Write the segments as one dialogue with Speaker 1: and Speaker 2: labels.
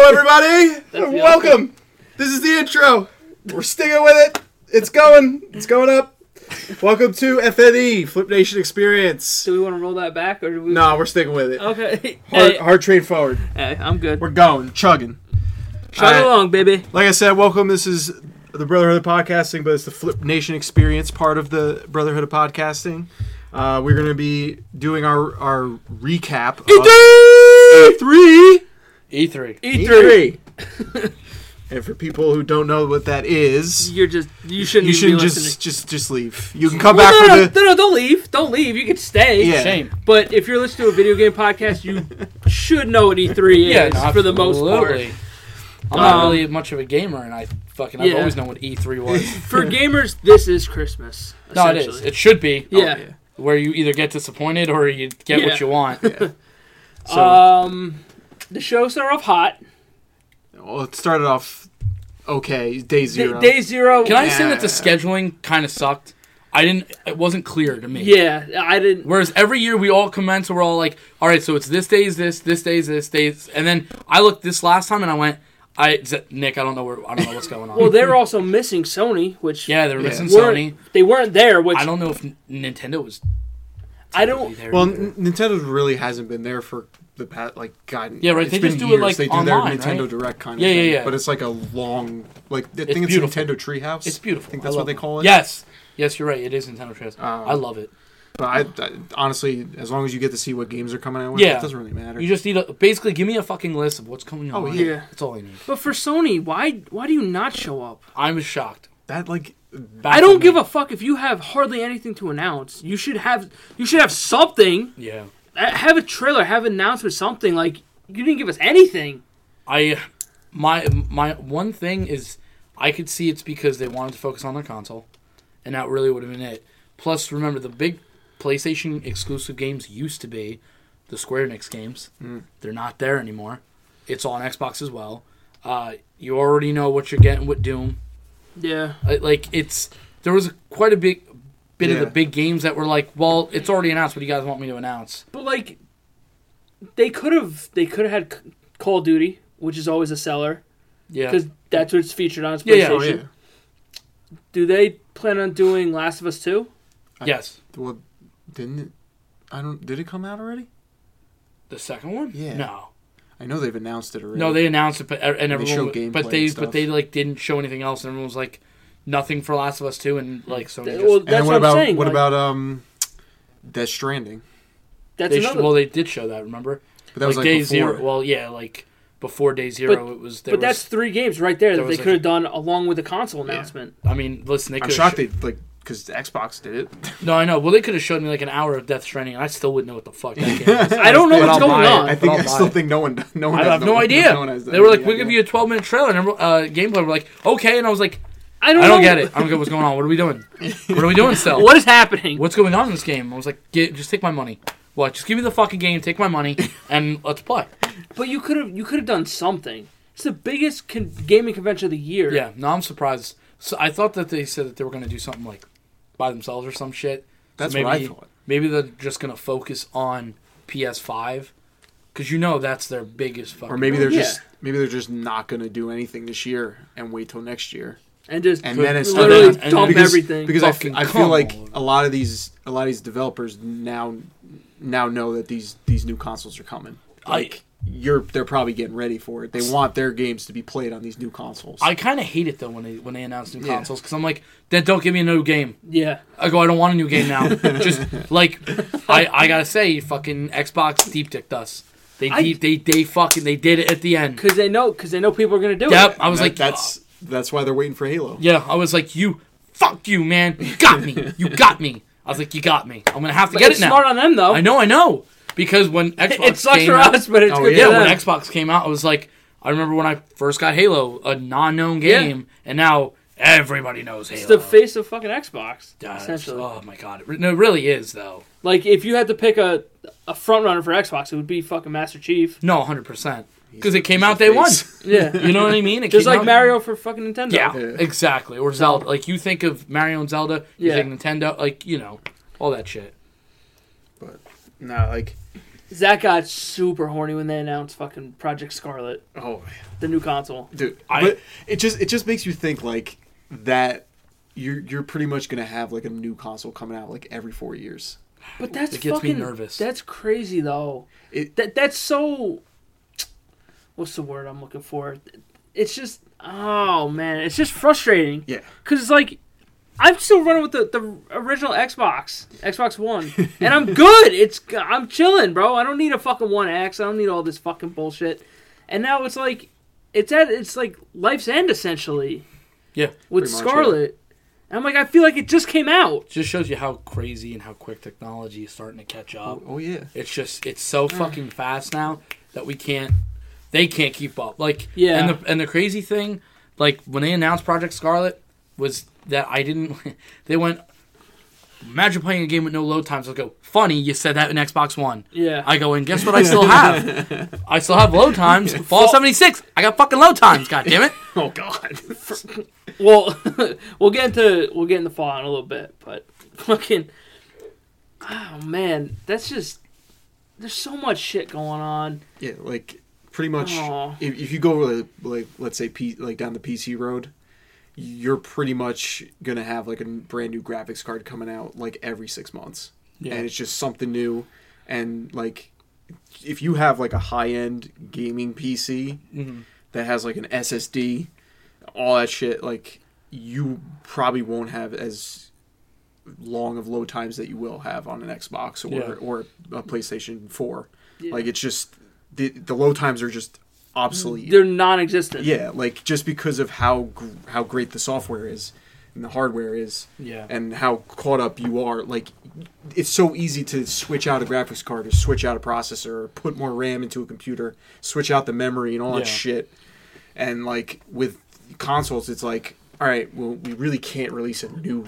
Speaker 1: everybody.
Speaker 2: That's the
Speaker 1: Welcome. This is the intro. We're sticking with it. It's going. It's going up. Welcome to FNE Flip Nation Experience.
Speaker 2: Do we want to roll that back or do we?
Speaker 1: No, we're sticking with it.
Speaker 2: Okay.
Speaker 1: Hard,
Speaker 2: Oh, Hey,
Speaker 1: hard train forward.
Speaker 2: hey, I'm good.
Speaker 1: We're going, chugging.
Speaker 2: Chug
Speaker 1: alright.
Speaker 2: along, baby.
Speaker 1: Like I said, welcome. This is the Brotherhood of Podcasting, but it's the Flip Nation Experience part of the Brotherhood of Podcasting. Uh, we're going to be doing our our recap. Of three.
Speaker 3: E3. E
Speaker 1: E3. E and for people who don't know what that is,
Speaker 2: You're just you shouldn't.
Speaker 1: you
Speaker 2: even
Speaker 1: should
Speaker 2: be
Speaker 1: just
Speaker 2: listening.
Speaker 1: just just leave. You can come
Speaker 2: Well,
Speaker 1: back
Speaker 2: no, no,
Speaker 1: for the
Speaker 2: no, no, don't leave. Don't leave. You can stay.
Speaker 1: Yeah.
Speaker 3: Shame.
Speaker 2: But if you're listening to a video game podcast, you should know what E3 is
Speaker 3: no,
Speaker 2: for the most part.
Speaker 3: absolutely. I'm not
Speaker 2: Um,
Speaker 3: really much of a gamer, and I fucking I've
Speaker 2: Yeah.
Speaker 3: always known what E3 was.
Speaker 2: For gamers, this is Christmas.
Speaker 3: no, it is.
Speaker 2: essentially.
Speaker 3: It should be. Oh,
Speaker 2: Yeah.
Speaker 1: yeah.
Speaker 3: Where you either get disappointed or you get
Speaker 2: Yeah.
Speaker 3: what you want.
Speaker 1: so
Speaker 2: Um, the show started off hot.
Speaker 1: well, it started off okay, day
Speaker 2: D-
Speaker 1: zero.
Speaker 2: Day zero.
Speaker 3: Can I say that the
Speaker 1: Yeah.
Speaker 3: scheduling kind of sucked? I didn't. It wasn't clear to me.
Speaker 2: Yeah, I didn't.
Speaker 3: Whereas every year we all commence, we're all like, "All right, so it's this day is this, this day is this, day is and then I looked this last time and I went, "I Z- Nick, I don't know where, I don't know what's going on."
Speaker 2: Well, they were also missing Sony, which
Speaker 3: yeah, they were missing
Speaker 2: weren't-
Speaker 3: Sony.
Speaker 2: They weren't there, which
Speaker 3: I don't know if N- Nintendo was
Speaker 2: I don't
Speaker 3: there.
Speaker 1: Well,
Speaker 3: either.
Speaker 1: N- Nintendo really hasn't been there for the past like God.
Speaker 3: Yeah, right,
Speaker 1: it's
Speaker 3: they
Speaker 1: been
Speaker 3: just do it,
Speaker 1: years.
Speaker 3: like,
Speaker 1: they do
Speaker 3: online,
Speaker 1: their Nintendo
Speaker 3: right?
Speaker 1: Direct kind
Speaker 3: Yeah,
Speaker 1: of
Speaker 3: yeah,
Speaker 1: thing,
Speaker 3: yeah.
Speaker 1: but it's like a long like I think it's,
Speaker 3: beautiful.
Speaker 1: Nintendo Treehouse.
Speaker 3: It's beautiful.
Speaker 1: I think
Speaker 3: I
Speaker 1: that's
Speaker 3: love
Speaker 1: what they
Speaker 3: it.
Speaker 1: call it. Oh.
Speaker 3: Yes, yes, you're right. It is Nintendo Treehouse. I love it.
Speaker 1: but I, I honestly, as long as you get to see what games are coming out, with,
Speaker 3: Yeah.
Speaker 1: it doesn't really matter.
Speaker 3: You just need a basically give me a fucking list of what's coming on.
Speaker 1: Oh,
Speaker 2: yeah.
Speaker 3: that's all I need.
Speaker 2: But for Sony, why why do you not show up?
Speaker 3: I'm shocked.
Speaker 1: that like
Speaker 2: I don't give a fuck if you have hardly anything to announce. You should have you should have something.
Speaker 3: Yeah,
Speaker 2: Uh, Have a trailer, have an announcement, something like you didn't give us anything.
Speaker 3: I my my one thing is I could see it's because they wanted to focus on their console, and that really would have been it. Plus, remember the big PlayStation exclusive games used to be the Square Enix games.
Speaker 1: Hmm.
Speaker 3: They're not there anymore. It's on Xbox as well. Uh, you already know what you're getting with Doom.
Speaker 2: Yeah,
Speaker 3: I- Uh, like it's there was quite a big bit of
Speaker 1: Yeah.
Speaker 3: the big games that were like, well, it's already announced. What do you guys want me to announce?
Speaker 2: but like they could have they could have had C- Call of Duty, which is always a seller
Speaker 3: Yeah,
Speaker 2: because that's what it's featured on. It's
Speaker 3: Yeah, yeah.
Speaker 1: oh
Speaker 2: PlayStation.
Speaker 1: yeah.
Speaker 2: Do they plan on doing Last of Us two?
Speaker 3: yes,
Speaker 1: Well, didn't it? I don't. Did it come out already?
Speaker 3: the second one.
Speaker 1: Yeah.
Speaker 3: no,
Speaker 1: I know they've announced it already.
Speaker 3: no, they announced it, but e- and everyone,
Speaker 1: showed gameplay
Speaker 3: but they,
Speaker 1: and stuff.
Speaker 3: but they like didn't show anything else, and everyone was like, nothing for Last of Us two, and like so.
Speaker 2: They-
Speaker 3: Just,
Speaker 2: well,
Speaker 1: And then
Speaker 2: that's
Speaker 1: what
Speaker 2: what I'm
Speaker 1: about
Speaker 2: saying,
Speaker 1: what
Speaker 2: like-
Speaker 1: about um, Death Stranding?
Speaker 2: That's
Speaker 3: they sh-
Speaker 2: another.
Speaker 3: well, they did show that. Remember,
Speaker 1: But that was like
Speaker 3: day
Speaker 1: before.
Speaker 3: zero. Well, yeah, like before day zero, it was. There
Speaker 2: but
Speaker 3: was,
Speaker 2: that's three games right there,
Speaker 3: there
Speaker 2: that they
Speaker 3: was a-
Speaker 2: could have done along with the console announcement.
Speaker 3: I mean, listen, they
Speaker 1: I'm
Speaker 3: coulda
Speaker 1: shocked
Speaker 3: sho-
Speaker 1: they like because Xbox did it.
Speaker 3: no, I know. Well, they could have showed me like an hour of Death Stranding, and I still wouldn't know what the fuck that game is.
Speaker 2: I don't know
Speaker 1: But
Speaker 2: what's
Speaker 3: I'll
Speaker 2: going
Speaker 3: buy it.
Speaker 2: on.
Speaker 1: I think
Speaker 3: But
Speaker 1: I
Speaker 3: I'll buy
Speaker 1: still
Speaker 3: it.
Speaker 1: think no one. No one.
Speaker 3: I
Speaker 1: has
Speaker 3: have no
Speaker 1: one-
Speaker 3: idea.
Speaker 1: no one has
Speaker 3: they were like,
Speaker 1: any
Speaker 3: "We'll give
Speaker 1: idea.
Speaker 3: you a 12 minute trailer and everyone- uh, gameplay." We're like, "Okay," and I was like,
Speaker 2: I don't,
Speaker 3: "I
Speaker 2: know.
Speaker 3: don't get it. I don't get what's going on. What are we doing? What are we doing still?
Speaker 2: What is happening?
Speaker 3: What's going on in this game?" I was like, "Get- "Just take my money. What? Just give me the fucking game. Take my money and let's play."
Speaker 2: But you could have you could have done something. It's the biggest con- gaming convention of the year.
Speaker 3: Yeah. No, I'm surprised. So I thought that they said that they were going to do something like by themselves or some shit.
Speaker 1: That's
Speaker 3: so maybe,
Speaker 1: what I thought.
Speaker 3: Maybe they're just going to focus on PS5 because you know that's their biggest fucking.
Speaker 1: Or maybe they're
Speaker 2: Yeah.
Speaker 1: just maybe they're just not going to do anything this year and wait till next year.
Speaker 2: and just
Speaker 1: And then it's
Speaker 2: literally
Speaker 3: and then- and
Speaker 2: dump
Speaker 3: then-
Speaker 1: because,
Speaker 2: everything.
Speaker 1: because I, f-
Speaker 3: Fucking
Speaker 1: I feel
Speaker 3: come
Speaker 1: like
Speaker 3: on.
Speaker 1: a lot of these a lot of these developers now now know that these these new consoles are coming.
Speaker 3: I
Speaker 1: You're they're probably getting ready for it. They want their games to be played on these new consoles.
Speaker 3: I kind of hate it though when they when they announce new
Speaker 1: Yeah.
Speaker 3: consoles because I'm like, then don't give me a new game.
Speaker 2: yeah,
Speaker 3: I go, I don't want a new game now. Just like I, I gotta say, fucking Xbox deep dicked us. They
Speaker 2: I-
Speaker 3: deep, they they fucking they did it at the end.
Speaker 2: because they know because they know people are gonna do
Speaker 3: Yep,
Speaker 2: it.
Speaker 3: I was
Speaker 1: That-
Speaker 3: like,
Speaker 1: that's that's why they're waiting for Halo.
Speaker 3: yeah, I was like, you fuck you, man, you got me, you got me. I was like, you got me. I'm gonna have to
Speaker 2: But
Speaker 3: get
Speaker 2: it's
Speaker 3: it now.
Speaker 2: smart on them though.
Speaker 3: I know, I know, because when Xbox
Speaker 2: It sucks
Speaker 3: came
Speaker 2: for
Speaker 3: out,
Speaker 2: us, but it's
Speaker 1: Oh,
Speaker 2: good
Speaker 1: yeah,
Speaker 3: yeah,
Speaker 2: for
Speaker 3: when
Speaker 2: them.
Speaker 3: Xbox came out, I was like, I remember when I first got Halo, a non-known
Speaker 2: Yeah.
Speaker 3: game, and now everybody knows Halo.
Speaker 2: it's the face of fucking Xbox,
Speaker 3: Yeah, it's-
Speaker 2: essentially.
Speaker 3: Oh my god, It- no, it really is though.
Speaker 2: Like if you had to pick a a front runner for Xbox, it would be fucking Master Chief.
Speaker 3: No, hundred percent. Because
Speaker 1: He's-
Speaker 3: it came
Speaker 1: he's
Speaker 3: out
Speaker 1: the
Speaker 3: day one.
Speaker 1: face.
Speaker 2: Yeah,
Speaker 3: You know what I mean? It
Speaker 2: just
Speaker 3: came
Speaker 2: like
Speaker 3: out-
Speaker 2: Mario for fucking Nintendo.
Speaker 3: Yeah,
Speaker 1: Yeah.
Speaker 3: exactly. Or Zelda. Like you think of Mario and Zelda, you
Speaker 2: Yeah.
Speaker 3: think Nintendo, like you know, all that shit.
Speaker 1: No, like
Speaker 2: Zach got super horny when they announced fucking Project Scarlet,
Speaker 1: Oh,
Speaker 2: the new console.
Speaker 1: dude,
Speaker 3: I-
Speaker 1: but it just it just makes you think like that. You're you're pretty much gonna have like a new console coming out like every four years.
Speaker 2: But that's
Speaker 3: It gets me
Speaker 2: fucking
Speaker 3: nervous.
Speaker 2: That's crazy though.
Speaker 1: It-
Speaker 2: that that's so. What's the word I'm looking for? It's just oh man, it's just frustrating.
Speaker 1: Yeah.
Speaker 2: Cause it's like I'm still running with the, the original Xbox, Xbox One, and I'm good. It's I'm chilling, bro. I don't need a fucking One X. I don't need all this fucking bullshit. And now it's like it's at it's like life's end essentially
Speaker 3: Yeah,
Speaker 2: with
Speaker 1: Pretty much, yeah.
Speaker 2: Scarlet. And I'm like I feel like it just came out.
Speaker 3: just shows you how crazy and how quick technology is starting to catch up.
Speaker 1: Oh yeah.
Speaker 3: It's just it's so fucking fast now that we can't they can't keep up. Like
Speaker 2: Yeah.
Speaker 3: and the and the crazy thing, like when they announced Project Scarlet was that I didn't they went Imagine playing a game with no load times. I go, funny, you said that in Xbox One.
Speaker 2: Yeah.
Speaker 3: I go, and guess what I still have? I still have load times. Fall 76, I got fucking load times, god damn it.
Speaker 1: Oh god.
Speaker 2: Well, we'll get into we'll get into Fallout in a little bit, but fucking, oh man, that's just there's so much shit going on.
Speaker 1: yeah, like pretty much.
Speaker 2: Aw.
Speaker 1: If, if you go like, like let's say P, like down the PC road, you're pretty much gonna have like a n- brand new graphics card coming out like every six months,
Speaker 3: Yeah.
Speaker 1: and it's just something new. And like, if you have like a high end gaming PC that has like an SSD, all that shit, like you probably won't have as long of load times that you will have on an Xbox or
Speaker 3: Yeah.
Speaker 1: or a PlayStation Four.
Speaker 2: Yeah.
Speaker 1: Like it's just the the load times are just obsolete.
Speaker 2: They're non-existent.
Speaker 1: yeah, like just because of how gr- how great the software is and the hardware is,
Speaker 3: Yeah.
Speaker 1: and how caught up you are. Like it's so easy to switch out a graphics card, or switch out a processor, or put more RAM into a computer, switch out the memory and all that
Speaker 3: Yeah.
Speaker 1: shit. And like with consoles, it's like, all right, well, we really can't release a new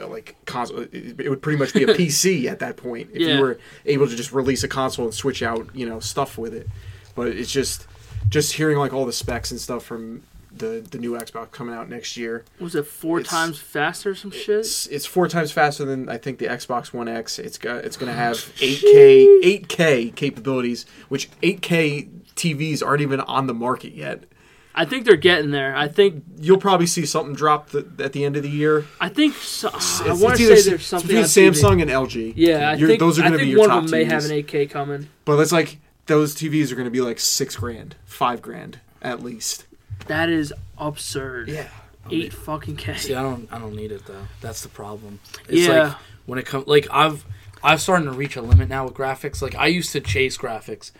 Speaker 1: uh, like console. It, it would pretty much be a PC at that point if
Speaker 2: Yeah.
Speaker 1: you were able to just release a console and switch out, you know, stuff with it. But it's just just hearing like all the specs and stuff from the the new Xbox coming out next year.
Speaker 2: Was it four
Speaker 1: It's-
Speaker 2: times faster or some shit?
Speaker 1: It's, it's four times faster than I think the Xbox One X. It's got it's going to have 8K 8K capabilities, which 8K TVs aren't even on the market yet.
Speaker 2: I think they're getting there. I think
Speaker 1: You'll probably see something drop th at the end of the year.
Speaker 2: I think so, I
Speaker 1: It's- it's
Speaker 2: want to
Speaker 1: either
Speaker 2: say
Speaker 1: s-
Speaker 2: there's
Speaker 1: it's
Speaker 2: something
Speaker 1: between
Speaker 2: on TV.
Speaker 1: Samsung and LG.
Speaker 2: Yeah, I
Speaker 1: Your-
Speaker 2: think
Speaker 1: those are
Speaker 2: I
Speaker 1: going to be
Speaker 2: think
Speaker 1: your
Speaker 2: one
Speaker 1: top
Speaker 2: of them may
Speaker 1: TVs.
Speaker 2: have an 8K coming.
Speaker 1: But it's like those TVs are going to be like six grand, five grand at least.
Speaker 2: That is absurd. eight fucking K.
Speaker 3: See, I don't, I don't need it though. That's the problem. It's
Speaker 2: Yeah.
Speaker 3: like when it comes, like I've, I've started to reach a limit now with graphics. Like I used to chase graphics.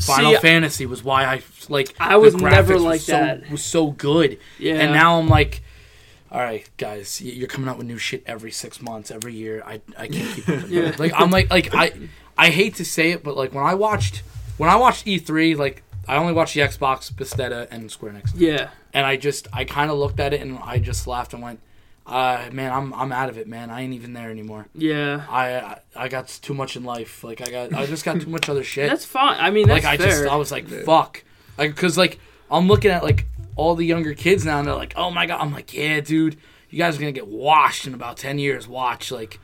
Speaker 3: Final
Speaker 2: See,
Speaker 3: Fantasy was why I like.
Speaker 2: I
Speaker 3: the
Speaker 2: was never
Speaker 3: graphics
Speaker 2: like
Speaker 3: was so,
Speaker 2: that.
Speaker 3: Was so good.
Speaker 2: Yeah.
Speaker 3: And now I'm like, all right, guys, y- you're coming out with new shit every six months, every year. I, I can't keep up. with
Speaker 2: Yeah.
Speaker 3: it. Like I'm like, like I, I hate to say it, but like when I watched, when I watched E3, like I only watched the Xbox, Bethesda, and Square Enix
Speaker 2: Yeah,
Speaker 3: and I just I kind of looked at it and I just laughed and went, uh, "Man, I'm I'm out of it, man. I ain't even there anymore.
Speaker 2: yeah.
Speaker 3: I I, I got too much in life. Like I got I just got too much other shit.
Speaker 2: That's fine. I mean, that's
Speaker 3: like I
Speaker 2: fair.
Speaker 3: just I was like, fuck, because like I'm looking at like all the younger kids now and they're like, oh my god. I'm like, yeah, dude, you guys are gonna get washed in about ten years. Watch like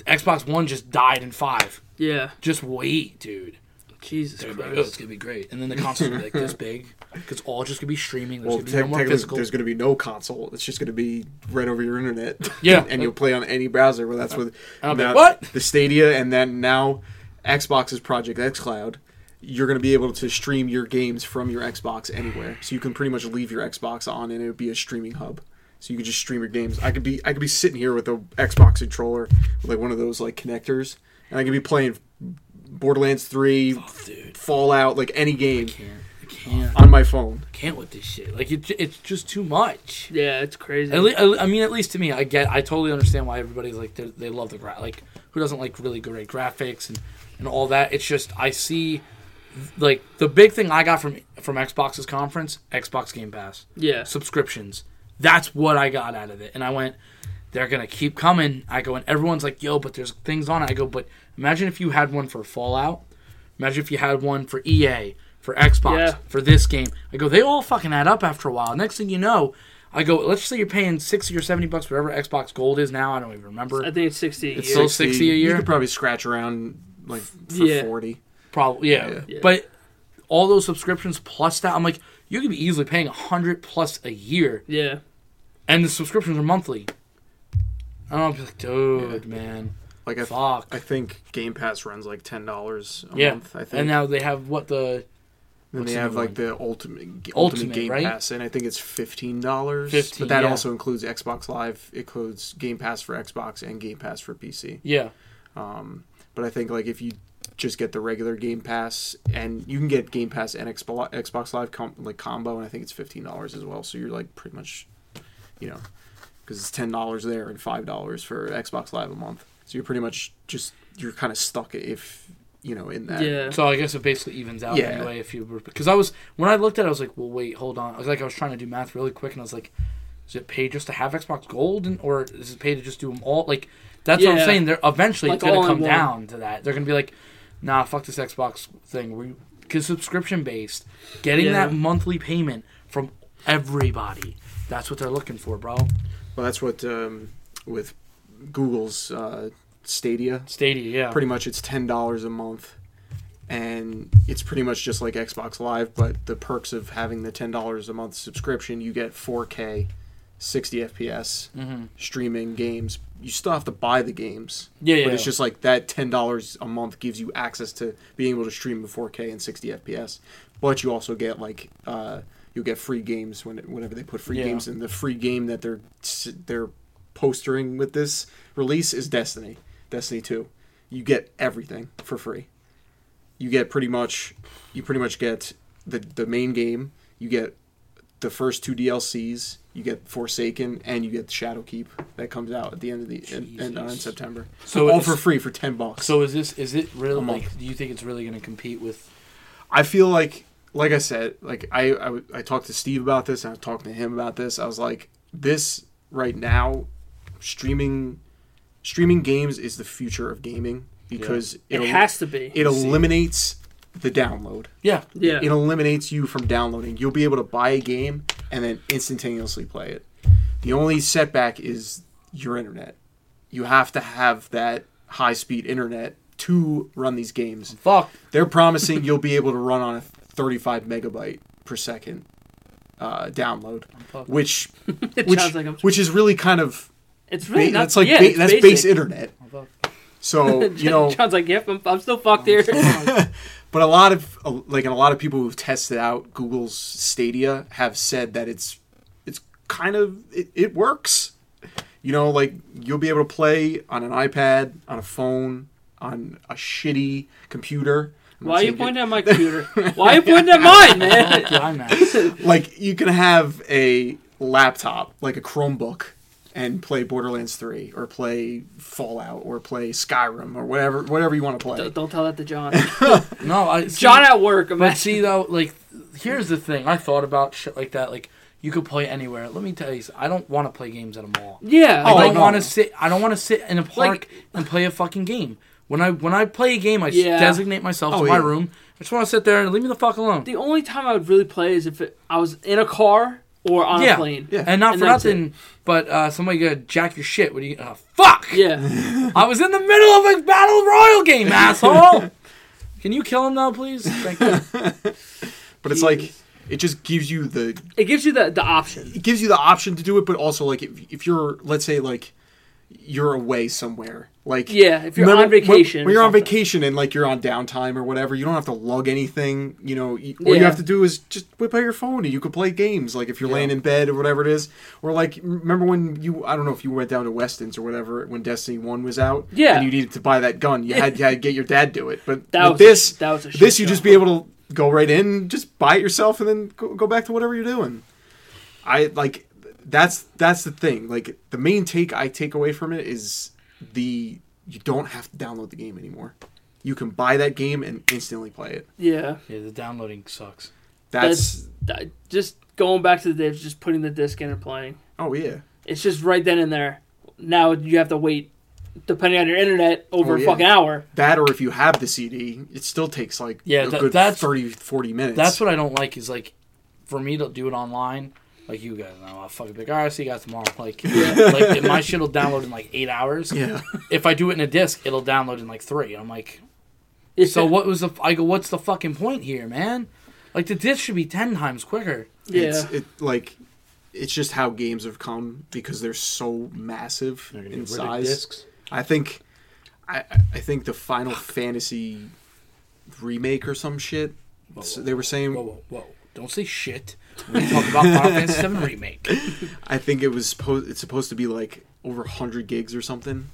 Speaker 3: Xbox One just died in five.
Speaker 2: yeah,
Speaker 3: Just wait, dude.
Speaker 2: Jesus
Speaker 3: They're gonna be like, oh, it's
Speaker 2: Christ.
Speaker 3: gonna be great, and then the consoles will be like this big. It's all just gonna be streaming. There's
Speaker 1: Well,
Speaker 3: gonna
Speaker 1: te-
Speaker 3: be no more
Speaker 1: technically,
Speaker 3: physical.
Speaker 1: there's going to be no console. It's just going to be right over your internet.
Speaker 3: Yeah. Uh,
Speaker 1: and you'll play on any browser. Well, that's with
Speaker 3: I'll be
Speaker 1: now
Speaker 3: like, what?
Speaker 1: the Stadia, and then now Xbox's Project X Cloud. You're going to be able to stream your games from your Xbox anywhere, so you can pretty much leave your Xbox on, and it would be a streaming hub. So you could just stream your games. I could be I could be sitting here with a Xbox controller, with like one of those like connectors, and I could be playing Borderlands Three,
Speaker 3: dude.
Speaker 1: Fallout, like any game
Speaker 3: can't, I can't,
Speaker 1: on my phone.
Speaker 3: can't with this shit. Like it, it's just too much.
Speaker 2: Yeah, it's crazy.
Speaker 3: At le- I I mean, at least to me, I get, I totally understand why everybody's like they they love the gra- like who doesn't like really great graphics and and all that. It's just I see like the big thing I got from from Xbox's conference, Xbox Game Pass
Speaker 2: yeah.
Speaker 3: subscriptions. That's what I got out of it, and I went. They're gonna keep coming. I go and everyone's like, "Yo, but there's things on it." I go, "But imagine if you had one for Fallout. Imagine if you had one for EA, for Xbox,
Speaker 2: Yeah.
Speaker 3: for this game." I go, "They all fucking add up after a while." Next thing you know, I go, "Let's say you're paying sixty or seventy bucks, whatever Xbox Gold is now. I don't even remember."
Speaker 2: I think it's 60 a
Speaker 3: It's
Speaker 2: year.
Speaker 3: so- 60 a
Speaker 1: You
Speaker 3: year?
Speaker 1: could probably scratch around like for
Speaker 2: Yeah.
Speaker 1: forty.
Speaker 3: Probably, yeah.
Speaker 1: Yeah.
Speaker 2: Yeah.
Speaker 3: But all those subscriptions plus that, I'm like, you could be easily paying a hundred plus a year,
Speaker 2: Yeah.
Speaker 3: and the subscriptions are monthly. I don't know, I'm like, dude, man,
Speaker 1: Like I,
Speaker 3: fuck.
Speaker 1: I think Game Pass runs like ten dollars a
Speaker 3: yeah,
Speaker 1: month. I think.
Speaker 3: and now they have what the
Speaker 1: Then
Speaker 3: What's
Speaker 1: they
Speaker 3: the
Speaker 1: have
Speaker 3: new
Speaker 1: like
Speaker 3: one?
Speaker 1: the ultimate ultimate,
Speaker 3: Ultimate,
Speaker 1: Game
Speaker 3: right?
Speaker 1: Pass, and I think it's fifteen dollars.
Speaker 3: 15,
Speaker 1: But that
Speaker 3: yeah.
Speaker 1: also includes Xbox Live. It includes Game Pass for Xbox and Game Pass for PC.
Speaker 3: yeah,
Speaker 1: Um, but I think like if you just get the regular Game Pass, and you can get Game Pass and Xbox Xbox Live com- like combo, and I think it's fifteen dollars as well. So you're like pretty much, you know, because it's ten dollars there and five dollars for Xbox Live a month. So you're pretty much just you're kind of stuck if you know in that.
Speaker 2: Yeah.
Speaker 3: So I guess it basically evens out
Speaker 1: Yeah.
Speaker 3: anyway. If you were because I was when I looked at it, I was like, well, wait, hold on. I was like, I was trying to do math really quick, and I was like, is it paid just to have Xbox Gold, and, or is it paid to just do them all? Like that's what I'm
Speaker 2: Yeah.
Speaker 3: saying. They're eventually it's
Speaker 2: Like,
Speaker 3: gonna
Speaker 2: all in
Speaker 3: come
Speaker 2: one.
Speaker 3: down to that. They're gonna be like, nah, fuck this Xbox thing. We because subscription based, getting
Speaker 2: Yeah.
Speaker 3: that monthly payment from everybody. That's what they're looking for, bro.
Speaker 1: Well, that's what um, with Google's uh, Stadia.
Speaker 3: Stadia, yeah.
Speaker 1: Pretty much, it's ten dollars a month, and it's pretty much just like Xbox Live, but the perks of having the ten dollars a month subscription, you get 4K, 60 FPS,
Speaker 3: mm-hmm.
Speaker 1: streaming games. You still have to buy the games,
Speaker 3: Yeah, yeah.
Speaker 1: but it's just like that ten dollars a month gives you access to being able to stream in 4K and 60 FPS. But you also get like uh, you get free games when whenever they put free
Speaker 3: Yeah.
Speaker 1: games in. The free game that they're they're postering with this release is Destiny, Destiny Two. You get everything for free. You get pretty much you pretty much get the the main game. You get the first two DLCs. You get Forsaken and you get Shadowkeep that comes out at the end of the in, in, uh, in
Speaker 3: Jesus.
Speaker 1: September.
Speaker 3: So
Speaker 1: So all
Speaker 3: it's-
Speaker 1: for free for ten bucks.
Speaker 3: So is this is it really
Speaker 1: A month.
Speaker 3: like? Do you think it's really gonna compete with?
Speaker 1: I feel like, like I said, like I, I, w- I talked to Steve about this and I talked to him about this. I was like, this right now, streaming, streaming games is the future of gaming because
Speaker 2: It
Speaker 1: el-
Speaker 2: has to be.
Speaker 1: it eliminates the download.
Speaker 3: Yeah,
Speaker 2: yeah.
Speaker 1: It eliminates you from downloading. You'll be able to buy a game and then instantaneously play it. The only setback is your internet. You have to have that high speed internet to run these games.
Speaker 3: fuck.
Speaker 1: They're promising you'll be able to run on a 35 megabyte per second uh, download,
Speaker 3: fucked.
Speaker 1: which
Speaker 2: it
Speaker 1: which,
Speaker 2: sounds like I'm.
Speaker 1: which is really kind of
Speaker 2: It's
Speaker 1: ba-
Speaker 2: really not.
Speaker 1: that's like
Speaker 2: yeah,
Speaker 1: ba-
Speaker 2: it's
Speaker 1: that's
Speaker 2: basic.
Speaker 1: base internet. So you know,
Speaker 2: John's like, yep, I'm, I'm still fucked here.
Speaker 1: but a lot of like and a lot of people who've tested out Google's Stadia have said that it's it's kind of it, it works. You know, like you'll be able to play on an iPad, on a phone, on a shitty computer. I'm not
Speaker 2: Why are you
Speaker 1: saying it-
Speaker 2: pointing at my computer? Why are you pointing at mine, man?
Speaker 3: the IMAX.
Speaker 1: like you can have a laptop like a chromebook and play borderlands 3 or play fallout or play skyrim or whatever whatever you want to play
Speaker 2: Don't- Don't tell that to John.
Speaker 3: No, I see,
Speaker 2: John at work.
Speaker 3: But
Speaker 2: imagine.
Speaker 3: see though, like here's the thing. I thought about shit like that. Like you could play anywhere. Let me tell you, I don't want to play games at a mall.
Speaker 2: Yeah.
Speaker 1: Oh,
Speaker 3: I
Speaker 2: like,
Speaker 3: don't
Speaker 1: no.
Speaker 3: want to sit. I don't want to sit in a park and play a fucking game. When I when I play a game, I s-
Speaker 2: Yeah.
Speaker 3: designate myself
Speaker 1: Oh,
Speaker 3: to my
Speaker 1: yeah.
Speaker 3: room. I just want to sit there and leave me the fuck alone.
Speaker 2: the only time I would really play is if it, I was in a car or on
Speaker 3: yeah.
Speaker 2: a plane.
Speaker 1: Yeah.
Speaker 3: and not
Speaker 2: And
Speaker 3: for
Speaker 2: that's
Speaker 3: nothing. But uh, somebody gonna jack your shit. What do you? Uh, fuck!
Speaker 2: Yeah.
Speaker 3: I was in the middle of a battle royal game, asshole. Can you kill him now, please? Thank you.
Speaker 1: but it's like it just gives you the
Speaker 2: It gives you the, the option.
Speaker 1: it gives you the option to do it but also like if, if you're let's say like you're away somewhere like
Speaker 2: Yeah, if you're on
Speaker 1: when-
Speaker 2: vacation
Speaker 1: when,
Speaker 2: or
Speaker 1: you're on
Speaker 2: something.
Speaker 1: vacation and like you're on downtime or whatever you don't have to lug anything you know you, all you
Speaker 2: Yeah.
Speaker 1: have to do is just whip out your phone and you could play games like if you're laying in bed or whatever it is or like remember when you i don't know if you went down to weston's or whatever when destiny 1 was out
Speaker 2: Yeah.
Speaker 1: and you needed to buy that gun you had, you had to get your dad to do it but
Speaker 2: That
Speaker 1: with
Speaker 2: was-
Speaker 1: this
Speaker 2: that was a shit
Speaker 1: this you
Speaker 2: show.
Speaker 1: just be able to go right in and just buy it yourself and then go, go back to whatever you're doing I like that's that's the thing. Like the main take I take away from it is the you don't have to download the game anymore. You can buy that game and instantly play it.
Speaker 2: Yeah.
Speaker 3: Yeah, the downloading sucks.
Speaker 1: That's,
Speaker 2: I- just going back to the days, just putting the disc in and playing.
Speaker 1: oh yeah.
Speaker 2: It's just right then and there. Now you have to wait, depending on your internet, over
Speaker 1: Oh,
Speaker 2: a
Speaker 1: yeah.
Speaker 2: fucking hour.
Speaker 1: That or if you have the CD, it still takes like
Speaker 3: Yeah,
Speaker 1: a
Speaker 3: that-
Speaker 1: good
Speaker 3: that's-
Speaker 1: 30 40 minutes.
Speaker 3: That's what I don't like is like for me to do it online, like you guys know, I'll fucking be like, all right, see you guys tomorrow. Like, like if my shit'll download in like eight hours.
Speaker 1: yeah.
Speaker 3: If I do it in a disc, it'll download in like three. I'm like, So what was the? I go, what's the fucking point here, man? Like the disc should be ten times quicker.
Speaker 2: Yeah.
Speaker 1: It's it like it's just how games have come because they're so massive in size. I think I I think the Final Fantasy remake or some shit. so they were saying
Speaker 3: Whoa, whoa, whoa! Don't say shit. We talk about Final Fantasy VII remake.
Speaker 1: I think it was supposed it's supposed to be like over 100 gigs or something.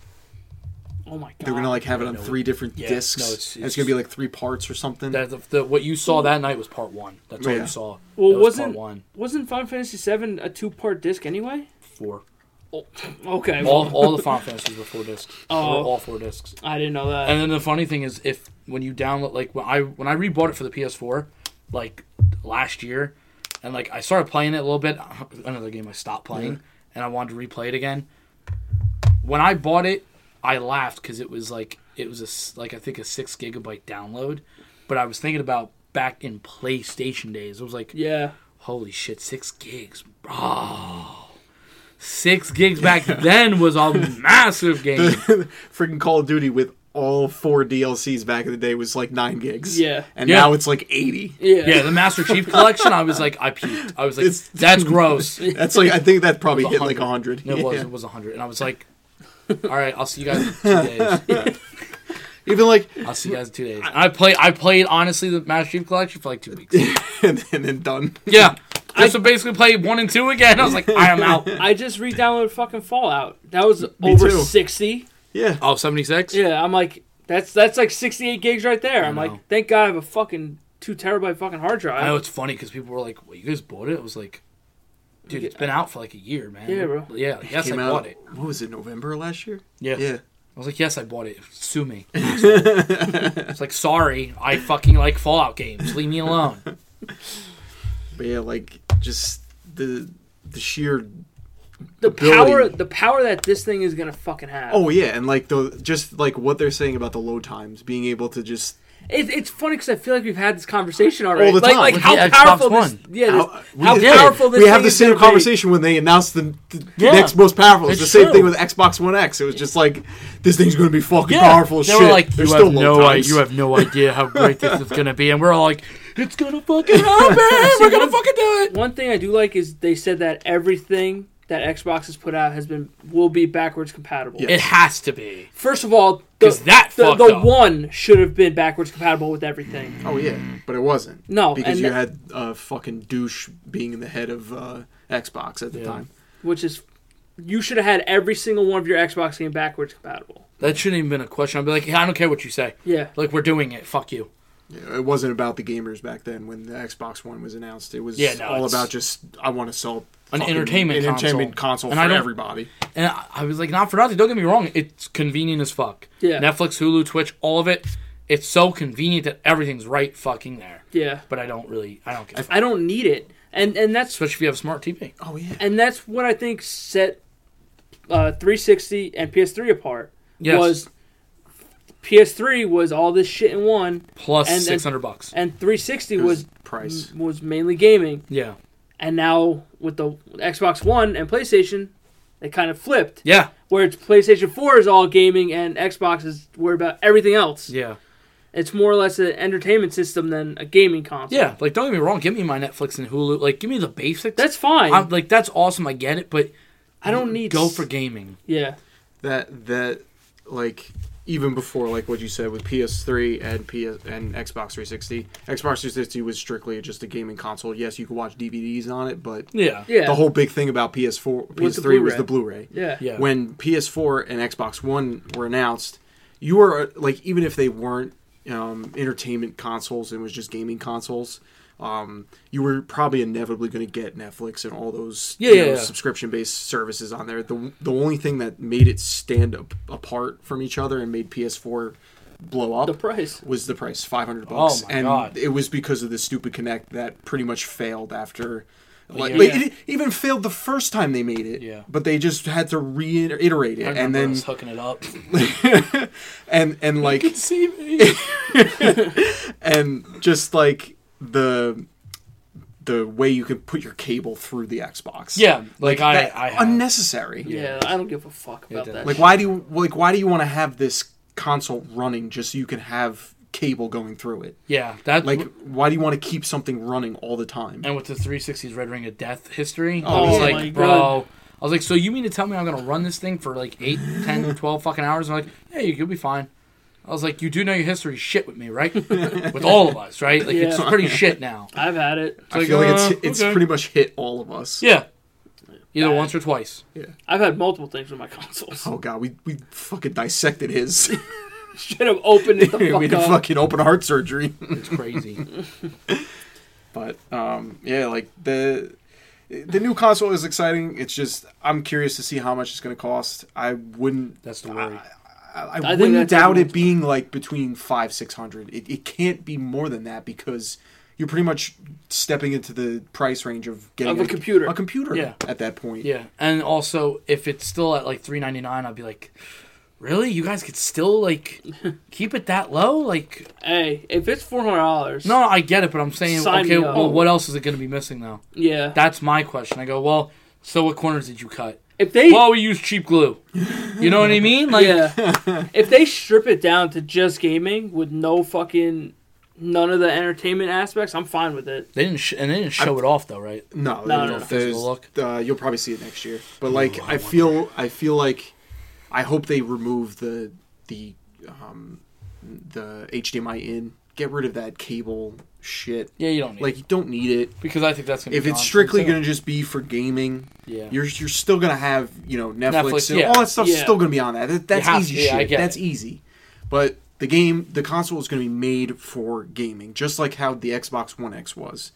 Speaker 2: Oh my god.
Speaker 1: They're going to like have it on
Speaker 3: no,
Speaker 1: three different
Speaker 3: Ah, yeah,
Speaker 1: discs.
Speaker 3: no,
Speaker 1: and
Speaker 3: it's-
Speaker 1: it's,
Speaker 3: it's-
Speaker 1: going to be like three parts or something.
Speaker 3: That the, the, what you saw that night was part one. That's all
Speaker 1: Yeah.
Speaker 3: you saw.
Speaker 2: Well,
Speaker 3: That was
Speaker 2: wasn't
Speaker 3: part one
Speaker 2: wasn't Final Fantasy VII a two part disc anyway?
Speaker 3: four?
Speaker 2: Okay.
Speaker 3: All all the Final Fantasies were four discs.
Speaker 2: Oh.
Speaker 3: They were all four discs.
Speaker 2: I didn't know that.
Speaker 3: And then the funny thing is, if when you download, like when I when I rebought it for the PS4, like last year, and like I started playing it a little bit, uh, another game I stopped playing, and I wanted to replay it again. When I bought it, I laughed because it was like it was a s- like I think a six gigabyte download, but I was thinking about back in PlayStation days. It was like,
Speaker 2: yeah.
Speaker 3: holy shit, six gigs, bro. Six gigs back then was a massive game.
Speaker 1: Freaking Call of Duty with all four DLCs back in the day was like 9 gigs.
Speaker 2: Yeah.
Speaker 1: And
Speaker 3: Yeah.
Speaker 1: now it's like 80.
Speaker 2: Yeah.
Speaker 3: Yeah, the Master Chief Collection. I was like, I puked. I was like,
Speaker 1: It's-
Speaker 3: that's gross. It
Speaker 1: That's like I think that probably
Speaker 3: was
Speaker 1: hit like 100.
Speaker 3: No, it was
Speaker 1: Yeah.
Speaker 3: it was hundred, and I was like, all right, I'll see you guys in two days.
Speaker 1: Even like
Speaker 3: I'll see you guys in two days. And I play. I played honestly the Master Chief Collection for like two weeks.
Speaker 1: and, then- and then done.
Speaker 3: Yeah, I so basically played one and two again. I was like, I am out.
Speaker 2: I just re-downloaded fucking Fallout. That was
Speaker 1: Me
Speaker 2: over
Speaker 1: too.
Speaker 2: sixty.
Speaker 1: Yeah.
Speaker 3: Oh, 76?
Speaker 2: Yeah, I'm like, that's that's like sixty eight gigs right there. I'm
Speaker 3: know.
Speaker 2: like, thank God I have a fucking two terabyte fucking hard drive.
Speaker 3: I know it's funny because people were like, "Well, you guys bought it." I was like, "Dude, it's been out for like a year, man."
Speaker 2: Yeah, bro.
Speaker 3: Yeah, yes, I
Speaker 1: Came
Speaker 3: bought
Speaker 1: out.
Speaker 3: it.
Speaker 1: What was it? November last year?
Speaker 3: Yeah.
Speaker 1: Yeah.
Speaker 3: I was like, yes, I bought it. Sue me. it's like, sorry, I fucking like Fallout games. Leave me alone.
Speaker 1: But yeah, like just the the sheer
Speaker 2: the
Speaker 1: ability-
Speaker 2: power the power that this thing is gonna fucking have.
Speaker 1: Oh yeah, and like the just like what they're saying about the load times, being able to just
Speaker 2: It, it's funny because I feel like we've had this conversation already.
Speaker 1: All the
Speaker 2: like,
Speaker 1: time.
Speaker 2: like
Speaker 1: With
Speaker 2: how
Speaker 3: the Xbox
Speaker 2: powerful this,
Speaker 3: One.
Speaker 2: yeah, this,
Speaker 1: How- uh, we
Speaker 2: how
Speaker 1: did.
Speaker 2: powerful this
Speaker 1: we
Speaker 2: thing
Speaker 1: have the
Speaker 2: is
Speaker 1: same
Speaker 2: gonna be.
Speaker 1: conversation when they announced the, the
Speaker 3: Yeah.
Speaker 1: next most powerful. It's,
Speaker 3: It's
Speaker 1: the same
Speaker 3: true.
Speaker 1: thing with Xbox One X. It was just like this thing's going to be fucking powerful as
Speaker 3: they
Speaker 1: shit.
Speaker 3: were like,
Speaker 1: There's
Speaker 3: you
Speaker 1: still
Speaker 3: have,
Speaker 1: load
Speaker 3: no, i-
Speaker 1: times.
Speaker 3: you have no idea how great this is gonna be, and we're all like, it's gonna fucking happen. we're gonna fucking do it.
Speaker 2: One thing I do like is they said that everything that Xbox has put out has been will be backwards compatible.
Speaker 1: Yeah.
Speaker 3: It has to be.
Speaker 2: First of all,
Speaker 3: 'Cause that
Speaker 2: the,
Speaker 3: fucked
Speaker 2: the
Speaker 3: up.
Speaker 2: one should have been backwards compatible with everything.
Speaker 1: oh yeah, but it wasn't.
Speaker 2: No,
Speaker 1: because
Speaker 2: and
Speaker 1: you
Speaker 2: that-
Speaker 1: had a fucking douche being in the head of uh, Xbox at the
Speaker 3: Yeah.
Speaker 1: time.
Speaker 2: which is you should have had every single one of your Xbox game backwards compatible.
Speaker 3: That shouldn't even been a question. I'd be like, yeah, I don't care what you say.
Speaker 2: Yeah,
Speaker 3: Like, we're doing it. Fuck you.
Speaker 1: Yeah, It wasn't about the gamers back then when the Xbox One was announced. It was
Speaker 3: Yeah, no,
Speaker 1: all
Speaker 3: it's-
Speaker 1: about just I want to sell
Speaker 3: An
Speaker 1: fucking-
Speaker 3: entertainment
Speaker 1: an entertainment console,
Speaker 3: console. And I
Speaker 1: for
Speaker 3: don't-
Speaker 1: everybody.
Speaker 3: And I, I was like, not for nothing. Don't get me wrong. It's convenient as fuck.
Speaker 2: Yeah.
Speaker 3: Netflix, Hulu, Twitch, all of it. It's so convenient that everything's right fucking there.
Speaker 2: yeah.
Speaker 3: But I don't really. I don't care.
Speaker 2: I don't need it, and and that's
Speaker 3: Especially if you have a smart TV.
Speaker 1: Oh yeah.
Speaker 2: and that's what I think set uh, 360 and PS3 apart.
Speaker 3: Yes.
Speaker 2: Was PS3 was all this shit in one,
Speaker 3: Plus
Speaker 2: And- and-
Speaker 3: 600 bucks.
Speaker 2: and 360
Speaker 1: It was
Speaker 2: was
Speaker 1: price.
Speaker 2: was mainly gaming.
Speaker 3: Yeah.
Speaker 2: And now with the Xbox One and PlayStation, they kind of flipped.
Speaker 3: Yeah.
Speaker 2: Where it's PlayStation 4 is all gaming and Xbox is worried about everything else.
Speaker 3: Yeah.
Speaker 2: It's more or less an entertainment system than a gaming console.
Speaker 3: Yeah. Like, don't get me wrong. Give me my Netflix and Hulu. Like, give me the basics.
Speaker 2: That's fine.
Speaker 3: I'm, like, that's awesome. I get it. But
Speaker 2: I don't need
Speaker 3: go
Speaker 2: s-
Speaker 3: for gaming.
Speaker 2: Yeah.
Speaker 1: that that like even before like what you said with PS3 and PS and Xbox 360, Xbox 360 was strictly just a gaming console. Yes, you could watch DVDs on it, but
Speaker 3: Yeah.
Speaker 2: Yeah.
Speaker 1: the whole big thing about PS4, PS3
Speaker 2: the
Speaker 1: was
Speaker 2: Blu-ray.
Speaker 1: the Blu-ray.
Speaker 2: yeah.
Speaker 3: Yeah.
Speaker 1: When PS4 and Xbox One were announced, you were uh, like even if they weren't um, entertainment consoles and was just gaming consoles. Um, you were probably inevitably going to get Netflix and all those
Speaker 3: Yeah,
Speaker 1: you
Speaker 3: yeah,
Speaker 1: know,
Speaker 3: yeah.
Speaker 1: subscription based services on there. The the only thing that made it stand up, apart from each other and made PS4 blow up
Speaker 2: The price.
Speaker 1: was the price, five hundred bucks,
Speaker 3: Oh my
Speaker 1: and
Speaker 3: God.
Speaker 1: it was because of the stupid Connect that pretty much failed after. Like,
Speaker 3: Yeah.
Speaker 1: like, it even failed the first time they made it.
Speaker 3: Yeah.
Speaker 1: But they just had to reiterate
Speaker 3: I
Speaker 1: it, and
Speaker 3: remember
Speaker 1: then
Speaker 3: us hooking it up.
Speaker 1: and and like
Speaker 3: see me.
Speaker 1: and just like the the way you could put your cable through the Xbox.
Speaker 3: Yeah. Like, I,
Speaker 1: That-
Speaker 3: I have.
Speaker 1: unnecessary.
Speaker 2: Yeah, I don't give a fuck about
Speaker 3: does.
Speaker 2: that.
Speaker 1: Like why do you like why do you want to have this console running just so you can have cable going through it.
Speaker 3: Yeah, that
Speaker 1: Like, why do you want to keep something running all the time?
Speaker 3: and with the 360's Red Ring of Death history,
Speaker 1: Oh,
Speaker 3: I was
Speaker 1: yeah.
Speaker 3: like,
Speaker 2: Oh my
Speaker 3: bro.
Speaker 2: God.
Speaker 3: I was like, so you mean to tell me I'm gonna run this thing for like 8, 10, 12 fucking hours? And I'm like, yeah, you- you'll be fine. I was like, you do know your history shit with me, right? with all of us, right? Like it's
Speaker 2: Yeah.
Speaker 3: pretty shit now.
Speaker 2: I've had it.
Speaker 1: I
Speaker 3: like,
Speaker 1: feel like it's
Speaker 3: uh,
Speaker 1: it's
Speaker 3: okay.
Speaker 1: pretty much hit all of us.
Speaker 3: Yeah, either once or twice.
Speaker 2: I've had multiple things with my consoles.
Speaker 1: Oh god, we we fucking dissected his.
Speaker 2: Should have opened it the
Speaker 1: we
Speaker 2: fuck
Speaker 1: had a
Speaker 2: up.
Speaker 1: fucking open heart surgery.
Speaker 3: It's crazy.
Speaker 1: But um, yeah, like the the new console is exciting. It's just I'm curious to see how much it's going to cost. I wouldn't.
Speaker 3: That's the worry.
Speaker 1: I, I
Speaker 2: think
Speaker 1: wouldn't
Speaker 2: that's
Speaker 1: doubt it
Speaker 2: everyone's-
Speaker 1: being like between five six hundred. It it can't be more than that because you're pretty much stepping into the price range of getting
Speaker 2: Of a computer.
Speaker 1: A computer.
Speaker 3: Yeah.
Speaker 1: At that point.
Speaker 3: Yeah, and also if it's still at like three ninety nine, I'd be like, really? You guys could still like keep it that low? Like,
Speaker 2: Hey, if it's four hundred dollars,
Speaker 3: no, I get it, but I'm saying,
Speaker 2: Sign
Speaker 3: okay,
Speaker 2: me up.
Speaker 3: well, what else is it going to be missing though?
Speaker 2: yeah.
Speaker 3: That's my question. I go, well, so what corners did you cut?
Speaker 2: if they,
Speaker 3: Well, we used cheap glue. You know what I mean? Like,
Speaker 2: yeah, if they strip it down to just gaming with no fucking none of the entertainment aspects, I'm fine with it.
Speaker 3: they didn't, sh- and they didn't show it off though, right?
Speaker 1: No, no,
Speaker 2: No,
Speaker 1: no.
Speaker 2: no, no.
Speaker 1: There's,
Speaker 3: Physical look.
Speaker 1: uh, you'll probably see it next year. But like, I, feel, I feel like, I hope they remove the the um, the HDMI in. Get rid of that cable shit.
Speaker 3: Yeah, you don't need
Speaker 1: Like,
Speaker 3: it.
Speaker 1: you don't need it.
Speaker 3: because I think that's gonna
Speaker 1: If
Speaker 3: be
Speaker 1: it's
Speaker 3: gone
Speaker 1: strictly
Speaker 3: soon,
Speaker 1: going to just be for gaming,
Speaker 3: too. yeah,
Speaker 1: you're you're still going to have you know Netflix,
Speaker 3: Netflix,
Speaker 1: and
Speaker 3: yeah.
Speaker 1: all that stuff's
Speaker 2: Yeah.
Speaker 1: still going to be on that. that that's
Speaker 3: have
Speaker 1: easy
Speaker 3: to, yeah, I
Speaker 1: shit.
Speaker 3: get
Speaker 1: That's
Speaker 3: it.
Speaker 1: easy. But the game, the console is going to be made for gaming, just like how the Xbox One X was.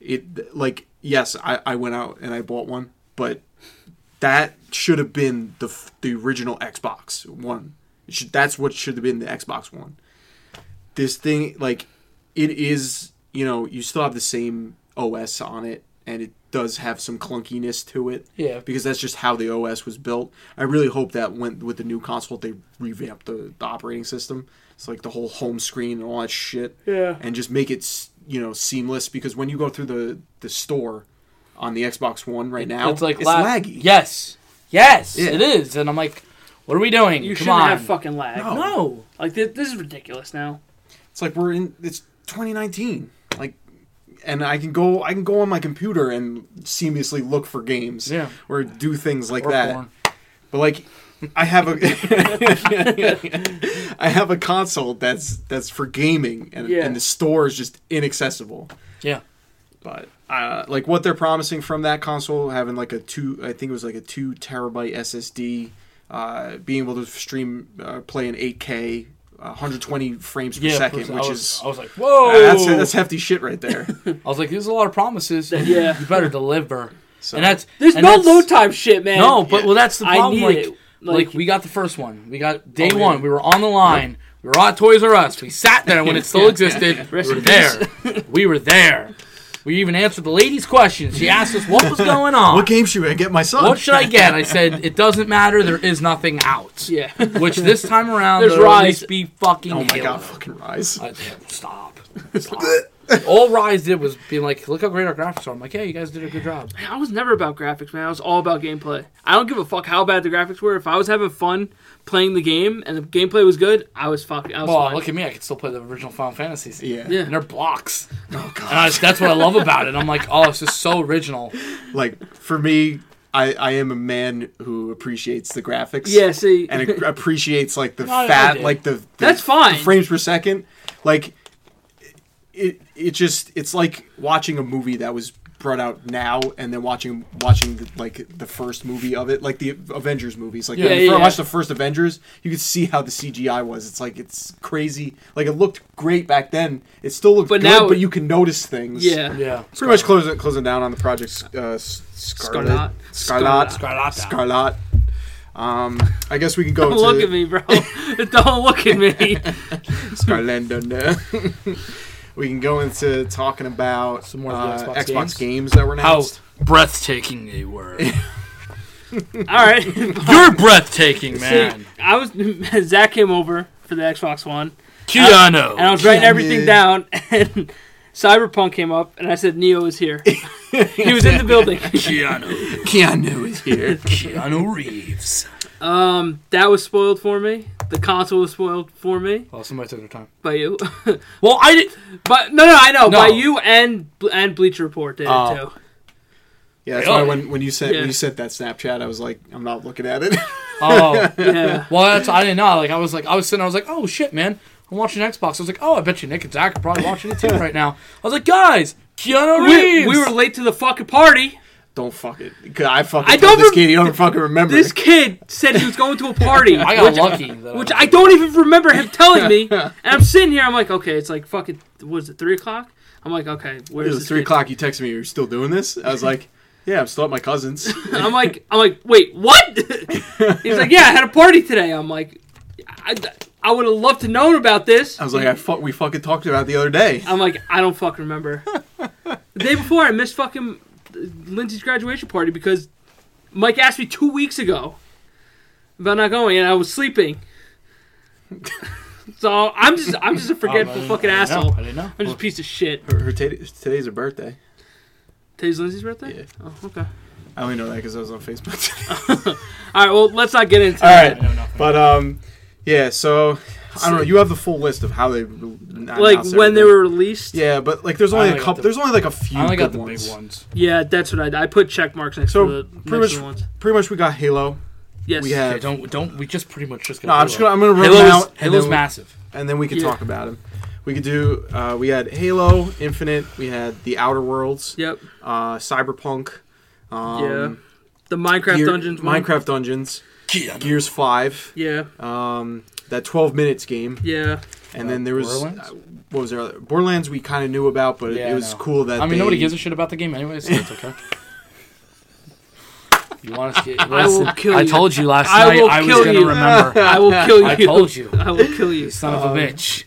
Speaker 1: It like yes, I, I went out and I bought one, but that should have been the f- the original Xbox One. It should, that's what should have been the Xbox One. This thing, like, it is you know you still have the same OS on it, and it does have some clunkiness to it.
Speaker 3: Yeah.
Speaker 1: because that's just how the OS was built. I really hope that went with the new console. They revamped the, the operating system. It's like the whole home screen and all that shit.
Speaker 2: Yeah.
Speaker 1: and just make it s- you know seamless because when you go through the the store on the Xbox One right now,
Speaker 3: it's like
Speaker 1: it's
Speaker 3: la-
Speaker 1: laggy.
Speaker 3: Yes, yes,
Speaker 1: Yeah.
Speaker 3: it is, and I'm like, what are we doing?
Speaker 2: You
Speaker 3: Come
Speaker 2: shouldn't
Speaker 3: on.
Speaker 2: have Oh. fucking lag.
Speaker 1: No.
Speaker 3: no,
Speaker 2: Like this, this is ridiculous now.
Speaker 1: It's like we're in it's 2019. Like and I can go I can go on my computer and seamlessly look for games
Speaker 3: Yeah.
Speaker 1: or do things like
Speaker 3: Or
Speaker 1: that.
Speaker 3: porn.
Speaker 1: But like I have a I have a console that's that's for gaming and,
Speaker 2: Yeah.
Speaker 1: and the store is just inaccessible.
Speaker 3: Yeah,
Speaker 1: But uh, like what they're promising from that console, having like a two, I think it was like a two terabyte SSD, uh, being able to stream, uh, play in 8K, 120 frames per
Speaker 3: yeah.
Speaker 1: second,
Speaker 3: I
Speaker 1: which
Speaker 3: was,
Speaker 1: is Uh,
Speaker 3: I was like, whoa.
Speaker 1: that's that's hefty shit right there.
Speaker 3: I was like, there's a lot of promises. and
Speaker 2: Yeah.
Speaker 3: you better deliver.
Speaker 1: So-
Speaker 3: and that's
Speaker 2: There's
Speaker 3: and
Speaker 2: no
Speaker 3: that's-
Speaker 2: load time shit, man.
Speaker 3: No, but
Speaker 1: Yeah.
Speaker 3: well, that's the
Speaker 2: I
Speaker 3: problem.
Speaker 2: need
Speaker 3: Like,
Speaker 2: it.
Speaker 3: like,
Speaker 2: Like-
Speaker 3: we got the first one. We got day
Speaker 1: Oh, yeah.
Speaker 3: one. We were on the line. We were at Toys R Us. We sat there when it still existed. we
Speaker 2: Rest
Speaker 3: were
Speaker 2: in peace.
Speaker 3: there. we were there. We even answered the lady's question. She asked us what was going on.
Speaker 1: What game should I get my son?
Speaker 3: What should I get? I said it doesn't matter. There is nothing out.
Speaker 2: Yeah.
Speaker 3: Which this time around,
Speaker 2: There's
Speaker 3: there'll at
Speaker 2: Rise.
Speaker 3: least be fucking.
Speaker 1: oh my
Speaker 3: Halo.
Speaker 1: god, fucking rise!
Speaker 3: I- stop. Stop. All Rise did was being like, look how great our graphics are. I'm like, yeah, you guys did a good job.
Speaker 2: I was never about graphics, man. I was all about gameplay. I don't give a fuck how bad the graphics were. If I was having fun playing the game and the gameplay was good, I was fucking. I was
Speaker 3: Well,
Speaker 2: fine.
Speaker 3: Oh, look at me. I can still play the original Final Fantasies.
Speaker 1: yeah,
Speaker 2: Yeah.
Speaker 3: And they're blocks.
Speaker 1: Oh god.
Speaker 3: And I, that's what I love about it. I'm like, oh, this is so original.
Speaker 1: Like for me, I I am a man who appreciates the graphics.
Speaker 2: yeah, see,
Speaker 1: and it appreciates like the
Speaker 3: No, I
Speaker 1: fat,
Speaker 3: did.
Speaker 1: like the, the-
Speaker 2: That's fine.
Speaker 1: the frames per second. Like it, it just it's like watching a movie that was brought out now and then watching watching the, like the first movie of it, like the Avengers movies. Like
Speaker 3: Yeah,
Speaker 1: when
Speaker 2: yeah,
Speaker 1: you
Speaker 2: yeah.
Speaker 1: watch the first Avengers, you could see how the CGI was. It's like it's crazy. Like it looked great back then. It still looked
Speaker 2: But
Speaker 1: good,
Speaker 2: now-
Speaker 1: but you can notice things.
Speaker 2: yeah,
Speaker 3: Yeah.
Speaker 1: Pretty much closing closing down on the project. Uh, S-
Speaker 2: Scarlet.
Speaker 1: Scarlet, Scarlet,
Speaker 3: Scarlata.
Speaker 1: Scarlet. Um, I guess we can go.
Speaker 2: Don't
Speaker 1: to,
Speaker 2: look at me, bro. don't look at me.
Speaker 1: Scarlando, no. uh, we can go into talking about
Speaker 3: Some more of the
Speaker 1: uh,
Speaker 3: Xbox
Speaker 1: Xbox,
Speaker 3: games.
Speaker 1: games. that were
Speaker 3: How
Speaker 1: announced.
Speaker 3: breathtaking they were.
Speaker 2: all right,
Speaker 3: You're breathtaking, man.
Speaker 2: I was Zach came over for the Xbox One,
Speaker 3: Keanu.
Speaker 2: and I was writing
Speaker 1: yeah.
Speaker 2: everything down, and Cyberpunk came up, and I said, "Neo is here." he was in the building.
Speaker 3: Keanu.
Speaker 1: Keanu is here.
Speaker 3: Keanu Reeves.
Speaker 2: Um, that was spoiled for me. The console was spoiled for me
Speaker 3: Well, Oh, somebody took their time.
Speaker 2: by you,
Speaker 3: Well, I did.
Speaker 2: but no, no, I know
Speaker 3: No.
Speaker 2: by you and and Bleacher Report did
Speaker 3: Oh.
Speaker 2: it too.
Speaker 1: Yeah, that's why
Speaker 3: Really?
Speaker 1: when, when you sent
Speaker 2: Yeah.
Speaker 1: when you sent that Snapchat, I was like, I'm not looking at it.
Speaker 3: Oh,
Speaker 2: Yeah.
Speaker 3: well, that's I didn't know. Like I was like I was sitting. I was like, oh shit, man, I'm watching Xbox. I was like, oh, I bet you Nick and Zach are probably watching it too right now. I was like, guys, Keanu
Speaker 2: We,
Speaker 3: Reeves.
Speaker 2: we were late to the fucking party.
Speaker 1: don't fuck it. 'Cause I fucking
Speaker 2: I
Speaker 1: I
Speaker 2: don't
Speaker 1: don't this
Speaker 2: rem-
Speaker 1: kid. You don't fucking remember.
Speaker 2: This kid said he was going to a party,
Speaker 3: I got
Speaker 2: which,
Speaker 3: lucky. That
Speaker 2: which I don't even remember him telling me. And I'm sitting here, I'm like, okay, it's like fucking, what is it, 3 o'clock? I'm like, okay,
Speaker 1: it
Speaker 2: where's
Speaker 1: was
Speaker 2: this
Speaker 1: three
Speaker 2: kid?
Speaker 1: o'clock. You texted me. You're still doing this? I was like, Yeah, I'm still at my cousin's.
Speaker 2: I'm like, I'm like, wait, what? He's like, yeah, I had a party today. I'm like, I, I would have loved to known about this.
Speaker 1: I was like, I fuck. We fucking talked about it the other day.
Speaker 2: I'm like, I don't fucking remember. the day before, I missed fucking Lindsay's graduation party because Mike asked me two weeks ago about not going, and I was sleeping. so I'm just, I'm just a forgetful fucking
Speaker 3: Oh, I didn't know.
Speaker 2: asshole.
Speaker 3: I didn't know.
Speaker 2: I'm just a piece of shit.
Speaker 1: Her, her t- today's her birthday.
Speaker 2: Today's Lindsay's birthday.
Speaker 1: Yeah.
Speaker 2: Oh, okay.
Speaker 1: I only know that because I was on Facebook. today.
Speaker 2: All right. Well, let's not get into.
Speaker 1: All
Speaker 2: it.
Speaker 1: right.
Speaker 3: I know nothing.
Speaker 1: But um, yeah. So I don't know. You have the full list of how they re-
Speaker 2: Like
Speaker 1: announced
Speaker 2: when they
Speaker 1: everything.
Speaker 2: were released.
Speaker 1: Yeah, but like there's only,
Speaker 3: only
Speaker 1: a
Speaker 3: got
Speaker 1: couple.
Speaker 3: the-
Speaker 1: there's only like a few.
Speaker 3: I only
Speaker 1: good
Speaker 3: got the
Speaker 1: ones.
Speaker 3: big ones.
Speaker 2: Yeah, that's what I I put check marks next
Speaker 1: So,
Speaker 2: to the
Speaker 1: pretty
Speaker 2: next to the
Speaker 1: much-
Speaker 2: ones.
Speaker 1: Pretty much, we got Halo.
Speaker 2: Yes.
Speaker 1: We have.
Speaker 3: Okay, don't don't. We just pretty much just. got
Speaker 1: no, I'm just gonna. I'm gonna run them
Speaker 3: Halo's,
Speaker 1: out. and
Speaker 3: Halo's
Speaker 1: then-
Speaker 3: massive.
Speaker 1: and then we could
Speaker 2: Yeah.
Speaker 1: talk about them. We could do. Uh, we had Halo Infinite. We had the Outer Worlds.
Speaker 2: Yep.
Speaker 1: Uh, Cyberpunk.
Speaker 2: yeah.
Speaker 1: Um,
Speaker 2: The Minecraft
Speaker 1: Gear-
Speaker 2: Dungeons one.
Speaker 1: Minecraft Dungeons.
Speaker 3: Keanu.
Speaker 1: Gears Five.
Speaker 2: Yeah.
Speaker 1: Um, that 12 minutes game,
Speaker 2: Yeah.
Speaker 1: and
Speaker 3: Uh,
Speaker 1: then there was
Speaker 3: Borderlands?
Speaker 1: uh, what was there? other- Borderlands we kind of knew about, but
Speaker 3: Yeah,
Speaker 1: it
Speaker 3: I
Speaker 1: was
Speaker 3: know.
Speaker 1: cool that
Speaker 3: I mean,
Speaker 1: they,
Speaker 3: nobody gives a shit about the game anyway, so it's okay. you want to see?
Speaker 2: I will kill
Speaker 3: I
Speaker 2: you.
Speaker 3: told you last
Speaker 2: I
Speaker 3: night
Speaker 2: will
Speaker 3: I was
Speaker 2: kill
Speaker 3: gonna
Speaker 2: you.
Speaker 3: remember.
Speaker 2: I will kill you.
Speaker 3: I told you.
Speaker 2: I will kill you.
Speaker 3: You son of a bitch.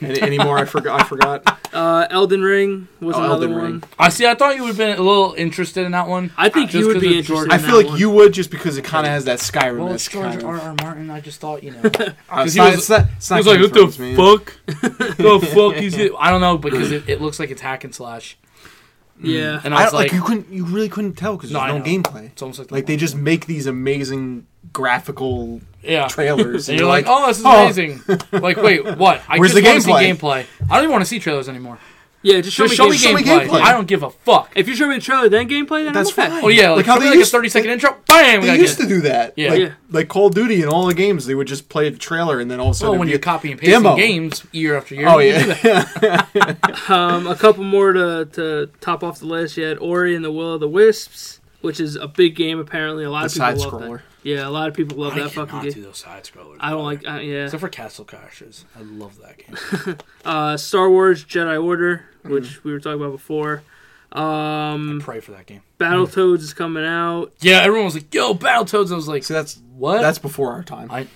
Speaker 1: Any, anymore? I forgot. I forgot.
Speaker 2: Uh, Elden Ring was
Speaker 1: Oh,
Speaker 2: another
Speaker 1: Elden
Speaker 2: one.
Speaker 1: Ring.
Speaker 3: I see. I thought you would have been a little interested in that one.
Speaker 2: I think
Speaker 3: Just
Speaker 2: you would
Speaker 3: 'cause
Speaker 2: be
Speaker 3: of George-
Speaker 2: interested.
Speaker 1: I
Speaker 2: in
Speaker 1: feel
Speaker 2: that
Speaker 1: like
Speaker 2: one.
Speaker 1: you would just because it kind of has that
Speaker 3: Well, it's
Speaker 1: Skyrim-esque
Speaker 3: George
Speaker 1: kind
Speaker 3: R.
Speaker 1: of. Uh,
Speaker 3: R. Martin. I just thought you know.
Speaker 1: It's
Speaker 3: he
Speaker 1: not-
Speaker 3: was-
Speaker 1: it's not- it's not
Speaker 3: I was like,
Speaker 1: Game of
Speaker 3: what the
Speaker 1: Thrones, man.
Speaker 3: fuck? the fuck is it? I don't know because it, it looks like it's hack and slash.
Speaker 2: Yeah.
Speaker 3: And I
Speaker 1: I
Speaker 3: was
Speaker 1: don't, like,
Speaker 3: like,
Speaker 1: you couldn't. You really couldn't tell because
Speaker 3: No,
Speaker 1: there's no
Speaker 3: I know.
Speaker 1: gameplay.
Speaker 3: it's almost like the
Speaker 1: Like they
Speaker 3: one.
Speaker 1: just make these amazing graphical
Speaker 3: yeah.
Speaker 1: trailers,
Speaker 3: And you're like, oh, this is
Speaker 1: oh.
Speaker 3: amazing. like, wait, what? I
Speaker 1: Where's
Speaker 3: just
Speaker 1: the
Speaker 3: wanna see
Speaker 1: gameplay?
Speaker 3: gameplay. I don't even want to see trailers anymore.
Speaker 2: Yeah. Just show
Speaker 3: Just
Speaker 2: me.
Speaker 3: show me
Speaker 2: gameplay.
Speaker 1: me
Speaker 3: gameplay.
Speaker 1: gameplay.
Speaker 3: I don't give a fuck.
Speaker 2: If you show me the trailer, then gameplay, then
Speaker 1: That's
Speaker 2: I'm okay.
Speaker 1: fine.
Speaker 3: Oh yeah, like,
Speaker 1: Like
Speaker 3: how
Speaker 1: how
Speaker 3: they
Speaker 1: they
Speaker 3: like a
Speaker 1: used-
Speaker 3: thirty second intro. Bam. we
Speaker 1: They
Speaker 3: gotta
Speaker 1: used
Speaker 3: get it.
Speaker 1: to do that.
Speaker 3: Yeah.
Speaker 1: Like,
Speaker 2: Yeah.
Speaker 1: like Call of Duty and all the games, they would just play the trailer and then all of a
Speaker 3: Well,
Speaker 1: sudden.
Speaker 3: Oh, when
Speaker 1: it'd
Speaker 3: you're
Speaker 1: be a
Speaker 3: copying and pasting
Speaker 1: demo.
Speaker 3: games year after year.
Speaker 1: Oh
Speaker 3: you do
Speaker 1: yeah.
Speaker 3: that.
Speaker 2: Um, a couple more to, to top off the list. You had Ori and the Will of the Wisps, which is a big game. Apparently, a lot
Speaker 1: The
Speaker 2: of people
Speaker 1: side
Speaker 2: love
Speaker 1: scroller.
Speaker 2: that. Yeah, a lot of people love
Speaker 3: I
Speaker 2: that fucking
Speaker 3: cannot
Speaker 2: game.
Speaker 3: do those side scrollers.
Speaker 2: I don't like. Uh, yeah.
Speaker 3: Except for Castle Crashers. I love that game.
Speaker 2: uh, Star Wars Jedi Order,
Speaker 1: Mm-hmm.
Speaker 2: which we were talking about before. Um,
Speaker 3: Pray for that game.
Speaker 2: Battletoads is coming out.
Speaker 3: Yeah, everyone was like, "Yo, Battletoads." I was like,
Speaker 1: See, that's
Speaker 3: "What?"
Speaker 1: that's before our time. I,
Speaker 3: I.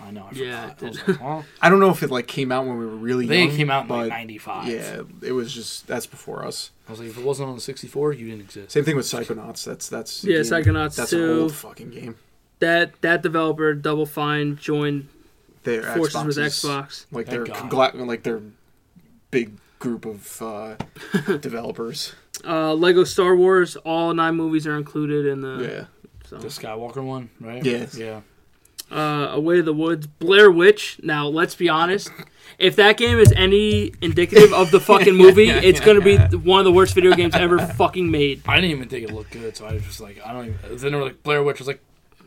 Speaker 3: I know. I forgot.
Speaker 2: Yeah, it
Speaker 3: I was
Speaker 2: did.
Speaker 3: like, well,
Speaker 1: don't know if it like came out when we were really
Speaker 3: they
Speaker 1: young.
Speaker 3: came out in
Speaker 1: but
Speaker 3: like '95.
Speaker 1: yeah, it was just that's before us.
Speaker 3: I was like, if it wasn't on the '64, you didn't exist.
Speaker 1: Same thing with Psychonauts. That's that's a
Speaker 2: Yeah,
Speaker 1: game-
Speaker 2: Psychonauts
Speaker 1: That's
Speaker 2: 2.
Speaker 1: an old fucking game.
Speaker 2: That that developer Double Fine joined
Speaker 1: Their
Speaker 2: forces with
Speaker 1: Xboxes,
Speaker 2: Xbox.
Speaker 1: Like their
Speaker 3: Thank
Speaker 1: congla- like their big group of uh, developers.
Speaker 2: Uh, Lego Star Wars. All nine movies are included in the.
Speaker 1: Yeah.
Speaker 2: so.
Speaker 3: The Skywalker one, right?
Speaker 1: Yes.
Speaker 3: Yeah.
Speaker 2: Uh, Away to the Woods, Blair Witch. Now let's be honest. If that game is any indicative of the fucking movie, it's gonna be one of the worst video games ever fucking made.
Speaker 3: I didn't even think it looked good, so I was just like, I don't even. Then they were like, Blair Witch was like,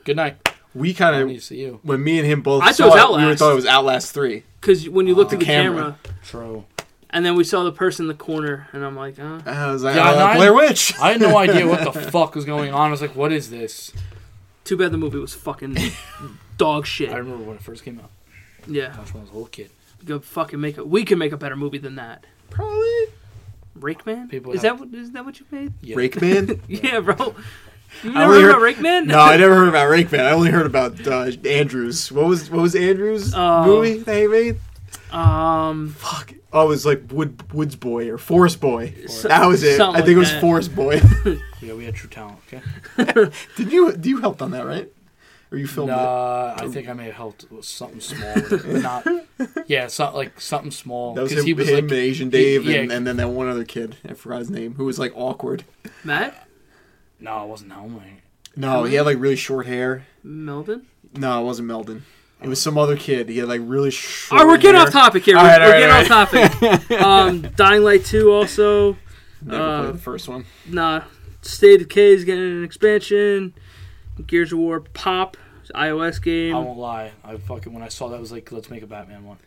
Speaker 3: "Good night,
Speaker 1: We
Speaker 3: I
Speaker 1: kind
Speaker 3: need
Speaker 1: of
Speaker 3: to see you."
Speaker 1: when me and him both
Speaker 2: I
Speaker 1: saw
Speaker 2: thought
Speaker 1: it,
Speaker 2: it was
Speaker 1: we were
Speaker 2: Outlast.
Speaker 1: thought it was Outlast Three.
Speaker 2: Because when you looked at the camera.
Speaker 1: camera.
Speaker 3: True.
Speaker 2: and then we saw the person in the corner, and I'm like, uh
Speaker 1: And I was like,
Speaker 3: Yeah,
Speaker 1: oh,
Speaker 3: and I-
Speaker 1: Blair Witch.
Speaker 3: I had no idea what the fuck was going on. I was like, "What is this?"
Speaker 2: Too bad the movie was fucking dog shit.
Speaker 3: I remember when it first came out.
Speaker 2: yeah,
Speaker 3: Gosh, when I was a little kid,
Speaker 2: go fucking make it. We can make a better movie than that.
Speaker 1: Probably
Speaker 2: Rake Man?
Speaker 3: People
Speaker 2: is
Speaker 3: have-
Speaker 2: that what is that what you made?
Speaker 3: yeah.
Speaker 1: Rake Man.
Speaker 2: Yeah, bro. You
Speaker 1: I
Speaker 2: never
Speaker 1: only
Speaker 2: heard
Speaker 1: heard-
Speaker 2: about Rake Man?
Speaker 1: No, I never heard about Rake Man. I only heard about uh, Andrews. What was what was Andrews'
Speaker 2: Uh,
Speaker 1: movie that he made?
Speaker 2: Um,
Speaker 1: Fuck. Oh, it was like Wood Woods Boy or Forest Boy.
Speaker 2: So-
Speaker 1: that was it. I
Speaker 2: something
Speaker 1: think
Speaker 2: like
Speaker 1: it was
Speaker 2: that.
Speaker 1: Forest Boy.
Speaker 3: Yeah, we had True Talent. Okay.
Speaker 1: Did you you helped on that right? Or you filmed
Speaker 3: Nah, I think I may have helped with something small, but not. Yeah, so, like something
Speaker 1: it?
Speaker 3: small.
Speaker 1: That was
Speaker 3: 'cause
Speaker 1: him,
Speaker 3: he was
Speaker 1: him
Speaker 3: like,
Speaker 1: and Asian Dave,
Speaker 3: yeah.
Speaker 1: and, and then that one other kid. I forgot his name. Who was like awkward.
Speaker 2: Matt
Speaker 3: no, it wasn't Helming.
Speaker 1: No, he had like really short hair.
Speaker 2: Melvin.
Speaker 1: No, it wasn't Meldon. It was some other kid. He had like really short.
Speaker 2: All right, we're getting
Speaker 1: hair.
Speaker 2: off topic here.
Speaker 1: All
Speaker 2: we're
Speaker 1: right, all
Speaker 2: we're
Speaker 1: right,
Speaker 2: getting
Speaker 1: all
Speaker 2: off topic. um, Dying Light 2 also.
Speaker 1: Never
Speaker 2: Uh,
Speaker 1: played the first one.
Speaker 2: Nah. State of K is getting an expansion. Gears of War Pop, iOS
Speaker 3: I
Speaker 2: game.
Speaker 3: won't lie. I fucking when I saw that I was like, let's make a Batman one.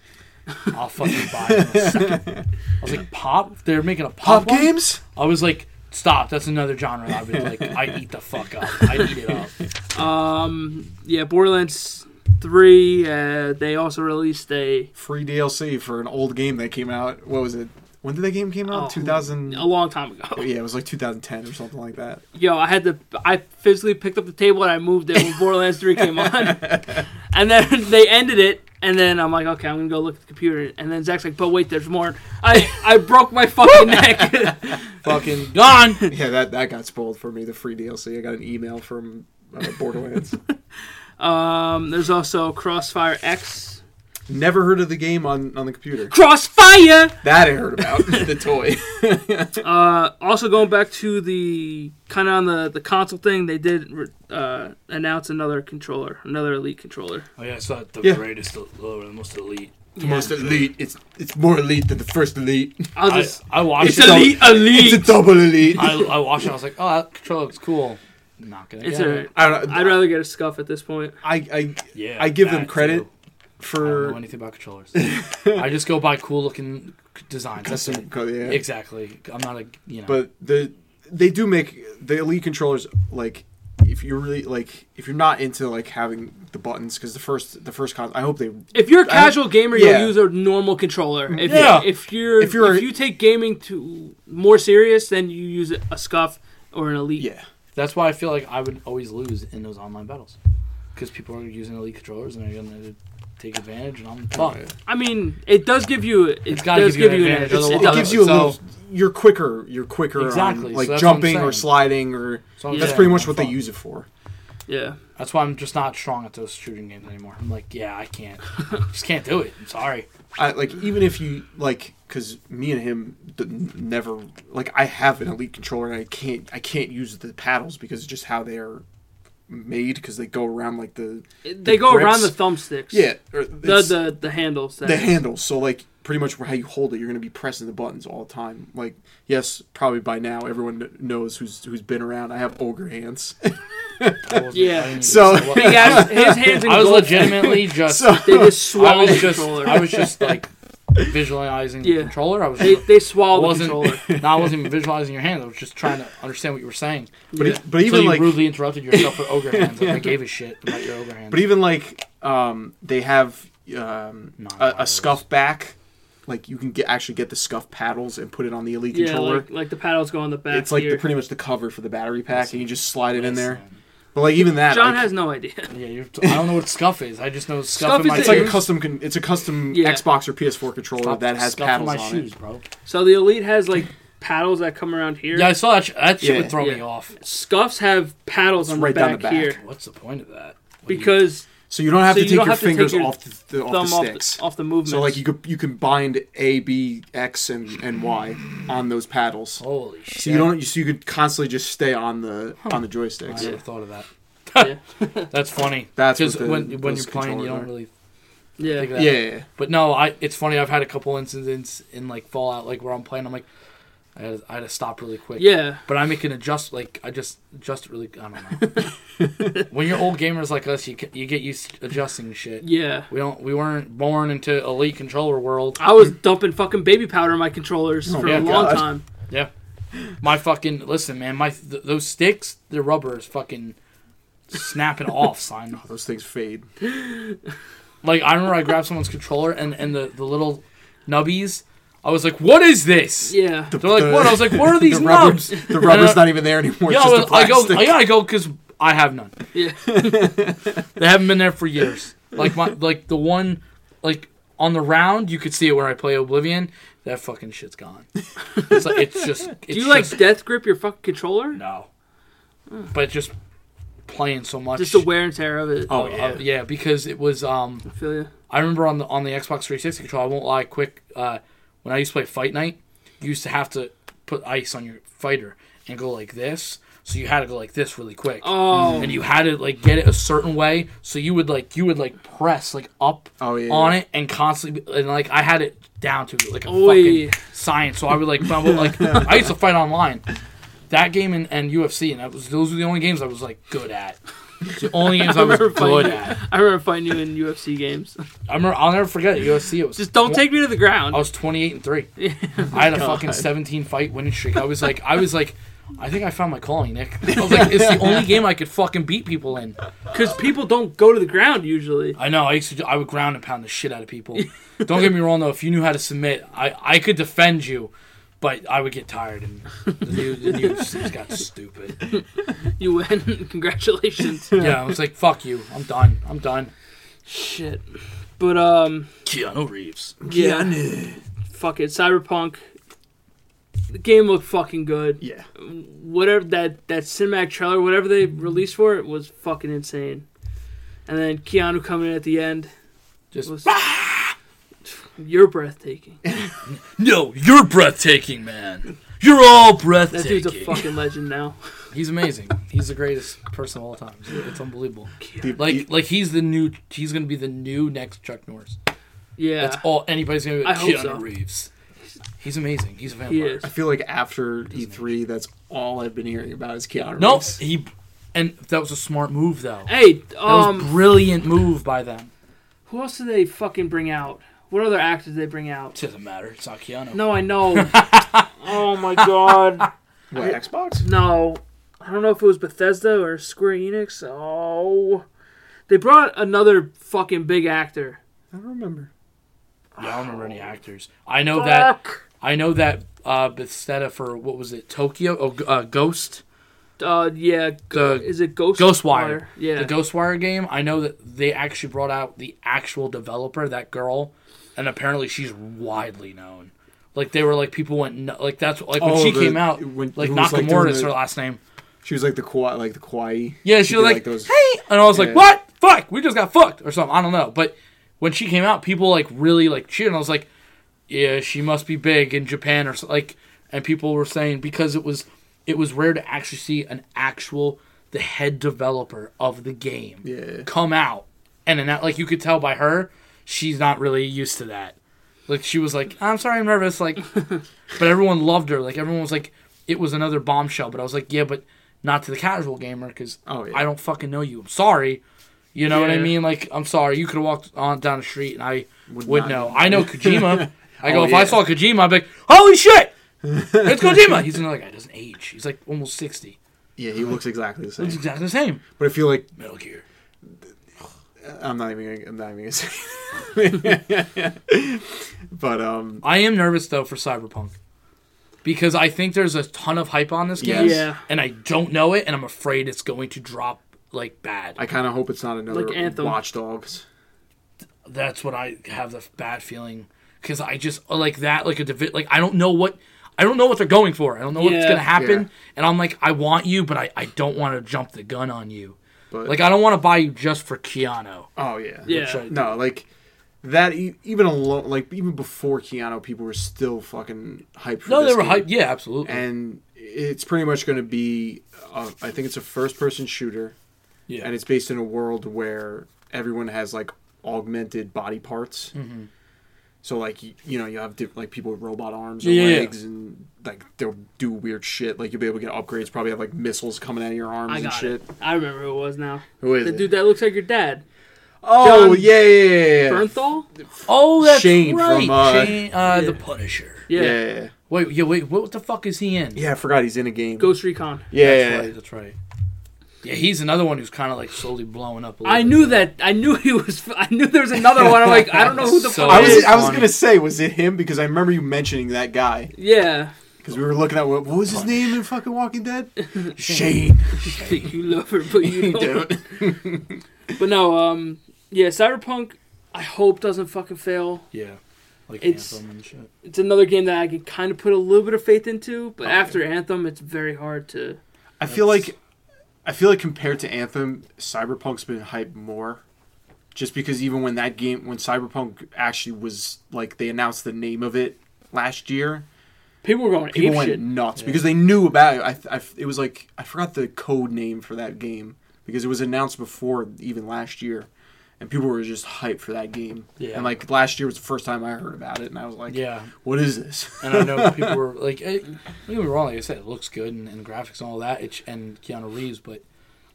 Speaker 3: I'll fucking buy it in a second. I was like, pop? They're making a pop,
Speaker 1: Pop
Speaker 3: one?
Speaker 1: games?
Speaker 3: I was like, stop. That's another genre. I'd be like, I eat the fuck up. I eat it up.
Speaker 2: Um, yeah, Borderlands 3. Uh, they also released a
Speaker 1: Free DLC for an old game that came out. What was it? When did that game came out?
Speaker 2: Oh,
Speaker 1: Two thousand.
Speaker 2: a long time ago.
Speaker 1: Yeah, it was like 2010 or something like that.
Speaker 2: Yo, I had to. I physically picked up the table and I moved it when Borderlands 3 came on. And then they ended it. And then I'm like, okay, I'm gonna go look at the computer. And then Zach's like, but wait, there's more. I I broke my fucking neck.
Speaker 3: Fucking gone.
Speaker 1: Yeah, that that got spoiled for me. The free DLC. I got an email from uh, Borderlands.
Speaker 2: Um, there's also Crossfire X.
Speaker 1: Never heard of the game on on the computer.
Speaker 2: Crossfire.
Speaker 1: That I heard about the toy.
Speaker 2: Uh, also going back to the kind of on the the console thing, they did uh, announce another controller, another Elite controller.
Speaker 3: Oh yeah, it's not the
Speaker 1: Yeah.
Speaker 3: greatest, or the most elite.
Speaker 1: the most elite. It's it's more elite than the first elite.
Speaker 2: I'll
Speaker 3: I,
Speaker 2: just.
Speaker 3: I
Speaker 1: It's
Speaker 3: watched it.
Speaker 1: a
Speaker 3: I
Speaker 1: elite, It's a double elite. I,
Speaker 3: I watched it. I was like, oh, that controller looks cool. Not gonna.
Speaker 2: It's
Speaker 3: get
Speaker 2: all
Speaker 3: it.
Speaker 2: right.
Speaker 1: don't know.
Speaker 2: I'd rather get a scuff at this point.
Speaker 1: I I,
Speaker 3: Yeah.
Speaker 1: I give them
Speaker 3: that
Speaker 1: credit
Speaker 3: too. I don't know
Speaker 1: for
Speaker 3: anything about controllers. I just go buy cool looking designs. That's
Speaker 1: custom.
Speaker 3: it.
Speaker 1: co- Yeah.
Speaker 3: Exactly. I'm not a you know.
Speaker 1: But the they do make the elite controllers like if you're really like if you're not into like having the buttons because the first the first con I hope they
Speaker 2: If you're a casual gamer,
Speaker 1: yeah.
Speaker 2: you'll use a normal controller. If
Speaker 3: Yeah.
Speaker 2: you, if you're
Speaker 1: If
Speaker 2: if,
Speaker 1: you're-
Speaker 2: you take gaming to more serious, then you use a scuff or an elite.
Speaker 1: yeah
Speaker 3: That's why I feel like I would always lose in those online battles because people are using elite controllers and they're gonna take advantage, and I'm
Speaker 1: Oh,
Speaker 3: fucked.
Speaker 2: I mean, it does give you. It
Speaker 3: It's gotta
Speaker 2: does
Speaker 3: give
Speaker 2: give
Speaker 3: you
Speaker 2: you
Speaker 3: an
Speaker 2: an
Speaker 3: advantage,
Speaker 2: edge.
Speaker 3: otherwise-
Speaker 1: it
Speaker 2: It
Speaker 3: Well,
Speaker 1: gives
Speaker 2: does.
Speaker 1: you a
Speaker 3: so-
Speaker 1: little you're quicker you're quicker
Speaker 3: Exactly,
Speaker 1: on,
Speaker 3: so
Speaker 1: like
Speaker 3: that's what I'm
Speaker 1: jumping or
Speaker 3: saying.
Speaker 1: sliding or
Speaker 3: So I'm
Speaker 1: that's
Speaker 2: Yeah.
Speaker 3: saying,
Speaker 1: pretty much
Speaker 3: I'm
Speaker 1: what they
Speaker 3: fucked.
Speaker 1: use it for
Speaker 2: Yeah.
Speaker 3: That's why I'm just not strong at those shooting games anymore. I'm like, yeah, I can't, just can't do it. I'm sorry.
Speaker 1: I, like even if you like because me and him d- never like I have an elite controller and I can't I can't use the paddles because just how they are made because they go around like the
Speaker 2: they go around the
Speaker 1: grips.
Speaker 2: thumbsticks.
Speaker 1: yeah or
Speaker 2: The
Speaker 1: it's
Speaker 2: the the handles.
Speaker 1: the
Speaker 2: That,
Speaker 1: handles so like pretty much how you hold it you're gonna be pressing the buttons all the time like yes probably by now everyone kn- knows who's who's been around I have ogre hands
Speaker 3: I wasn't- I
Speaker 2: Yeah.
Speaker 3: didn't
Speaker 1: So-
Speaker 3: even-
Speaker 2: Big ass- his hands. In
Speaker 3: I was
Speaker 2: gold.
Speaker 3: legitimately just,
Speaker 1: so
Speaker 2: They just
Speaker 3: I
Speaker 2: swallow the
Speaker 3: was just,
Speaker 2: controller.
Speaker 3: I was just like visualizing the
Speaker 2: Yeah.
Speaker 3: controller. I was.
Speaker 2: They, they swallow the
Speaker 3: wasn't
Speaker 2: controller.
Speaker 3: no, I wasn't even visualizing your hand. I was just trying to understand what you were saying.
Speaker 1: but
Speaker 2: Yeah.
Speaker 1: e- but even
Speaker 3: so you
Speaker 1: like
Speaker 3: rudely interrupted yourself with ogre hands. Like I gave a shit about your ogre hands.
Speaker 1: But even like um, they have um,
Speaker 3: Not one
Speaker 1: a,
Speaker 3: of
Speaker 1: a
Speaker 3: those.
Speaker 1: scuff back, like you can get actually get the scuff paddles and put it on the elite
Speaker 2: Yeah,
Speaker 1: controller.
Speaker 2: like, like the paddles go on the back.
Speaker 1: it's like the,
Speaker 2: here.
Speaker 1: pretty much the cover for the battery pack, and you just slide it in there.
Speaker 3: Listen.
Speaker 1: But like even that,
Speaker 2: John
Speaker 1: like,
Speaker 2: has no idea.
Speaker 3: Yeah, you're t- I don't know what scuff is. I just know scuff,
Speaker 2: Scuff
Speaker 3: in my
Speaker 2: is
Speaker 1: it's like a
Speaker 3: shoes.
Speaker 1: custom. Con- it's a custom
Speaker 2: Yeah.
Speaker 1: Xbox or PS4 controller
Speaker 3: Scuff-
Speaker 1: that has
Speaker 3: scuff
Speaker 1: paddles
Speaker 3: in
Speaker 1: on
Speaker 3: my shoes,
Speaker 1: it.
Speaker 3: bro.
Speaker 2: So the elite has like paddles that come around here.
Speaker 3: Yeah, I saw that. Sh- that shit
Speaker 1: Yeah.
Speaker 3: would throw me
Speaker 2: Yeah.
Speaker 3: off.
Speaker 2: Scuffs have paddles on
Speaker 1: right
Speaker 2: the,
Speaker 1: down
Speaker 2: back
Speaker 1: the back.
Speaker 2: here
Speaker 3: What's the point of that? What do you-
Speaker 2: because
Speaker 1: So you don't have
Speaker 2: So
Speaker 1: to
Speaker 2: you
Speaker 1: take
Speaker 2: don't
Speaker 1: your
Speaker 2: have to take
Speaker 1: fingers
Speaker 2: your
Speaker 1: off the, the, off the
Speaker 2: thumb off
Speaker 1: sticks.
Speaker 2: the, off the movement.
Speaker 1: so like you could you can bind A, B, X, and, and Y on those paddles.
Speaker 3: holy shit,
Speaker 1: So you don't. So you could constantly just stay on the on the
Speaker 3: I
Speaker 1: joysticks.
Speaker 3: never thought of that.
Speaker 2: Yeah.
Speaker 3: That's funny.
Speaker 1: That's
Speaker 3: because
Speaker 1: what the-
Speaker 3: when when
Speaker 1: those
Speaker 3: you're playing,
Speaker 1: controllers
Speaker 3: you don't
Speaker 1: are.
Speaker 3: really
Speaker 2: yeah.
Speaker 3: think of that.
Speaker 1: Yeah, yeah, yeah.
Speaker 3: But no, I it's funny. I've had a couple incidents in like Fallout, like where I'm playing. I'm like, I had, I had to stop really quick.
Speaker 2: Yeah.
Speaker 3: But I make an adjust. Like I just adjust it really. I don't know. when you're old gamers like us, you ca- you get used to adjusting shit.
Speaker 2: Yeah.
Speaker 3: We don't. We weren't born into elite controller world.
Speaker 2: I was dumping fucking baby powder in my controllers for
Speaker 1: Oh my
Speaker 2: a long
Speaker 1: God.
Speaker 2: time.
Speaker 3: My fucking listen, man. My th- those sticks, the rubber is fucking snapping off. Sign.
Speaker 1: Those things fade.
Speaker 3: Like I remember, I grabbed someone's controller and and the the little nubbies. I was like, what is this?
Speaker 2: Yeah.
Speaker 3: They're like, what? I was like, what are these
Speaker 1: the rubber-
Speaker 3: nubs?
Speaker 1: The rubber's
Speaker 3: And, uh,
Speaker 1: not even there anymore.
Speaker 3: Yeah,
Speaker 1: it's just the
Speaker 3: I go.
Speaker 1: plastic.
Speaker 3: I gotta go because I have none.
Speaker 2: Yeah.
Speaker 3: They haven't been there for years. Like my, like the one, like on the round, you could see it where I play Oblivion. That fucking shit's gone. It's, like, it's just. It's
Speaker 2: Do you like
Speaker 3: just-
Speaker 2: death grip your fucking controller?
Speaker 3: no? But just playing so much.
Speaker 2: Just the wear and tear of it.
Speaker 1: Oh,
Speaker 3: uh,
Speaker 1: yeah.
Speaker 3: uh, yeah, because it was. Um,
Speaker 2: I feel you.
Speaker 3: I remember on the on the Xbox 360 controller. I won't lie. Quick, uh, when I used to play Fight Night, you used to have to put ice on your fighter, and go like this. So you had to go like this really quick.
Speaker 2: Oh.
Speaker 3: And you had to like get it a certain way. So you would like you would like press like up
Speaker 1: Oh, yeah,
Speaker 3: on
Speaker 1: yeah.
Speaker 3: it and constantly and like I had it down to like a
Speaker 2: Oy.
Speaker 3: fucking science. So I would like bumble, like I used to fight online. That game and, and UFC and that was those were the only games I was like good at. It's the only games I, was
Speaker 2: remember
Speaker 3: good
Speaker 2: fighting-
Speaker 3: at.
Speaker 2: I remember fighting you in UFC games.
Speaker 3: I remember I'll never forget it, UFC. It was
Speaker 2: Just don't
Speaker 3: tw-
Speaker 2: take Oh me to the ground.
Speaker 3: I was 28 and 3. I had a fucking 17 fight winning streak. I was like, I was like, I think I found my calling, Nick. I was like, it's the only game I could fucking beat people in.
Speaker 2: Because people don't go to the ground usually.
Speaker 3: I know. I used to. do- I would ground and pound the shit out of people. Don't get me wrong though. If you knew how to submit, I I could defend you, but I would get tired and the new the new just got stupid.
Speaker 2: You win. Congratulations.
Speaker 3: Yeah, I was like, fuck you. I'm done. I'm done.
Speaker 2: Shit. But, um,
Speaker 3: Keanu Reeves.
Speaker 2: yeah. Fuck it. Cyberpunk. The game looked fucking good.
Speaker 1: Yeah.
Speaker 2: Whatever that, that cinematic trailer, whatever they released for it, was fucking insane. And then Keanu coming in at the end
Speaker 3: Just
Speaker 2: was.
Speaker 3: Ah!
Speaker 2: You're breathtaking.
Speaker 3: no. You're breathtaking, man. You're all
Speaker 2: That
Speaker 3: breathtaking.
Speaker 2: dude's a fucking legend now.
Speaker 3: He's amazing. He's the greatest person of all time. It's unbelievable.
Speaker 1: Dude,
Speaker 3: Like
Speaker 1: you-
Speaker 3: like he's the new. He's gonna be the new next Chuck Norris.
Speaker 2: Yeah.
Speaker 3: That's all anybody's gonna be. Like,
Speaker 2: I hope
Speaker 3: Keanu
Speaker 2: so.
Speaker 3: Reeves. He's amazing. He's a vampire.
Speaker 2: He is.
Speaker 1: I feel like after E3, that's all I've been hearing about is Keanu
Speaker 3: No,
Speaker 1: Reeves.
Speaker 3: he, and that was a smart move though. That
Speaker 2: Hey,
Speaker 3: was
Speaker 2: um,
Speaker 3: brilliant move by them.
Speaker 2: Who else did they fucking bring out? What other actors did they bring out?
Speaker 3: Doesn't matter. It's not Keanu.
Speaker 2: No, I know. oh my god.
Speaker 1: What, Xbox?
Speaker 2: No. I don't know if it was Bethesda or Square Enix. Oh. They brought another fucking big actor.
Speaker 1: I don't remember.
Speaker 3: Yeah, I don't remember any actors. I know
Speaker 2: Ah.
Speaker 3: that. I know that uh, Bethesda for what was it? Tokyo? Oh, g- uh, Ghost.
Speaker 2: Uh, yeah.
Speaker 3: The
Speaker 2: Is it Ghost
Speaker 3: Ghostwire.
Speaker 2: Yeah.
Speaker 3: The Ghostwire game. I know that they actually brought out the actual developer, that girl, and apparently she's widely known. Like they were like people went nu- like that's like when
Speaker 1: Oh,
Speaker 3: she
Speaker 1: the-
Speaker 3: came out
Speaker 1: when-
Speaker 3: like
Speaker 1: who was, like,
Speaker 3: Nakamura
Speaker 1: doing
Speaker 3: is
Speaker 1: the-
Speaker 3: her last name.
Speaker 1: She was like the Kauai, like the Kauai.
Speaker 3: Yeah, she was
Speaker 1: did,
Speaker 3: like,
Speaker 1: those-
Speaker 3: "Hey," and I was like,
Speaker 1: Yeah.
Speaker 3: "What? Fuck! We just got fucked or something." I don't know. But when she came out, people like really like cheered. And I was like, "Yeah, she must be big in Japan or so, like." And people were saying because it was it was rare to actually see an actual the head developer of the game
Speaker 1: Yeah.
Speaker 3: come out, and then that like you could tell by her, she's not really used to that. Like she was like, "I'm sorry, I'm nervous." Like, but everyone loved her. Like everyone was like, it was another bombshell. But I was like, yeah, but not to the casual gamer because
Speaker 1: Oh, yeah.
Speaker 3: I don't fucking know you. I'm sorry. You know what I
Speaker 2: Yeah.
Speaker 3: mean? Like I'm sorry. You could have walked on down the street and I would,
Speaker 1: not
Speaker 3: know. I know Kojima. I go
Speaker 1: Oh,
Speaker 3: if
Speaker 1: yeah.
Speaker 3: I saw Kojima, I'd be like, holy shit, it's Kojima. He's another guy. Doesn't age. He's like almost sixty.
Speaker 1: Yeah, he looks exactly the
Speaker 3: It's
Speaker 1: same.
Speaker 3: exactly the same.
Speaker 1: But I feel like
Speaker 3: Metal Gear.
Speaker 1: I'm not even. Gonna, I'm not even gonna say. but um,
Speaker 3: I am nervous though for Cyberpunk because I think there's a ton of hype on this game,
Speaker 1: Yes.
Speaker 2: Yeah.
Speaker 3: and I don't know it, and I'm afraid it's going to drop like bad.
Speaker 1: I kind of hope it's not another
Speaker 2: Like Anthem.
Speaker 1: Watch Dogs.
Speaker 3: that's what I have the f- bad feeling because I just like that like a divi- like I don't know what I don't know what they're going for. I don't know what's
Speaker 2: Yeah.
Speaker 3: gonna happen,
Speaker 1: Yeah.
Speaker 3: and I'm like I want you, but I I don't want to jump the gun on you.
Speaker 1: But
Speaker 3: Like I don't want to buy you just for Keanu.
Speaker 1: oh yeah,
Speaker 2: Yeah.
Speaker 3: Which I-
Speaker 1: No, like that. e- Even alone, like even before Keanu, people were still fucking hyped. For
Speaker 3: no,
Speaker 1: this
Speaker 3: they were
Speaker 1: game.
Speaker 3: hyped. Yeah, absolutely.
Speaker 1: and it's pretty much going to be. Uh, I think it's a first-person shooter,
Speaker 3: yeah,
Speaker 1: and it's based in a world where everyone has like augmented body parts.
Speaker 2: Mm-hmm.
Speaker 1: So like you, you know you have diff- like people with robot arms and
Speaker 3: Yeah, yeah, yeah.
Speaker 1: legs and like they'll do weird shit. Like you'll be able to get upgrades. Probably have like missiles coming out of your arms
Speaker 2: I
Speaker 1: and
Speaker 2: got
Speaker 1: shit.
Speaker 2: it. I remember who it was now.
Speaker 1: Who is
Speaker 2: The
Speaker 1: it?
Speaker 2: dude that looks like your dad.
Speaker 1: oh
Speaker 2: John
Speaker 1: yeah, yeah, yeah, yeah.
Speaker 2: Bernthal?
Speaker 3: oh, that's
Speaker 1: Shane
Speaker 3: right.
Speaker 1: from, uh,
Speaker 3: Shane, uh, the Punisher.
Speaker 1: yeah.
Speaker 2: Yeah.
Speaker 1: yeah, yeah, yeah.
Speaker 3: Wait, yeah, wait. What the fuck is he in?
Speaker 1: Yeah, I forgot he's in a game.
Speaker 2: Ghost Recon.
Speaker 1: yeah,
Speaker 3: that's
Speaker 1: yeah,
Speaker 3: right. That's right. Yeah, he's another one who's kind of like slowly blowing up. A little
Speaker 2: I
Speaker 3: bit.
Speaker 2: knew that. I knew he was. I knew there was another one. I'm like, I don't know who the
Speaker 3: So-
Speaker 2: fuck
Speaker 1: I
Speaker 2: it
Speaker 1: was
Speaker 2: is.
Speaker 1: I was
Speaker 3: funny.
Speaker 1: gonna say was it him because I remember you mentioning that guy
Speaker 2: Yeah.
Speaker 1: because we were looking at what, what was his name in fucking Walking Dead
Speaker 3: Shane.
Speaker 2: you love her, but you don't.
Speaker 1: Dude.
Speaker 2: But no, um, yeah, Cyberpunk. I hope doesn't fucking fail.
Speaker 3: Yeah, like
Speaker 2: It's-
Speaker 3: Anthem and shit.
Speaker 2: It's another game that I can kind of put a little bit of faith into, but after Anthem, it's very hard to.
Speaker 1: I feel like I feel like compared to Anthem, Cyberpunk's been hyped more. Just because even when that game when Cyberpunk actually was like they announced the name of it last year,
Speaker 2: People were going
Speaker 1: people
Speaker 2: ape
Speaker 1: went
Speaker 2: shit.
Speaker 1: nuts because they knew about it. I, th- I f- it was like I forgot the code name for that game because it was announced before even last year, and people were just hyped for that game.
Speaker 3: Yeah.
Speaker 1: And like last year was the first time I heard about it, and I was like,
Speaker 3: Yeah.
Speaker 1: what is this?
Speaker 3: And I know people were like, eh, don't get me wrong. Like I said, it looks good and, and graphics and all that, it, and Keanu Reeves. But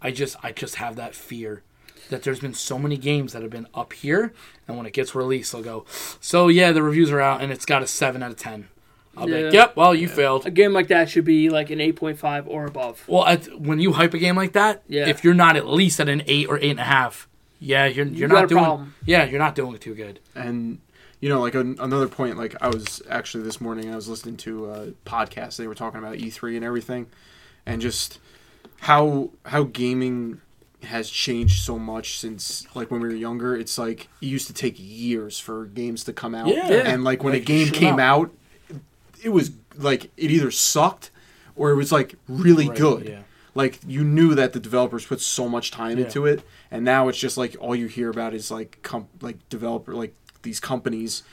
Speaker 3: I just, I just have that fear that there's been so many games that have been up here, and when it gets released, they'll go, so yeah, the reviews are out, and it's got a seven out of ten. I'll be like,
Speaker 2: Yeah.
Speaker 3: yep, well, you failed.
Speaker 2: A game like that should be like an 8.5 or above.
Speaker 3: Well, at, when you hype a game like that,
Speaker 2: Yeah.
Speaker 3: if you're not at least at an eight or eight and a half, yeah, you're you're
Speaker 2: got
Speaker 3: not
Speaker 2: a
Speaker 3: doing.
Speaker 2: problem.
Speaker 3: Yeah, you're not doing too good.
Speaker 1: and you know, like an, another point, like I was actually this morning, I was listening to a podcast. They were talking about E3 and everything, and just how how gaming has changed so much since like when we were younger. It's like it used to take years for games to come out,
Speaker 3: Yeah.
Speaker 1: and like when
Speaker 3: Like,
Speaker 1: a game
Speaker 3: shut
Speaker 1: came
Speaker 3: up.
Speaker 1: out, it was like it either sucked or it was like really
Speaker 3: Right,
Speaker 1: good.
Speaker 3: yeah.
Speaker 1: Like you knew that the developers put so much time
Speaker 3: Yeah.
Speaker 1: into it, and now it's just like all you hear about is like com- like developer like these companies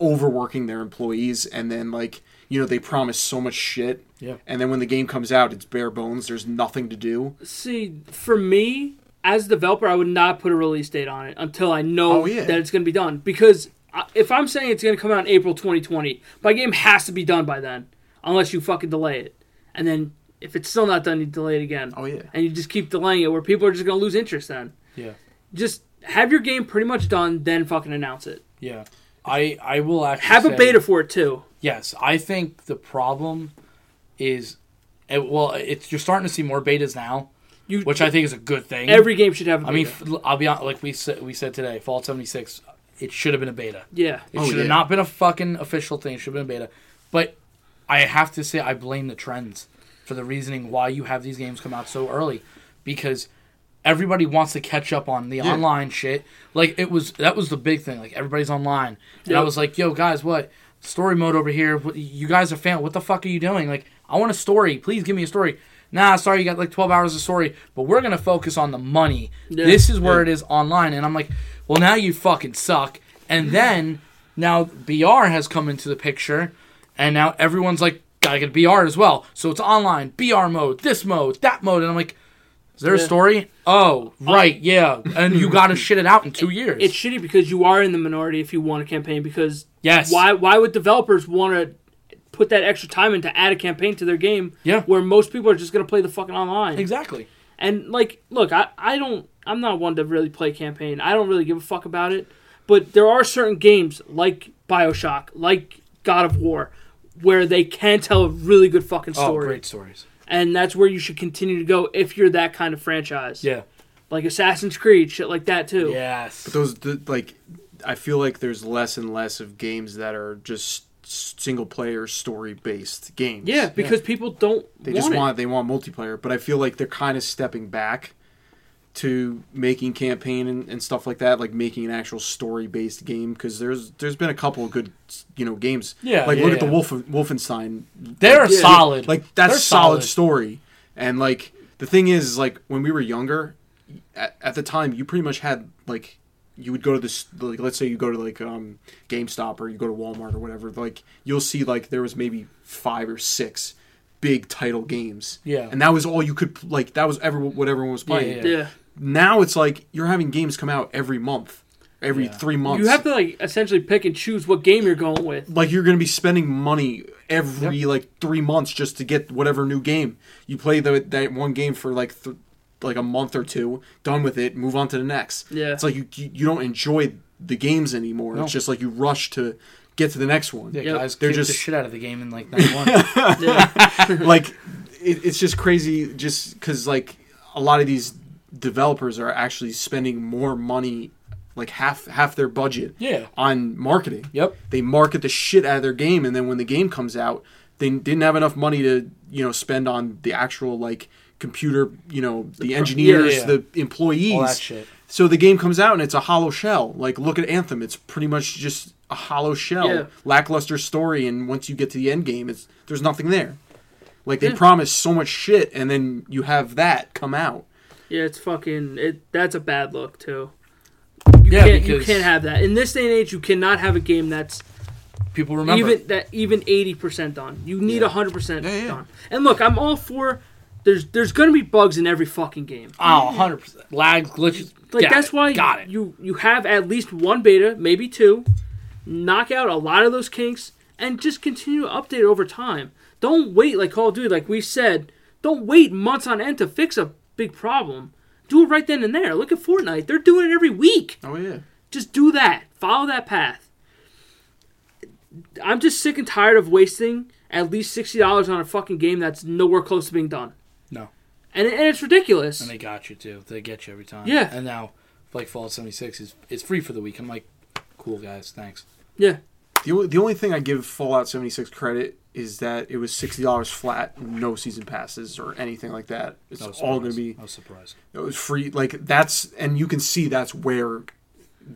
Speaker 1: overworking their employees, and then like you know they promise so much shit,
Speaker 3: Yeah.
Speaker 1: and then when the game comes out, it's bare bones. There's nothing to do.
Speaker 2: See, for me, as a developer, I would not put a release date on it until I know
Speaker 1: Oh, yeah.
Speaker 2: that it's going to be done. Because I- if I'm saying it's going to come out in April 2020, my game has to be done by then, unless you fucking delay it. And then if it's still not done, you delay it again.
Speaker 1: Oh, yeah.
Speaker 2: And you just keep delaying it, where people are just going to lose interest then.
Speaker 3: Yeah.
Speaker 2: Just have your game pretty much done, then fucking announce it.
Speaker 3: Yeah. I, I will actually
Speaker 2: Have a
Speaker 3: say-
Speaker 2: beta for it too.
Speaker 3: Yes, I think the problem is, eh, well, it's you're starting to see more betas now,
Speaker 2: You,
Speaker 3: which I think is a good thing.
Speaker 2: every game should have. I
Speaker 3: I mean, f- I'll be honest. Like we said, we said today, Fallout 76, it should have been a beta.
Speaker 2: yeah,
Speaker 3: It
Speaker 1: Oh,
Speaker 3: should have
Speaker 1: yeah.
Speaker 3: not been a fucking official thing. It should have been a beta. But I have to say, I blame the trends for the reasoning why you have these games come out so early, because everybody wants to catch up on the online shit. Like it was that was the big thing. Like everybody's online, and I
Speaker 2: Yep.
Speaker 3: was like, "Yo, guys, what story mode over here? What, you guys are fan. What the fuck are you doing? Like, I want a story. Please give me a story." Nah, sorry, you got like 12 hours of story, but we're gonna focus on the money.
Speaker 2: Yeah.
Speaker 3: This is where it is online, and I'm like, well, now you fucking suck. And then now BR has come into the picture, and now everyone's like, gotta get BR as well. So it's online, BR mode, this mode, that mode, and I'm like, is there a
Speaker 2: Yeah.
Speaker 3: story? Oh, right, yeah. And you gotta shit it out in two years.
Speaker 2: it's shitty because you are in the minority if you want a campaign because
Speaker 3: Yes.
Speaker 2: why why would developers want to put that extra time in to add a campaign to their game
Speaker 3: Yeah.
Speaker 2: where most people are just going to play the fucking online
Speaker 3: exactly.
Speaker 2: and like look I, I don't i'm not one to really play campaign i don't really give a fuck about it but there are certain games like bioshock like god of war where they can tell a really good fucking
Speaker 3: Oh,
Speaker 2: story
Speaker 3: great stories.
Speaker 2: and that's where you should continue to go if you're that kind of franchise
Speaker 3: Yeah.
Speaker 2: like assassin's creed shit like that too
Speaker 3: Yes.
Speaker 1: Those the, like I feel like there's less and less of games that are just single player story based games.
Speaker 2: yeah because people don't
Speaker 1: They
Speaker 2: want
Speaker 1: just
Speaker 2: it.
Speaker 1: want they want multiplayer, but I feel like they're kind of stepping back to making campaign and, and stuff like that, like making an actual story based game. Because there's there's been a couple of good you know games.
Speaker 3: Yeah,
Speaker 1: like
Speaker 3: yeah,
Speaker 1: look at the
Speaker 3: yeah.
Speaker 1: Wolf Wolfenstein.
Speaker 3: They're
Speaker 1: Like,
Speaker 3: solid.
Speaker 1: Like that's
Speaker 3: They're
Speaker 1: solid,
Speaker 3: solid.
Speaker 1: story. And like the thing is, is, like when we were younger, at, at the time you pretty much had like you would go to this like let's say you go to like um GameStop or you go to Walmart or whatever like you'll see like there was maybe five or six big title games
Speaker 3: Yeah.
Speaker 1: and that was all you could like that was ever what everyone was playing
Speaker 3: yeah.
Speaker 2: yeah
Speaker 1: now it's like you're having games come out every month every
Speaker 3: Yeah.
Speaker 1: three months
Speaker 2: You have to like essentially pick and choose what game you're going with.
Speaker 1: like you're going to be spending money every like three months just to get whatever new game you play the, that one game for like th- like a month or two done with it move on to the next
Speaker 2: Yeah.
Speaker 1: it's like you you you don't enjoy the games anymore it's just like you rush to get to the next one
Speaker 3: Yeah,
Speaker 2: Yep.
Speaker 3: guys,
Speaker 1: They're
Speaker 3: they're just the
Speaker 1: just-
Speaker 3: shit out of the game in like night one.
Speaker 2: Yeah.
Speaker 1: like it, it's just crazy just because like a lot of these developers are actually spending more money like half half their budget
Speaker 3: Yeah.
Speaker 1: on marketing
Speaker 3: Yep.
Speaker 1: they market the shit out of their game and then when the game comes out they didn't have enough money to you know spend on the actual like computer you know the engineers
Speaker 3: yeah.
Speaker 1: the employees
Speaker 3: All that shit.
Speaker 1: so the game comes out and it's a hollow shell like look at anthem it's pretty much just a hollow shell
Speaker 2: Yeah.
Speaker 1: lackluster story and once you get to the end game it's there's nothing there like they promise so much shit and then you have that come out
Speaker 2: yeah, it's fucking it that's a bad look too. You
Speaker 3: Yeah,
Speaker 2: can't you
Speaker 3: because-
Speaker 2: can't have that. In this day and age you cannot have a game that's
Speaker 3: people remember.
Speaker 2: Even that even eighty percent done. You need
Speaker 3: Yeah.
Speaker 2: hundred percent
Speaker 1: Yeah, yeah.
Speaker 2: done. And look, I'm all for there's there's gonna be bugs in every fucking game.
Speaker 3: oh, 100 percent lags, glitches.
Speaker 2: Like
Speaker 3: Got
Speaker 2: that's
Speaker 3: it.
Speaker 2: why
Speaker 3: Got it.
Speaker 2: you you have at least one beta, maybe two, knock out a lot of those kinks and just continue to update over time. Don't wait like Call of Duty, like we said, don't wait months on end to fix a big problem. Do it right then and there. Look at Fortnite. They're doing it every week.
Speaker 1: Oh yeah.
Speaker 2: Just do that. Follow that path. I'm just sick and tired of wasting at least sixty dollars on a fucking game that's nowhere close to being done.
Speaker 3: No.
Speaker 2: and and it's ridiculous.
Speaker 3: And they got you too. They get you every time.
Speaker 2: Yeah.
Speaker 3: And now, like Fallout 76 is it's free for the week. I'm like, cool guys, thanks.
Speaker 2: yeah,
Speaker 1: The only, the only thing I give Fallout 76 credit is that it was sixty dollars flat, no season passes or anything like that. It's
Speaker 3: No
Speaker 1: all
Speaker 3: surprise.
Speaker 1: going to be
Speaker 3: no surprise.
Speaker 1: it was free. Like that's and you can see that's where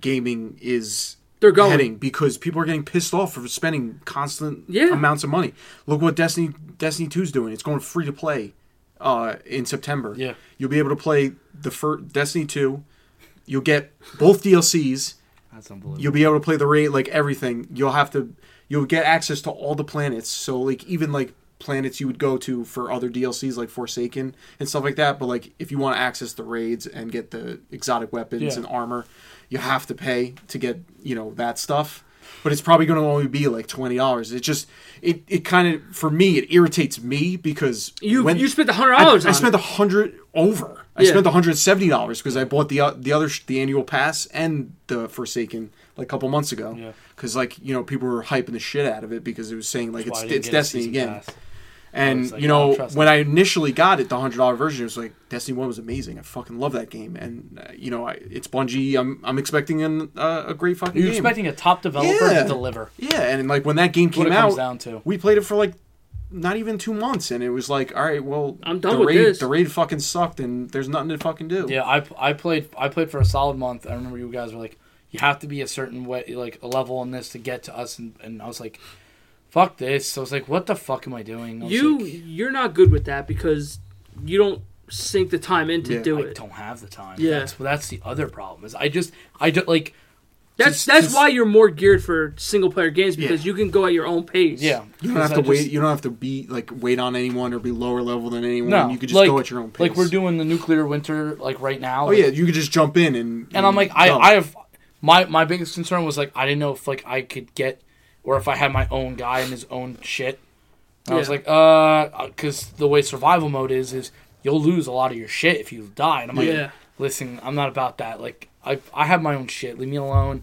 Speaker 1: gaming is
Speaker 2: They're going.
Speaker 1: heading because people are getting pissed off for spending constant
Speaker 2: Yeah.
Speaker 1: amounts of money. Look what Destiny Destiny 2's doing. It's going free to play uh, in September.
Speaker 3: Yeah.
Speaker 1: you'll be able to play the first Destiny 2. You'll get both DLCs.
Speaker 3: That's unbelievable.
Speaker 1: You'll be able to play the raid, like everything. You'll have to, you'll get access to all the planets. So like even like planets you would go to for other DLCs like Forsaken and stuff like that. But like if you want to access the raids and get the exotic weapons
Speaker 3: Yeah.
Speaker 1: and armor, you have to pay to get you know that stuff. But it's probably going to only be like twenty dollars. It just it it kind of for me it irritates me because
Speaker 2: you
Speaker 1: when-
Speaker 2: you spent the hundred
Speaker 1: I,
Speaker 2: dollars.
Speaker 1: I spent a hundred over. I
Speaker 2: Yeah.
Speaker 1: spent one hundred seventy dollars because I bought the uh, the other sh- the annual pass and the Forsaken like a couple months ago.
Speaker 3: Yeah.
Speaker 1: Because like you know people were hyping the shit out of it because it was saying like
Speaker 3: That's why I
Speaker 1: it's
Speaker 3: didn't
Speaker 1: it's
Speaker 3: get a
Speaker 1: Destiny
Speaker 3: season
Speaker 1: again.
Speaker 3: pass.
Speaker 1: And
Speaker 3: was like,
Speaker 1: you
Speaker 3: I don't
Speaker 1: know
Speaker 3: trust
Speaker 1: when I initially got it, the hundred dollar version, it was like Destiny One was amazing. I fucking love that game, and uh, you know I, it's Bungie. I'm I'm expecting an, uh, a great fucking
Speaker 3: You're
Speaker 1: game.
Speaker 3: expecting a top developer
Speaker 1: Yeah.
Speaker 3: to deliver.
Speaker 1: yeah, and like when that game
Speaker 3: What
Speaker 1: came
Speaker 3: it
Speaker 1: out,
Speaker 3: comes down to.
Speaker 1: we played it for like not even two months, and it was like, all right, well,
Speaker 2: I'm done
Speaker 1: the
Speaker 2: with
Speaker 1: raid,
Speaker 2: this.
Speaker 1: The raid fucking sucked, and there's nothing to fucking do.
Speaker 3: Yeah, I, I played I played for a solid month. I remember you guys were like, you have to be a certain way, like a level in this to get to us, and, and I was like, fuck this. I was like, what the fuck am I doing? I was
Speaker 2: you
Speaker 3: like,
Speaker 2: you're not good with that because you don't sink the time in to
Speaker 1: Yeah,
Speaker 2: do
Speaker 3: I
Speaker 2: it.
Speaker 3: don't have the time.
Speaker 2: Yeah.
Speaker 3: that's, that's the other problem is I just I don't like
Speaker 2: That's
Speaker 3: just-
Speaker 2: that's
Speaker 3: just-
Speaker 2: why you're more geared for single player games because you can go at your own pace.
Speaker 3: yeah.
Speaker 1: You don't
Speaker 3: because
Speaker 1: have to
Speaker 3: I
Speaker 1: wait.
Speaker 3: just-
Speaker 1: You don't have to be like wait on anyone or be lower level than anyone.
Speaker 3: No,
Speaker 1: you could just
Speaker 3: like,
Speaker 1: go at your own pace.
Speaker 3: Like we're doing the nuclear winter, like right now.
Speaker 1: Oh yeah, you could just jump in and.
Speaker 3: and
Speaker 2: Mm.
Speaker 3: I'm like, I,
Speaker 1: go.
Speaker 3: I have my my biggest concern was like I didn't know if like I could get or if I had my own guy and his own shit. And I was
Speaker 2: Yeah.
Speaker 3: like, uh, because the way survival mode is, is you'll lose a lot of your shit if you die. And I'm like,
Speaker 2: Yeah.
Speaker 3: listen, I'm not about that. Like, I I have my own shit. Leave me alone.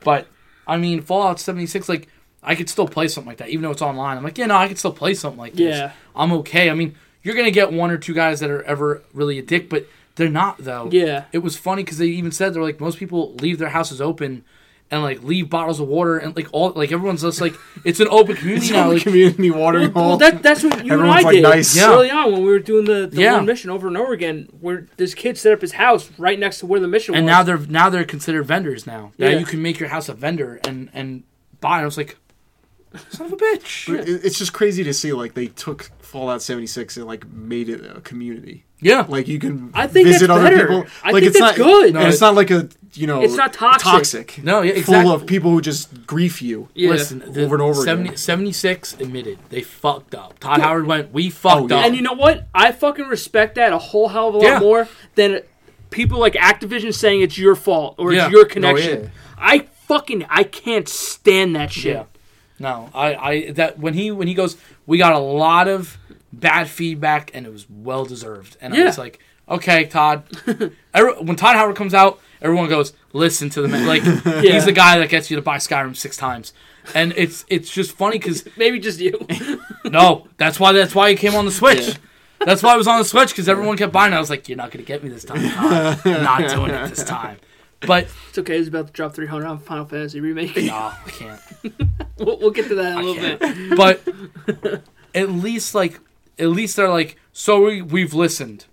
Speaker 3: But I mean, Fallout 76, like, I could still play something like that, even though it's online. I'm like, yeah, no, I could still play something like this.
Speaker 2: Yeah.
Speaker 3: I'm okay. I mean, you're gonna get one or two guys that are ever really a dick, but they're not though
Speaker 2: Yeah.
Speaker 3: it was funny because they even said they're like most people leave their houses open and like leave bottles of water and like all like everyone's just like it's an open community
Speaker 1: It's
Speaker 3: now.
Speaker 1: on the
Speaker 3: Like,
Speaker 1: community watering
Speaker 2: Well,
Speaker 1: hole.
Speaker 2: that, that's what you and I
Speaker 1: Everyone's like,
Speaker 2: did
Speaker 1: nice.
Speaker 3: Yeah.
Speaker 2: early on when we were doing the, the
Speaker 3: Yeah.
Speaker 2: one mission over and over again. Where this kid set up his house right next to where the mission
Speaker 3: and
Speaker 2: was.
Speaker 3: now they're now they're considered vendors now. Now
Speaker 2: Yeah.
Speaker 3: you can make your house a vendor and and buy. And I was like, son of a bitch.
Speaker 1: But it- it's just crazy to see like they took Fallout 76 and like made it a community.
Speaker 3: Yeah.
Speaker 1: Like you can
Speaker 2: I think
Speaker 1: visit
Speaker 2: that's
Speaker 1: other
Speaker 2: better.
Speaker 1: people.
Speaker 2: I
Speaker 1: like
Speaker 2: think
Speaker 1: it's
Speaker 2: that's
Speaker 1: not
Speaker 2: good.
Speaker 1: And
Speaker 2: No,
Speaker 1: it's
Speaker 3: it-
Speaker 1: not like a you know.
Speaker 2: It's not toxic.
Speaker 1: Toxic.
Speaker 3: No, yeah,
Speaker 1: Full
Speaker 3: exactly.
Speaker 1: of people who just grief you.
Speaker 2: Yeah.
Speaker 3: Listen, the
Speaker 1: Over and over again.
Speaker 3: 76 admitted they fucked up. Todd Howard went, we fucked
Speaker 1: Oh, yeah.
Speaker 3: up.
Speaker 2: And you know what? I fucking respect that a whole hell of a lot
Speaker 3: Yeah.
Speaker 2: more than people like Activision saying it's your fault or
Speaker 3: Yeah.
Speaker 2: it's your connection.
Speaker 1: yeah.
Speaker 2: I fucking I can't stand that shit.
Speaker 3: Yeah. No, I, I that when he when he goes, we got a lot of bad feedback and it was well deserved. And I
Speaker 2: Yeah.
Speaker 3: was like, okay, Todd. Every, when Todd Howard comes out, everyone goes, listen to the man. Like he's the guy that gets you to buy Skyrim six times. And it's it's just funny because
Speaker 2: Maybe just you.
Speaker 3: no, that's why that's why he came on the Switch. That's why I was on the Switch because everyone kept buying. it. I was like, you're not gonna get me this time. Todd. I'm not doing it this time. But
Speaker 2: it's okay. It's about to drop 300 on Final Fantasy remake.
Speaker 3: no, I can't.
Speaker 2: we'll, we'll get to that in a little
Speaker 3: can't.
Speaker 2: bit.
Speaker 3: but at least like at least they're like so we, we've listened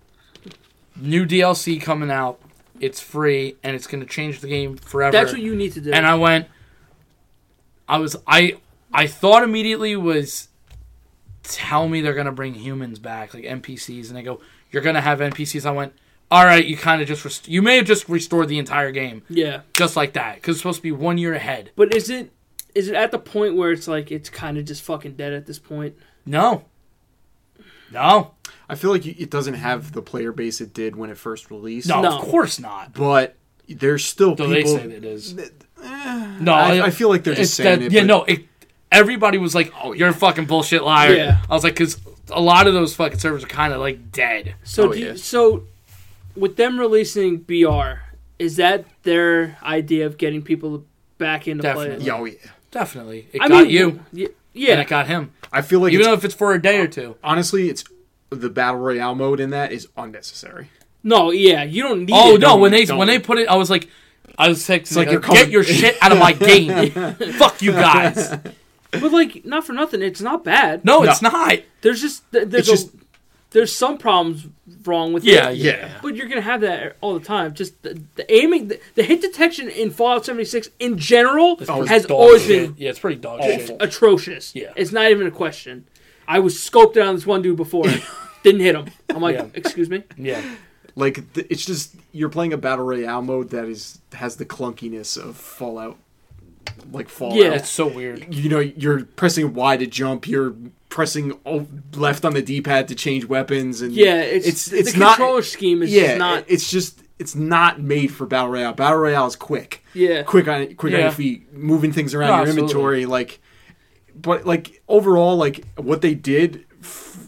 Speaker 3: new dlc coming out it's free and it's going to change the game forever
Speaker 2: That's what you need to do.
Speaker 3: and i went i was i i thought immediately was tell me they're going to bring humans back like npcs and they go you're going to have npcs i went all right you kind of just rest- you may have just restored the entire game
Speaker 2: yeah.
Speaker 3: just like that because it's supposed to be one year ahead
Speaker 2: But is it is it at the point where it's like it's kind of just fucking dead at this point?
Speaker 3: No. No.
Speaker 1: I feel like it doesn't have the player base it did when it first released.
Speaker 3: No,
Speaker 2: No.
Speaker 3: of course not.
Speaker 1: but there's still
Speaker 3: Though
Speaker 1: people.
Speaker 3: they say it is.
Speaker 1: no,
Speaker 3: No,
Speaker 1: I,
Speaker 3: it-
Speaker 1: I feel like they're
Speaker 3: it's
Speaker 1: just saying
Speaker 3: that-
Speaker 1: it.
Speaker 3: Yeah,
Speaker 1: but-
Speaker 3: no. It, everybody was like, "Oh, you're a fucking bullshit liar."
Speaker 2: Yeah.
Speaker 3: I was like, because a lot of those fucking servers are kind of like dead.
Speaker 2: So
Speaker 1: Oh,
Speaker 2: do you-
Speaker 1: yeah.
Speaker 2: so with them releasing BR, is that their idea of getting people back into
Speaker 3: Definitely.
Speaker 2: play?
Speaker 1: Yeah, oh, yeah.
Speaker 3: Definitely, it
Speaker 2: I
Speaker 3: got
Speaker 2: mean,
Speaker 3: you,
Speaker 2: y-
Speaker 3: and
Speaker 2: Yeah,
Speaker 3: it got him.
Speaker 1: I feel like
Speaker 3: Even
Speaker 1: it's-
Speaker 3: though if it's for a day or two,
Speaker 1: honestly, it's the battle royale mode in that is unnecessary.
Speaker 2: no, yeah, you don't need.
Speaker 3: Oh
Speaker 2: it.
Speaker 3: no! When they
Speaker 1: don't.
Speaker 3: when they put it, I was like, I was texting,
Speaker 1: like
Speaker 3: like,
Speaker 1: you're
Speaker 3: get
Speaker 1: coming-
Speaker 3: your shit out of my game. Fuck you guys.
Speaker 2: but like not for nothing, it's not bad.
Speaker 3: No, it's not.
Speaker 2: there's just th- there's
Speaker 1: It's just-
Speaker 2: a, there's some problems wrong with
Speaker 3: Yeah,
Speaker 2: it.
Speaker 3: yeah.
Speaker 2: But you're gonna have that all the time. Just the, the aiming, the, the hit detection in Fallout 76 in general
Speaker 3: It's
Speaker 2: Oh, has
Speaker 3: dog
Speaker 2: always been
Speaker 3: shit. yeah, it's pretty dog shit.
Speaker 2: atrocious.
Speaker 3: Yeah.
Speaker 2: it's not even a question. I was scoped out on this one dude before, didn't hit him. I'm like,
Speaker 3: Yeah.
Speaker 2: excuse me.
Speaker 3: Yeah,
Speaker 1: Like th- it's just you're playing a battle royale mode that is has the clunkiness of Fallout, like Fallout.
Speaker 2: Yeah.
Speaker 3: it's so weird.
Speaker 1: You know, you're pressing Y to jump. You're pressing o- left on the D-pad to change weapons, and
Speaker 2: Yeah, it's
Speaker 1: it's it's
Speaker 2: the
Speaker 1: not.
Speaker 2: controller scheme is
Speaker 1: yeah,
Speaker 2: just not.
Speaker 1: it's just it's not made for battle royale. Battle royale is quick.
Speaker 2: yeah,
Speaker 1: quick on quick on
Speaker 3: Yeah.
Speaker 1: your feet, moving things around
Speaker 3: No,
Speaker 1: your
Speaker 3: absolutely.
Speaker 1: inventory. Like, but like overall, like what they did f-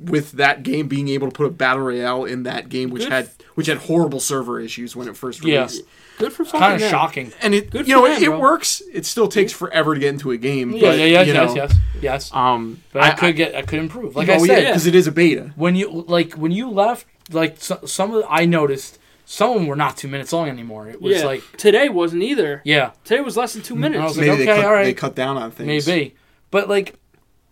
Speaker 1: with that game being able to put a battle royale in that game, which
Speaker 2: Good
Speaker 1: had which had horrible server issues when it first
Speaker 3: Yeah.
Speaker 1: released,
Speaker 2: good for fucking.
Speaker 3: Kind of
Speaker 2: them.
Speaker 3: shocking.
Speaker 1: and it
Speaker 2: Good
Speaker 1: you
Speaker 2: for
Speaker 1: know
Speaker 2: them,
Speaker 1: it, it
Speaker 2: bro.
Speaker 1: works. It still takes forever to get into a game.
Speaker 3: Yeah,
Speaker 1: but,
Speaker 3: yeah, yes,
Speaker 1: you
Speaker 3: yes,
Speaker 1: know,
Speaker 3: yes, yes.
Speaker 1: Um,
Speaker 3: But I, could get, I could improve. Like I
Speaker 1: oh,
Speaker 3: said,
Speaker 1: yeah, because it is a beta.
Speaker 3: when you like when you left, like so, some of the, I noticed some of them were not two minutes long anymore. It was
Speaker 2: Yeah,
Speaker 3: like
Speaker 2: today wasn't either.
Speaker 3: yeah,
Speaker 2: Today was less than two
Speaker 3: I
Speaker 2: minutes.
Speaker 3: was
Speaker 1: Maybe
Speaker 3: like,
Speaker 1: they,
Speaker 3: okay,
Speaker 1: cut,
Speaker 3: all right.
Speaker 1: they cut down on things.
Speaker 3: Maybe, but like,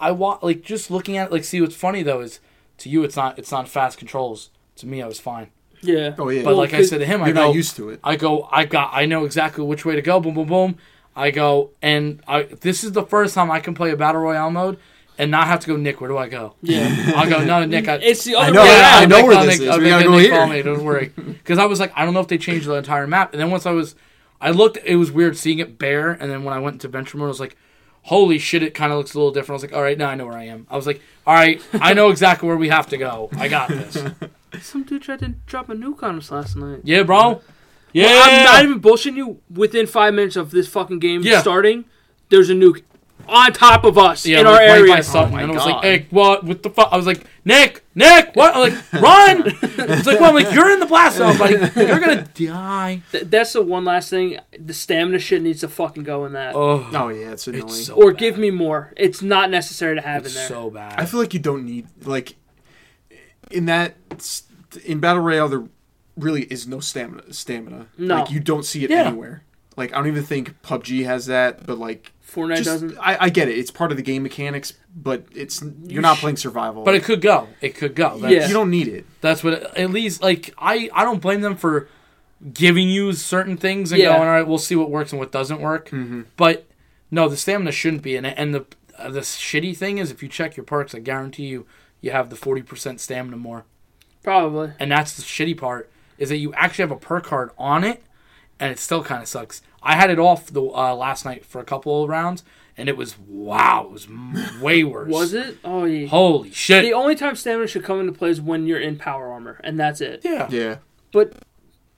Speaker 3: I want like just looking at it, like see what's funny though is to you it's not it's not fast controls. To me, I was fine.
Speaker 2: yeah,
Speaker 1: Oh yeah,
Speaker 3: But
Speaker 2: Well,
Speaker 3: like I
Speaker 2: could-
Speaker 3: said to him, I
Speaker 1: you're
Speaker 3: go,
Speaker 1: not used to it.
Speaker 3: I go, I got, I know exactly which way to go. Boom, boom, boom. I go, and I this is the first time I can play a battle royale mode and not have to go. Nick, where do I go?
Speaker 2: yeah.
Speaker 3: I go, no, Nick, I,
Speaker 2: It's the other
Speaker 1: know,
Speaker 2: way
Speaker 1: I-
Speaker 2: around.
Speaker 1: I know
Speaker 3: Nick,
Speaker 1: where
Speaker 3: I'll
Speaker 1: this
Speaker 3: make-
Speaker 1: is.
Speaker 3: I'll
Speaker 1: We
Speaker 3: make
Speaker 1: gotta
Speaker 3: a
Speaker 1: go
Speaker 3: Nick
Speaker 1: here.
Speaker 3: follow me, don't worry. Because I was like, I don't know if they changed the entire map. And then once I was, I looked. It was weird seeing it bare. And then when I went into venture mode, I was like, holy shit, it kind of looks a little different. I was like, all right, now I know where I am. I was like, all right, I know exactly where we have to go. I got this.
Speaker 2: Some dude tried to drop a nuke on us last night.
Speaker 3: Yeah, bro. Yeah.
Speaker 2: Well, I'm not even bullshitting you. Within five minutes of this fucking game
Speaker 3: Yeah.
Speaker 2: starting, there's a nuke on top of us
Speaker 3: yeah,
Speaker 2: in our
Speaker 3: like, right
Speaker 2: area. Oh
Speaker 3: by something.
Speaker 1: Oh my
Speaker 3: and I was like,
Speaker 1: God.
Speaker 3: Nick, what? What the fuck? I was like, Nick, Nick, what? I'm like, run! It's like, well, I'm like, you're in the blast zone, buddy. You're gonna die.
Speaker 2: Th- that's the one last thing. The stamina shit needs to fucking go in that,
Speaker 3: Oh,
Speaker 1: Oh yeah, it's annoying.
Speaker 3: so
Speaker 2: or
Speaker 3: bad.
Speaker 2: give me more. It's not necessary to have in there.
Speaker 3: so bad.
Speaker 1: I feel like you don't need like in that in battle royale there really is no stamina. Stamina,
Speaker 2: No.
Speaker 1: like you don't see it
Speaker 3: Yeah.
Speaker 1: anywhere. Like I don't even think PUBG has that, but like
Speaker 2: Fortnite
Speaker 1: just-
Speaker 2: doesn't.
Speaker 1: I, I get it. It's part of the game mechanics, but it's you're not playing survival.
Speaker 3: But it could go. It could go. That's,
Speaker 2: Yeah.
Speaker 1: you don't need it.
Speaker 3: that's what. At least, like, I, I don't blame them for giving you certain things and
Speaker 2: Yeah. Mm-hmm.
Speaker 3: going, all right, we'll see what works and what doesn't work. But no, the stamina shouldn't be in it. And the uh, the shitty thing is, if you check your perks, I guarantee you, you have the forty percent stamina more.
Speaker 2: Probably.
Speaker 3: And that's the shitty part is that you actually have a perk card on it, and it still kind of sucks. I had it off the uh, last night for a couple of rounds, and it was wow, it was m- way worse.
Speaker 2: Was it? Oh yeah.
Speaker 3: Holy shit!
Speaker 2: The only time stamina should come into play is when you're in power armor, and that's it.
Speaker 3: yeah.
Speaker 1: Yeah,
Speaker 2: But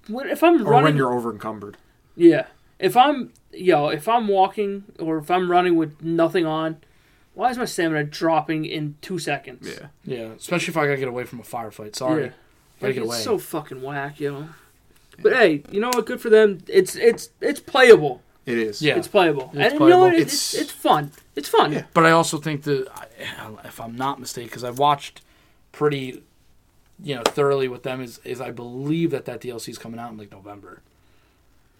Speaker 2: when, if I'm
Speaker 1: or
Speaker 2: running,
Speaker 1: when you're over encumbered.
Speaker 2: yeah. If I'm yo, if I'm walking or if I'm running with nothing on, why is my stamina dropping in two seconds?
Speaker 1: Yeah,
Speaker 3: Yeah, especially if I gotta get away from a firefight. Sorry,
Speaker 2: Yeah.
Speaker 3: gotta
Speaker 2: Like,
Speaker 3: get
Speaker 2: it's
Speaker 3: away.
Speaker 2: so fucking whack, yo. But hey, you know what? Good for them. It's it's it's playable.
Speaker 1: it is.
Speaker 3: Yeah.
Speaker 2: It's playable.
Speaker 3: It's
Speaker 2: and you know
Speaker 3: playable.
Speaker 2: what? It's,
Speaker 1: It's-
Speaker 2: it's fun. It's fun.
Speaker 1: Yeah.
Speaker 3: but I also think that, I- if I'm not mistaken, because I watched pretty, you know, thoroughly with them is is I believe that that DLC is coming out in like November.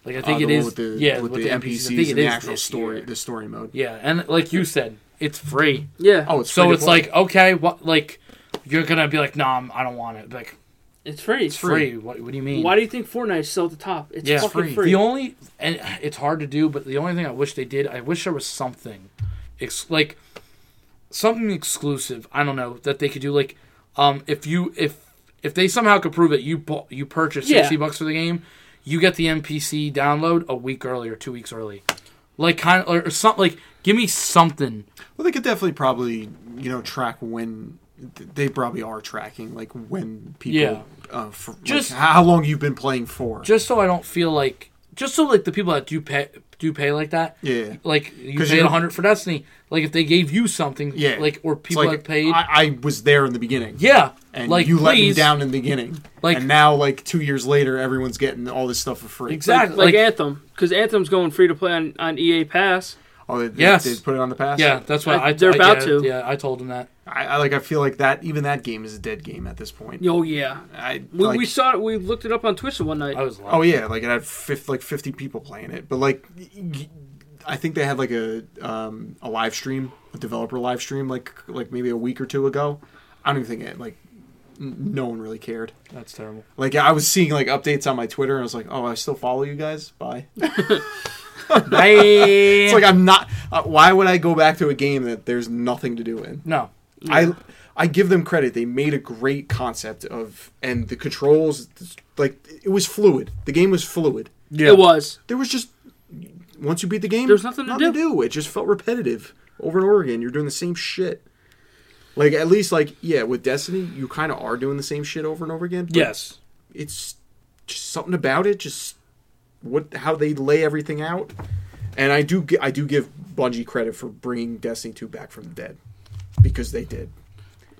Speaker 3: Like I think
Speaker 1: Uh,
Speaker 3: it
Speaker 1: the one
Speaker 3: is.
Speaker 1: with the,
Speaker 3: yeah,
Speaker 1: with,
Speaker 3: with,
Speaker 1: the,
Speaker 3: NPCs.
Speaker 1: NPCs,
Speaker 3: I think it
Speaker 1: and the
Speaker 3: is
Speaker 1: actual
Speaker 3: this
Speaker 1: story,
Speaker 3: year.
Speaker 1: the story mode.
Speaker 3: Yeah, and like you said, it's free.
Speaker 2: Yeah.
Speaker 1: Oh, it's free
Speaker 3: so
Speaker 1: to
Speaker 3: it's
Speaker 1: play.
Speaker 3: like okay, what like. You're gonna be like, no, I'm, I don't want it. Like,
Speaker 2: it's free.
Speaker 3: it's free. What, what do you mean?
Speaker 2: Why do you think Fortnite's still at the top? It's
Speaker 3: Yeah.
Speaker 2: fucking
Speaker 1: Free.
Speaker 2: free.
Speaker 3: The only and it's hard to do, but the only thing I wish they did, I wish there was something, ex- like something exclusive. I don't know that they could do. Like, um, if you if if they somehow could prove that you bought you purchased
Speaker 2: Yeah.
Speaker 3: sixty bucks for the game, you get the NPC download a week early or two weeks early. like kind of or, or something. Like give me something.
Speaker 1: Well, they could definitely probably you know track when they probably are tracking like when people
Speaker 3: Yeah.
Speaker 1: uh, for,
Speaker 3: Just-
Speaker 1: just how long you've been playing for.
Speaker 3: just so I don't feel like just so like the people that do pay do pay like that.
Speaker 1: Yeah.
Speaker 3: Like you
Speaker 1: 'Cause
Speaker 3: paid
Speaker 1: you're-
Speaker 3: a hundred for Destiny. Like if they gave you something.
Speaker 1: yeah,
Speaker 3: Like or
Speaker 1: It's
Speaker 3: people
Speaker 1: like,
Speaker 3: that paid.
Speaker 1: I, I was there in the beginning.
Speaker 3: yeah.
Speaker 1: and
Speaker 3: like
Speaker 1: you
Speaker 3: please,
Speaker 1: let me down in the beginning.
Speaker 3: Like-
Speaker 1: and now, like two years later, everyone's getting all this stuff for free.
Speaker 3: Exactly.
Speaker 2: like,
Speaker 3: Like-
Speaker 2: Anthem, because Anthem's going free to play on, on EA Pass.
Speaker 1: Oh, they, they-
Speaker 3: Yes.
Speaker 1: they put it on the pass.
Speaker 3: Yeah, that's why
Speaker 2: I-
Speaker 3: I,
Speaker 2: they're
Speaker 3: I-
Speaker 2: about
Speaker 3: yeah,
Speaker 2: to.
Speaker 3: Yeah, I told them that.
Speaker 1: I, I like. I feel like that. Even that game is a dead game at this point.
Speaker 2: Oh yeah,
Speaker 1: I
Speaker 2: we,
Speaker 1: like,
Speaker 2: we saw it. We looked it up on Twitch one night.
Speaker 3: I was. Lying.
Speaker 1: Oh yeah, like it had fif- like fifty people playing it, but like y- y- I think they had like a um, a live stream, a developer live stream, like like maybe a week or two ago. I don't even think it like n- no one really cared.
Speaker 3: that's terrible.
Speaker 1: Like I was seeing like updates on my Twitter, and I was like, oh, I still follow you guys. Bye. It's like I'm not. Uh, why would I go back to a game that there's nothing to do in?
Speaker 3: no.
Speaker 1: I I give them credit. They made a great concept of and the controls like it was fluid. The game was fluid.
Speaker 3: Yeah.
Speaker 2: It was.
Speaker 1: There was just once you beat the game,
Speaker 2: There was nothing to
Speaker 1: do. It just felt repetitive over and over again. You're doing the same shit. Like at least like yeah, with Destiny, you kind of are doing the same shit over and over again. but
Speaker 3: Yes.
Speaker 1: it's just something about it. Just what how they lay everything out. And I do gi- I do give Bungie credit for bringing Destiny 2 back from the dead because they did.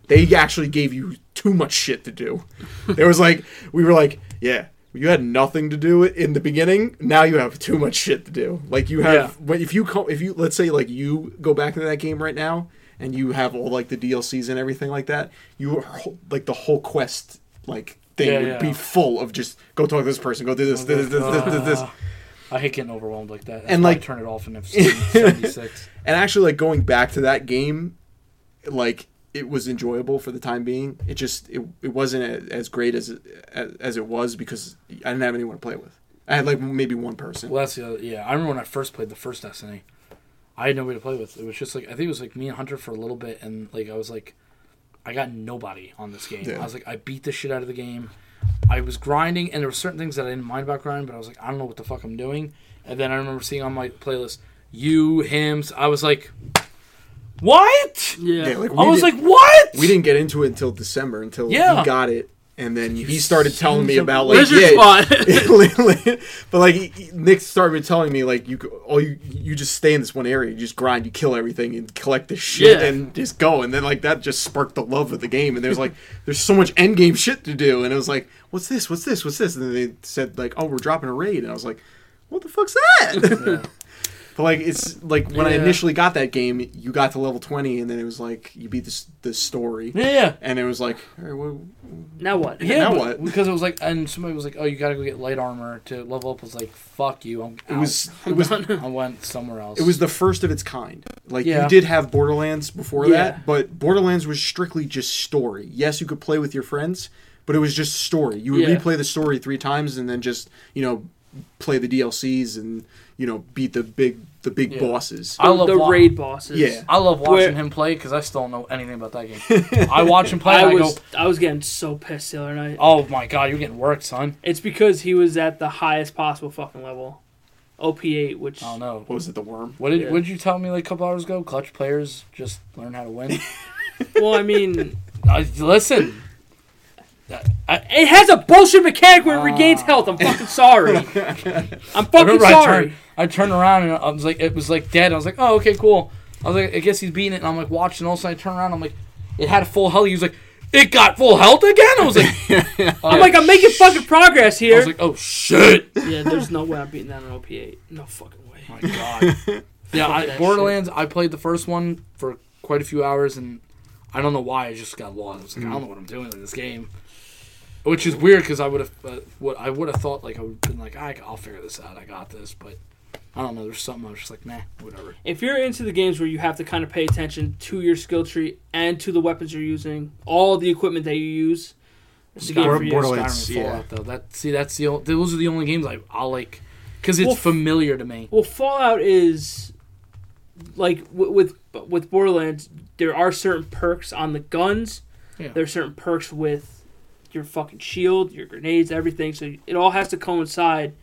Speaker 1: They actually gave you too much shit to do. There was like we were like, yeah, you had nothing to do in the beginning. Now you have too much shit to do. Like you
Speaker 3: Yeah.
Speaker 1: have but if you co- if you let's say like you go back into that game right now and you have all like the DLCs and everything like that, you are, like the whole quest like thing
Speaker 3: Yeah,
Speaker 1: would
Speaker 3: yeah.
Speaker 1: be full of just go talk to this person, go do this, this, this, this, this, this.
Speaker 3: Ah. I hate getting overwhelmed like that. That's
Speaker 1: And,
Speaker 3: why I
Speaker 1: like-
Speaker 3: turn it off in episode seventy-six.
Speaker 1: and actually like going back to that game like it was enjoyable for the time being it just it, it wasn't a- as great as, as as it was because i didn't have anyone to play with i had like maybe one person
Speaker 3: Well, that's the other, yeah. I remember when I first played the first Destiny, I had nobody to play with. It was just like I think it was like me and Hunter for a little bit, and like I was like, I got nobody on this game.
Speaker 1: Yeah.
Speaker 3: I was like, I beat the shit out of the game. I was grinding, and there were certain things that I didn't mind about grinding, but I was like, I don't know what the fuck I'm doing. And then I remember seeing on my playlist, you, hims. I was like, what?
Speaker 2: Yeah.
Speaker 1: Yeah, like,
Speaker 3: I
Speaker 1: We
Speaker 3: was
Speaker 1: did-
Speaker 3: like, what?
Speaker 1: we didn't get into it until december until
Speaker 3: Yeah.
Speaker 1: he got it and then he started telling me
Speaker 3: sons of-
Speaker 1: about like
Speaker 2: Where's your
Speaker 1: yeah,
Speaker 2: spot?
Speaker 1: Literally. but like he- he- Nick started telling me like you c- all you you just stay in this one area, you just grind, you kill everything and collect the shit
Speaker 2: Yeah.
Speaker 1: and just go. And then like that just sparked the love of the game. And there's like there's so much end game shit to do. And it was like, what's this? What's this? What's this? And then they said like, oh, we're dropping a raid. And I was like, what the fuck's that? But like it's like when I
Speaker 3: Yeah.
Speaker 1: initially got that game, you got to level twenty, and then it was like you beat this the story,
Speaker 3: Yeah, yeah.
Speaker 1: and it was like, all right, well,
Speaker 2: now what?
Speaker 3: Yeah,
Speaker 1: now
Speaker 3: but-
Speaker 1: what?
Speaker 3: because it was like, and somebody was like, "Oh, you gotta go get light armor to level up." I was like, "Fuck you!" I'm
Speaker 1: it
Speaker 3: out.
Speaker 1: was it was
Speaker 3: I went somewhere else.
Speaker 1: It was the first of its kind. Like
Speaker 3: Yeah.
Speaker 1: you did have Borderlands before
Speaker 3: Yeah.
Speaker 1: that, but Borderlands was strictly just story. Yes, you could play with your friends, but it was just story. You would
Speaker 2: Yeah.
Speaker 1: replay the story three times and then just you know play the DLCs and you know beat the big the big
Speaker 3: Yeah.
Speaker 1: bosses.
Speaker 3: I love
Speaker 2: the
Speaker 3: wa-
Speaker 2: raid bosses.
Speaker 1: Yeah.
Speaker 3: I love watching
Speaker 2: Where-
Speaker 3: him play because I still don't know anything about that game. I watch him play.
Speaker 2: I
Speaker 3: and I
Speaker 2: was
Speaker 3: go,
Speaker 2: I was getting so pissed the other night.
Speaker 3: "Oh my god, you're getting worked, son."
Speaker 2: It's because he was at the highest possible fucking level, OP8, which
Speaker 3: I don't know.
Speaker 1: What was it, the worm?
Speaker 3: What did
Speaker 2: Yeah.
Speaker 3: What did you tell me like a couple hours ago? Clutch players just learn how to win.
Speaker 2: well, I mean,
Speaker 3: I, listen,
Speaker 2: it has a bullshit mechanic where it regains
Speaker 3: Ah.
Speaker 2: health. I'm fucking sorry. I'm
Speaker 3: I
Speaker 2: fucking
Speaker 3: remember I
Speaker 2: sorry.
Speaker 3: turned, I turned around and I was like, it was like dead. I was like, "Oh, okay, cool." I was like, "I guess he's beating it." And I'm like watching. All of a sudden, I turn around. I'm like, "It had full health." He was like, "It got full health again." I was like,
Speaker 2: I'm like, I'm making fucking progress
Speaker 3: I
Speaker 2: here.
Speaker 3: was like, "Oh shit."
Speaker 2: yeah, there's no way I'm beating that on OP8. No fucking way.
Speaker 3: my god. yeah,
Speaker 2: that
Speaker 3: I,
Speaker 2: shit.
Speaker 3: Borderlands. I played the first one for quite a few hours, and I don't know why I just got lost. I was like, I don't know what I'm doing in this game, which is weird because I would have uh, what I would have thought like I would have been like I, I'll figure this out. I got this, but I don't know. There's something I was just like, nah, whatever.
Speaker 2: If you're into the games where you have to kind of pay attention to your skill tree and to the weapons you're using, all the equipment that you use, it's a game
Speaker 1: Bor-
Speaker 2: for you.
Speaker 1: Borderlands.
Speaker 3: Skyrim
Speaker 1: yeah.
Speaker 3: Fallout though. That see, that's the only, those are the only games I I'll like because it's
Speaker 2: Well, f-
Speaker 3: familiar to me.
Speaker 2: Well, Fallout is like w- with with Borderlands. There are certain perks on the guns.
Speaker 3: Yeah.
Speaker 2: There are certain perks with your fucking shield, your grenades, everything. So it all has to coincide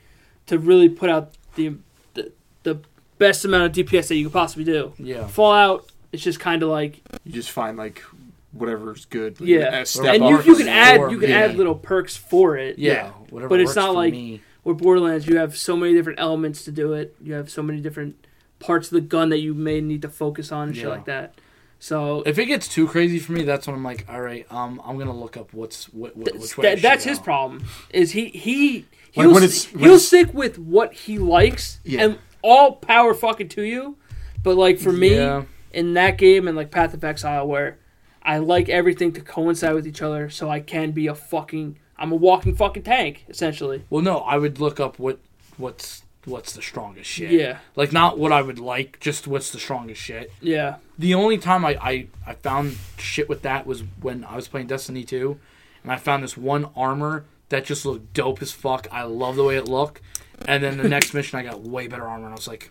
Speaker 2: to really put out the the, the best amount of DPS that you could possibly do.
Speaker 3: Yeah.
Speaker 2: Fallout, it's just kind of like
Speaker 1: You just find like whatever's good. like,
Speaker 2: Yeah.
Speaker 1: a step
Speaker 2: and
Speaker 1: up.
Speaker 2: you,
Speaker 3: bar
Speaker 2: you
Speaker 3: for
Speaker 2: can
Speaker 3: the
Speaker 2: add
Speaker 3: score,
Speaker 2: you can
Speaker 3: yeah.
Speaker 2: add little perks for it.
Speaker 3: Yeah,
Speaker 1: Yeah.
Speaker 3: whatever.
Speaker 2: But it's
Speaker 3: works
Speaker 2: not
Speaker 3: for
Speaker 2: like-
Speaker 3: me.
Speaker 2: With Borderlands, you have so many different elements to do it. You have so many different parts of the gun that you may need to focus on and shit
Speaker 3: Yeah.
Speaker 2: like that. So
Speaker 3: If it gets too crazy for me, that's when I'm like, all right, um, I'm gonna look up what's what, what which way. I
Speaker 2: th-
Speaker 3: should
Speaker 2: that's his
Speaker 3: go.
Speaker 2: problem. Is he he
Speaker 1: Like,
Speaker 2: he'll,
Speaker 1: when
Speaker 2: s-
Speaker 1: it's- when
Speaker 2: he'll
Speaker 1: it's-
Speaker 2: stick with what he likes
Speaker 1: Yeah.
Speaker 2: and all power fucking to you. But like for me
Speaker 3: Yeah.
Speaker 2: in that game and like Path of Exile where I like everything to coincide with each other so I can be a fucking I'm a walking fucking tank essentially.
Speaker 3: Well, no, I would look up what what's what's the strongest shit.
Speaker 2: Yeah.
Speaker 3: Like not what I would like, just what's the strongest shit.
Speaker 2: Yeah.
Speaker 3: The only time I I, I found shit with that was when I was playing Destiny 2, and I found this one armor that just looked dope as fuck. I love the way it looked. And then the next mission, I got way better armor, and I was like.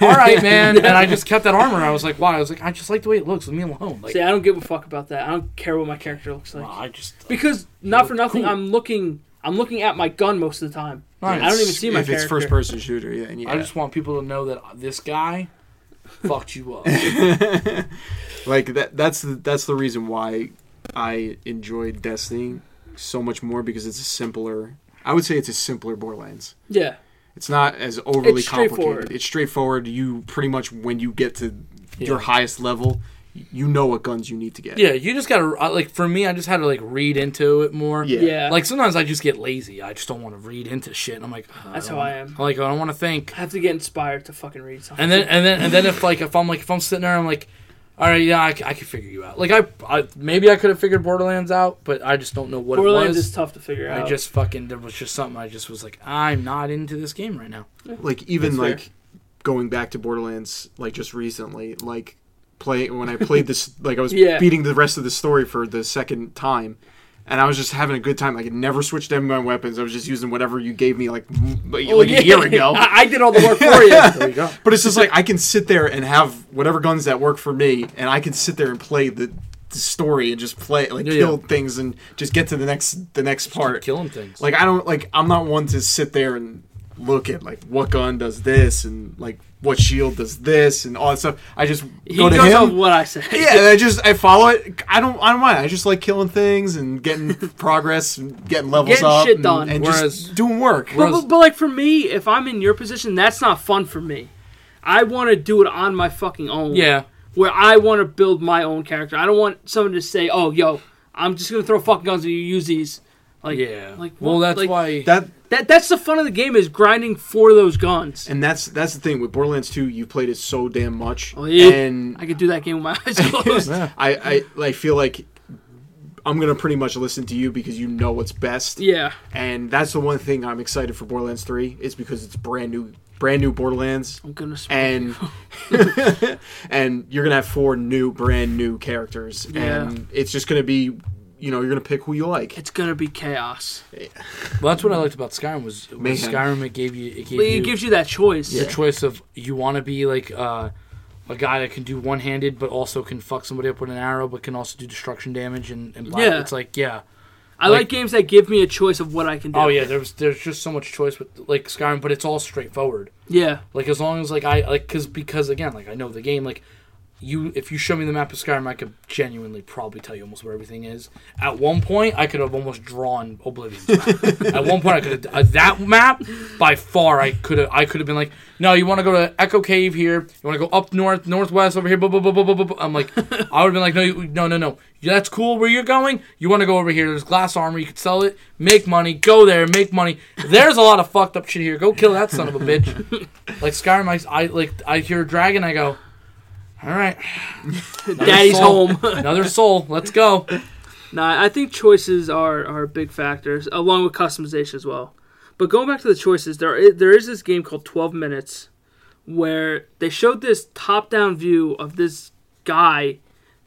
Speaker 3: All right, man, and I just kept that armor. and I was like, "Wow!" I was like, "I just like the way it looks. Leave me alone." Like,
Speaker 2: See, I don't give a fuck about that. I don't care what my character looks like.
Speaker 3: wow, I just
Speaker 2: because not for nothing,
Speaker 3: cool.
Speaker 2: I'm looking. I'm looking at my gun most of the time.
Speaker 3: Nice.
Speaker 2: I don't even see my
Speaker 1: if
Speaker 2: character.
Speaker 1: it's first person shooter, yeah, and yeah.
Speaker 3: I just want people to know that this guy fucked you up.
Speaker 1: like that that's the, that's the reason why I enjoyed Destiny so much more because it's a simpler. I would say it's a simpler Borderlands.
Speaker 2: yeah,
Speaker 1: It's not as overly
Speaker 2: It's straightforward.
Speaker 1: complicated. It's straightforward. You pretty much when you get to your
Speaker 3: Yeah.
Speaker 1: highest level, you know what guns you need to get.
Speaker 3: Yeah, you just gotta I- like for me, I just had to like read into it more.
Speaker 1: Yeah.
Speaker 2: yeah.
Speaker 3: Like sometimes I just get lazy. I just don't want to read into shit. And I'm like, "Ugh,
Speaker 2: That's
Speaker 3: don't
Speaker 2: how I
Speaker 3: wanna-"
Speaker 2: am.
Speaker 3: I'm like I don't want to think.
Speaker 2: I have to get inspired to fucking read something.
Speaker 3: And then and then and then if like if I'm like if I'm sitting there, I'm like, all right, yeah, I, c- I can figure you out. Like I, I maybe I could have figured Borderlands out, but I just don't know what
Speaker 2: Borderlands
Speaker 3: it was.
Speaker 2: is tough to figure out.
Speaker 3: I just fucking there was just something I just was like I'm not into this game right now.
Speaker 1: Like even
Speaker 2: That's fair.
Speaker 1: like going back to Borderlands like just recently, like play when I played this like I was
Speaker 2: Yeah.
Speaker 1: beating the rest of the story for the second time. And I was just having a good time. Like I never switched any of my weapons. I was just using whatever you gave me, like m- like
Speaker 2: Oh,
Speaker 1: like
Speaker 2: yeah.
Speaker 1: a year ago.
Speaker 2: I, I did all the work for you.
Speaker 3: There you go.
Speaker 1: But it's just like I can sit there and have whatever guns that work for me, and I can sit there and play the, the story and just play like
Speaker 3: Yeah,
Speaker 1: kill
Speaker 3: yeah.
Speaker 1: things and just get to the next the next part.
Speaker 3: Killing things.
Speaker 1: Like I don't like I'm not one to sit there and look at like what gun does this and like what shield does this and all that stuff. I just
Speaker 2: He
Speaker 1: go to
Speaker 2: goes off
Speaker 1: him.
Speaker 2: what I say.
Speaker 1: Yeah, and I just I follow it. I don't I don't mind. I just like killing things and getting progress and getting levels
Speaker 2: Getting
Speaker 1: up
Speaker 2: shit
Speaker 1: and,
Speaker 2: done.
Speaker 1: and
Speaker 3: Whereas-
Speaker 1: just doing work.
Speaker 2: But, but, but, like for me, if I'm in your position, that's not fun for me. I want to do it on my fucking own.
Speaker 3: yeah.
Speaker 2: Where I want to build my own character. I don't want someone to say, "Oh, yo, I'm just gonna throw fucking guns at you. Use these." Like,
Speaker 3: Yeah.
Speaker 2: Like,
Speaker 3: well,
Speaker 2: what-
Speaker 3: that's
Speaker 2: like,
Speaker 3: why.
Speaker 1: that
Speaker 2: That that's the fun of the game is grinding for those guns.
Speaker 1: And that's that's the thing with Borderlands 2. You played it so damn much,
Speaker 2: Oh, yeah.
Speaker 1: and
Speaker 2: I could do that game with my eyes closed.
Speaker 1: I, I I feel like I'm gonna pretty much listen to you because you know what's best.
Speaker 2: yeah.
Speaker 1: And that's the one thing I'm excited for Borderlands 3 is because it's brand new, brand new Borderlands,
Speaker 2: I'm gonna smoke
Speaker 1: and and you're gonna have four new, brand new characters,
Speaker 2: Yeah.
Speaker 1: and it's just gonna be, you know, you're gonna pick who you like.
Speaker 2: It's gonna be chaos.
Speaker 3: Well, that's what I liked about Skyrim was, was
Speaker 1: Mayhem.
Speaker 3: Skyrim. It gave you it gave
Speaker 2: But
Speaker 3: you
Speaker 2: it gives you that choice.
Speaker 3: the choice of you want to be like uh, a guy that can do one handed, but also can fuck somebody up with an arrow, but can also do destruction damage and, and blah.
Speaker 2: Yeah.
Speaker 3: It's like yeah,
Speaker 2: I like,
Speaker 3: like-
Speaker 2: games that give me a choice of what I can do.
Speaker 3: oh yeah. There's there's just so much choice with like Skyrim, but it's all straightforward.
Speaker 2: Yeah.
Speaker 3: Like as long as like I like because because again like I know the game like. You, if you show me the map of Skyrim, I could genuinely probably tell you almost where everything is. At one point, I could have almost drawn Oblivion's map. At one point, I could have uh, that map by far. I could have. I could have been like, no, you want to go to Echo Cave here. You want to go up north, northwest over here. Blah blah blah blah blah. blah, blah. I'm like, I would have been like, no, you, no, no, no. Yeah, that's cool where you're going. You want to go over here. There's glass armor. You could sell it, make money. Go there, make money. There's a lot of fucked up shit here. Go kill that son of a bitch. Like Skyrim, I, I like I hear a dragon. I go, all right,
Speaker 2: Daddy's
Speaker 3: soul.
Speaker 2: home.
Speaker 3: another soul. Let's go.
Speaker 2: nah, I think choices are, are big factors, along with customization as well. But going back to the choices, there is, there is this game called 12 Minutes where they showed this top down view of this guy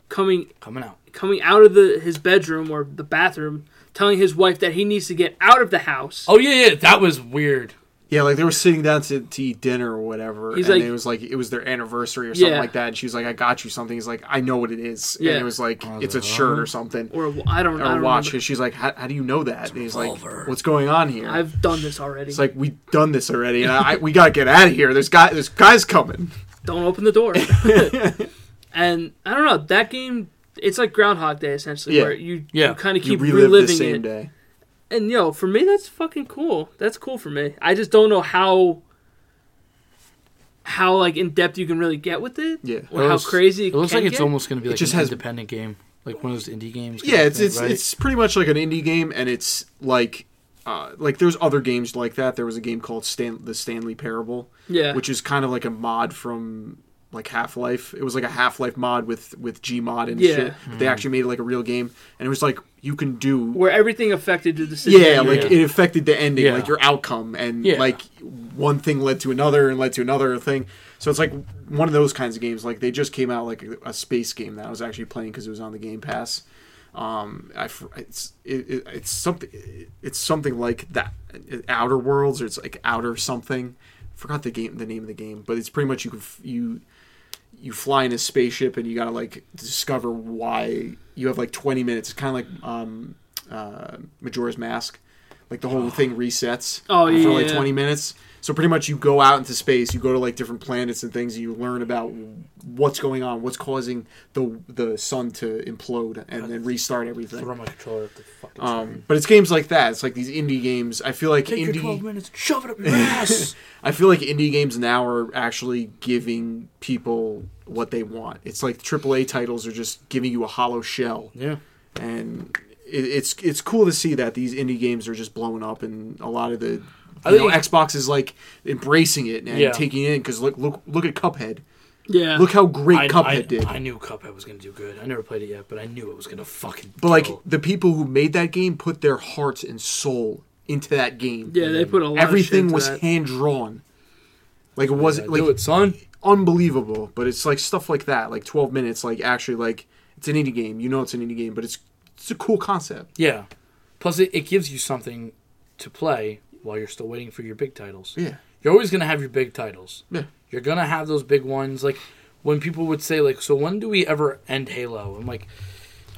Speaker 2: coming
Speaker 3: Coming out.
Speaker 2: coming out of the his bedroom or the bathroom telling his wife that he needs to get out of the house
Speaker 3: Oh yeah, yeah. That was weird.
Speaker 1: Yeah, like they were sitting down to, to eat dinner or whatever,
Speaker 2: He's
Speaker 1: and
Speaker 2: like-
Speaker 1: it was like it was their anniversary or something
Speaker 2: Yeah.
Speaker 1: like that. And she was like, "I got you something." He's like, "I know what it Oh, is,"
Speaker 2: Yeah.
Speaker 1: and it was like
Speaker 3: was
Speaker 1: it's a
Speaker 3: like,
Speaker 1: shirt or something
Speaker 2: or a- I don't,
Speaker 1: or
Speaker 2: I don't
Speaker 1: a watch.
Speaker 2: remember.
Speaker 1: And she's like, how, "How do you know that?" And he's like,
Speaker 3: revolver.
Speaker 1: "What's going on here?"
Speaker 2: I've done this already.
Speaker 1: it's like we've done this already, and I, we gotta get out of here. There's guy, there's guys coming.
Speaker 2: don't open the door. and I don't know that game. It's like Groundhog Day essentially,
Speaker 1: Yeah.
Speaker 2: where you
Speaker 3: Yeah.
Speaker 2: you kind of
Speaker 1: You
Speaker 2: keep
Speaker 1: relive
Speaker 2: reliving
Speaker 1: the same
Speaker 2: it.
Speaker 1: day.
Speaker 2: And yo, for me that's fucking cool. That's cool for me. I just don't know how how like in depth you can really get with it.
Speaker 1: Yeah.
Speaker 2: Or how crazy
Speaker 3: It looks
Speaker 2: can
Speaker 3: like it's
Speaker 2: get.
Speaker 3: almost going to be like
Speaker 1: just
Speaker 3: an
Speaker 1: has-
Speaker 3: independent game, like one of those indie games.
Speaker 1: Yeah, it's it's
Speaker 3: right?
Speaker 1: it's pretty much like an indie game, and it's like. Uh, like there's other games like that. There was a game called Stan- the Stanley Parable,
Speaker 2: yeah.
Speaker 1: which is kind of like a mod from like Half Life. It was like a Half Life mod with with Gmod and
Speaker 2: Yeah.
Speaker 1: shit. But They actually made it like a real game, and it was like you can do.
Speaker 2: where everything affected the decision.
Speaker 1: Yeah,
Speaker 2: you
Speaker 1: like
Speaker 2: made.
Speaker 1: it affected the ending,
Speaker 3: Yeah.
Speaker 1: like your outcome, and
Speaker 3: Yeah.
Speaker 1: like one thing led to another and led to another thing. So it's like one of those kinds of games. Like they just came out like a, a space game that I was actually playing because it was on the Game Pass. Um, I fr- it's it, it, it's something it's something like that Outer Worlds or it's like Outer something. Forgot the game the name of the game, but it's pretty much you can f- you you fly in a spaceship and you gotta like discover why you have like 20 minutes. It's kind of like um, uh, Majora's Mask. Like the whole thing resets
Speaker 2: Oh,
Speaker 1: for like
Speaker 2: yeah.
Speaker 1: 20 minutes. So pretty much you go out into space, you go to like different planets and things, and you learn about what's going on, what's causing the the sun to implode, and then restart everything.
Speaker 3: Throw my controller at the fucking
Speaker 1: Um, but it's games like that. It's like these indie games. I feel like
Speaker 3: Take your twelve
Speaker 1: indie.
Speaker 3: minutes, shove it up your ass.
Speaker 1: I feel like indie games now are actually giving people what they want. It's like AAA titles are just giving you a hollow shell,
Speaker 3: yeah,
Speaker 1: and it, it's it's cool to see that these indie games are just blowing up, and a lot of the
Speaker 3: I
Speaker 1: you know,
Speaker 3: think-
Speaker 1: Xbox is like embracing it and
Speaker 3: Yeah.
Speaker 1: taking it in because look look look at Cuphead.
Speaker 2: yeah.
Speaker 1: Look how great
Speaker 3: I,
Speaker 1: Cuphead
Speaker 3: I,
Speaker 1: did.
Speaker 3: I knew Cuphead was going to do good. I never played it yet, but I knew it was going to fucking.
Speaker 1: but like
Speaker 3: kill.
Speaker 1: the people who made that game put their hearts and soul into that game.
Speaker 2: yeah, they put a lot
Speaker 1: everything
Speaker 2: of
Speaker 1: was
Speaker 2: shit into
Speaker 1: hand drawn. Like it
Speaker 3: I
Speaker 1: wasn't
Speaker 3: do
Speaker 1: like
Speaker 3: it, son.
Speaker 1: unbelievable, but it's like stuff like that, like twelve minutes, like actually like it's an indie game. You know it's an indie game, but it's it's a cool concept.
Speaker 3: Yeah. Plus, it, it gives you something to play while you're still waiting for your big titles.
Speaker 1: Yeah.
Speaker 3: You're always going to have your big titles.
Speaker 1: Yeah.
Speaker 3: You're going to have those big ones. Like, when people would say, like, so when do we ever end Halo? I'm like,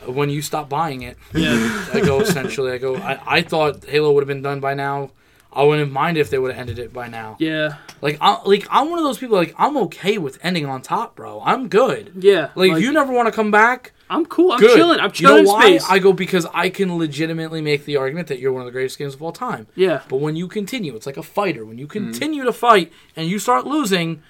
Speaker 3: "Uh, when you stop buying it.
Speaker 2: that. Yeah.
Speaker 3: I go, essentially, I go, I, I thought Halo would have been done by now. I wouldn't mind if they would have ended it by now.
Speaker 2: Yeah.
Speaker 3: Like, I, like I'm one of those people. Like, I'm okay with ending on top, bro. I'm good.
Speaker 2: Yeah.
Speaker 3: Like, you never want to come back.
Speaker 2: I'm cool. I'm
Speaker 3: Good.
Speaker 2: chilling. I'm
Speaker 3: You know
Speaker 2: chilling in
Speaker 3: why?
Speaker 2: space.
Speaker 3: I go because I can legitimately make the argument that you're one of the greatest games of all time.
Speaker 2: yeah.
Speaker 3: But when you continue, it's like a fighter.
Speaker 1: Hmm.
Speaker 3: When you continue to fight and you start losing,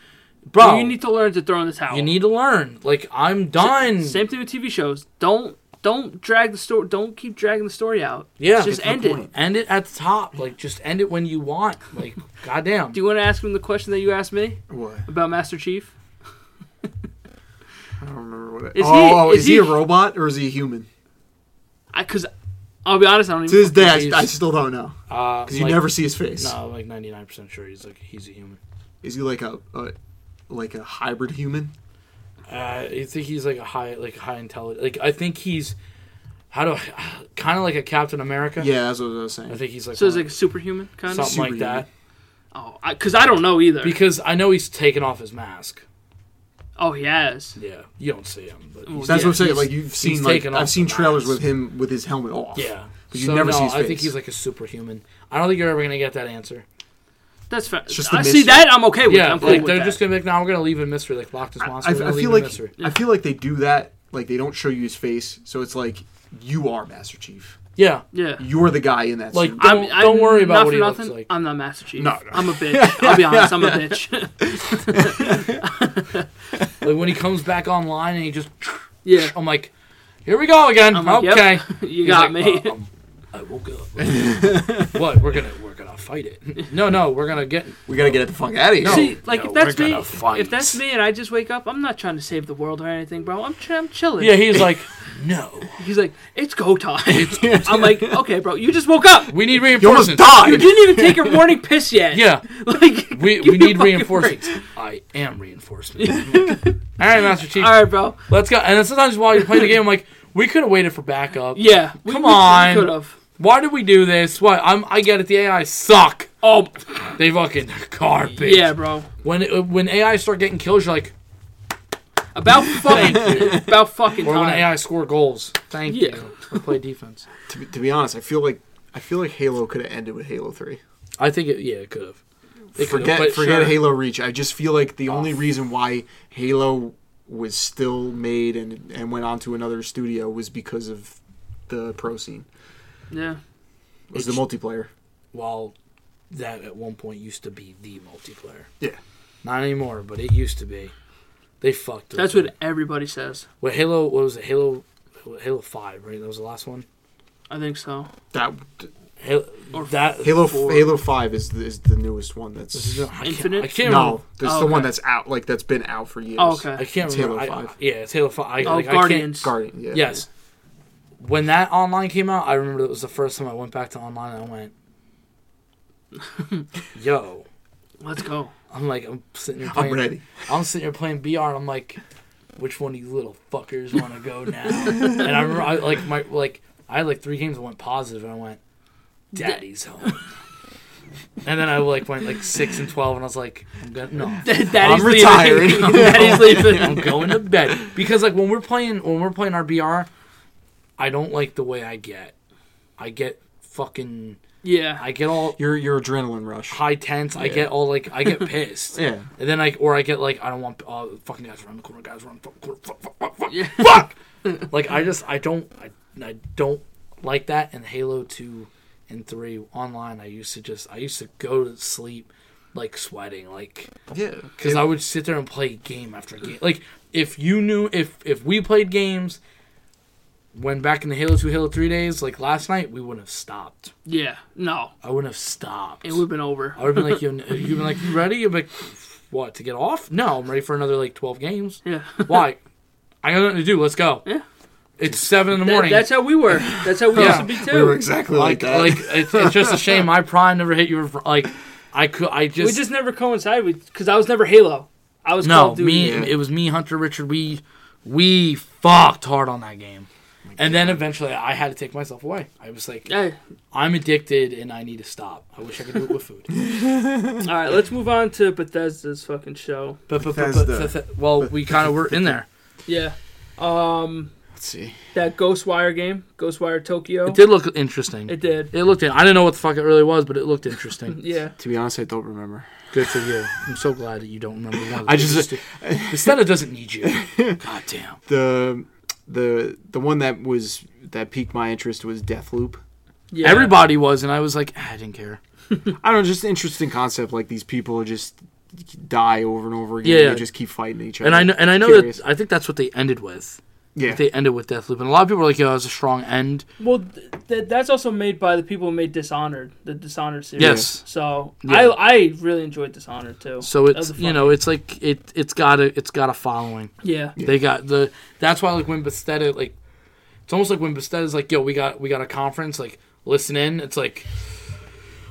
Speaker 3: bro,
Speaker 2: you need to learn to throw in the towel.
Speaker 3: to learn. Like I'm done.
Speaker 2: Same thing with TV shows. Don't don't drag the story. Don't keep dragging the story out.
Speaker 3: Yeah.
Speaker 2: Just
Speaker 3: That's
Speaker 1: my
Speaker 2: end it.
Speaker 1: point.
Speaker 3: End it at the top. Like just end it when you want. Like goddamn.
Speaker 2: Do you want to ask him the question that you asked me
Speaker 1: What?
Speaker 2: about Master Chief?
Speaker 1: I don't remember what it
Speaker 2: Is
Speaker 1: is.
Speaker 2: he-
Speaker 1: Oh, oh,
Speaker 2: is
Speaker 1: is, he a
Speaker 2: he-
Speaker 1: robot or is he a human?
Speaker 2: I cause I'll be honest, I don't
Speaker 1: To
Speaker 2: even.
Speaker 1: this day,
Speaker 3: he's-
Speaker 1: I, I still don't know
Speaker 3: Uh,
Speaker 1: because you
Speaker 3: like-
Speaker 1: never see his face.
Speaker 3: No, I'm like 99 percent sure he's like he's a human.
Speaker 1: Is he like a, a like a hybrid human?
Speaker 3: Uh, I think he's like a high like high intelligence. Like I think he's how do I kind of like a Captain America.
Speaker 1: Yeah, that's what I was saying.
Speaker 3: I think he's like
Speaker 2: So it's
Speaker 3: one-
Speaker 2: like superhuman kind of.
Speaker 3: something like
Speaker 1: Superhuman.
Speaker 3: that.
Speaker 2: Oh, I, cause I don't know either.
Speaker 3: Because I know he's taken off his mask.
Speaker 2: oh, he has.
Speaker 3: Yeah, you don't see him, but he's-
Speaker 1: that's what
Speaker 2: yeah,
Speaker 1: I'm saying.
Speaker 3: he's-
Speaker 1: Like you've
Speaker 3: he's
Speaker 1: seen, like
Speaker 3: taken
Speaker 1: I've
Speaker 3: off
Speaker 1: seen
Speaker 3: the
Speaker 1: trailers
Speaker 3: mask.
Speaker 1: with him with his helmet off.
Speaker 3: yeah.
Speaker 1: But you never see his
Speaker 3: I think
Speaker 1: face.
Speaker 3: he's like a superhuman. I don't think you're ever gonna get that answer.
Speaker 2: That's fair.
Speaker 1: just the
Speaker 2: I see
Speaker 1: mystery.
Speaker 2: that. I'm okay with. it.
Speaker 3: Yeah,
Speaker 2: I'm cool
Speaker 3: like
Speaker 2: with
Speaker 3: they're
Speaker 2: that.
Speaker 3: just gonna be like, no, we're gonna leave in mystery. Like lock this
Speaker 1: I,
Speaker 3: monster.
Speaker 1: I-
Speaker 3: we're
Speaker 1: I
Speaker 3: gonna leave
Speaker 1: feel
Speaker 3: in
Speaker 1: like
Speaker 3: mystery.
Speaker 1: I feel like they do that. Like they don't show you his face, so it's like you are Master Chief.
Speaker 3: Yeah,
Speaker 2: Yeah.
Speaker 1: You're the guy in that
Speaker 3: Like,
Speaker 1: suit.
Speaker 2: I'm,
Speaker 3: Don't- don't
Speaker 2: I'm
Speaker 3: worry
Speaker 2: not
Speaker 3: about
Speaker 2: for
Speaker 3: what he looks
Speaker 2: nothing.
Speaker 3: like.
Speaker 2: I'm not Master Chief.
Speaker 1: No, no.
Speaker 2: I'm a bitch. I'll be honest. I'm a bitch.
Speaker 3: like when he comes back online and he just,
Speaker 2: yeah.
Speaker 3: I'm like, here we go again.
Speaker 2: I'm like,
Speaker 3: okay,
Speaker 2: yep, you
Speaker 3: He's
Speaker 2: got
Speaker 3: like,
Speaker 2: me.
Speaker 3: "Uh, um, I woke up. what? We're gonna we're gonna fight it. No, no, we're gonna get.
Speaker 1: we gotta get the fuck out of here.
Speaker 3: No.
Speaker 2: See, like
Speaker 3: no,
Speaker 2: if that's
Speaker 3: "Oh, we're
Speaker 2: me,
Speaker 3: gonna fight.
Speaker 2: if that's me, and I just wake up, I'm not trying to save the world or anything, bro. I'm, ch- I'm chilling.
Speaker 3: Yeah, he's like, no,
Speaker 2: He's like, it's go time. I'm like, okay, bro, you just woke up.
Speaker 3: we need
Speaker 1: you almost
Speaker 3: reinforcements.
Speaker 2: You
Speaker 1: died.
Speaker 2: didn't even take your morning piss yet.
Speaker 3: Yeah,
Speaker 2: Like,
Speaker 3: we
Speaker 2: give
Speaker 3: we
Speaker 2: me a
Speaker 3: need
Speaker 2: fucking
Speaker 3: reinforcements.
Speaker 2: break.
Speaker 3: I am reinforcements. All right, Master Chief.
Speaker 2: All right, bro.
Speaker 3: Let's go. And then sometimes while you're playing the game, I'm like, we could have waited for backup.
Speaker 2: Yeah.
Speaker 3: Come on.
Speaker 2: Could have.
Speaker 3: Why did we do this? What? I'm. I get it. The AI suck.
Speaker 2: Oh,
Speaker 3: They fucking garbage.
Speaker 2: yeah, bro.
Speaker 3: When uh, when AI start getting kills, you're like,
Speaker 2: About fucking, about fucking
Speaker 3: or when
Speaker 2: time.
Speaker 3: AI score goals, thank
Speaker 2: Yeah.
Speaker 3: you. I play defense.
Speaker 1: To, be- to be honest, I feel like I feel like Halo could have ended with Halo Three.
Speaker 3: I think it. Yeah, it could have. It could've,
Speaker 1: forget
Speaker 3: but
Speaker 1: forget
Speaker 3: sure. Oh.
Speaker 1: Halo Reach. I just feel like the only reason why Halo was still made and and went on to another studio was because of the pro scene.
Speaker 2: yeah,
Speaker 1: Was the multiplayer.
Speaker 3: While that at one point used to be the multiplayer.
Speaker 1: Yeah.
Speaker 3: Not anymore, but it used to be. They fucked. it
Speaker 2: that's
Speaker 3: up.
Speaker 2: what everybody says.
Speaker 3: What Halo? What was it? Halo. Halo Five, right? That was the last one.
Speaker 2: I think so.
Speaker 1: That
Speaker 3: Halo.
Speaker 2: Or
Speaker 3: that
Speaker 1: Halo
Speaker 3: four-
Speaker 1: Halo 5 is the, is the newest one that's
Speaker 3: This is- I can't-
Speaker 2: Infinite?
Speaker 3: I can't. remember.
Speaker 1: No, that's
Speaker 2: Oh,
Speaker 1: the one
Speaker 2: okay.
Speaker 1: that's out like that's been out for years.
Speaker 2: Oh, okay.
Speaker 3: I can't
Speaker 1: It's
Speaker 3: remember.
Speaker 1: Halo
Speaker 3: I-
Speaker 1: 5.
Speaker 3: yeah, it's Halo Five. I,
Speaker 2: oh,
Speaker 3: like, I can't-
Speaker 2: Guardians.
Speaker 1: Guardian, yeah.
Speaker 3: Yes. When that online came out, I remember that was the first time I went back to online and I went, "Yo."
Speaker 2: Let's go.
Speaker 3: I'm like, I'm sitting here.
Speaker 1: I'm
Speaker 3: Playing,
Speaker 1: ready.
Speaker 3: I'm sitting here playing BR, and I'm like, which one of you little fuckers want to go now? and I remember, I like my like, I had like three games that went positive, and I went, Daddy's home. and then I like went like six and twelve, and I was like, I'm gonna, no,
Speaker 2: Daddy's
Speaker 1: I'm
Speaker 2: leaving.
Speaker 1: retiring.
Speaker 2: Daddy's
Speaker 3: I'm
Speaker 2: leaving.
Speaker 3: going to bed because like when we're playing when we're playing our BR, I don't like the way I get. I get fucking.
Speaker 2: Yeah,
Speaker 3: I get all
Speaker 1: Your your adrenaline rush.
Speaker 3: high tense. I get all like I get pissed.
Speaker 1: Yeah.
Speaker 3: And then I or I get like I don't want uh, fucking guys around the corner, guys around the fucking corner, fuck, fuck, fuck, fuck,
Speaker 2: Yeah.
Speaker 3: fuck. like I just I don't I, I don't like that. And Halo two and three online, I used to just I used to go to sleep like sweating, like
Speaker 1: Yeah.
Speaker 3: because I would sit there and play game after game. Like if you knew if if we played games when back in the Halo two Halo three days, like last night, we wouldn't have stopped.
Speaker 2: yeah. No,
Speaker 3: I wouldn't have stopped.
Speaker 2: it would have been over.
Speaker 3: I would have been like, you have been like, you ready? You'd be like, what, to get off? No, I'm ready for another like 12 games.
Speaker 2: Yeah.
Speaker 3: Why? I got nothing to do. Let's go.
Speaker 2: Yeah.
Speaker 3: It's seven in the
Speaker 2: That-
Speaker 3: morning.
Speaker 2: that's how we were. That's how we
Speaker 3: Yeah.
Speaker 2: used to be
Speaker 1: We
Speaker 2: too.
Speaker 1: were
Speaker 2: We,
Speaker 1: exactly like,
Speaker 3: like,
Speaker 1: that.
Speaker 3: like it's, it's just a shame. My prime never hit you. Like, I could, I just,
Speaker 2: just never coincided with because I was never Halo. I was Call
Speaker 3: no.
Speaker 2: of Duty.
Speaker 3: Me,
Speaker 1: Yeah.
Speaker 3: it was me, Hunter, Richard. We, we fucked hard on that game, and then eventually I had to take myself away. I was like,
Speaker 2: Yeah.
Speaker 3: I'm addicted and I need to stop. I wish I could do it with food.
Speaker 2: All right, let's move on to Bethesda's fucking show.
Speaker 3: But, but, but,
Speaker 1: Bethesda.
Speaker 3: but, but- well, we kind of were in there.
Speaker 2: Yeah. Um,
Speaker 1: Let's see.
Speaker 2: that Ghostwire game, Ghostwire Tokyo.
Speaker 3: It did look interesting.
Speaker 2: It did.
Speaker 3: It looked. I didn't know what the fuck it really was, but it looked interesting.
Speaker 2: Yeah.
Speaker 1: To be honest, I don't remember.
Speaker 3: Good for you. I'm so glad that you don't remember one. Of
Speaker 1: I just-
Speaker 3: Bethesda doesn't need you. God damn.
Speaker 1: The the the one that was that piqued my interest was Deathloop.
Speaker 2: Yeah.
Speaker 3: Everybody was, and I was like, "Ah, I didn't care.
Speaker 1: I don't know, just an interesting concept. Like these people are just die over and over again.
Speaker 3: Yeah.
Speaker 1: They just keep fighting each other.
Speaker 3: And I know, and I know
Speaker 1: Curious.
Speaker 3: that I think that's what they ended with.
Speaker 1: yeah,
Speaker 3: They ended with Deathloop, and a lot of people are like, "Yo, it was a strong end."
Speaker 2: Well, th- th- that's also made by the people who made Dishonored, the Dishonored series.
Speaker 3: Yes.
Speaker 2: So
Speaker 3: Yeah.
Speaker 2: I I really enjoyed Dishonored too.
Speaker 3: So
Speaker 2: That
Speaker 3: it's
Speaker 2: was a
Speaker 3: you
Speaker 2: fun-
Speaker 3: know, it's like it it's got a it's got a following.
Speaker 2: Yeah.
Speaker 3: They got the. That's why like when Bethesda like, it's almost like when Bethesda's like, "Yo, we got we got a conference. Like, listen in." It's like,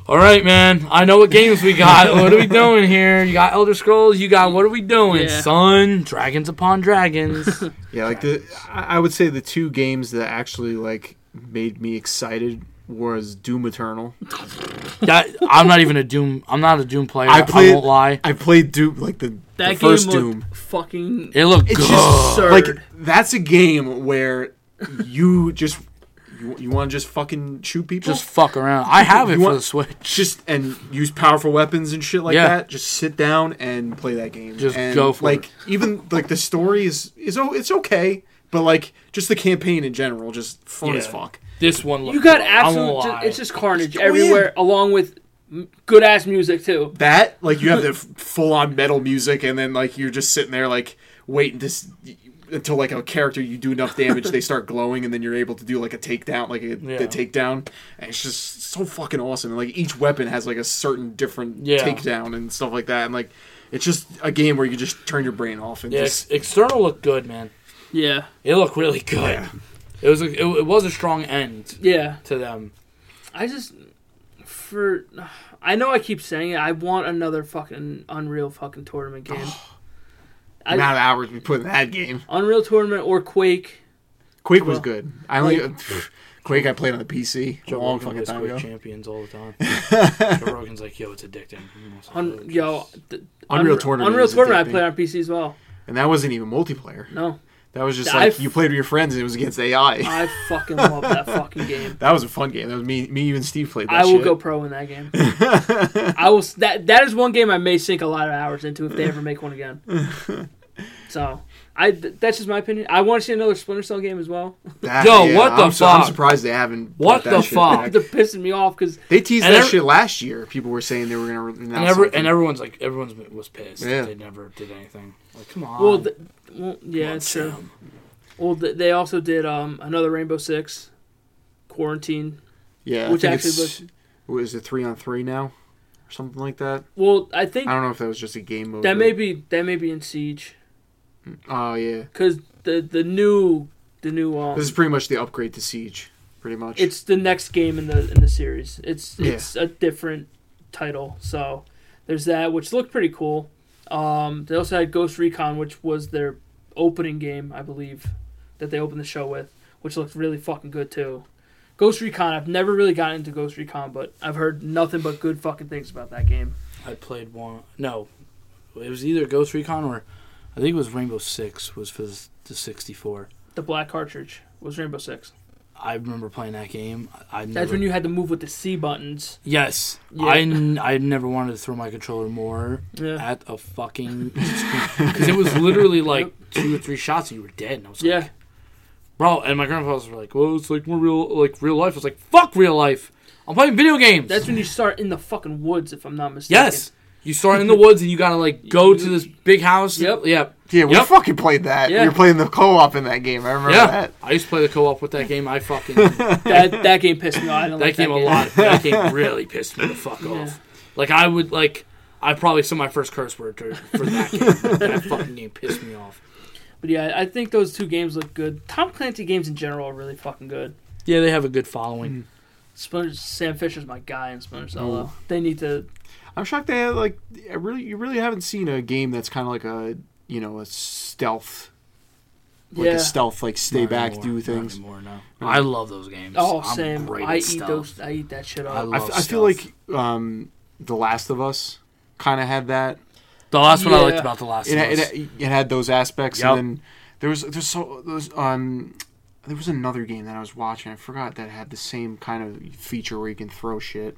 Speaker 3: all right, man. I know what games we got. what are we doing here? You got Elder Scrolls. You got what are we doing,
Speaker 2: Yeah.
Speaker 3: son? Dragons upon dragons.
Speaker 1: yeah. Like the, I I would say the two games that actually like made me excited was Doom Eternal.
Speaker 3: that I'm not even a Doom. I'm not a Doom player.
Speaker 1: I
Speaker 3: I,
Speaker 1: played-
Speaker 3: won't lie.
Speaker 1: I played Doom like the,
Speaker 2: That
Speaker 1: the
Speaker 2: game
Speaker 1: first
Speaker 2: looked
Speaker 1: Doom.
Speaker 2: fucking
Speaker 3: It looked
Speaker 1: It's
Speaker 3: good.
Speaker 1: just
Speaker 2: Absurd.
Speaker 1: like that's a game where you just you, you want to just fucking shoot people.
Speaker 3: just fuck around. I have it
Speaker 1: You
Speaker 3: for
Speaker 1: want-
Speaker 3: the Switch.
Speaker 1: just and use powerful weapons and shit like
Speaker 3: Yeah.
Speaker 1: that. Just sit down and play that game.
Speaker 3: Just
Speaker 1: And,
Speaker 3: go for
Speaker 1: like
Speaker 3: it.
Speaker 1: even like the story is is oh it's okay, but like just the campaign in general, just fun
Speaker 3: Yeah.
Speaker 1: as fuck.
Speaker 3: This one looked.
Speaker 2: You got
Speaker 3: good. I
Speaker 2: absolute.
Speaker 3: won't
Speaker 2: ju-
Speaker 3: lie. Oh,
Speaker 2: it's just carnage
Speaker 1: Go
Speaker 2: everywhere, along with good ass music too.
Speaker 1: That like you have the full on metal music, and then like you're just sitting there like waiting to. s- Until like a character, you do enough damage, they start glowing, and then you're able to do like a takedown, like a
Speaker 3: Yeah.
Speaker 1: the takedown, and it's just so fucking awesome. And like each weapon has like a certain different
Speaker 3: Yeah.
Speaker 1: takedown and stuff like that, and like it's just a game where you just turn your brain off and
Speaker 3: Yeah,
Speaker 1: just
Speaker 3: ex- external looked good, man.
Speaker 2: Yeah.
Speaker 3: It looked really good.
Speaker 1: Yeah.
Speaker 3: It was a, it, it was a strong end
Speaker 2: Yeah.
Speaker 3: to them.
Speaker 2: I just for I know I keep saying it. I want another fucking Unreal fucking tournament game. I-
Speaker 1: amount of hours we put in that game.
Speaker 2: Unreal tournament or Quake.
Speaker 1: Quake was
Speaker 2: Well,
Speaker 1: good. I only Quake I played on the PC a long fucking
Speaker 3: plays
Speaker 1: time
Speaker 3: Quake
Speaker 1: ago.
Speaker 3: champions all the time. Joe Rogan's like, yo, it's addicting. I'm also
Speaker 2: Un-
Speaker 3: really
Speaker 2: yo,
Speaker 3: just-
Speaker 2: th-
Speaker 1: Unreal Tournament
Speaker 2: Unreal
Speaker 1: is
Speaker 2: Tournament.
Speaker 1: addicting.
Speaker 2: I played on PC as well.
Speaker 1: And that wasn't even multiplayer.
Speaker 2: No,
Speaker 1: That was just
Speaker 2: I
Speaker 1: like
Speaker 2: f-
Speaker 1: you played with your friends and it was against AI.
Speaker 2: I fucking love that fucking game.
Speaker 1: That was a fun game. That was me, me, you, and Steve played. That
Speaker 2: I will
Speaker 1: shit.
Speaker 2: go pro in that game. I will. s- That that is one game I may sink a lot of hours into if they ever make one again. So, I th- that's just my opinion. I want to see another Splinter Cell game as well.
Speaker 1: That-
Speaker 3: Yo, what the
Speaker 1: I'm su- I'm
Speaker 3: fuck?
Speaker 1: surprised they haven't.
Speaker 3: What
Speaker 1: put that
Speaker 3: the
Speaker 1: shit
Speaker 3: fuck?
Speaker 1: back.
Speaker 2: They're pissing me off because
Speaker 1: They teased
Speaker 3: And
Speaker 1: that
Speaker 3: every-
Speaker 1: shit last year. People were saying they were gonna re- announce
Speaker 3: and, every,
Speaker 1: something.
Speaker 3: and everyone's like, everyone's been- was pissed.
Speaker 1: Yeah.
Speaker 3: that They never did anything. Like, come on.
Speaker 2: well, th- well yeah,
Speaker 3: Come on,
Speaker 2: it's true.
Speaker 3: Sam.
Speaker 2: Well, th- they also did um another Rainbow Six quarantine.
Speaker 1: yeah,
Speaker 2: which
Speaker 1: I think
Speaker 2: actually
Speaker 1: it's-
Speaker 2: was-
Speaker 1: what is it three on three now, or something like that?
Speaker 2: Well, I think
Speaker 1: I don't know if that was just a game mode.
Speaker 2: that
Speaker 1: or-
Speaker 2: may be that may be in Siege
Speaker 1: Oh yeah,
Speaker 2: because the the new the new um
Speaker 1: this is pretty much the upgrade to Siege, pretty much.
Speaker 2: it's the next game in the in the series. It's
Speaker 1: Yeah.
Speaker 2: it's a different title. So there's that, which looked pretty cool. Um, they also had Ghost Recon, which was their opening game, I believe, that they opened the show with, which looked really fucking good too. Ghost Recon, I've never really gotten into Ghost Recon, but I've heard nothing but good fucking things about that game.
Speaker 3: I played one. No, it was either Ghost Recon or I think it was Rainbow Six was for the, the 64.
Speaker 2: The black cartridge was Rainbow Six.
Speaker 3: I remember playing that game. I, I never,
Speaker 2: That's when you had to move with the C buttons.
Speaker 3: Yes,
Speaker 2: Yeah.
Speaker 3: I, n- I never wanted to throw my controller more
Speaker 2: Yeah.
Speaker 3: at a fucking because it was literally like two or three shots and you were dead. And I was like,
Speaker 2: Yeah.
Speaker 3: bro. And my grandfather was like, well, it's like more real, like real life. I was like, fuck real life. I'm playing video games.
Speaker 2: That's when you start in the fucking woods, if I'm not mistaken.
Speaker 3: yes. You start in the woods and you gotta like go to this big house.
Speaker 2: Yep.
Speaker 3: Yep.
Speaker 1: yeah, we
Speaker 3: Yep.
Speaker 1: fucking played that.
Speaker 2: Yeah.
Speaker 1: We were playing the co-op in that game. I remember
Speaker 3: Yeah,
Speaker 1: that.
Speaker 3: I used to play the co-op with that game. I fucking that
Speaker 2: That, that game pissed me off. I didn't like that
Speaker 3: game a
Speaker 2: game.
Speaker 3: lot. That game really pissed me the fuck
Speaker 2: Yeah.
Speaker 3: off. Like I would like I probably said my first curse word to, for that game. that fucking game pissed me off.
Speaker 2: But yeah, I think those two games look good. Tom Clancy games in general are really fucking good.
Speaker 3: Yeah, they have a good
Speaker 1: Mm-hmm.
Speaker 3: following.
Speaker 2: Splinter Sam Fisher's my guy in Splinter Cell. though. They need to.
Speaker 1: I'm shocked they had, like I really you really haven't seen a game that's kind of like a you know a stealth like
Speaker 2: yeah.
Speaker 1: a stealth like stay
Speaker 3: Not
Speaker 1: back
Speaker 3: anymore.
Speaker 1: do
Speaker 3: Not
Speaker 1: things. Mm-hmm.
Speaker 3: anymore, no.
Speaker 1: No.
Speaker 3: I love those games.
Speaker 2: oh,
Speaker 3: I'm
Speaker 2: Sam,
Speaker 3: great
Speaker 2: I
Speaker 3: at
Speaker 2: eat
Speaker 3: stealth.
Speaker 2: those. I eat that shit
Speaker 3: I
Speaker 2: up.
Speaker 1: I,
Speaker 3: love
Speaker 1: f- I feel
Speaker 3: stealth.
Speaker 1: like um, The Last of Us kind of had that.
Speaker 3: the last one I liked
Speaker 2: Yeah.
Speaker 3: about the last.
Speaker 1: It,
Speaker 3: of Us.
Speaker 1: it, it had those aspects,
Speaker 3: Yup.
Speaker 1: and then there was there's so there's, um there was another game that I was watching. I forgot that had the same kind of feature where you can throw shit.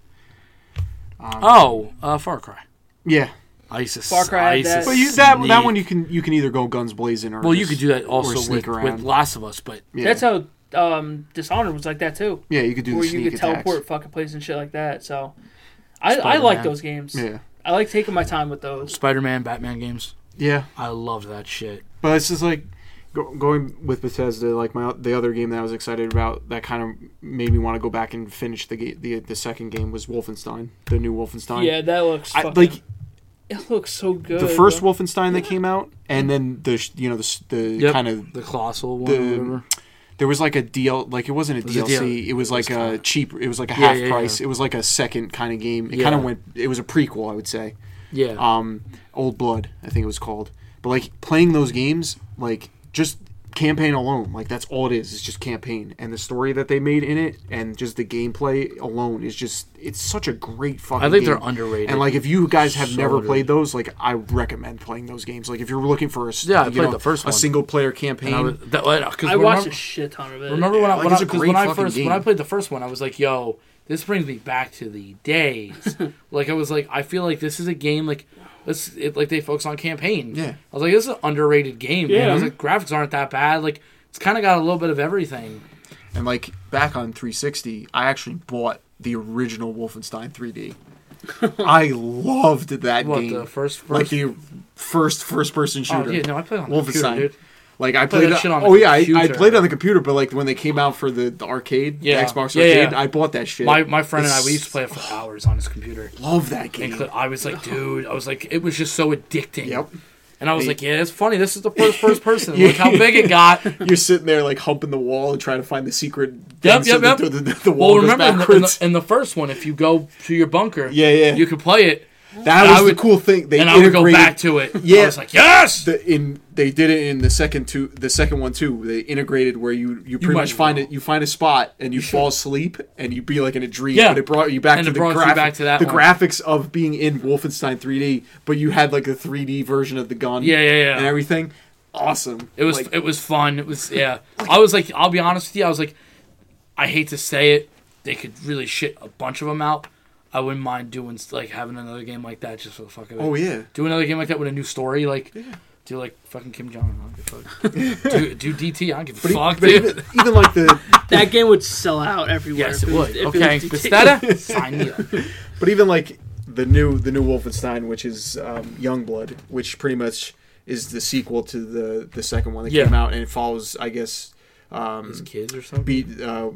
Speaker 1: Um,
Speaker 3: oh, uh, Far Cry.
Speaker 1: yeah,
Speaker 3: I used to.
Speaker 2: Far Cry
Speaker 3: I
Speaker 2: had
Speaker 3: used to
Speaker 2: that.
Speaker 1: but you, that that
Speaker 3: sneak-
Speaker 1: one you can you can either go guns blazing or
Speaker 3: Well, you
Speaker 1: just-
Speaker 3: could do that
Speaker 1: or
Speaker 3: also
Speaker 1: sneak
Speaker 3: with,
Speaker 1: around.
Speaker 3: with Last of Us, but
Speaker 1: yeah.
Speaker 2: That's how um, Dishonored was like that too,
Speaker 1: yeah you could do
Speaker 2: where
Speaker 1: the
Speaker 2: you
Speaker 1: sneak
Speaker 2: could
Speaker 1: attacks.
Speaker 2: teleport fucking places and shit like that. So, I, I
Speaker 3: Spider-Man.
Speaker 2: like those games.
Speaker 1: Yeah,
Speaker 2: I like taking my time with those.
Speaker 3: Spider-Man, Batman games.
Speaker 1: yeah.
Speaker 3: I loved that shit.
Speaker 1: But it's just like go, going with Bethesda. Like my the other game that I was excited about that kind of made me want to go back and finish the ga- the the second game was Wolfenstein, the new Wolfenstein.
Speaker 2: Yeah, that looks
Speaker 1: I,
Speaker 2: fucking-
Speaker 1: like
Speaker 2: it looks so good.
Speaker 1: the first
Speaker 2: bro.
Speaker 1: Wolfenstein that came out, and then the sh- you know the s- the
Speaker 3: Yep.
Speaker 1: kind of
Speaker 3: The colossal one.
Speaker 1: The-
Speaker 3: or whatever.
Speaker 1: there was like a deal like it wasn't a
Speaker 3: was a
Speaker 1: DLC,
Speaker 3: deal-
Speaker 1: it was like
Speaker 3: was
Speaker 1: a
Speaker 3: kinda-
Speaker 1: cheap, it was like a
Speaker 3: Yeah,
Speaker 1: half
Speaker 3: yeah,
Speaker 1: price, it was like a second kind of game. It
Speaker 3: Yeah.
Speaker 1: kind of went, it was a prequel, I would say.
Speaker 3: Yeah.
Speaker 1: um old blood i think it was called but like playing those games like just campaign alone like that's all it is it's just campaign and the story that they made in it and just the gameplay alone is just it's such a great fucking
Speaker 3: I think they're
Speaker 1: game.
Speaker 3: underrated.
Speaker 1: and like if you guys have
Speaker 3: So
Speaker 1: never
Speaker 3: underrated.
Speaker 1: played those like i recommend playing those games like if you're looking for a s-
Speaker 3: Yeah, I
Speaker 1: you
Speaker 3: played
Speaker 1: know,
Speaker 3: the first
Speaker 1: a
Speaker 3: one.
Speaker 1: single player campaign
Speaker 3: And I was- that- well, 'cause
Speaker 2: I
Speaker 3: remember,
Speaker 2: watched a shit ton of it.
Speaker 3: remember when
Speaker 1: Yeah,
Speaker 3: I
Speaker 1: like,
Speaker 3: when,
Speaker 1: it's
Speaker 3: I,
Speaker 1: a
Speaker 3: 'cause
Speaker 1: great
Speaker 3: when I
Speaker 1: fucking
Speaker 3: first
Speaker 1: game.
Speaker 3: when I played the first one, I was like, "Yo, this brings me back to the days." like I was like, I feel like this is a game like this it, like they focus on campaign.
Speaker 1: Yeah.
Speaker 3: I was like, this is an underrated game. Yeah,
Speaker 2: Yeah.
Speaker 3: I was like, graphics aren't that bad. Like it's kind of got a little bit of everything.
Speaker 1: and like back on 360 i actually bought the original wolfenstein 3d i loved that
Speaker 3: What
Speaker 1: game
Speaker 3: the first first.
Speaker 1: like the first first person
Speaker 3: Oh
Speaker 1: shooter
Speaker 3: yeah, no, I played on the
Speaker 1: Wolfenstein.
Speaker 3: computer, dude.
Speaker 1: Like I
Speaker 3: played
Speaker 1: played,
Speaker 3: that
Speaker 1: it-
Speaker 3: shit on the
Speaker 1: oh yeah, I, I
Speaker 3: computer.
Speaker 1: played it on the computer, but like when they came out for the, the arcade, the
Speaker 3: Yeah.
Speaker 1: Xbox
Speaker 3: Yeah,
Speaker 1: arcade,
Speaker 3: yeah.
Speaker 1: I bought that shit.
Speaker 3: My my friend and I
Speaker 1: It's-
Speaker 3: we used to play it for hours on his computer.
Speaker 1: love that
Speaker 3: And
Speaker 1: game.
Speaker 3: cl- I was like, dude, I was like, it was just so addicting.
Speaker 1: Yep,
Speaker 3: And I was
Speaker 1: Hey.
Speaker 3: like, yeah, it's funny. This is the first first person. Look how big it got.
Speaker 1: you're sitting there like humping the wall and trying to find the secret.
Speaker 3: Yep,
Speaker 1: thing so
Speaker 3: yep,
Speaker 1: that
Speaker 3: yep.
Speaker 1: The, the- the wall
Speaker 3: Well,
Speaker 1: goes
Speaker 3: remember in the, in, the,
Speaker 1: backwards.
Speaker 3: in the first one, if you go to your bunker,
Speaker 1: Yeah, yeah.
Speaker 3: you could play it.
Speaker 1: That
Speaker 3: And
Speaker 1: was
Speaker 3: I
Speaker 1: the
Speaker 3: would-
Speaker 1: cool thing. They
Speaker 3: and I would go
Speaker 1: integrated
Speaker 3: back to it.
Speaker 1: Yeah.
Speaker 3: I was like, yes.
Speaker 1: the in they did it in the second two the second one too. They integrated where you you pretty
Speaker 3: might
Speaker 1: much find
Speaker 3: as
Speaker 1: it you find a spot and you fall asleep and you be like in a dream.
Speaker 3: Yeah.
Speaker 1: But it brought you back
Speaker 3: And
Speaker 1: to
Speaker 3: it
Speaker 1: the
Speaker 3: brought you
Speaker 1: graphic,
Speaker 3: back to that
Speaker 1: the
Speaker 3: one.
Speaker 1: graphics of being in Wolfenstein 3D, but you had like a 3D version of the gun.
Speaker 3: Yeah, yeah, yeah.
Speaker 1: And everything. Awesome.
Speaker 3: It was
Speaker 1: Like,
Speaker 3: it was fun. It was yeah. I was like, I'll be honest with you. I was like, I hate to say it, they could really shit a bunch of them out. I wouldn't mind doing like having another game like that just for the fuck of it.
Speaker 1: oh yeah.
Speaker 3: Do another game like that with a new story, like do like fucking Kim Jong. Un, I don't give a fuck. do, do DT. I don't give a fuck,
Speaker 1: But
Speaker 3: dude.
Speaker 1: even, even like the
Speaker 2: That game would sell out everywhere.
Speaker 3: Yes,
Speaker 2: if
Speaker 3: it would.
Speaker 2: if it
Speaker 3: Okay,
Speaker 2: was-
Speaker 3: Bethesda, sign me up.
Speaker 1: But even like the new the new Wolfenstein, which is um, Youngblood, which pretty much is the sequel to the the second one that
Speaker 3: Yeah.
Speaker 1: came out, and it follows, I guess, um,
Speaker 3: His kids or something.
Speaker 1: beat. Uh,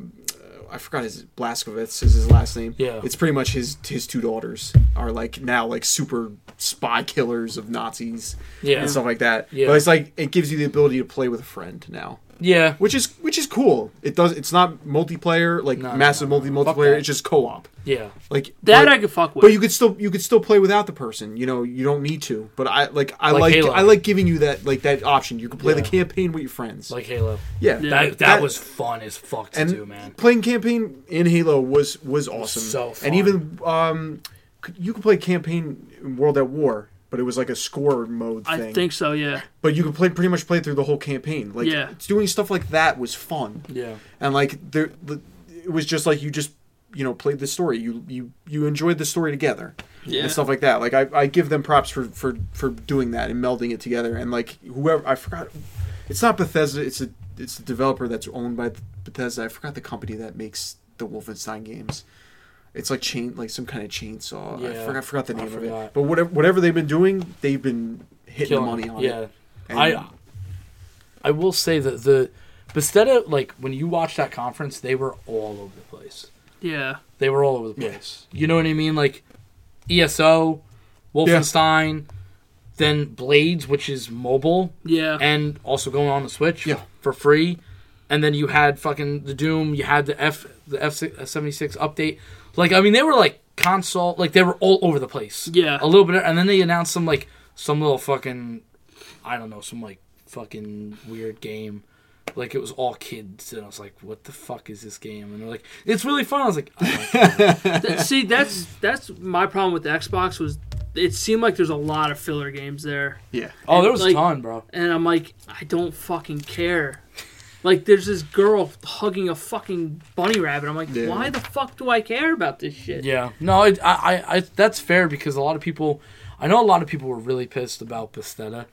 Speaker 1: I forgot his Blaskovitz is his last name.
Speaker 3: Yeah.
Speaker 1: it's pretty much his his two daughters are like now like super spy killers of Nazis
Speaker 3: Yeah,
Speaker 1: and stuff like that.
Speaker 3: Yeah.
Speaker 1: But it's like it gives you the ability to play with a friend now,
Speaker 3: yeah.
Speaker 1: which is which is cool. It does. It's not multiplayer like
Speaker 3: No,
Speaker 1: massive
Speaker 3: no,
Speaker 1: multi
Speaker 3: no. Fuck
Speaker 1: multiplayer.
Speaker 3: that.
Speaker 1: It's just co op.
Speaker 3: Yeah,
Speaker 1: Like
Speaker 2: That
Speaker 1: but-
Speaker 2: I could fuck with.
Speaker 1: but you could still you could still play without the person. You know, you don't need to. But I like I
Speaker 3: Like
Speaker 1: like,
Speaker 3: Halo.
Speaker 1: I like giving you that like that option. You can play the
Speaker 3: Yeah.
Speaker 1: campaign with your friends.
Speaker 3: like Halo.
Speaker 1: yeah,
Speaker 2: Yeah.
Speaker 3: That, that
Speaker 1: That-
Speaker 3: was fun as fuck to
Speaker 1: and
Speaker 3: do, man.
Speaker 1: playing campaign in Halo was was awesome.
Speaker 3: so fun.
Speaker 1: And even um, c- you could play campaign in World at War, but it was like a score mode
Speaker 2: I
Speaker 1: thing.
Speaker 2: think so. Yeah.
Speaker 1: But you could play pretty much play through the whole campaign. Like
Speaker 2: Yeah.
Speaker 1: doing stuff like that was fun.
Speaker 3: Yeah,
Speaker 1: and like there the- it was just like you just you know played the story you you you enjoyed the story together
Speaker 2: Yeah.
Speaker 1: and stuff like that like I, I give them props for for for doing that and melding it together and like whoever i forgot it's not bethesda it's a it's a developer that's owned by bethesda i forgot the company that makes the wolfenstein games it's like chain like some kind of chainsaw i
Speaker 3: Yeah.
Speaker 1: forgot, forgot the
Speaker 3: I
Speaker 1: name of it
Speaker 3: forgot.
Speaker 1: but whatever whatever they've been doing they've been hitting the money on
Speaker 3: yeah.
Speaker 1: it And-
Speaker 3: I I will say that the Bethesda, like when you watch that conference, they were all over the place.
Speaker 2: Yeah.
Speaker 3: They were all over the place. You know what I mean? Like ESO, Wolfenstein, then Blades, which is mobile
Speaker 2: Yeah.
Speaker 3: and also going on the Switch
Speaker 1: Yeah.
Speaker 3: for free. And then you had fucking the Doom, you had the F the F seventy six uh, update. Like I mean, they were like console, like they were all over the place.
Speaker 2: Yeah.
Speaker 3: a little bit, and then they announced some like some little fucking, I don't know, some like fucking weird game. Like it was all kids, and I was like, "What the fuck is this game?" And they're like, "It's really fun." I was like, I don't care.
Speaker 2: Th- See, that's that's my problem with the Xbox was it seemed like there's a lot of filler games there,
Speaker 1: yeah
Speaker 3: "Oh, there was
Speaker 2: Like-
Speaker 3: a ton, bro."
Speaker 2: and I'm like, I don't fucking care. Like, there's this girl hugging a fucking bunny rabbit. I'm like,
Speaker 1: Yeah.
Speaker 2: why the fuck do I care about this shit?
Speaker 3: Yeah, no, I, I, I, that's fair because a lot of people, I know a lot of people were really pissed about Bethesda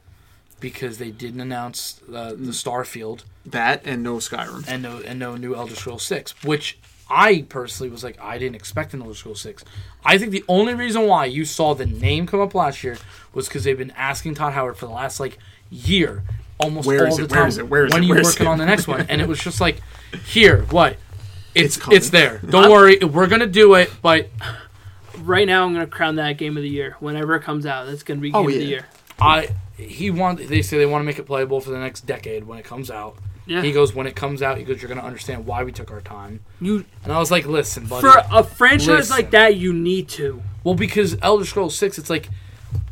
Speaker 3: because they didn't announce uh,
Speaker 1: Mm.
Speaker 3: the Starfield
Speaker 1: that and no skyrim
Speaker 3: and no and no new Elder Scrolls Six, which I personally was like, I didn't expect an Elder Scrolls Six. I think the only reason why you saw the name come up last year was because they've been asking Todd Howard for the last like year, almost
Speaker 1: Where
Speaker 3: all
Speaker 1: is
Speaker 3: the
Speaker 1: it? Where
Speaker 3: time.
Speaker 1: is it? Where is
Speaker 3: when
Speaker 1: it?
Speaker 3: are you
Speaker 1: Where is
Speaker 3: working
Speaker 1: it?"
Speaker 3: on the next one? And it was just like, here, what?
Speaker 1: It's
Speaker 3: It's
Speaker 1: coming.
Speaker 3: it's, there. Don't worry, we're gonna do it, but.
Speaker 2: Right now, I'm gonna crown that game of the year. Whenever it comes out, that's gonna be game
Speaker 1: Oh,
Speaker 2: of the
Speaker 1: yeah.
Speaker 2: year.
Speaker 3: I he want they say they want to make it playable for the next decade when it comes out.
Speaker 2: Yeah.
Speaker 3: He goes when it comes out. He goes, you're gonna understand why we took our time.
Speaker 2: You
Speaker 3: And I was like, listen, buddy.
Speaker 2: for a franchise
Speaker 3: Listen.
Speaker 2: like that, you need to.
Speaker 3: well, because Elder Scrolls Six, it's like,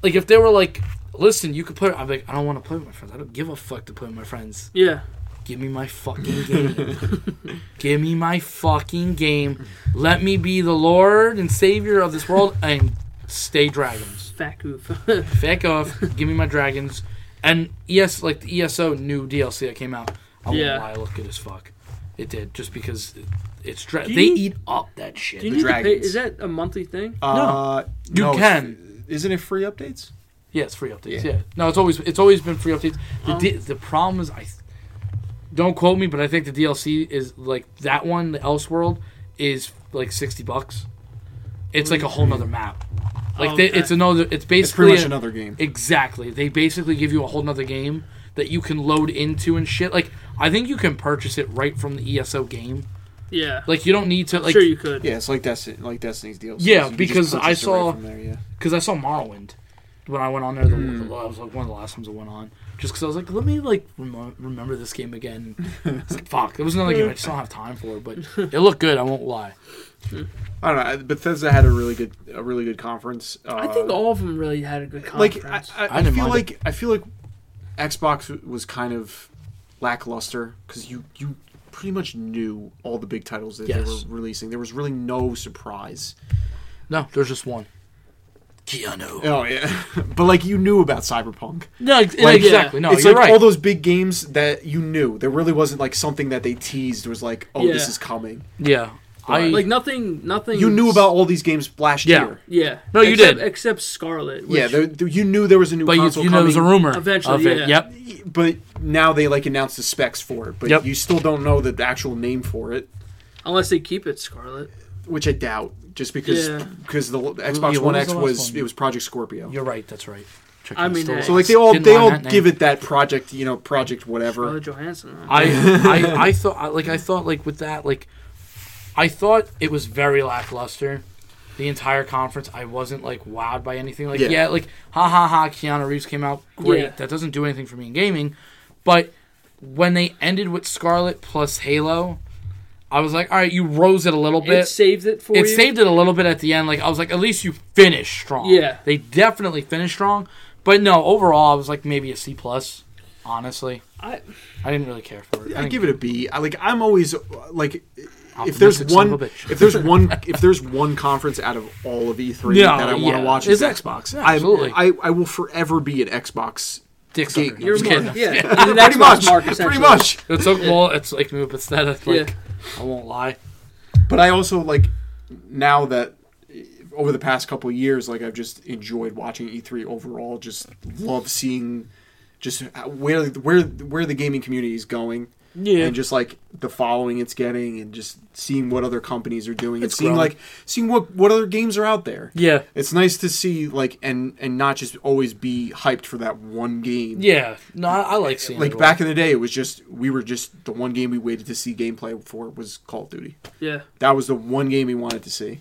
Speaker 3: like if they were like, listen, you could play. I'm like, I don't want to play with my friends. I don't give a fuck to play with my friends.
Speaker 2: Yeah.
Speaker 3: Give me my fucking game. Give me my fucking game. Let me be the Lord and Savior of this world and stay dragons.
Speaker 2: Fat goof.
Speaker 3: Back off. Give me my dragons. And ES like the ESO new DLC that came out. I won't
Speaker 2: Yeah.
Speaker 3: lie, it looked good as fuck. It did, just because it, it's dra-
Speaker 2: Do
Speaker 3: they
Speaker 2: you-
Speaker 3: eat up that shit.
Speaker 2: Do you need to pay?
Speaker 1: dragons.
Speaker 2: Is that a monthly thing?
Speaker 1: Uh,
Speaker 3: You
Speaker 1: no, it's-
Speaker 3: can.
Speaker 1: Isn't it free updates?
Speaker 3: yeah, it's free updates. Yeah.
Speaker 1: Yeah.
Speaker 3: no, it's always it's always been free updates. The
Speaker 2: Um,
Speaker 3: di- the problem is I th- don't quote me, but I think the DLC is like that one, the Elseworld, is like sixty bucks. It's like a whole nother map. Like
Speaker 2: Oh,
Speaker 3: they,
Speaker 2: okay.
Speaker 3: it's another. It's basically
Speaker 1: It's pretty much
Speaker 3: a-
Speaker 1: another game.
Speaker 3: Exactly. They basically give you a whole nother game that you can load into and shit. Like I think you can purchase it right from the ESO game.
Speaker 2: yeah.
Speaker 3: Like you don't need to like
Speaker 2: sure, you could.
Speaker 1: Yeah, it's like Destiny, like Destiny's DLC.
Speaker 3: Yeah,
Speaker 1: You can just
Speaker 3: because
Speaker 1: purchase
Speaker 3: I
Speaker 1: it right
Speaker 3: saw-
Speaker 1: from there, yeah.
Speaker 3: because I saw Morrowind when I went on there, the, the, that was like one of the last times I went on, just because I was like, let me like remo- remember this game again. It's like, fuck, it was another game I just don't have time for, but it looked good. I won't lie.
Speaker 1: I don't know. Bethesda had a really good, a really good conference. Uh,
Speaker 2: I think all of them really had a good conference.
Speaker 1: like I, I,
Speaker 3: I
Speaker 1: I
Speaker 3: didn't
Speaker 1: feel
Speaker 3: mind
Speaker 1: like I feel like Xbox w- was kind of lackluster because you you pretty much knew all the big titles that
Speaker 3: Yes.
Speaker 1: they were releasing. There was really no surprise.
Speaker 3: No, there's just one. Keanu.
Speaker 1: Oh yeah, but like you knew about Cyberpunk.
Speaker 3: No, ex-
Speaker 1: Like,
Speaker 3: exactly. No,
Speaker 1: it's
Speaker 3: you're
Speaker 1: like
Speaker 3: right.
Speaker 1: all those big games that you knew. There really wasn't like something that they teased. Was like, oh, this
Speaker 2: Yeah.
Speaker 1: is coming.
Speaker 3: yeah, I
Speaker 2: like nothing, nothing.
Speaker 1: You
Speaker 3: Mm.
Speaker 1: knew about all these games last
Speaker 3: Yeah.
Speaker 1: year.
Speaker 2: Yeah.
Speaker 3: No, you
Speaker 2: Except-
Speaker 3: did.
Speaker 2: Except Scarlet. Which
Speaker 1: Yeah, there, there- you knew there was a new
Speaker 3: but you,
Speaker 1: console
Speaker 3: you know,
Speaker 1: coming.
Speaker 3: there's a rumor
Speaker 2: Eventually,
Speaker 3: of it.
Speaker 2: yeah.
Speaker 3: Yep.
Speaker 1: But now they like announced the specs for it, but
Speaker 3: Yep.
Speaker 1: you still don't know the actual name for it.
Speaker 2: unless they keep it Scarlet.
Speaker 1: which I doubt, just because
Speaker 2: Yeah.
Speaker 1: because the l- Xbox
Speaker 3: yeah, what
Speaker 1: One
Speaker 3: was
Speaker 1: X
Speaker 3: the last
Speaker 1: was
Speaker 3: one?
Speaker 1: it was Project Scorpio.
Speaker 3: You're right. That's right. Check
Speaker 2: I
Speaker 3: my
Speaker 2: mean, uh,
Speaker 3: store.
Speaker 2: hey.
Speaker 1: so like they all
Speaker 3: Didn't
Speaker 1: they
Speaker 3: line
Speaker 1: all
Speaker 3: that name.
Speaker 1: give it that project you know project whatever.
Speaker 2: Scarlett Johansson. huh?
Speaker 3: I, I I thought I- like I thought like with that like I thought it was very lackluster. The entire conference, I wasn't like wowed by anything. Like
Speaker 1: Yeah.
Speaker 3: yeah, like ha ha ha, Keanu Reeves came out great.
Speaker 2: Yeah.
Speaker 3: That doesn't do anything for me in gaming, but when they ended with Scarlet plus Halo, I was like, all right, you rose it a little bit.
Speaker 2: it saved it for
Speaker 3: it
Speaker 2: you.
Speaker 3: saved it a little bit at the end. Like I was like, at least you finished strong.
Speaker 2: Yeah.
Speaker 3: they definitely finished strong. But no, overall, I was like maybe a C plus. Honestly,
Speaker 2: I-
Speaker 3: I didn't really care for it.
Speaker 1: I
Speaker 3: didn't
Speaker 1: give it a B. I like I'm always uh, like if
Speaker 3: Optimistic
Speaker 1: there's
Speaker 3: son
Speaker 1: one
Speaker 3: of a bitch.
Speaker 1: if there's one if there's one conference out of all of E3
Speaker 3: No,
Speaker 1: that I want to
Speaker 3: yeah.
Speaker 1: watch is
Speaker 3: It's-
Speaker 1: Xbox.
Speaker 3: yeah, absolutely.
Speaker 1: I, I I will forever be an Xbox.
Speaker 3: dick
Speaker 1: Gee,
Speaker 3: sucker.
Speaker 2: You're
Speaker 3: I'm just
Speaker 2: more,
Speaker 3: kidding.
Speaker 2: yeah. You're the
Speaker 1: Pretty
Speaker 2: Xbox
Speaker 1: much,
Speaker 2: Mark,
Speaker 1: pretty
Speaker 2: essentially.
Speaker 1: much.
Speaker 3: It's so cool. It's like me with aesthetic. Like
Speaker 2: Yeah.
Speaker 3: I won't lie.
Speaker 1: But I also like now that uh, over the past couple of years, like I've just enjoyed watching E3 overall. Just love seeing just how- where where where the gaming community is going.
Speaker 3: Yeah.
Speaker 1: and just like the following it's getting, and just seeing what other companies are doing,
Speaker 3: It's
Speaker 1: and seeing
Speaker 3: growing.
Speaker 1: like seeing what what other games are out there.
Speaker 3: Yeah,
Speaker 1: It's nice to see like and and not just always be hyped for that one game.
Speaker 3: yeah. No, I, I like seeing it
Speaker 1: Like
Speaker 3: all.
Speaker 1: back in the day, it was just we were just the one game we waited to see gameplay for was Call of Duty.
Speaker 2: Yeah.
Speaker 1: That was the one game we wanted to see.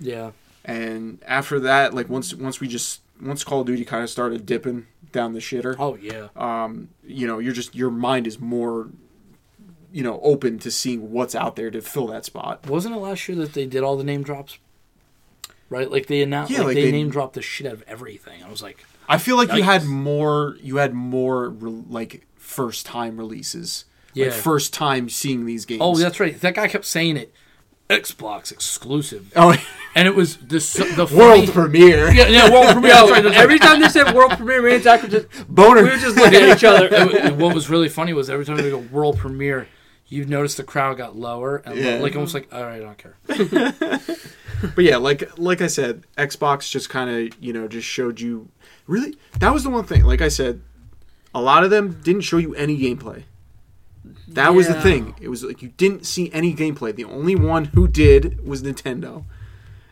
Speaker 3: Yeah,
Speaker 1: And after that, like once once we just once Call of Duty kind of started dipping down the shitter,
Speaker 3: oh yeah.
Speaker 1: um, you know, you're just your mind is more, you know, open to seeing what's out there to fill that spot.
Speaker 3: Wasn't it last year that they did all the name drops? Right, like they announced,
Speaker 1: Yeah,
Speaker 3: like,
Speaker 1: like
Speaker 3: they,
Speaker 1: they-
Speaker 3: name dropped the shit out of everything. I was like,
Speaker 1: I feel like you had
Speaker 3: Yikes.
Speaker 1: more you had more re- like first time releases,
Speaker 3: Yeah.
Speaker 1: like first time seeing these games.
Speaker 3: oh, that's right. That guy kept saying it, Xbox exclusive,
Speaker 1: oh,
Speaker 3: and it was the s- the
Speaker 1: world
Speaker 3: funny-
Speaker 1: premiere,
Speaker 3: Yeah, yeah, world premiere. that's right, that's right.
Speaker 2: Every time they said world premiere, me and Zach were just,
Speaker 1: boner.
Speaker 2: we were just looking at each other.
Speaker 3: It wa- what was really funny was every time they go world premiere, you noticed the crowd got lower and
Speaker 1: Yeah.
Speaker 3: like almost like, all right, I don't care.
Speaker 1: But yeah, like like I said, Xbox just kind of you know just showed you really that was the one thing. Like I said, a lot of them didn't show you any gameplay. That was the
Speaker 2: Yeah.
Speaker 1: thing. It was like you didn't see any gameplay. The only one who did was Nintendo,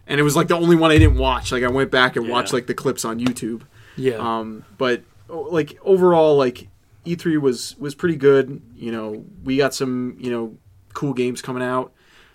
Speaker 1: and it was like the only one I didn't watch. Like I went back and watched
Speaker 3: Yeah.
Speaker 1: like the clips on YouTube.
Speaker 3: Yeah,
Speaker 1: Um, but o- like overall, like E3 was was pretty good. You know, we got some you know cool games coming out.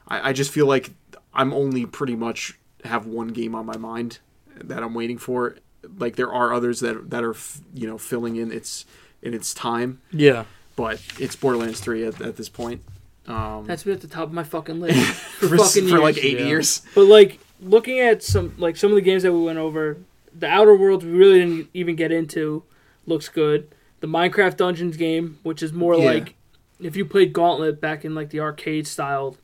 Speaker 1: I, I just feel like I'm only pretty much have one game on my mind that I'm waiting for. Like there are others that that are f- you know filling in its in its time,
Speaker 3: yeah.
Speaker 1: but it's Borderlands 3 at, at this point. Um,
Speaker 2: That's been at the top of my fucking list.
Speaker 1: for, s-
Speaker 2: fucking
Speaker 1: for like
Speaker 2: years,
Speaker 1: eight
Speaker 3: yeah.
Speaker 1: years.
Speaker 2: But like looking at some like some of the games that we went over, the Outer Worlds we really didn't even get into looks good. The Minecraft Dungeons game, which is more
Speaker 1: Yeah.
Speaker 2: like if you played Gauntlet back in like the arcade style,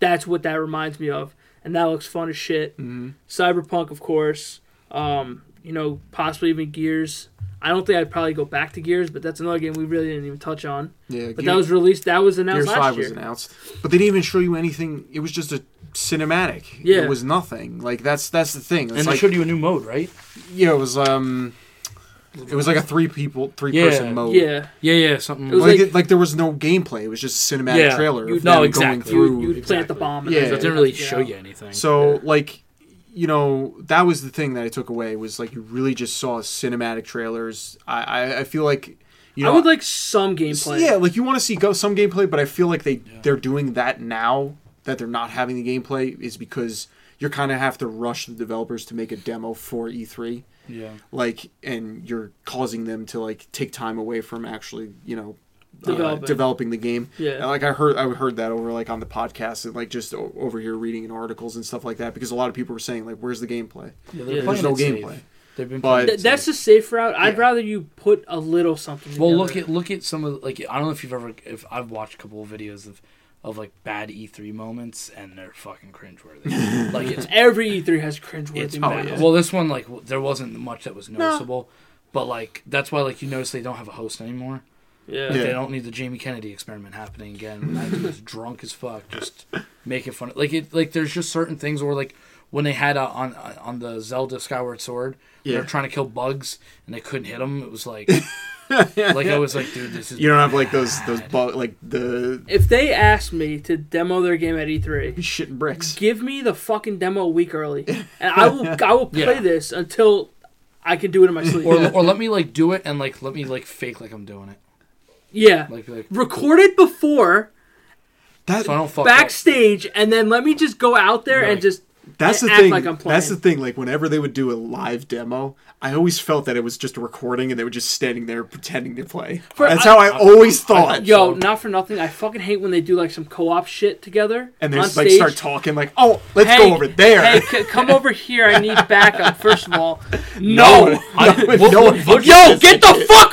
Speaker 2: that's what that reminds me of, and that looks fun as shit.
Speaker 1: Mm-hmm.
Speaker 2: Cyberpunk, of course. Um, you know, possibly even Gears. I don't think I'd probably go back to Gears, but that's another game we really didn't even touch on.
Speaker 1: Yeah,
Speaker 2: But that was released. That was announced
Speaker 1: Gears
Speaker 2: last
Speaker 1: Five
Speaker 2: year.
Speaker 1: was announced, but they didn't even show you anything. It was just a cinematic.
Speaker 2: Yeah.
Speaker 1: it was nothing. Like that's that's the thing. It's
Speaker 3: And they
Speaker 1: like
Speaker 3: showed you a new mode, right?
Speaker 1: yeah, it was um, it was like a three people three
Speaker 3: Yeah.
Speaker 1: person mode.
Speaker 2: yeah.
Speaker 3: Yeah, yeah, something.
Speaker 2: It was
Speaker 1: like
Speaker 2: like-
Speaker 1: it, like there was no gameplay. It was just a cinematic
Speaker 3: Yeah.
Speaker 1: trailer.
Speaker 2: You'd-
Speaker 1: of
Speaker 3: No,
Speaker 1: them
Speaker 3: exactly.
Speaker 1: Going through
Speaker 2: You, would plant the
Speaker 3: Exactly.
Speaker 2: bomb.
Speaker 1: Yeah.
Speaker 2: then
Speaker 3: That
Speaker 2: you'd
Speaker 3: didn't really
Speaker 2: have to get
Speaker 3: show
Speaker 2: out.
Speaker 3: you anything.
Speaker 1: So like, you know, that was the thing that I took away was like you really just saw cinematic trailers. I I, I feel like you know
Speaker 2: I would like some gameplay.
Speaker 1: Yeah, like you want to see go- some gameplay, but I feel like they they're doing that now that they're not having the gameplay is because you kind of have to rush the developers to make a demo for E3
Speaker 3: Yeah.
Speaker 1: like and you're causing them to like take time away from actually you know uh,
Speaker 2: Developing.
Speaker 1: developing the game
Speaker 2: Yeah.
Speaker 1: And, like i heard i heard that over like on the podcast and like just o- over here reading in articles and stuff like that because a lot of people were saying like where's the gameplay
Speaker 3: yeah
Speaker 2: Yeah.
Speaker 3: they're
Speaker 1: there's
Speaker 3: playing
Speaker 1: no
Speaker 3: it safe.
Speaker 1: gameplay
Speaker 3: They've been
Speaker 1: But-
Speaker 3: playing.
Speaker 2: Th-
Speaker 3: it
Speaker 2: that's
Speaker 3: safe.
Speaker 2: the safe route. I'd
Speaker 1: Yeah.
Speaker 2: rather you put a little something.
Speaker 3: Well,
Speaker 2: together.
Speaker 3: look at look at some of like I don't know if you've ever if I've watched a couple of videos of of like bad E3 moments and they're fucking cringeworthy. like it's
Speaker 2: every E3 has cringeworthy.
Speaker 3: it's
Speaker 1: oh,
Speaker 2: moments.
Speaker 1: yeah.
Speaker 3: well this one like w- there wasn't much that was noticeable, but like that's why like you notice they don't have a host anymore.
Speaker 2: yeah.
Speaker 3: Like, They
Speaker 1: Yeah.
Speaker 3: don't need the Jamie Kennedy experiment happening again. When that dude's drunk as fuck, just making fun of like it. Like there's just certain things where like when they had uh, on uh, on the Zelda Skyward Sword, they
Speaker 1: Yeah.
Speaker 3: were trying to kill bugs and they couldn't hit them. It was like, like I was like, dude, this is
Speaker 1: you don't have like those those bug like the
Speaker 2: If they asked me to demo their game at
Speaker 1: be
Speaker 2: E3,
Speaker 1: shitting bricks
Speaker 2: give me the fucking demo a week early, and I will I will play
Speaker 3: Yeah.
Speaker 2: this until I can do it in my sleep.
Speaker 3: or or let me like do it and like let me like fake like I'm doing it.
Speaker 2: yeah,
Speaker 3: Like be like
Speaker 2: record it before
Speaker 1: that
Speaker 3: so I don't fuck up.
Speaker 2: backstage, and then let me just go out there and
Speaker 3: Right.
Speaker 2: just
Speaker 1: that's the
Speaker 2: act
Speaker 1: thing
Speaker 2: like I'm
Speaker 1: that's the
Speaker 2: playing.
Speaker 1: thing like whenever they would do a live demo i always felt that it was just a recording and they were just standing there pretending to play
Speaker 2: For-
Speaker 1: that's
Speaker 2: I-
Speaker 1: how i always thought
Speaker 2: yo,
Speaker 3: so-
Speaker 2: not for nothing. I fucking hate when they do like some co-op shit together
Speaker 1: and they
Speaker 2: on
Speaker 1: like
Speaker 2: stage.
Speaker 1: start talking like oh let's
Speaker 2: Hey,
Speaker 1: go over there
Speaker 2: Hey, c- come over here. I need backup. First of all,
Speaker 3: No,
Speaker 2: no.
Speaker 3: I,
Speaker 1: No
Speaker 3: what,
Speaker 1: one
Speaker 3: what-
Speaker 1: fucking
Speaker 2: Yo, get the fuck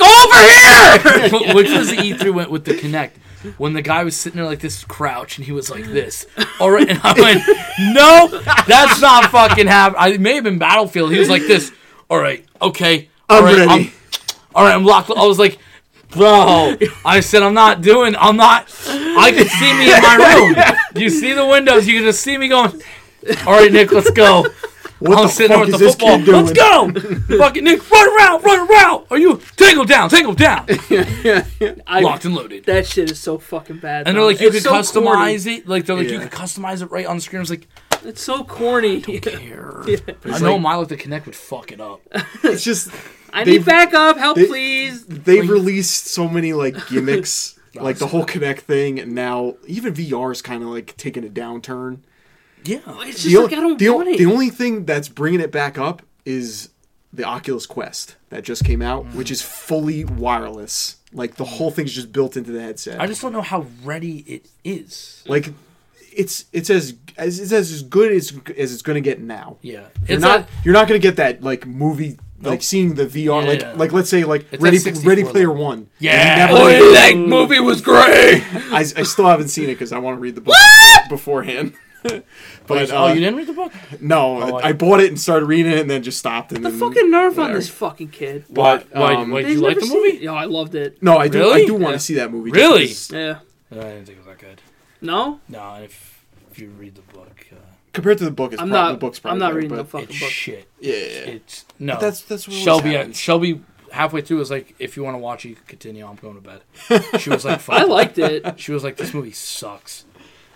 Speaker 2: over here!
Speaker 3: what- which was the E3 went with the Connect when the guy was sitting there like this crouch and he was like this. All right, and I went, no, that's not fucking happening. It may have been Battlefield. He was like this. All right, okay, all
Speaker 1: I'm
Speaker 3: right,
Speaker 1: ready.
Speaker 3: I'm, all right, I'm locked. I was like. Bro, I said I'm not doing. I'm not. I can see me in my room. You see the windows. You can just see me going. All right, Nick, let's go.
Speaker 1: what
Speaker 3: I'm sitting there with the football. Let's go! Fucking Nick, run around, run around! Are you tangled down, tangled down?
Speaker 2: I-
Speaker 3: Locked and loaded.
Speaker 2: That shit is so fucking bad.
Speaker 3: And
Speaker 2: though.
Speaker 3: they're like, you
Speaker 2: It's
Speaker 3: could
Speaker 2: so
Speaker 3: customize it. Like they're like, you
Speaker 1: Yeah.
Speaker 3: could customize it right on the screen. I was like,
Speaker 2: Corny. It's so corny.
Speaker 3: here. I know Milo the Connect would fuck it up.
Speaker 1: It's just
Speaker 2: I
Speaker 1: They-
Speaker 2: need backup, help,
Speaker 1: they-
Speaker 2: please.
Speaker 1: they've released so many like gimmicks, like the whole Kinect thing, and now even VR's kind of like taking a downturn.
Speaker 3: Yeah.
Speaker 2: It's
Speaker 1: The
Speaker 2: just
Speaker 1: o-
Speaker 2: like I don't
Speaker 1: the, o-
Speaker 2: want it.
Speaker 1: the only thing that's bringing it back up is the Oculus Quest that just came out,
Speaker 3: Mm.
Speaker 1: which is fully wireless. Like the whole thing's just built into the headset.
Speaker 3: I just don't know how ready it is.
Speaker 1: like it's it's as as it's as good as as it's gonna get now.
Speaker 3: Yeah.
Speaker 1: You're
Speaker 3: It's
Speaker 1: not
Speaker 3: not.
Speaker 1: you're not gonna get that like movie like seeing the VR
Speaker 3: Yeah,
Speaker 1: like
Speaker 3: yeah.
Speaker 1: like let's say like
Speaker 3: It's
Speaker 1: Ready
Speaker 3: at 64
Speaker 1: Ready
Speaker 3: level.
Speaker 1: Player One.
Speaker 3: Yeah.
Speaker 1: You never-
Speaker 3: Oh, that movie was great.
Speaker 1: I, I still haven't seen it because I want to read the book beforehand. but uh,
Speaker 3: oh, you didn't read the book?
Speaker 1: no,
Speaker 3: Oh,
Speaker 1: I,
Speaker 3: I-
Speaker 1: bought it and started reading it and then just stopped. And
Speaker 2: the
Speaker 1: then,
Speaker 2: fucking nerve on
Speaker 1: whatever.
Speaker 2: this fucking kid.
Speaker 1: But
Speaker 3: Why-
Speaker 1: um,
Speaker 3: why- Did
Speaker 2: They've
Speaker 3: you like
Speaker 2: never
Speaker 3: the
Speaker 2: seen
Speaker 3: movie?
Speaker 2: it. Yo, I loved it.
Speaker 1: no, I do. I
Speaker 3: Really?
Speaker 1: do want to
Speaker 2: Yeah.
Speaker 1: see that movie. just
Speaker 3: Really?
Speaker 1: 'cause
Speaker 2: Yeah.
Speaker 3: No, I didn't think it was that good.
Speaker 2: No,
Speaker 3: No, if if you read the book, uh,
Speaker 1: Compared to the book, it's
Speaker 2: I'm
Speaker 1: prob-
Speaker 2: not.
Speaker 1: The book's probably
Speaker 2: I'm not
Speaker 1: better,
Speaker 2: reading the
Speaker 1: but-
Speaker 2: fucking
Speaker 3: it's
Speaker 2: book.
Speaker 3: shit.
Speaker 1: Yeah, yeah, yeah.
Speaker 3: It's no.
Speaker 1: That's that's what
Speaker 3: Shelby. uh,
Speaker 1: happens.
Speaker 3: Shelby halfway through was like, "If you want to watch, it, you can continue. I'm going to bed." She was like, "Fuck."
Speaker 2: I
Speaker 3: it."
Speaker 2: liked it.
Speaker 3: She was like, "This movie sucks,"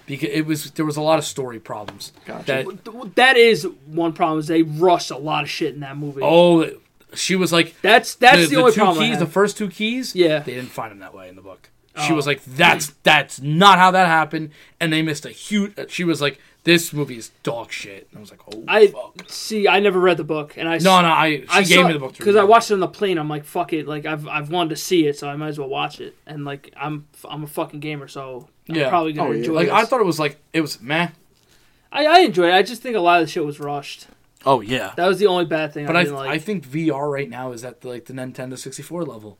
Speaker 3: because it was there was a lot of story problems.
Speaker 1: Gotcha.
Speaker 3: That
Speaker 2: That is one problem. Is they rush a lot of shit in that movie.
Speaker 3: oh, she was like,
Speaker 2: that's that's the, only
Speaker 3: two
Speaker 2: problem. I
Speaker 3: Keys,
Speaker 2: had.
Speaker 3: the first two keys,
Speaker 2: Yeah.
Speaker 3: they didn't find them that way in the book. She was
Speaker 2: Oh.
Speaker 3: like, "That's that's not how that happened," and they missed a huge. She was like, "This movie is dog shit." And I was like, "Oh
Speaker 2: I
Speaker 3: fuck!"
Speaker 2: see. I never read the book, and I
Speaker 3: No, no, I. She
Speaker 2: I
Speaker 3: gave me the book to
Speaker 2: because
Speaker 3: read.
Speaker 2: I watched it on the plane. I'm like, fuck it. Like I've I've wanted to see it, so I might as well watch it. And like I'm I'm a fucking gamer, so I'm
Speaker 3: Yeah.
Speaker 2: probably
Speaker 1: Oh,
Speaker 2: gonna
Speaker 1: yeah.
Speaker 2: enjoy.
Speaker 3: Like
Speaker 2: this.
Speaker 3: I thought it was like it was meh.
Speaker 2: I, I enjoy it. I just think a lot of the shit was rushed.
Speaker 3: Oh yeah.
Speaker 2: That was the only bad thing.
Speaker 3: But
Speaker 2: I
Speaker 3: I,
Speaker 2: didn't like.
Speaker 3: I think VR right now is at the, like the Nintendo 64 level,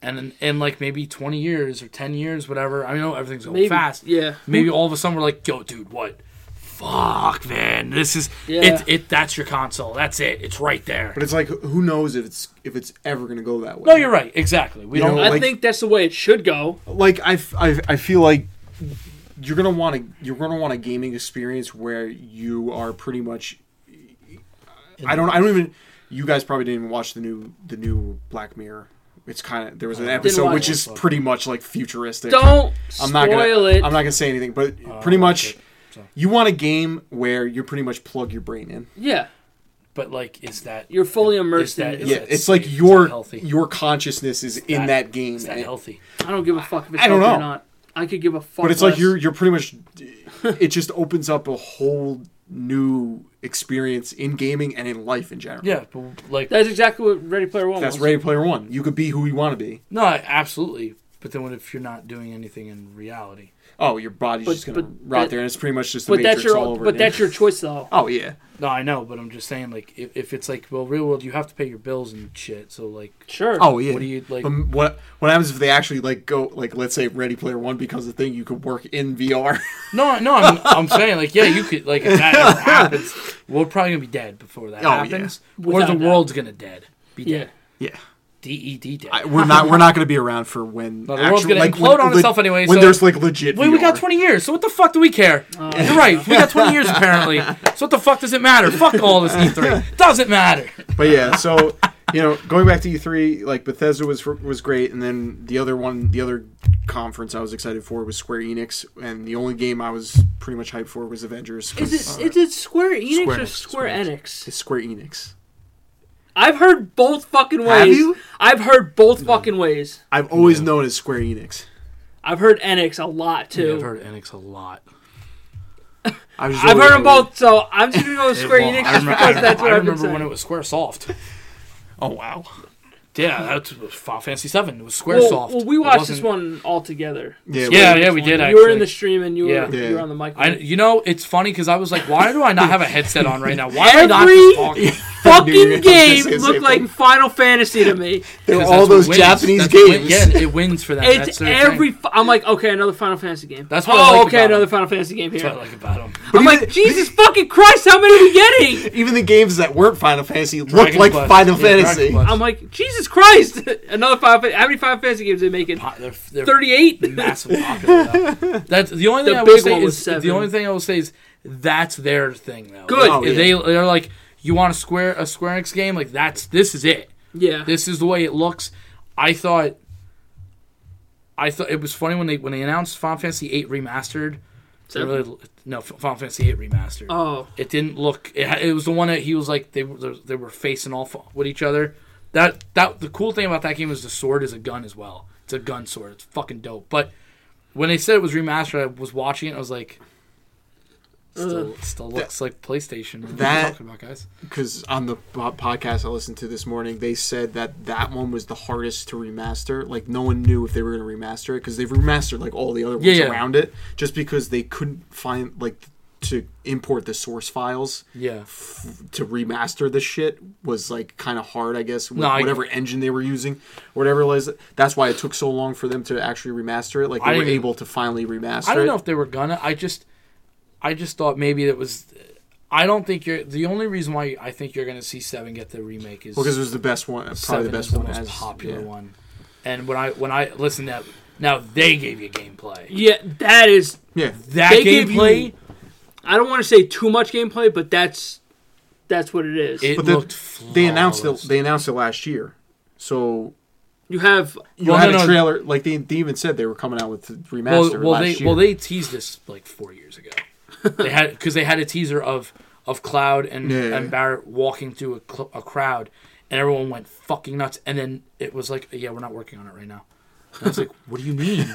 Speaker 3: and in, in like maybe 20 years or 10 years, whatever. I know everything's going
Speaker 2: Maybe,
Speaker 3: fast.
Speaker 2: Yeah.
Speaker 3: Maybe all of a sudden we're like, yo, dude, what? Fuck, man, this is
Speaker 2: Yeah.
Speaker 3: it. It that's your console. That's it. It's right there.
Speaker 1: But it's like who knows if it's if it's ever gonna go that way.
Speaker 3: No, you're right. Exactly. We
Speaker 1: You
Speaker 3: don't.
Speaker 1: know,
Speaker 2: I
Speaker 1: like-
Speaker 2: think that's the way it should go.
Speaker 1: like I, f- I, I feel like you're gonna want to you're gonna want a gaming experience where you are pretty much I don't I don't even you guys probably didn't even watch the new the new Black Mirror. It's kind of there was an episode
Speaker 2: watch
Speaker 1: which
Speaker 2: it.
Speaker 1: is pretty much like futuristic.
Speaker 2: Don't
Speaker 1: I'm
Speaker 2: spoil
Speaker 1: not gonna
Speaker 2: it.
Speaker 1: I'm not gonna say anything, but
Speaker 3: I
Speaker 1: pretty
Speaker 3: don't
Speaker 1: much
Speaker 3: like it, so.
Speaker 1: you want a game where you pretty much plug your brain in.
Speaker 2: yeah.
Speaker 3: but like, is that
Speaker 2: You're fully
Speaker 3: is
Speaker 2: immersed
Speaker 3: that-
Speaker 2: in it.
Speaker 3: is
Speaker 1: Yeah,
Speaker 3: that
Speaker 1: it's
Speaker 3: safe?
Speaker 1: like
Speaker 3: Is that
Speaker 1: your
Speaker 3: healthy.
Speaker 1: your consciousness is in
Speaker 3: that-
Speaker 1: that game.
Speaker 3: Is that
Speaker 1: and-
Speaker 3: healthy?
Speaker 2: I don't give a fuck if it's
Speaker 1: I don't
Speaker 2: healthy or
Speaker 1: know.
Speaker 2: not. I could give a fuck.
Speaker 1: But it's like
Speaker 2: less.
Speaker 1: you're you're pretty much. It just opens up a whole new experience in gaming and in life in general.
Speaker 3: Yeah, but like
Speaker 2: That's exactly what Ready Player One
Speaker 1: That's
Speaker 2: was.
Speaker 1: Ready Player One. You could be who you want to be.
Speaker 3: no, absolutely. But then what if you're not doing anything in reality?
Speaker 1: Oh, your body's
Speaker 2: But-
Speaker 1: just gonna
Speaker 2: but
Speaker 1: rot
Speaker 2: that-
Speaker 1: there, and it's pretty much just the
Speaker 2: but
Speaker 1: Matrix
Speaker 2: that's your
Speaker 1: all over.
Speaker 2: but
Speaker 1: again.
Speaker 2: that's your choice though.
Speaker 1: oh yeah,
Speaker 3: No, I know, but I'm just saying like if, if it's like well, real world, you have to pay your bills and shit. So like,
Speaker 2: Sure.
Speaker 1: oh yeah.
Speaker 3: what do you like?
Speaker 1: But what what happens if they actually like go like let's say Ready Player One becomes a thing you could work in VR?
Speaker 3: No, no, I'm, I'm saying like yeah, you could like if that ever happens, we're probably gonna be dead before that
Speaker 1: Oh, yeah.
Speaker 3: happens, or
Speaker 2: Without
Speaker 3: the
Speaker 2: a doubt.
Speaker 3: world's gonna dead be
Speaker 2: Yeah.
Speaker 3: dead.
Speaker 1: yeah,
Speaker 3: D E D dead.
Speaker 1: I, we're not we're not going to be around for when
Speaker 3: the world's gonna implode on itself anyway,
Speaker 1: When
Speaker 3: so-
Speaker 1: there's like legit.
Speaker 3: Wait, we got
Speaker 1: VR.
Speaker 3: 20 years, so what the fuck do we care?
Speaker 2: Oh.
Speaker 3: You're right, we got 20 years apparently, so what the fuck does it matter? Fuck all this E3. Doesn't matter.
Speaker 1: But yeah, so you know, going back to E3, like Bethesda was was great, and then the other one, the other conference I was excited for was Square Enix, and the only game I was pretty much hyped for was Avengers. 'cause,
Speaker 2: Is it
Speaker 1: uh,
Speaker 2: is it Square Enix
Speaker 1: Square Enix, Square
Speaker 2: or Square Enix?
Speaker 1: it's Square Enix?
Speaker 2: I've heard both fucking ways.
Speaker 1: Have you?
Speaker 2: I've heard both fucking ways.
Speaker 1: I've always known as Square Enix.
Speaker 2: I've heard Enix a lot too.
Speaker 3: I've heard Enix a lot.
Speaker 1: I was just
Speaker 2: I've heard
Speaker 1: always-
Speaker 2: them both, so I'm just gonna go with Square Enix just because that's what
Speaker 3: I
Speaker 2: I've been
Speaker 3: remember when it
Speaker 2: saying.
Speaker 3: was Squaresoft.
Speaker 1: Oh wow!
Speaker 3: Yeah, that was Final Fantasy 7. It was Squaresoft.
Speaker 2: Well, well, we
Speaker 3: It
Speaker 2: watched
Speaker 3: wasn't-
Speaker 2: this one all together.
Speaker 1: Yeah,
Speaker 3: Yeah,
Speaker 1: but-
Speaker 3: yeah, we did
Speaker 2: You
Speaker 3: actually.
Speaker 2: were in the stream and you were,
Speaker 3: Yeah.
Speaker 2: you were on the mic.
Speaker 3: I, you know, it's funny because I was like, why do I not have a headset on right now? Why am I not
Speaker 2: Every
Speaker 3: just talking?
Speaker 2: fucking
Speaker 1: Dude,
Speaker 2: game
Speaker 1: it's the same
Speaker 2: looked like
Speaker 1: thing.
Speaker 2: Final Fantasy to me.
Speaker 1: They were all
Speaker 3: Because that's what
Speaker 1: those
Speaker 3: wins.
Speaker 1: Japanese
Speaker 3: That's what win-
Speaker 1: games.
Speaker 3: yeah, it wins for that. that's
Speaker 2: It's
Speaker 3: their thing.
Speaker 2: every. F- I'm like, okay, another Final Fantasy game.
Speaker 3: That's what
Speaker 2: oh,
Speaker 3: I like
Speaker 2: okay,
Speaker 3: about
Speaker 2: another
Speaker 3: them.
Speaker 2: Final Fantasy game
Speaker 3: That's
Speaker 2: here.
Speaker 3: what I like about them.
Speaker 1: But
Speaker 2: I'm
Speaker 1: even-
Speaker 2: like, Jesus fucking Christ, how many are we getting?
Speaker 1: Even the games that weren't Final Fantasy looked
Speaker 3: Dragon
Speaker 1: like
Speaker 3: Quest.
Speaker 1: Final
Speaker 3: Yeah, Dragon
Speaker 1: Fantasy.
Speaker 3: Quest.
Speaker 2: I'm like, Jesus Christ, another Final. Fa- How many Final Fantasy games are they making?
Speaker 3: Po- they're- they're
Speaker 2: Thirty-eight.
Speaker 3: massive popular. though. That's the only thing
Speaker 2: The
Speaker 3: I
Speaker 2: big
Speaker 3: will say
Speaker 2: one was
Speaker 3: is
Speaker 2: seven.
Speaker 3: the only thing I will say is that's their thing though.
Speaker 2: Good.
Speaker 3: Like,
Speaker 1: Oh, yeah.
Speaker 3: They they're like you want a square a Square Enix game like that's this is it.
Speaker 2: Yeah.
Speaker 3: This is the way it looks. I thought I thought it was funny when they when they announced Final Fantasy VIII remastered. They
Speaker 2: Seven.
Speaker 3: really, no, Final Fantasy VIII remastered.
Speaker 2: Oh,
Speaker 3: It didn't look. It, ha- it was the one that he was like they were they were facing off with each other. That that the cool thing about that game is the sword is a gun as well. It's a gun sword. It's fucking dope. But when they said it was remastered, I was watching it. I was like, still, still looks like PlayStation. What are
Speaker 1: that-
Speaker 3: you talking about guys?
Speaker 1: because on the po- podcast I listened to this morning, they said that that one was the hardest to remaster. Like no one knew if they were going to remaster it because they've remastered like all the other ones
Speaker 3: Yeah, yeah.
Speaker 1: around it, just because they couldn't find like to import the source files
Speaker 3: Yeah,
Speaker 1: f- to remaster the shit was like kind of hard, I guess. With
Speaker 3: No, I-
Speaker 1: whatever engine they were using, whatever it was, that's why it took so long for them to actually remaster it. Like
Speaker 3: I
Speaker 1: they were
Speaker 3: didn't-
Speaker 1: able to finally remaster.
Speaker 3: I don't
Speaker 1: it.
Speaker 3: know if they were gonna. I just, I just thought maybe it was. I don't think you're the only reason why I think you're gonna see Seven get the remake is
Speaker 1: Well, because it was the best one, probably
Speaker 3: Seven
Speaker 1: the best
Speaker 3: is the
Speaker 1: one,
Speaker 3: most
Speaker 1: as-
Speaker 3: popular
Speaker 1: yeah.
Speaker 3: one. And when I when I listen to that, now they gave you gameplay.
Speaker 2: yeah, that is.
Speaker 1: Yeah,
Speaker 3: That
Speaker 2: They gave
Speaker 3: gameplay
Speaker 2: I don't want to say too much gameplay, but that's that's what it is.
Speaker 3: it
Speaker 1: But the-
Speaker 3: looked flawless.
Speaker 1: they announced it. They announced it last year. So
Speaker 2: you have
Speaker 1: you
Speaker 3: Well,
Speaker 1: had
Speaker 3: no,
Speaker 1: a
Speaker 3: no.
Speaker 1: trailer. Like they, they even said they were coming out with the
Speaker 3: well,
Speaker 1: remaster
Speaker 3: well
Speaker 1: last
Speaker 3: they
Speaker 1: year.
Speaker 3: well they teased this like four years ago. they had because they had a teaser of of Cloud and
Speaker 1: Yeah.
Speaker 3: and Barrett walking through a, cl- a crowd, and everyone went fucking nuts. And then it was like, yeah, we're not working on it right now. And I was like, what do you mean?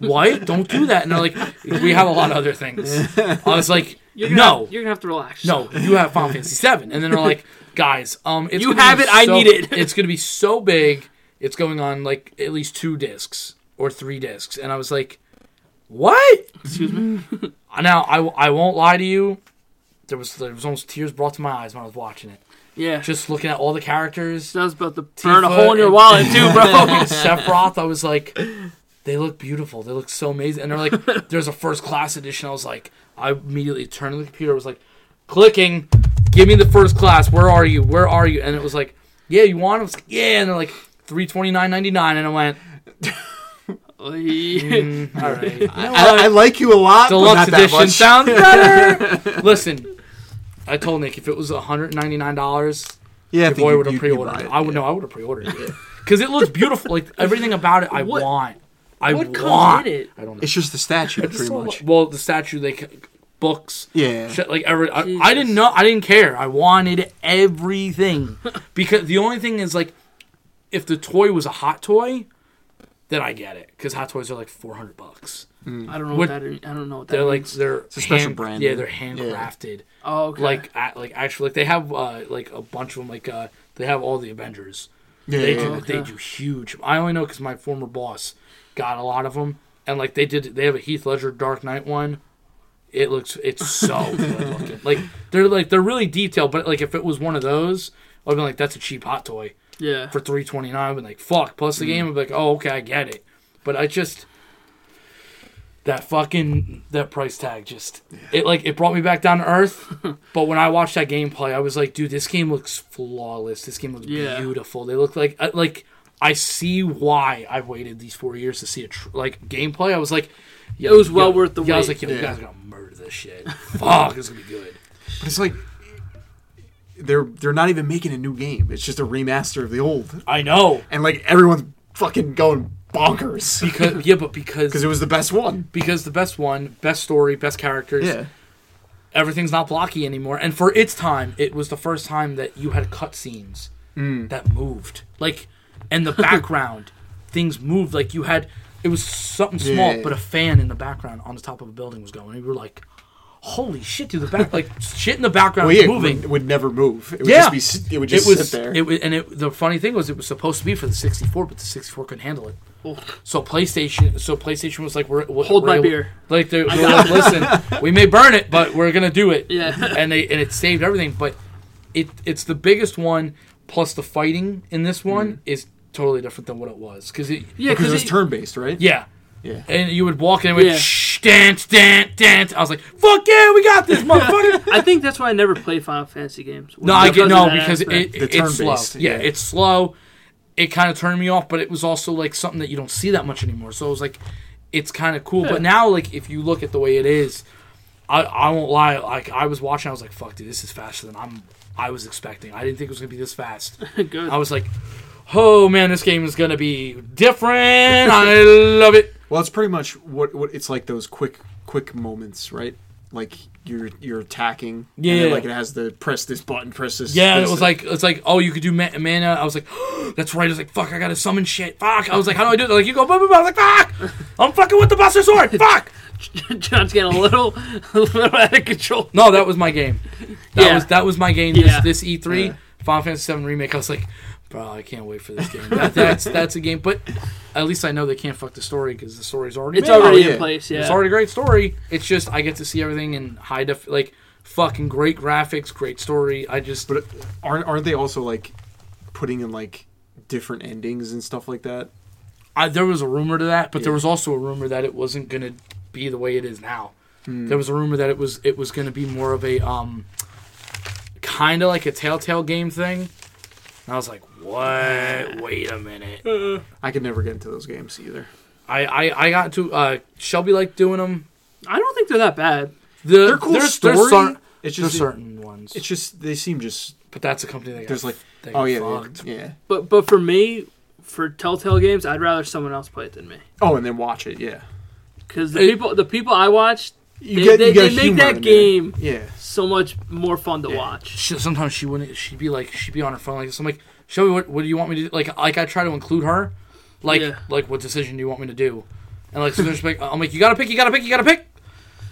Speaker 3: what? Don't do that. And they're like, we have a lot of other things. I was like,
Speaker 2: you're gonna
Speaker 3: no.
Speaker 2: have- you're gonna have to relax.
Speaker 3: No, you have Final Fantasy Seven, and then they're like, guys, um, it's
Speaker 2: You
Speaker 3: gonna
Speaker 2: have
Speaker 3: be
Speaker 2: it, I
Speaker 3: so-
Speaker 2: need it.
Speaker 3: it's gonna be so big. It's going on like at least two discs or three discs, and I was like, what?
Speaker 2: excuse me.
Speaker 3: Now I, w- I won't lie to you. There was there was almost tears brought to my eyes when I was watching it.
Speaker 2: Yeah, just
Speaker 3: Just looking at all the characters,
Speaker 2: sounds about to burn a
Speaker 3: Tifa
Speaker 2: hole in your
Speaker 3: and-
Speaker 2: wallet too, bro.
Speaker 3: fucking Sephiroth, I was like, they look beautiful. They look so amazing. And they're like, there's a first class edition. I was like, I immediately turned to the computer. I was like, clicking, give me the first class. Where are you? Where are you? And it was like, yeah, you want? it? I was like, yeah. And they're like, three twenty nine ninety nine. And I went, mm, all right. You know
Speaker 1: I, I
Speaker 3: what?
Speaker 1: like you a lot, but
Speaker 3: Deluxe
Speaker 1: not that
Speaker 3: edition
Speaker 1: much.
Speaker 3: sounds better. Listen, I told Nick if it was one hundred ninety nine dollars,
Speaker 1: yeah, I
Speaker 3: your
Speaker 1: think
Speaker 3: boy
Speaker 1: you-
Speaker 3: would have
Speaker 1: you-
Speaker 3: pre-ordered.
Speaker 1: you're
Speaker 3: it.
Speaker 1: right,
Speaker 3: I would
Speaker 1: yeah.
Speaker 3: know. I would have pre-ordered it because it looks beautiful. Like everything about it, I
Speaker 2: What-
Speaker 3: want. I
Speaker 2: what comes
Speaker 3: want.
Speaker 2: in it?
Speaker 3: I don't know.
Speaker 1: It's just the statue, pretty
Speaker 3: So,
Speaker 1: much.
Speaker 3: Well, the statue, they c- books,
Speaker 1: Yeah.
Speaker 3: shit, like every. I, I
Speaker 2: Jesus.
Speaker 3: didn't know. I didn't care. I wanted everything because the only thing is like, if the toy was a hot toy, then I get it because Hot Toys are like four hundred bucks.
Speaker 2: I don't know
Speaker 3: What-
Speaker 2: what, that. I don't know what that.
Speaker 3: They're like
Speaker 2: means.
Speaker 3: they're
Speaker 4: a special
Speaker 3: hand-
Speaker 4: brand.
Speaker 3: Yeah, they're handcrafted.
Speaker 2: oh, okay.
Speaker 3: Like a like actually, like they have uh, like a bunch of them. Like uh, they have all the Avengers. they do
Speaker 2: yeah.
Speaker 3: they
Speaker 2: Okay.
Speaker 3: do huge. I only know because my former boss got a lot of them, and like they did. They have a Heath Ledger Dark Knight one. It looks it's so good looking. Like they're like they're really detailed, but like if it was one of those, I'd be like, that's a cheap hot toy
Speaker 2: yeah.
Speaker 3: for three twenty nine. I'd be like, fuck. Plus the
Speaker 2: Mm.
Speaker 3: game, I'd be like, oh okay, I get it. But I just that fucking that price tag just it like it brought me back down to earth. but when I watched that gameplay, I was like, dude, this game looks flawless. This game looks
Speaker 2: Yeah.
Speaker 3: beautiful. They look like uh, like I see why I waited these four years to see a tr- like gameplay. I was like, yo,
Speaker 2: It was well worth the
Speaker 3: yeah, I was
Speaker 2: wait.
Speaker 3: like, yo, you
Speaker 1: Yeah.
Speaker 3: guys are gonna murder this shit. Fuck, it's gonna be good.
Speaker 1: But it's like they're they're not even making a new game. It's just a remaster of the old,
Speaker 3: I know
Speaker 1: and like everyone's fucking going bonkers
Speaker 3: because yeah, but because
Speaker 1: because it was the best one.
Speaker 3: because the best one, best story, best characters,
Speaker 1: Yeah,
Speaker 3: everything's not blocky anymore. And for its time, it was the first time that you had cutscenes
Speaker 1: Mm.
Speaker 3: that moved, like, and the background things moved. Like you had, it was something small,
Speaker 1: Yeah.
Speaker 3: but a fan in the background on the top of a building was going. And we were like, "Holy shit!" Dude, the back, like shit in the background
Speaker 1: well,
Speaker 3: was
Speaker 1: yeah, it
Speaker 3: moving.
Speaker 1: would, would never move. It would
Speaker 3: Yeah.
Speaker 1: just be. s- It would just
Speaker 3: it was
Speaker 1: sit there.
Speaker 3: It wa- and it, the funny thing was, it was supposed to be for the 64, but the 64 couldn't handle it. So PlayStation, so PlayStation was like, we're, we're
Speaker 2: Hold
Speaker 3: we're
Speaker 2: my
Speaker 3: able-
Speaker 2: beer.
Speaker 3: Like they they were like, listen, we may burn it, but we're gonna do it.
Speaker 2: Yeah.
Speaker 3: And they and it saved everything, but it it's the biggest one. Plus the fighting in this
Speaker 1: Mm-hmm.
Speaker 3: one is totally different than what it was because it
Speaker 2: yeah,
Speaker 1: because it was
Speaker 2: it-
Speaker 1: turn based, right?
Speaker 3: yeah.
Speaker 1: Yeah.
Speaker 3: And you would walk in and it went,
Speaker 2: Yeah.
Speaker 3: shh, dance, dance, dance. I was like, fuck yeah, we got this, motherfucker.
Speaker 2: I think that's why I never play Final Fantasy games.
Speaker 3: No, I get
Speaker 2: of
Speaker 3: no
Speaker 2: that
Speaker 3: because it,
Speaker 2: aspect.
Speaker 3: it-
Speaker 1: The
Speaker 3: it's slow.
Speaker 1: turn-based,
Speaker 3: Yeah,
Speaker 1: yeah.
Speaker 3: it's slow. It kind of turned me off, but it was also like something that you don't see that much anymore. So it was like, it's kind of cool. But now, like, if you look at the way it is, I, I won't lie. Like, I was watching, I was like, "Fuck, dude, this is faster than I'm I was expecting. I didn't think it was gonna be this fast."
Speaker 2: Good.
Speaker 3: I was like, "Oh man, this game is gonna be different. I love it."
Speaker 1: Well, it's pretty much what what it's like those quick quick moments, right? Like you're you're attacking. and then,
Speaker 3: Yeah.
Speaker 1: like it has the press this button, press this.
Speaker 3: Yeah,
Speaker 1: this,
Speaker 3: it was like it's like oh you could do ma- mana. I was like that's right. I was like fuck, I gotta summon shit. Fuck. I was like how do I do it? They're like you go blah blah blah. I was like fuck, I'm fucking with the Buster Sword. Fuck.
Speaker 2: John's getting a little, a little out of control.
Speaker 3: No, that was my game. That
Speaker 2: Yeah.
Speaker 3: was that was my game.
Speaker 2: Yeah.
Speaker 3: This, this E3
Speaker 1: Yeah.
Speaker 3: Final Fantasy VII remake. I was like bro, I can't wait for this game. That, that's that's a game. But at least I know they can't fuck the story because the story's already
Speaker 2: It's
Speaker 3: made.
Speaker 2: already
Speaker 1: yeah.
Speaker 2: in place. Yeah.
Speaker 3: It's already a great story. It's just I get to see everything in high def like. Fucking great graphics, great story. I just
Speaker 1: But uh, aren't aren't they also like putting in like different endings and stuff like that?
Speaker 3: I, there was a rumor to that, but there
Speaker 1: Yeah.
Speaker 3: was also a rumor that it wasn't going to be the way it is now.
Speaker 1: Hmm.
Speaker 3: There was a rumor that it was it was going to be more of a um, kind of like a Telltale game thing. And I was like, what? Wait a minute.
Speaker 1: I could never get into those games either.
Speaker 3: I I, I got to uh, Shelby like doing them.
Speaker 2: I don't think they're that bad.
Speaker 3: The,
Speaker 1: They're cool
Speaker 3: there's,
Speaker 1: story.
Speaker 3: There's, cer-
Speaker 1: it's
Speaker 3: there's
Speaker 1: just
Speaker 3: certain ones,
Speaker 1: it's just they seem just
Speaker 3: but that's a company that got
Speaker 1: there's like
Speaker 3: they got
Speaker 1: oh yeah
Speaker 3: fucked.
Speaker 1: they- yeah
Speaker 2: But but for me, for Telltale games, I'd rather someone else play it than me.
Speaker 1: oh and then watch it yeah
Speaker 2: Because the
Speaker 3: Hey.
Speaker 2: people the people I watch
Speaker 1: you
Speaker 2: They- they- they make
Speaker 1: humor
Speaker 2: that
Speaker 1: in there.
Speaker 2: game-
Speaker 1: yeah
Speaker 2: so much more fun to watch.
Speaker 3: she, sometimes she wouldn't. She'd be like, she'd be on her phone like this. I'm like, Shelby, what, what do you want me to do? Like, like I try to include her. Like,
Speaker 2: Yeah.
Speaker 3: like what decision do you want me to do? And like, so there's like, I'm like, you gotta pick, you gotta pick, you gotta pick.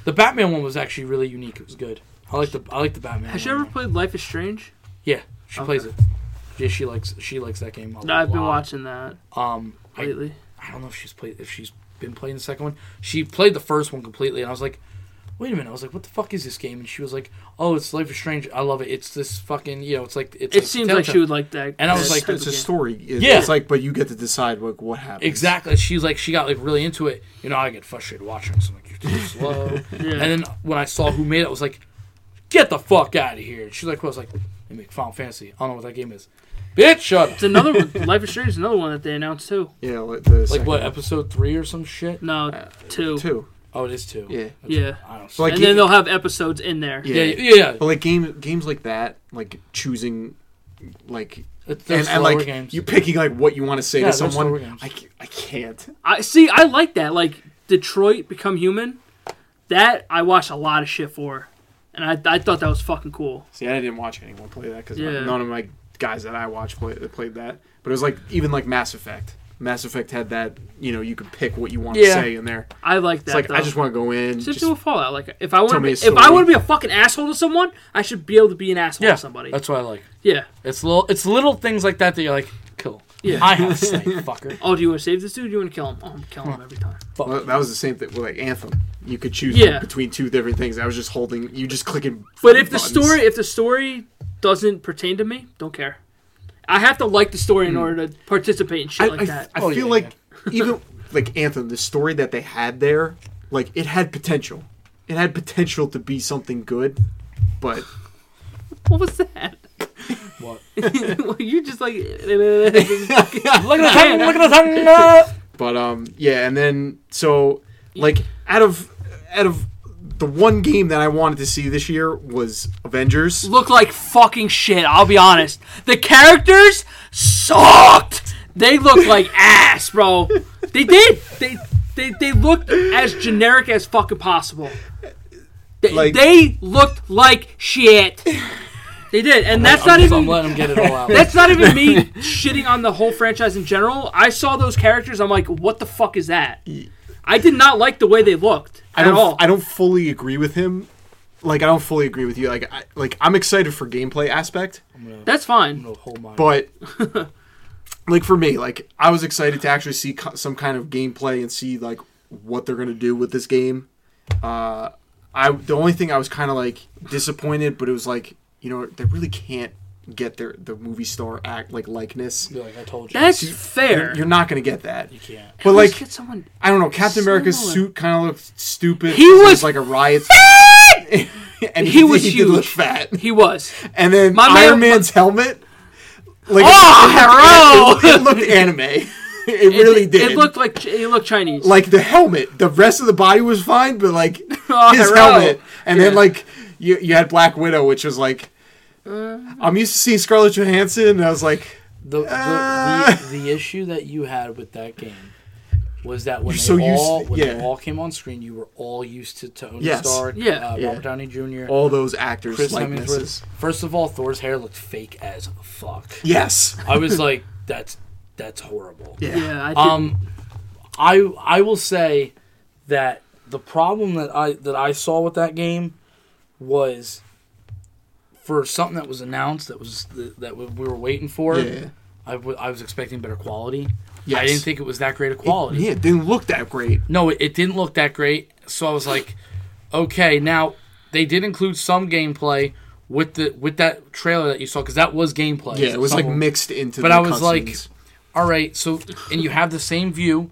Speaker 3: The Batman one was actually really unique. It was good. I like the I like the Batman.
Speaker 2: Has she
Speaker 3: one.
Speaker 2: ever played Life is Strange?
Speaker 3: Yeah, she
Speaker 2: Okay.
Speaker 3: plays it. Yeah, she likes she likes that game. a
Speaker 2: No, I've been
Speaker 3: lot.
Speaker 2: watching that
Speaker 3: Um, I,
Speaker 2: lately.
Speaker 3: I don't know if she's played if she's been playing the second one. She played the first one completely, and I was like, "Wait a minute!" I was like, "What the fuck is this game?" And she was like, "Oh, it's Life is Strange. I love it. It's this fucking you know, it's like it's
Speaker 2: It
Speaker 3: like
Speaker 2: seems like
Speaker 3: Telltale."
Speaker 2: she would like that.
Speaker 3: And I was
Speaker 2: that
Speaker 3: like,
Speaker 2: type
Speaker 1: it's
Speaker 2: of
Speaker 1: a
Speaker 2: game.
Speaker 1: story It-
Speaker 3: Yeah.
Speaker 1: it's like but you get to decide like what happens
Speaker 3: Exactly. She's like, she got like really into it. You know, I get frustrated watching. her, So I'm like, you're too slow.
Speaker 2: Yeah.
Speaker 3: And then when I saw who made it, I was like, get the fuck out of here. And she's like, well, I was like, they make Final Fantasy. I don't know what that game is. Bitch, shut up.
Speaker 2: It's another one. Life is Strange is another one that they announced too.
Speaker 1: yeah like, the
Speaker 3: Like
Speaker 1: second
Speaker 3: what
Speaker 1: one.
Speaker 3: episode three or some shit?
Speaker 2: No, two.
Speaker 1: Uh, two
Speaker 3: Oh, it is two.
Speaker 1: yeah
Speaker 2: Yeah.
Speaker 3: I don't.
Speaker 1: So, like,
Speaker 2: and then
Speaker 1: you-
Speaker 2: they'll have episodes in there.
Speaker 3: yeah,
Speaker 1: yeah,
Speaker 3: yeah, yeah.
Speaker 1: But like game games like that, like choosing, like
Speaker 3: It's, they're
Speaker 1: and, and
Speaker 3: slower
Speaker 1: like
Speaker 3: games.
Speaker 1: you picking like what you want to say
Speaker 3: Yeah,
Speaker 1: to
Speaker 3: they're slower
Speaker 1: someone.
Speaker 3: games.
Speaker 1: I, ca- I can't.
Speaker 2: I see. I like that. Like Detroit Become Human. That I watched a lot of shit for, and I, I thought that was fucking cool.
Speaker 1: See, I didn't watch anyone play that because
Speaker 2: Yeah.
Speaker 1: none of my guys that I watch play, played that. But it was like even like Mass Effect. Mass Effect had that. You know, you could pick what you want to
Speaker 3: Yeah.
Speaker 1: say in there.
Speaker 2: I like that.
Speaker 1: It's like
Speaker 2: though.
Speaker 1: I just want to go in.
Speaker 2: just,
Speaker 1: Just,
Speaker 2: do a Fallout. Like if I want
Speaker 1: Tell
Speaker 2: to,
Speaker 1: me a
Speaker 2: be, if I
Speaker 1: story.
Speaker 2: want to be a fucking asshole to someone, I should be able to be an asshole
Speaker 3: Yeah,
Speaker 2: to somebody.
Speaker 3: That's what I like.
Speaker 2: Yeah.
Speaker 3: It's little, it's little things like that that you're like, cool.
Speaker 2: Yeah.
Speaker 3: I have a snipe, fucker.
Speaker 2: Oh, do you want to save this dude? Do you want to kill him? Oh, I'm killing him every time.
Speaker 1: well, that was the same thing with like Anthem. You could choose
Speaker 2: Yeah.
Speaker 1: between two different things. I was just holding. You just clicking.
Speaker 2: But if the
Speaker 1: buttons.
Speaker 2: story, if the story doesn't pertain to me, don't care. I have to like the story in order to participate in shit
Speaker 1: Hmm. I,
Speaker 2: like
Speaker 1: I-
Speaker 2: that.
Speaker 1: I
Speaker 3: Oh,
Speaker 1: feel
Speaker 3: yeah,
Speaker 1: like even like Anthem, the story that they had there, like it had potential. It had potential to be something good, but
Speaker 2: what was that?
Speaker 3: What?
Speaker 2: well, you just like yeah,
Speaker 3: Look at the tongue, look at the tongue. uh.
Speaker 1: but um yeah, and then so like out of out of the one game that I wanted to see this year was Avengers.
Speaker 2: look like fucking shit. I'll be honest. The characters sucked. They look like ass, bro. They did. They they they looked as generic as fucking possible. They,
Speaker 1: Like-
Speaker 2: they looked like shit. They did, and that's
Speaker 3: I'm
Speaker 2: not
Speaker 3: just-
Speaker 2: even
Speaker 3: I'm letting him get it all out.
Speaker 2: That's not even me shitting on the whole franchise in general. I saw those characters. I'm like, what the fuck is that? I did not like the way they looked
Speaker 1: I
Speaker 2: at
Speaker 1: don't
Speaker 2: all.
Speaker 1: I don't fully agree with him. Like I don't fully agree with you. Like I, like I'm excited for gameplay aspect,
Speaker 2: That's fine.
Speaker 3: No, hold my-
Speaker 1: but like for me, like I was excited to actually see co- some kind of gameplay and see like what they're gonna do with this game. Uh, I the only thing I was kind of like disappointed, but it was like you know they really can't get their the movie star act like likeness.
Speaker 3: You're like I told you.
Speaker 2: That's
Speaker 1: See,
Speaker 2: fair.
Speaker 1: You're, you're not gonna get that.
Speaker 3: you can't.
Speaker 1: But
Speaker 2: Let's
Speaker 1: like
Speaker 2: get someone.
Speaker 1: I don't know, Captain America's
Speaker 2: Similar.
Speaker 1: suit kind of looked stupid.
Speaker 2: He
Speaker 1: 'cause
Speaker 2: was
Speaker 1: it like a riot. and
Speaker 2: He was
Speaker 1: did- did look
Speaker 2: huge.
Speaker 1: fat.
Speaker 2: He was.
Speaker 1: And then
Speaker 2: My man-
Speaker 1: Iron Man's helmet. Like,
Speaker 2: Oh,
Speaker 1: it, it looked anime. It, really
Speaker 2: it,
Speaker 1: did.
Speaker 2: It looked like Ch- it looked Chinese.
Speaker 1: like the helmet. The rest of the body was fine, but like
Speaker 2: Oh,
Speaker 1: his
Speaker 2: hero.
Speaker 1: helmet. And then
Speaker 2: Yeah.
Speaker 1: like you you had Black Widow, which was like
Speaker 2: Uh-huh.
Speaker 1: I'm used to seeing Scarlett Johansson, and I was like,
Speaker 3: The, the,
Speaker 1: Uh.
Speaker 3: the, the issue that you had with that game was that when,
Speaker 1: You're
Speaker 3: they,
Speaker 1: so used-
Speaker 3: all, when
Speaker 1: yeah.
Speaker 3: they all came on screen, you were all used to Tony
Speaker 1: Yes.
Speaker 3: Stark,
Speaker 2: Yeah.
Speaker 3: uh,
Speaker 1: Yeah.
Speaker 3: Robert Downey Jr.,
Speaker 1: all those actors
Speaker 3: Chris
Speaker 1: likenesses.
Speaker 3: Hemsworth. First of all, Thor's hair looked fake as fuck.
Speaker 1: Yes.
Speaker 3: I was like, that's that's horrible.
Speaker 2: yeah, I did.
Speaker 3: Um, I I will say that the problem that I that I saw with that game was for something that was announced that was that we were waiting for.
Speaker 1: Yeah.
Speaker 3: I, w- I was expecting better quality. I
Speaker 1: Yes.
Speaker 3: didn't think it was that great a quality.
Speaker 1: Yeah, it didn't look that great.
Speaker 3: No, it, it didn't look that great. So I was like, okay, now they did include some gameplay with the with that trailer that you saw because that was gameplay.
Speaker 1: Yeah, it was like
Speaker 3: Some-
Speaker 1: mixed into.
Speaker 3: But
Speaker 1: the
Speaker 3: I was like,
Speaker 1: cutscenes.
Speaker 3: all right, so and you have the same view,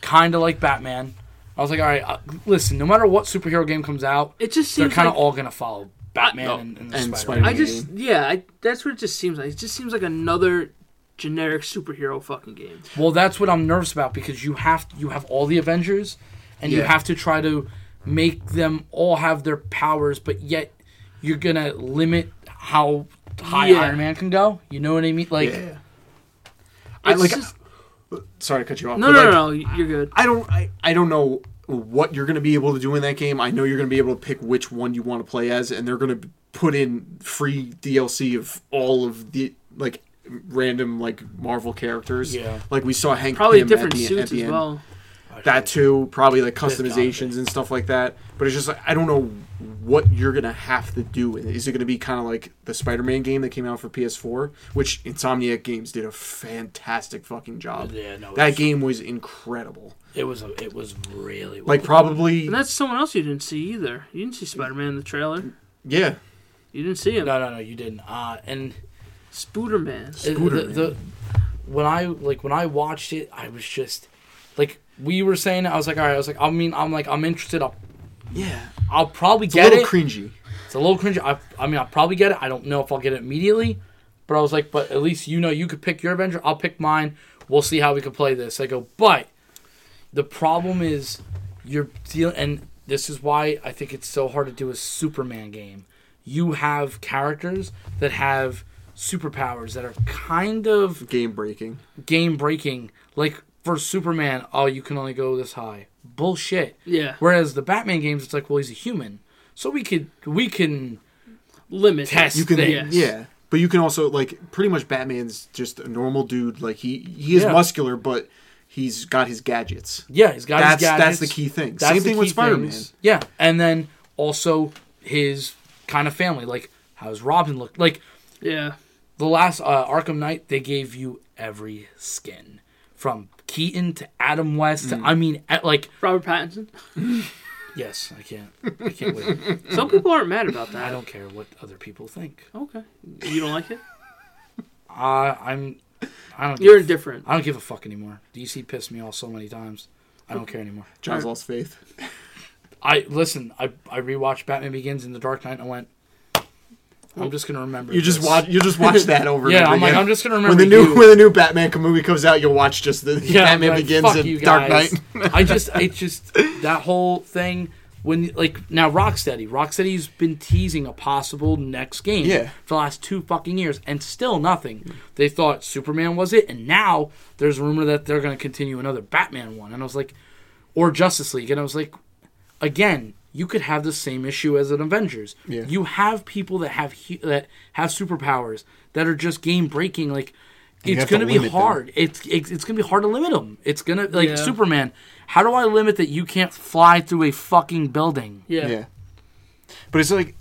Speaker 3: kind of like Batman. I was like, all right, uh, listen, no matter what superhero game comes out,
Speaker 2: it just
Speaker 3: they're
Speaker 2: seems
Speaker 3: kind of
Speaker 2: like,
Speaker 3: all gonna follow Batman
Speaker 2: no,
Speaker 3: and, and,
Speaker 1: and
Speaker 3: Spider-Man.
Speaker 1: Spider-Man.
Speaker 2: I just yeah, I, that's what it just seems like. It just seems like another generic superhero fucking game.
Speaker 3: Well, that's what I'm nervous about because you have you have all the Avengers, and you
Speaker 1: Yeah.
Speaker 3: have to try to make them all have their powers, but yet you're gonna limit how high
Speaker 2: Yeah.
Speaker 3: Iron Man can go. You know what I mean? Like,
Speaker 1: yeah. I
Speaker 2: It's
Speaker 1: like.
Speaker 2: just-
Speaker 1: sorry to cut you off.
Speaker 2: no,
Speaker 1: but,
Speaker 2: no,
Speaker 1: like,
Speaker 2: no, no, you're good.
Speaker 1: I don't. I, I don't know what you're going to be able to do in that game. I know you're going to be able to pick which one you want to play as, and they're going to put in free DLC of all of the like random like Marvel characters.
Speaker 3: Yeah.
Speaker 1: Like we saw Hank
Speaker 2: Probably
Speaker 1: Pym
Speaker 2: different
Speaker 1: at the, at
Speaker 2: suits
Speaker 1: the
Speaker 2: as
Speaker 1: end.
Speaker 2: well.
Speaker 1: That too, probably like
Speaker 3: Donovan.
Speaker 1: customizations and stuff like that. But it's just like, I don't know what you're gonna have to do. Is it gonna be kind of like the Spider-Man game that came out for PS4, which Insomniac Games did a fantastic fucking job.
Speaker 3: Yeah, no, it
Speaker 1: that
Speaker 3: was-
Speaker 1: game was incredible.
Speaker 3: it was a, it was really
Speaker 1: Like probably
Speaker 2: And that's someone else you didn't see either. You didn't see Spider Man in the trailer.
Speaker 1: yeah.
Speaker 2: You didn't see him.
Speaker 3: no no no you didn't uh, and
Speaker 2: Spooderman. Man.
Speaker 3: it-
Speaker 1: Scooter,
Speaker 3: the, the when I like when I watched it I was just like we were saying I was like all right I was like I mean I'm like I'm interested I'll
Speaker 1: Yeah.
Speaker 3: I'll probably
Speaker 1: It's a
Speaker 3: get
Speaker 1: little
Speaker 3: it
Speaker 1: cringy.
Speaker 3: It's a little cringe. I, I mean, I'll probably get it. I don't know if I'll get it immediately, but I was like, but at least you know you could pick your Avenger. I'll pick mine. We'll see how we can play this. I go, but the problem is you're dealing, and this is why I think it's so hard to do a Superman game. You have characters that have superpowers that are kind of
Speaker 1: Game breaking.
Speaker 3: game breaking. Like for Superman, oh, you can only go this high. Bullshit.
Speaker 2: Yeah.
Speaker 3: Whereas the Batman games, it's like, well, he's a human, so we could we can
Speaker 2: Limit.
Speaker 3: test
Speaker 1: You can
Speaker 3: this.
Speaker 2: Yes.
Speaker 1: yeah. But you can also like pretty much Batman's just a normal dude. Like he he is
Speaker 3: Yeah.
Speaker 1: muscular, but he's got his gadgets.
Speaker 3: Yeah, he's got
Speaker 1: that's
Speaker 3: his
Speaker 1: that's
Speaker 3: gadgets.
Speaker 1: the key thing.
Speaker 3: That's
Speaker 1: Same
Speaker 3: the
Speaker 1: thing with
Speaker 3: key
Speaker 1: Spider Man.
Speaker 3: things. Yeah, and then also his kind of family. Like, how's Robin look? Like
Speaker 2: Yeah.
Speaker 3: the last uh, Arkham Knight, they gave you every skin from Keaton to Adam West. To, I mean, at, like
Speaker 2: Robert Pattinson.
Speaker 3: yes, I can't, I can't wait.
Speaker 2: Some people aren't mad about
Speaker 3: I
Speaker 2: that.
Speaker 3: don't care what other people think.
Speaker 2: Okay. You don't like it?
Speaker 3: I I'm, I don't.
Speaker 2: You're
Speaker 3: Give,
Speaker 2: indifferent.
Speaker 3: I don't give a fuck anymore. DC pissed me off so many times. I don't care anymore.
Speaker 1: John's lost faith.
Speaker 3: I listen. I I rewatched Batman Begins in the Dark Knight. and I went. I'm just gonna remember.
Speaker 1: You just
Speaker 3: this."
Speaker 1: watch. You just watch that over.
Speaker 3: Yeah,
Speaker 1: and over
Speaker 3: I'm like,
Speaker 1: again.
Speaker 3: I'm just gonna
Speaker 1: When
Speaker 3: remember
Speaker 1: the new
Speaker 3: you.
Speaker 1: when the new Batman movie comes out, you'll watch just the
Speaker 3: yeah, I'm
Speaker 1: Batman
Speaker 3: like,
Speaker 1: Begins
Speaker 3: "Fuck
Speaker 1: and
Speaker 3: you
Speaker 1: Dark
Speaker 3: guys."
Speaker 1: Knight.
Speaker 3: I just, I just that whole thing when like now Rocksteady, Rocksteady's been teasing a possible next game
Speaker 1: Yeah.
Speaker 3: for the last two fucking years, and still nothing. They thought Superman was it, and now there's rumor that they're gonna continue another Batman one, and I was like, or Justice League, and I was like, again. You could have the same issue as an Avengers.
Speaker 1: Yeah.
Speaker 3: You have people that have hu- that have superpowers that are just game breaking. Like
Speaker 1: you
Speaker 3: it's
Speaker 1: have to
Speaker 3: going to be
Speaker 1: limit them.
Speaker 3: hard hard. It's it's, it's gonna be hard to limit them. It's gonna like
Speaker 2: Yeah.
Speaker 3: Superman. How do I limit that you can't fly through a fucking building?
Speaker 2: Yeah.
Speaker 1: Yeah. But it's like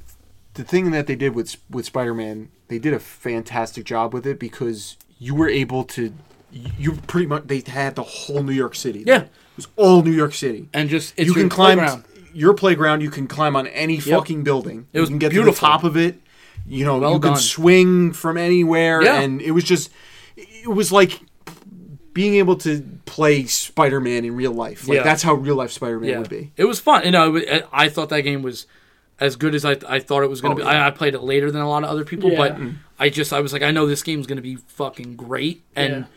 Speaker 1: the thing that they did with with Spider-Man, they did a fantastic job with it because you were able to you pretty much they had the whole New York City.
Speaker 3: Yeah.
Speaker 1: It was all New York City.
Speaker 3: And just it's
Speaker 1: you
Speaker 3: your
Speaker 1: can climb
Speaker 3: playground.
Speaker 1: your playground, you can climb on any fucking building.
Speaker 3: was
Speaker 1: you can get to
Speaker 3: beautiful.
Speaker 1: the top of it. You know,
Speaker 3: Well
Speaker 1: you can
Speaker 3: done.
Speaker 1: swing from anywhere
Speaker 3: Yeah.
Speaker 1: and it was just it was like being able to play Spider-Man in real life. Like
Speaker 3: Yeah.
Speaker 1: that's how real life Spider-Man
Speaker 3: Yeah.
Speaker 1: would be.
Speaker 3: It was fun. You know, I, I thought that game was as good as I, I thought it was going
Speaker 1: Oh,
Speaker 3: to be.
Speaker 1: yeah.
Speaker 3: I, I played it later than a lot of other people,
Speaker 2: Yeah.
Speaker 3: but
Speaker 2: Mm.
Speaker 3: I just I was like, I know this game's going to be fucking great, and
Speaker 2: Yeah.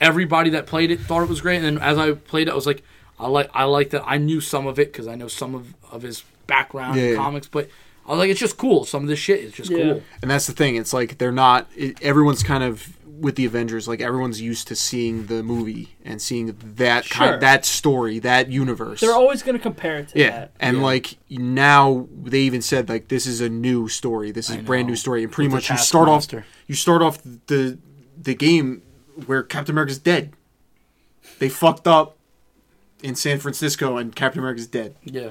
Speaker 3: everybody that played it thought it was great. And then as I played it, I was like, I like I like that. I knew some of it because I know some of of his background
Speaker 1: Yeah,
Speaker 3: in
Speaker 1: yeah.
Speaker 3: comics, but I was like, it's just cool. Some of this shit is just
Speaker 2: Yeah.
Speaker 3: cool.
Speaker 1: and that's the thing it's like they're not it, everyone's kind of with the avengers like everyone's used to seeing the movie and seeing that
Speaker 2: Sure.
Speaker 1: kind that story that universe
Speaker 2: They're always going to compare it to
Speaker 1: yeah
Speaker 2: that.
Speaker 1: and
Speaker 3: Yeah.
Speaker 1: like now they even said like this is a new story this is a brand new
Speaker 3: know.
Speaker 1: story and pretty
Speaker 3: With the
Speaker 1: much you start off
Speaker 3: Taskmaster.
Speaker 1: you start off the the game where captain america's dead they fucked up in san francisco and captain america's dead
Speaker 3: Yeah.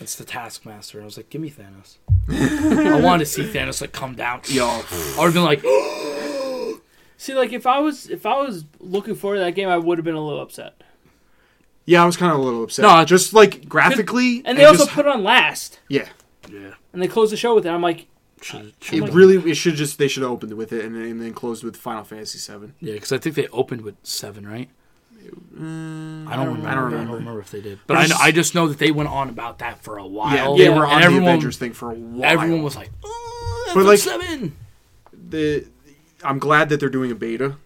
Speaker 3: It's the Taskmaster. I was like, give me Thanos. I wanted to see Thanos like come down.
Speaker 1: yo
Speaker 3: I would have been like,
Speaker 2: See, like if I was if I was looking forward to that game, I would have been a little upset.
Speaker 1: yeah i was kind of a little upset
Speaker 3: No, I-
Speaker 1: just like graphically
Speaker 2: And they also
Speaker 1: just-
Speaker 2: put it on last,
Speaker 1: yeah
Speaker 3: yeah.
Speaker 2: and they closed the show with it. I'm like,
Speaker 1: It
Speaker 2: Like-
Speaker 1: really it should just they should have opened with it and, then- and then closed with Final Fantasy Seven.
Speaker 3: yeah, because I think they opened with seven, right? I don't remember.
Speaker 1: Mm, I
Speaker 3: I
Speaker 1: don't
Speaker 3: don't remember,
Speaker 1: remember.
Speaker 3: if they did, but
Speaker 1: But
Speaker 3: I
Speaker 1: it's
Speaker 3: know,
Speaker 1: just-
Speaker 3: I just know that they went on about that for a
Speaker 1: Yeah,
Speaker 3: while.
Speaker 1: they
Speaker 2: Yeah.
Speaker 1: were on
Speaker 3: And
Speaker 1: the
Speaker 3: everyone,
Speaker 1: Avengers thing for a while.
Speaker 3: Everyone was like, oh,
Speaker 1: But,
Speaker 3: but
Speaker 1: like-
Speaker 3: like seven.
Speaker 1: the. I'm glad that they're doing a beta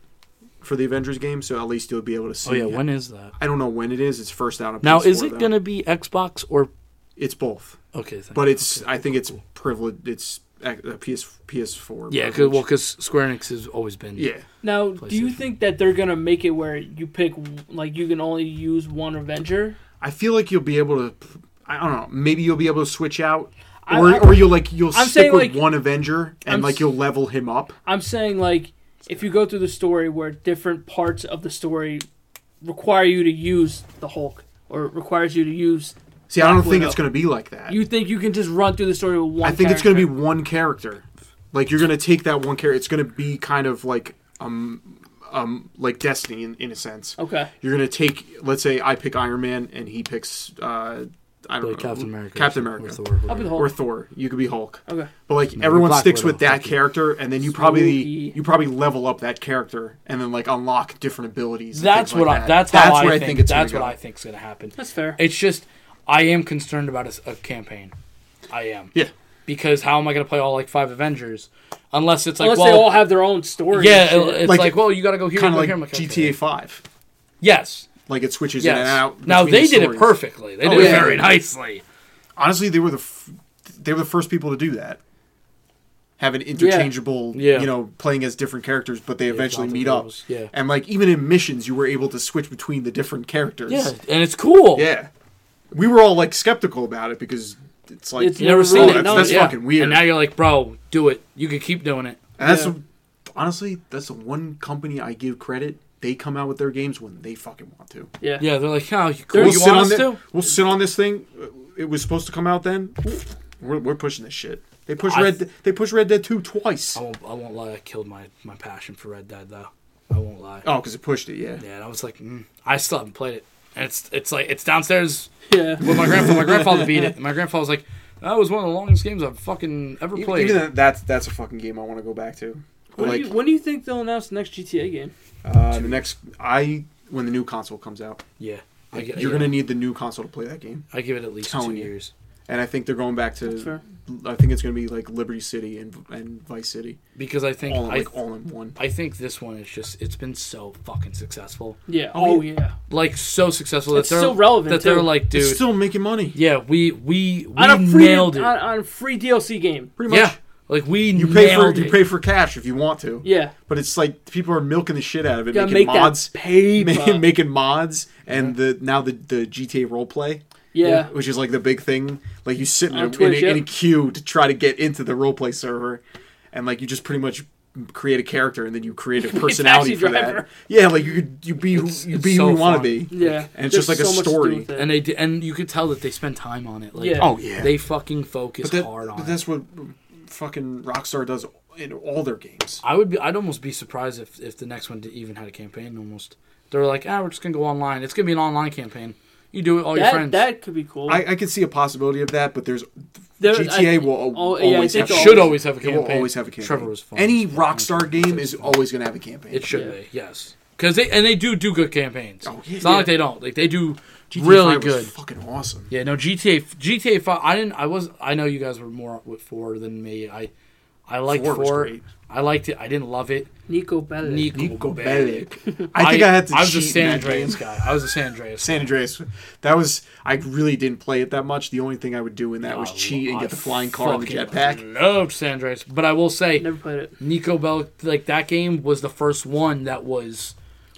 Speaker 1: for the Avengers game, so at least you'll be able to see.
Speaker 3: Oh yeah, when is that?
Speaker 1: I don't know when it is. It's first out. On
Speaker 3: Now is
Speaker 1: PS4,
Speaker 3: it
Speaker 1: though.
Speaker 3: gonna be Xbox or
Speaker 1: It's both,
Speaker 3: okay? Thank
Speaker 1: but
Speaker 3: you.
Speaker 1: it's. I think it's privileged. It's uh, a a PS PS4.
Speaker 3: yeah, cause,
Speaker 1: privilege.
Speaker 3: well, because Square Enix has always been
Speaker 1: yeah.
Speaker 2: now, do you
Speaker 3: PlayStation.
Speaker 2: think that they're going to make it where you pick like you can only use one Avenger?
Speaker 1: I feel like you'll be able to. I don't know. Maybe you'll be able to switch out,
Speaker 2: I-
Speaker 1: or
Speaker 2: I-
Speaker 1: or you'll like you'll
Speaker 2: I'm
Speaker 1: stick
Speaker 2: saying,
Speaker 1: with
Speaker 2: like-
Speaker 1: one Avenger and
Speaker 2: I'm
Speaker 1: like
Speaker 2: s-
Speaker 1: you'll level him up.
Speaker 2: I'm saying like if you go through the story where different parts of the story require you to use the Hulk or requires you to use
Speaker 1: See, I don't think
Speaker 2: Widow.
Speaker 1: it's going to be like that.
Speaker 2: you think you can just run through the story with one
Speaker 1: I think it's going to
Speaker 2: character?
Speaker 1: be one character. Like you're going to take that one character. It's going to be kind of like um um like Destiny in, in a sense.
Speaker 3: Oh.
Speaker 2: okay
Speaker 1: You're going to take let's say I pick Iron Man and he picks uh I don't
Speaker 3: like
Speaker 1: know
Speaker 3: Captain America.
Speaker 1: Captain
Speaker 3: or
Speaker 1: America.
Speaker 3: Thor,
Speaker 2: I'll be the
Speaker 3: whatever.
Speaker 2: Hulk
Speaker 1: Or Thor, you could be Hulk,
Speaker 3: Oh.
Speaker 2: okay
Speaker 1: but like everyone
Speaker 3: Black
Speaker 1: sticks
Speaker 3: Widow,
Speaker 1: with that
Speaker 3: fuck you.
Speaker 1: character, and then you probably
Speaker 2: Spooky.
Speaker 1: you probably level up that character, and then like unlock different abilities. and
Speaker 3: That's
Speaker 1: things
Speaker 3: what
Speaker 1: like
Speaker 3: I.
Speaker 1: that.
Speaker 3: That's how I,
Speaker 1: where
Speaker 3: think.
Speaker 1: it's
Speaker 3: that's
Speaker 1: gonna
Speaker 3: what
Speaker 1: go.
Speaker 3: I think's going to happen.
Speaker 2: that's fair
Speaker 3: It's just I am concerned about a s- a, campaign. I am
Speaker 1: Yeah,
Speaker 3: because how am I going to play all like five Avengers unless it's like
Speaker 2: unless
Speaker 3: well
Speaker 2: they all have their own story
Speaker 3: yeah uh,
Speaker 2: and
Speaker 3: it-
Speaker 2: shit.
Speaker 3: it's
Speaker 1: Like-
Speaker 3: like, well you got to go here
Speaker 1: kind
Speaker 3: and
Speaker 1: of
Speaker 3: go
Speaker 1: like
Speaker 3: here. I'm like, okay.
Speaker 1: GTA Five.
Speaker 3: Yes.
Speaker 1: Like it switches in and
Speaker 3: Yes.
Speaker 1: out.
Speaker 3: Now
Speaker 1: between
Speaker 3: they
Speaker 1: the
Speaker 3: did it
Speaker 1: stories.
Speaker 3: perfectly. They
Speaker 1: Oh,
Speaker 3: did it
Speaker 1: yeah.
Speaker 3: very nicely.
Speaker 1: honestly, they were the f- they were the first people to do that. Have an interchangeable,
Speaker 3: Yeah.
Speaker 1: you know, playing as different characters, but they eventually
Speaker 3: lots of
Speaker 1: meet up.
Speaker 3: roles, yeah.
Speaker 1: And like even in missions, you were able to switch between the different characters.
Speaker 3: Yeah, and it's cool.
Speaker 1: Yeah. We were all like skeptical about it because it's like
Speaker 2: It's
Speaker 3: You never
Speaker 2: Never
Speaker 3: seen
Speaker 1: oh,
Speaker 2: really-
Speaker 3: it.
Speaker 1: That's,
Speaker 2: no,
Speaker 1: that's
Speaker 3: yeah.
Speaker 1: fucking weird.
Speaker 3: And now you're like, bro, do it. You could keep doing it.
Speaker 1: And that's
Speaker 2: Yeah.
Speaker 1: honestly that's the one company I give credit. They come out with their games when they fucking want to.
Speaker 2: Yeah.
Speaker 3: Yeah, they're like, oh, you, cool,
Speaker 1: We'll,
Speaker 3: you
Speaker 1: sit
Speaker 3: want
Speaker 1: on
Speaker 3: us
Speaker 1: thi-
Speaker 3: to?
Speaker 1: we'll sit on this thing. It was supposed to come out then. We're, we're pushing this shit. They push
Speaker 3: I-
Speaker 1: Red. They push Red Dead Two twice.
Speaker 3: I
Speaker 1: Oh,
Speaker 3: won't, I won't lie. I killed my, my passion for Red Dead, though. I won't lie.
Speaker 1: because Oh, it pushed it. Yeah.
Speaker 3: Yeah, and I was like, mm, I still haven't played it. And it's it's like it's downstairs
Speaker 2: Yeah.
Speaker 3: with my grandfather. My grandfather beat it. And my grandfather was like, that was one of the longest games I've fucking ever
Speaker 1: Even,
Speaker 3: played.
Speaker 1: even that- that's that's a fucking game I want to go back to.
Speaker 2: When,
Speaker 1: like
Speaker 2: do you, when do you think they'll announce the next GTA game?
Speaker 1: uh, the next, I when the new console comes out,
Speaker 3: yeah, I,
Speaker 1: you're
Speaker 3: gi- yeah,
Speaker 1: gonna need the new console to play that game.
Speaker 3: I give it at least two
Speaker 1: Telling you.
Speaker 3: years.
Speaker 1: And I think they're going back
Speaker 2: That's
Speaker 1: to.
Speaker 2: fair.
Speaker 1: I think it's gonna be like Liberty City and and Vice City,
Speaker 3: because I think
Speaker 1: all in,
Speaker 3: I,
Speaker 1: like all in one.
Speaker 3: I think this one is just it's been so fucking successful,
Speaker 2: Yeah.
Speaker 1: Oh,
Speaker 2: Oh yeah.
Speaker 3: like so successful that
Speaker 2: It's
Speaker 3: they're
Speaker 2: so relevant,
Speaker 3: that they're
Speaker 2: too.
Speaker 3: like, dude,
Speaker 1: It's still making money.
Speaker 3: yeah, we we we
Speaker 2: On a free
Speaker 3: nailed it.
Speaker 2: On, on a free DLC game.
Speaker 1: Pretty much.
Speaker 3: yeah, like we
Speaker 1: You pay
Speaker 3: nailed
Speaker 1: for
Speaker 3: it.
Speaker 1: you pay for cash if you want to.
Speaker 2: Yeah.
Speaker 1: But it's like people are milking the shit out of it,
Speaker 2: Gotta
Speaker 1: making
Speaker 2: make
Speaker 1: mods,
Speaker 2: that paper.
Speaker 1: ma- making mods, and the now the the GTA roleplay,
Speaker 2: yeah.
Speaker 1: which is like the big thing. Like you sit in,
Speaker 2: On
Speaker 1: a, in,
Speaker 2: Twitch,
Speaker 1: a, in a
Speaker 2: yeah.
Speaker 1: queue to try to get into the roleplay server, and like you just pretty much create a character and then you create a personality for that.
Speaker 2: driver.
Speaker 1: Yeah, like you could you be
Speaker 3: It's-
Speaker 1: you
Speaker 3: it's
Speaker 1: be
Speaker 3: so
Speaker 1: who you want
Speaker 3: fun.
Speaker 1: to be.
Speaker 2: Yeah.
Speaker 1: And it's just like
Speaker 2: There's
Speaker 1: a
Speaker 2: so much to do
Speaker 1: story.
Speaker 2: with it.
Speaker 3: and they d- and you could tell that they spend time on it. Like
Speaker 2: Yeah.
Speaker 1: Oh yeah,
Speaker 3: they fucking focus
Speaker 1: but, that-
Speaker 3: hard on
Speaker 1: but
Speaker 3: it.
Speaker 1: that's what fucking Rockstar does in all their games.
Speaker 3: I would be. I'd almost be surprised if, if the next one d- even had a campaign. Almost, they're like, ah, we're just gonna go online. It's gonna be an online campaign. You do it with all your
Speaker 2: that,
Speaker 3: friends.
Speaker 2: that could be cool.
Speaker 1: I, I could see a possibility of that, but there's
Speaker 2: There- I
Speaker 1: GTA
Speaker 2: think-
Speaker 1: will al-
Speaker 2: oh, yeah, I
Speaker 1: always
Speaker 2: think
Speaker 1: have
Speaker 2: they'll
Speaker 3: should always have a
Speaker 1: It
Speaker 3: campaign.
Speaker 1: will always have a campaign.
Speaker 3: Trevor was fun.
Speaker 1: Any Rockstar game is always going to have a campaign.
Speaker 3: It should
Speaker 2: Yeah.
Speaker 3: be yes, because they and they do do good campaigns.
Speaker 1: Oh, yeah.
Speaker 3: It's not like
Speaker 1: Yeah.
Speaker 3: they don't. Like they do
Speaker 1: GTA
Speaker 3: really
Speaker 1: five was
Speaker 3: good.
Speaker 1: fucking awesome.
Speaker 3: yeah, no GTA f- GTA Five. I didn't. I was. I know you guys were more with four than me. I I liked
Speaker 1: Four
Speaker 3: four.
Speaker 1: was great.
Speaker 3: I liked it. I didn't love it.
Speaker 2: Nico Bellic.
Speaker 3: Nico,
Speaker 1: Nico
Speaker 3: Bellic.
Speaker 1: Bellic. I think I, had to.
Speaker 3: I was a
Speaker 1: cheat in
Speaker 3: San
Speaker 1: that
Speaker 3: Andreas
Speaker 1: game.
Speaker 3: guy. I was a San Andreas.
Speaker 1: San Andreas. That was. I really didn't play it that much. The only thing I would do in that was cheat and get the flying car and the jetpack.
Speaker 3: I loved San Andreas, but I will say
Speaker 2: Never played it.
Speaker 3: Nico Bellic, like that game was the first one that was,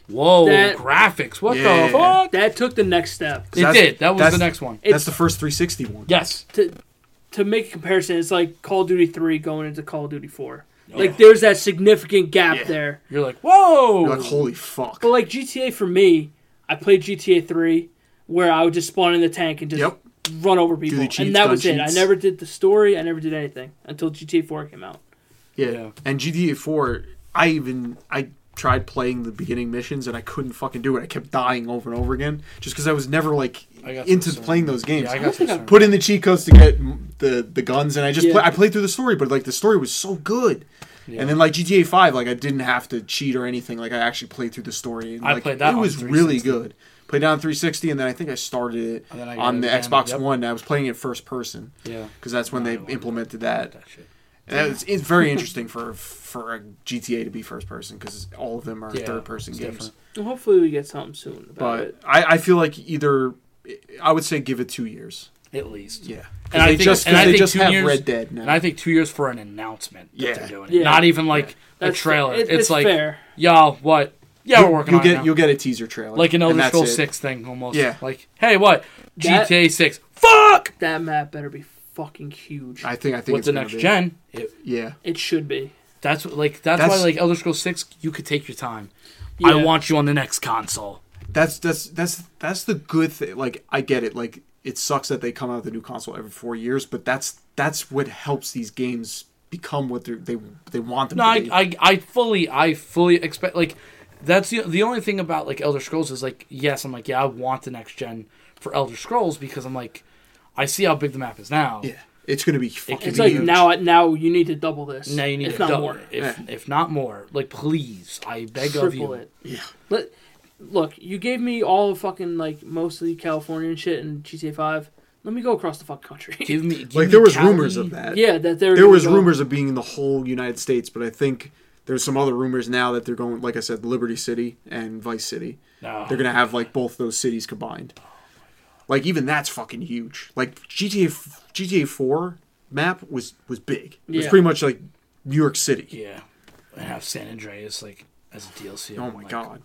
Speaker 3: whoa,
Speaker 2: That-
Speaker 3: graphics. What
Speaker 1: Yeah.
Speaker 3: the fuck?
Speaker 2: That took the next step.
Speaker 3: It
Speaker 1: That's-
Speaker 3: did. That was
Speaker 1: that's-
Speaker 3: the next one.
Speaker 1: That's
Speaker 2: It's-
Speaker 1: the first 360 one.
Speaker 3: Yes.
Speaker 2: to to make a comparison, it's like Call of Duty three going into Call of Duty four. Like there's that significant gap
Speaker 1: Oh, Yeah.
Speaker 2: there.
Speaker 3: You're like, whoa.
Speaker 1: You're like, holy fuck.
Speaker 2: But like GTA for me, I played GTA three where I would just spawn in the tank and just
Speaker 1: Yep.
Speaker 2: run over people,
Speaker 1: the cheats,
Speaker 2: and that
Speaker 1: gun
Speaker 2: was it. I
Speaker 1: cheats.
Speaker 2: never did the story. I never did anything until GTA four came out.
Speaker 1: Yeah.
Speaker 3: Yeah.
Speaker 1: And GTA 4, I even I tried playing the beginning missions and I couldn't fucking do it. I kept dying over and over again just because I was never like
Speaker 3: I got
Speaker 1: into
Speaker 3: some-
Speaker 1: playing those games.
Speaker 3: yeah, I
Speaker 1: I
Speaker 3: got
Speaker 2: think I-
Speaker 3: concerned.
Speaker 1: put in the cheat codes to get m- the the guns and I just
Speaker 2: Yeah.
Speaker 1: play, I played through the story, but like the story was so good.
Speaker 3: Yeah.
Speaker 1: And then like GTA 5, like I didn't have to cheat or anything. Like I actually played through the story. And,
Speaker 3: I
Speaker 1: like,
Speaker 3: played that
Speaker 1: It
Speaker 3: on
Speaker 1: was really
Speaker 3: 360.
Speaker 1: good. Played down 360, and then I think I started it
Speaker 3: And then I got
Speaker 1: on
Speaker 3: it
Speaker 1: the
Speaker 3: again,
Speaker 1: Xbox
Speaker 3: yep.
Speaker 1: One. and I was playing it first person
Speaker 3: Yeah.
Speaker 1: because that's when
Speaker 3: No, I
Speaker 1: they
Speaker 3: wanted
Speaker 1: implemented that.
Speaker 3: That shit.
Speaker 1: And it's, it's very interesting for for a GTA to be first person because all of them are
Speaker 3: Yeah,
Speaker 1: third person
Speaker 3: it's
Speaker 1: games.
Speaker 3: different.
Speaker 2: Well, hopefully, we get something soon about
Speaker 1: But
Speaker 2: it.
Speaker 1: I, I feel like either I would say give it two years.
Speaker 3: At least.
Speaker 1: Yeah,
Speaker 3: And
Speaker 1: and
Speaker 3: I
Speaker 1: they
Speaker 3: think-
Speaker 1: just, 'cause
Speaker 3: and I
Speaker 1: they
Speaker 3: think
Speaker 1: just
Speaker 3: two
Speaker 1: have
Speaker 3: years-
Speaker 1: Red Dead now.
Speaker 3: And I think two years for an announcement. that
Speaker 1: Yeah.
Speaker 3: they're doing it.
Speaker 2: Yeah.
Speaker 3: Not even like a
Speaker 2: That's-
Speaker 3: trailer.
Speaker 2: it-
Speaker 3: it's, like,
Speaker 2: fair.
Speaker 3: y'all, what? Yeah, we're working
Speaker 1: you'll
Speaker 3: on
Speaker 1: get
Speaker 3: it. now.
Speaker 1: you'll get a teaser trailer
Speaker 3: like an
Speaker 1: and
Speaker 3: Elder
Speaker 1: that's
Speaker 3: Scrolls
Speaker 1: it.
Speaker 3: Six thing almost.
Speaker 1: Yeah.
Speaker 3: Like, hey, what
Speaker 2: That-
Speaker 3: GTA Six? Fuck.
Speaker 2: that map better be fucking huge.
Speaker 1: I think I think
Speaker 3: With
Speaker 1: it's
Speaker 3: the
Speaker 1: gonna
Speaker 3: next
Speaker 1: be.
Speaker 3: gen, it,
Speaker 1: Yeah,
Speaker 2: it should be.
Speaker 3: that's what- like that's,
Speaker 1: That's-
Speaker 3: why like Elder Scrolls Six, you could take your time. I
Speaker 2: Yeah.
Speaker 3: want you on the next console.
Speaker 1: that's that's that's that's the good thing. Like I get it. Like it sucks that they come out with a new console every four years, but that's that's what helps these games become what they're- they they want them
Speaker 3: No,
Speaker 1: to
Speaker 3: I,
Speaker 1: be.
Speaker 3: I I fully I fully expect like that's the the only thing about like Elder Scrolls is like yes, I'm like yeah, I want the next gen for Elder Scrolls because I'm like I see how big the map is now.
Speaker 1: yeah, it's gonna be fucking
Speaker 2: It's
Speaker 3: be
Speaker 2: like
Speaker 1: huge.
Speaker 2: now, now you need to double this.
Speaker 3: Now you need
Speaker 2: if
Speaker 3: to
Speaker 2: not
Speaker 3: double
Speaker 2: more.
Speaker 3: it. If,
Speaker 1: Yeah.
Speaker 3: if not more, like please, I beg of you.
Speaker 2: triple it.
Speaker 1: Yeah.
Speaker 2: Let, look, you gave me all of fucking like mostly California and shit and GTA Five. Let me go across the fucking country.
Speaker 3: Give me give
Speaker 1: like
Speaker 3: me
Speaker 1: there was
Speaker 3: Cali.
Speaker 1: rumors of that.
Speaker 2: yeah, that
Speaker 1: there
Speaker 2: they're gonna
Speaker 1: was
Speaker 2: go-
Speaker 1: rumors of being in the whole United States, but I think there's some other rumors now that they're going, like I said, Liberty City and Vice City.
Speaker 3: No.
Speaker 1: They're gonna have like both those cities combined. Like even that's fucking huge. Like GTA f- GTA Four map was was big. It was
Speaker 2: Yeah.
Speaker 1: pretty much like New York City.
Speaker 3: Yeah, and have San Andreas like as a DLC.
Speaker 1: Oh
Speaker 3: I'm
Speaker 1: my
Speaker 3: like,
Speaker 1: god.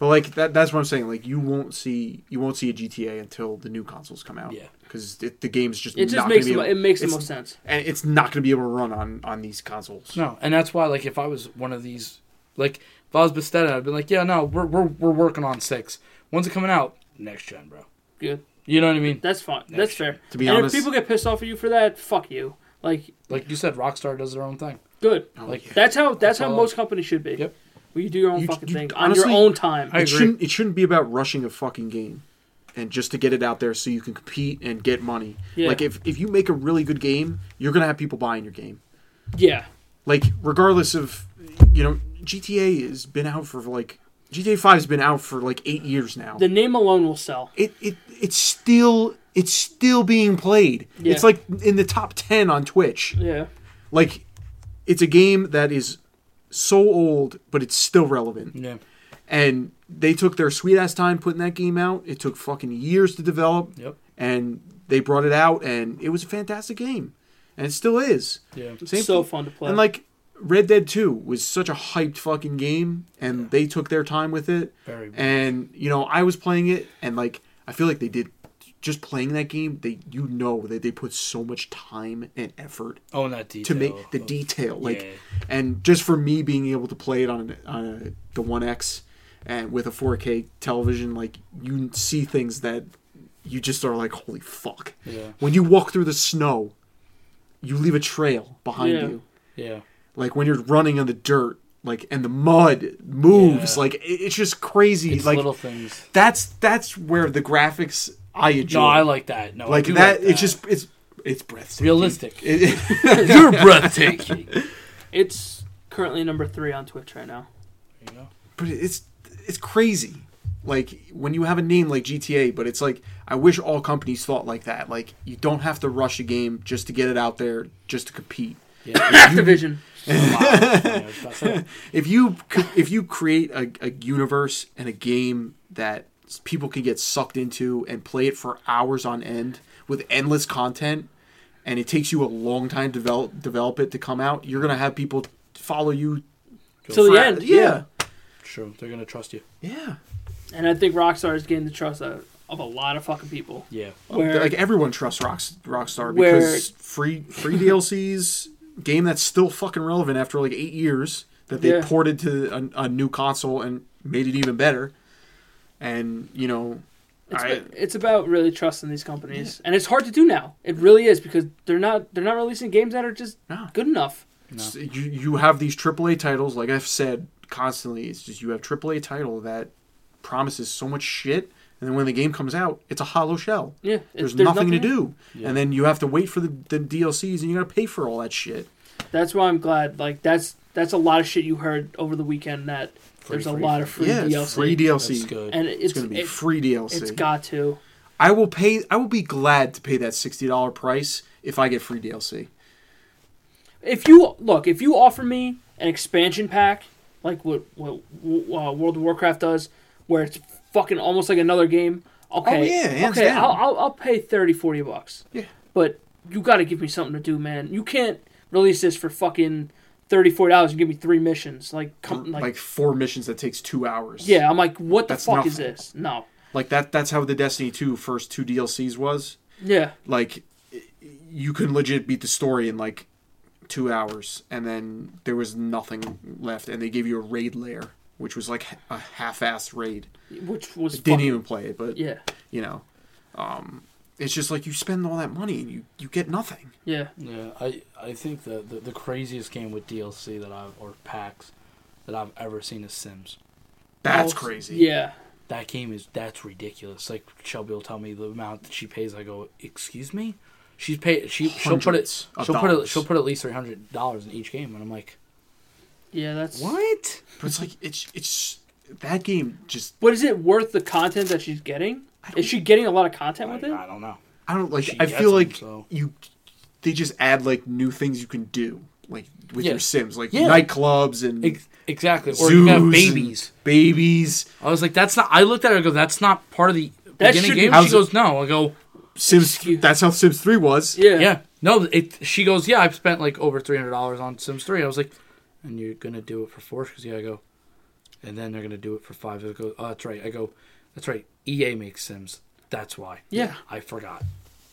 Speaker 1: But like that, that's what I'm saying. Like you won't see you won't see a GTA until the new consoles come out.
Speaker 3: Yeah.
Speaker 1: because the game's just
Speaker 2: It just
Speaker 1: not gonna
Speaker 2: makes the,
Speaker 1: be
Speaker 2: mo-
Speaker 1: able,
Speaker 2: it makes the
Speaker 1: it's-
Speaker 2: most sense.
Speaker 1: and it's not going to be able to run on on these consoles.
Speaker 3: No, and that's why, like, if I was one of these, like, if I was Bethesda, I'd be like, yeah, no, we're we're we're working on six. When's it coming out? Next gen, bro.
Speaker 2: Yeah,
Speaker 3: You know what I mean?
Speaker 2: that's fine. That's fair.
Speaker 1: To be
Speaker 2: and
Speaker 1: honest-
Speaker 2: if people get pissed off at you for that, fuck you. Like,
Speaker 3: Like you said, Rockstar does their own thing.
Speaker 2: good.
Speaker 1: Oh,
Speaker 3: Like,
Speaker 2: That's how. That's
Speaker 3: That's
Speaker 2: how
Speaker 3: all.
Speaker 2: most companies should be.
Speaker 3: Yep.
Speaker 2: Where you do your own
Speaker 1: You-
Speaker 2: fucking
Speaker 1: you-
Speaker 2: thing on
Speaker 1: honestly,
Speaker 2: your own time.
Speaker 3: I
Speaker 1: it
Speaker 3: agree.
Speaker 1: shouldn't it shouldn't be about rushing a fucking game and just to get it out there so you can compete and get money.
Speaker 2: Yeah.
Speaker 1: Like if if you make a really good game, you're going to have people buying your game.
Speaker 2: yeah.
Speaker 1: Like regardless of you know GTA has been out for like GTA 5's been out for like 8 years now.
Speaker 2: The name alone will sell.
Speaker 1: it, it it's still it's still being played.
Speaker 2: Yeah.
Speaker 1: It's like in the top 10 on Twitch.
Speaker 2: Yeah.
Speaker 1: Like it's a game that is so old but it's still relevant
Speaker 3: yeah,
Speaker 1: and they took their sweet ass time putting that game out. It took fucking years to develop.
Speaker 3: Yep.
Speaker 1: And they brought it out, and it was a fantastic game, and it still is.
Speaker 3: yeah.
Speaker 1: Same
Speaker 2: so
Speaker 1: thing-
Speaker 2: fun to play.
Speaker 1: And like Red Dead Two was such a hyped fucking game, and they took their time with it.
Speaker 3: Very.
Speaker 1: And you know, I was playing it, and like I feel like they did. Just playing that game, they you know that they put so much time and effort
Speaker 3: Own Oh, that
Speaker 1: to
Speaker 3: detail.
Speaker 1: make the detail like
Speaker 3: Yeah.
Speaker 1: and just for me being able to play it on a, on a, the 1x and with a 4k television like you see things that you just are like holy fuck
Speaker 3: Yeah.
Speaker 1: when you walk through the snow you leave a trail behind
Speaker 2: Yeah.
Speaker 1: you
Speaker 3: Yeah.
Speaker 1: like when you're running on the dirt like and the mud moves
Speaker 3: Yeah.
Speaker 1: like it- it's just crazy
Speaker 3: It's
Speaker 1: like
Speaker 3: little things.
Speaker 1: that's that's where the graphics i enjoy
Speaker 3: No, I like that. No, I
Speaker 1: like
Speaker 3: do
Speaker 1: that, it's just it's it's breathtaking
Speaker 3: realistic.
Speaker 1: It-
Speaker 3: You're breathtaking. There
Speaker 2: it's currently number three on Twitch right now.
Speaker 3: you go.
Speaker 1: but it's it's crazy like when you have a name like GTA but it's like I wish all companies thought like that like you don't have to rush a game just to get it out there just to compete
Speaker 3: Yeah.
Speaker 2: Activision.
Speaker 3: Wow. That's it.
Speaker 1: if you c- if you create a, a universe and a game that s- people can get sucked into and play it for hours on end with endless content and it takes you a long time to develop develop it to come out you're going to have people follow you
Speaker 2: Till the
Speaker 1: for-
Speaker 2: end. Yeah.
Speaker 3: True. They're gonna trust you.
Speaker 1: yeah,
Speaker 2: And I think Rockstar is gaining the trust of, of a lot of fucking people.
Speaker 3: Yeah.
Speaker 2: Where
Speaker 1: like everyone trusts Rocks, Rockstar
Speaker 2: Where-
Speaker 1: because free free DLCs game that's still fucking relevant after like eight years that they
Speaker 2: Yeah.
Speaker 1: ported to a, a new console and made it even better. And you know,
Speaker 2: it's,
Speaker 1: I,
Speaker 2: about, it's about really trusting these companies, and it's hard to do now. It really is because they're not they're not releasing games that are just
Speaker 1: No.
Speaker 2: good enough.
Speaker 1: s- you you have these AAA titles like I've said constantly. It's just you have AAA title that promises so much shit, and then when the game comes out, it's a hollow shell.
Speaker 2: Yeah, it-
Speaker 1: There's, nothing, to
Speaker 2: in
Speaker 1: do, and then you have to wait for the, the DLCs, and you gotta pay for all that shit.
Speaker 2: it. That's why I'm glad. Like that's that's a lot of shit you heard over the weekend. That there's a
Speaker 3: free,
Speaker 2: lot of free
Speaker 1: yeah, it's
Speaker 2: DLC,
Speaker 1: free DLC.
Speaker 3: That's good.
Speaker 2: and it's,
Speaker 1: It's gonna be
Speaker 2: it,
Speaker 1: free DLC.
Speaker 2: it's got to.
Speaker 1: I will pay. I will be glad to pay that sixty dollar price if I get free DLC.
Speaker 2: If you look, if you offer me an expansion pack like what what uh, World of Warcraft does, where it's fucking almost like another game. Okay,
Speaker 1: Oh, yeah, hands
Speaker 2: okay,
Speaker 1: down.
Speaker 2: I'll, I'll I'll pay 30, 40 bucks.
Speaker 1: Yeah.
Speaker 2: but you got to give me something to do, man. You can't release this for fucking thirty four dollars and give me three missions. Like, come,
Speaker 1: Like,
Speaker 2: like,
Speaker 1: four missions that takes two hours.
Speaker 2: yeah, I'm like, what the
Speaker 1: That's
Speaker 2: fuck is
Speaker 1: nothing.
Speaker 2: this? No,
Speaker 1: Like that. That's how the Destiny two first two DLCs was.
Speaker 2: yeah,
Speaker 1: Like y- you can legit beat the story in like two hours, and then there was nothing left, and they gave you a raid layer, which was like h- a half-ass raid.
Speaker 2: which was
Speaker 1: Didn't
Speaker 2: fucking-
Speaker 1: even play it, but
Speaker 2: yeah,
Speaker 1: you know, um, it's just like you spend all that money and you you get nothing.
Speaker 2: yeah,
Speaker 3: Yeah, I I think the, the the craziest game with DLC that I've or packs that I've ever seen is Sims.
Speaker 1: That's
Speaker 2: Oh,
Speaker 1: crazy.
Speaker 2: Yeah,
Speaker 3: That game is that's ridiculous. Like Shelby will tell me the amount that she pays. I go, excuse me, she's paid. She she'll put
Speaker 1: Hundreds
Speaker 3: it.
Speaker 1: of
Speaker 3: She'll put it.
Speaker 1: dollars.
Speaker 3: She'll put at least three hundred dollars in each game, and I'm like,
Speaker 2: yeah, that's
Speaker 3: what?
Speaker 1: But it's like it's it's that game just
Speaker 2: But is it worth the content that she's getting? Is she getting a lot of content with
Speaker 3: Like,
Speaker 2: it?
Speaker 3: I don't know.
Speaker 1: I don't like.
Speaker 3: She
Speaker 1: I
Speaker 3: gets
Speaker 1: feel
Speaker 3: them,
Speaker 1: like
Speaker 3: so-
Speaker 1: you, they just add like new things you can do, like with
Speaker 3: Yeah.
Speaker 1: your Sims, like
Speaker 3: Yeah.
Speaker 1: nightclubs and
Speaker 3: Ex- exactly. Or
Speaker 1: zoos
Speaker 3: you have
Speaker 1: and
Speaker 3: babies.
Speaker 1: babies,
Speaker 3: I was like, that's not. I looked at her. I go, that's not part of the
Speaker 2: That
Speaker 3: beginning
Speaker 2: should be-
Speaker 3: game.
Speaker 1: how's
Speaker 3: She
Speaker 1: it-
Speaker 3: goes, no. I go,
Speaker 1: Sims.
Speaker 2: Excuse-
Speaker 1: That's how Sims Three was.
Speaker 2: Yeah,
Speaker 3: yeah, no. It. She goes, yeah. I've spent like over three hundred dollars on Sims Three. I was like, and you're gonna do it for four? Because yeah, I go. and then they're gonna do it for five. I go, oh, that's right. I go, that's right. EA makes Sims. That's why.
Speaker 2: Yeah.
Speaker 3: I forgot.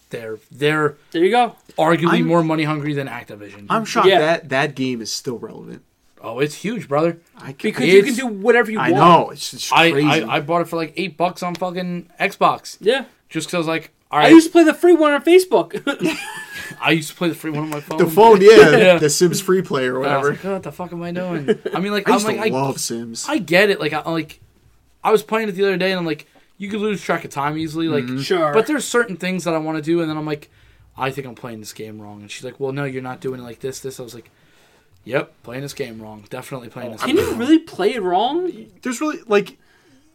Speaker 3: They're they're
Speaker 2: There you go.
Speaker 3: arguably
Speaker 1: I'm-
Speaker 3: more money hungry than Activision.
Speaker 1: I'm shocked
Speaker 2: Yeah.
Speaker 1: that that game is still relevant.
Speaker 3: oh, it's huge, brother.
Speaker 1: I can't,
Speaker 2: Because you
Speaker 3: It's-
Speaker 2: can do whatever you
Speaker 1: I
Speaker 2: want.
Speaker 1: know it's, it's
Speaker 3: I,
Speaker 1: crazy.
Speaker 3: I I bought it for like eight bucks on fucking Xbox
Speaker 2: Yeah.
Speaker 3: just because I was like, all
Speaker 2: I
Speaker 3: right,
Speaker 2: used to play the free one on Facebook.
Speaker 3: play the free one on my phone.
Speaker 1: the phone, yeah,
Speaker 3: Yeah.
Speaker 1: the Sims free play or
Speaker 3: And I was
Speaker 1: whatever.
Speaker 3: like, "Oh, what the fuck am I doing? I mean, like
Speaker 1: I
Speaker 3: I'm
Speaker 1: used
Speaker 3: like
Speaker 1: to
Speaker 3: I
Speaker 1: love Sims.
Speaker 3: I get it. Like I like I was playing it the other day and I'm like, you could lose track of time easily. Like
Speaker 1: Mm-hmm.
Speaker 2: Sure.
Speaker 3: But there's certain things that I want to do and then I'm like, I think I'm playing this game wrong. And she's like, Well no, you're not doing it like this, this I was like, Yep, playing this game wrong. Definitely
Speaker 1: Oh,
Speaker 3: playing this
Speaker 2: Can
Speaker 3: game
Speaker 2: you really play it wrong?
Speaker 1: There's really like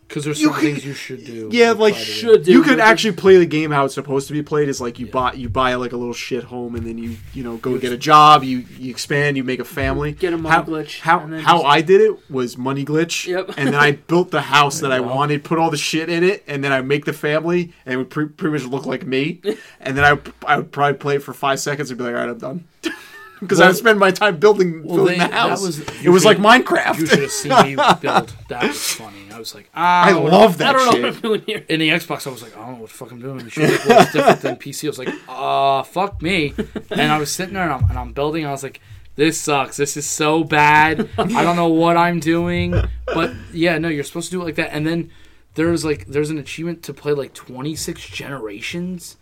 Speaker 3: Because there's
Speaker 1: you
Speaker 3: certain
Speaker 1: can-
Speaker 3: things you should do.
Speaker 1: yeah, like
Speaker 3: try to do.
Speaker 2: should do.
Speaker 1: you could
Speaker 2: Like,
Speaker 1: actually play the game how it's supposed to be played. Is like you buy you buy like a little shit home and then you you know go get a job, you you expand, you make a family.
Speaker 2: Get a money
Speaker 1: how,
Speaker 2: glitch,
Speaker 1: How
Speaker 2: and then
Speaker 1: how
Speaker 2: just-
Speaker 1: I did it was money glitch.
Speaker 2: Yep.
Speaker 1: and then I built the house that I
Speaker 3: you go.
Speaker 1: wanted, put all the shit in it, and then I make the family and it would pre- pretty much look like me. and then I I would probably play it for five seconds and be like, all right, I'm done. Because I
Speaker 3: Well-
Speaker 1: would spend my time building,
Speaker 3: Well,
Speaker 1: building
Speaker 3: they-
Speaker 1: the
Speaker 3: that
Speaker 1: house.
Speaker 3: was-
Speaker 1: it was like
Speaker 3: you-
Speaker 1: Minecraft.
Speaker 3: You should have seen me build. That was funny. I was like, ah,
Speaker 1: I
Speaker 3: what-
Speaker 1: love that
Speaker 2: I don't know
Speaker 1: shit.
Speaker 2: what I'm doing here.
Speaker 3: in the Xbox, I was like, I don't know what the fuck I'm doing. She's like, well, it's different than PC. I was like, uh, fuck me. And I was sitting there and I'm, and I'm building. I was like, this sucks. This is so bad. I don't know what I'm doing. But yeah, no, you're supposed to do it like that. And then there's like, there's an achievement to play like 26 generations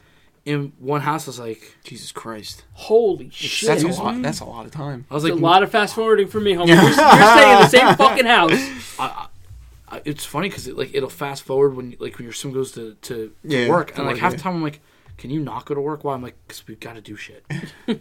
Speaker 3: in one house. I was like,
Speaker 1: Jesus Christ.
Speaker 2: Holy shit.
Speaker 1: That's a
Speaker 3: Excuse
Speaker 1: lot.
Speaker 3: me?
Speaker 1: That's a lot of time.
Speaker 3: I was
Speaker 2: It's
Speaker 3: like,
Speaker 2: a lot of fast forwarding for me, homie. You're, you're staying in the same fucking house.
Speaker 3: I- it's funny because it like it'll fast forward when like when your sim goes to to, to
Speaker 1: Yeah,
Speaker 3: work
Speaker 1: to
Speaker 3: and like
Speaker 1: work,
Speaker 3: half
Speaker 1: yeah.
Speaker 3: the time I'm like, can you not go to work? Why? I'm like, because we got to do shit.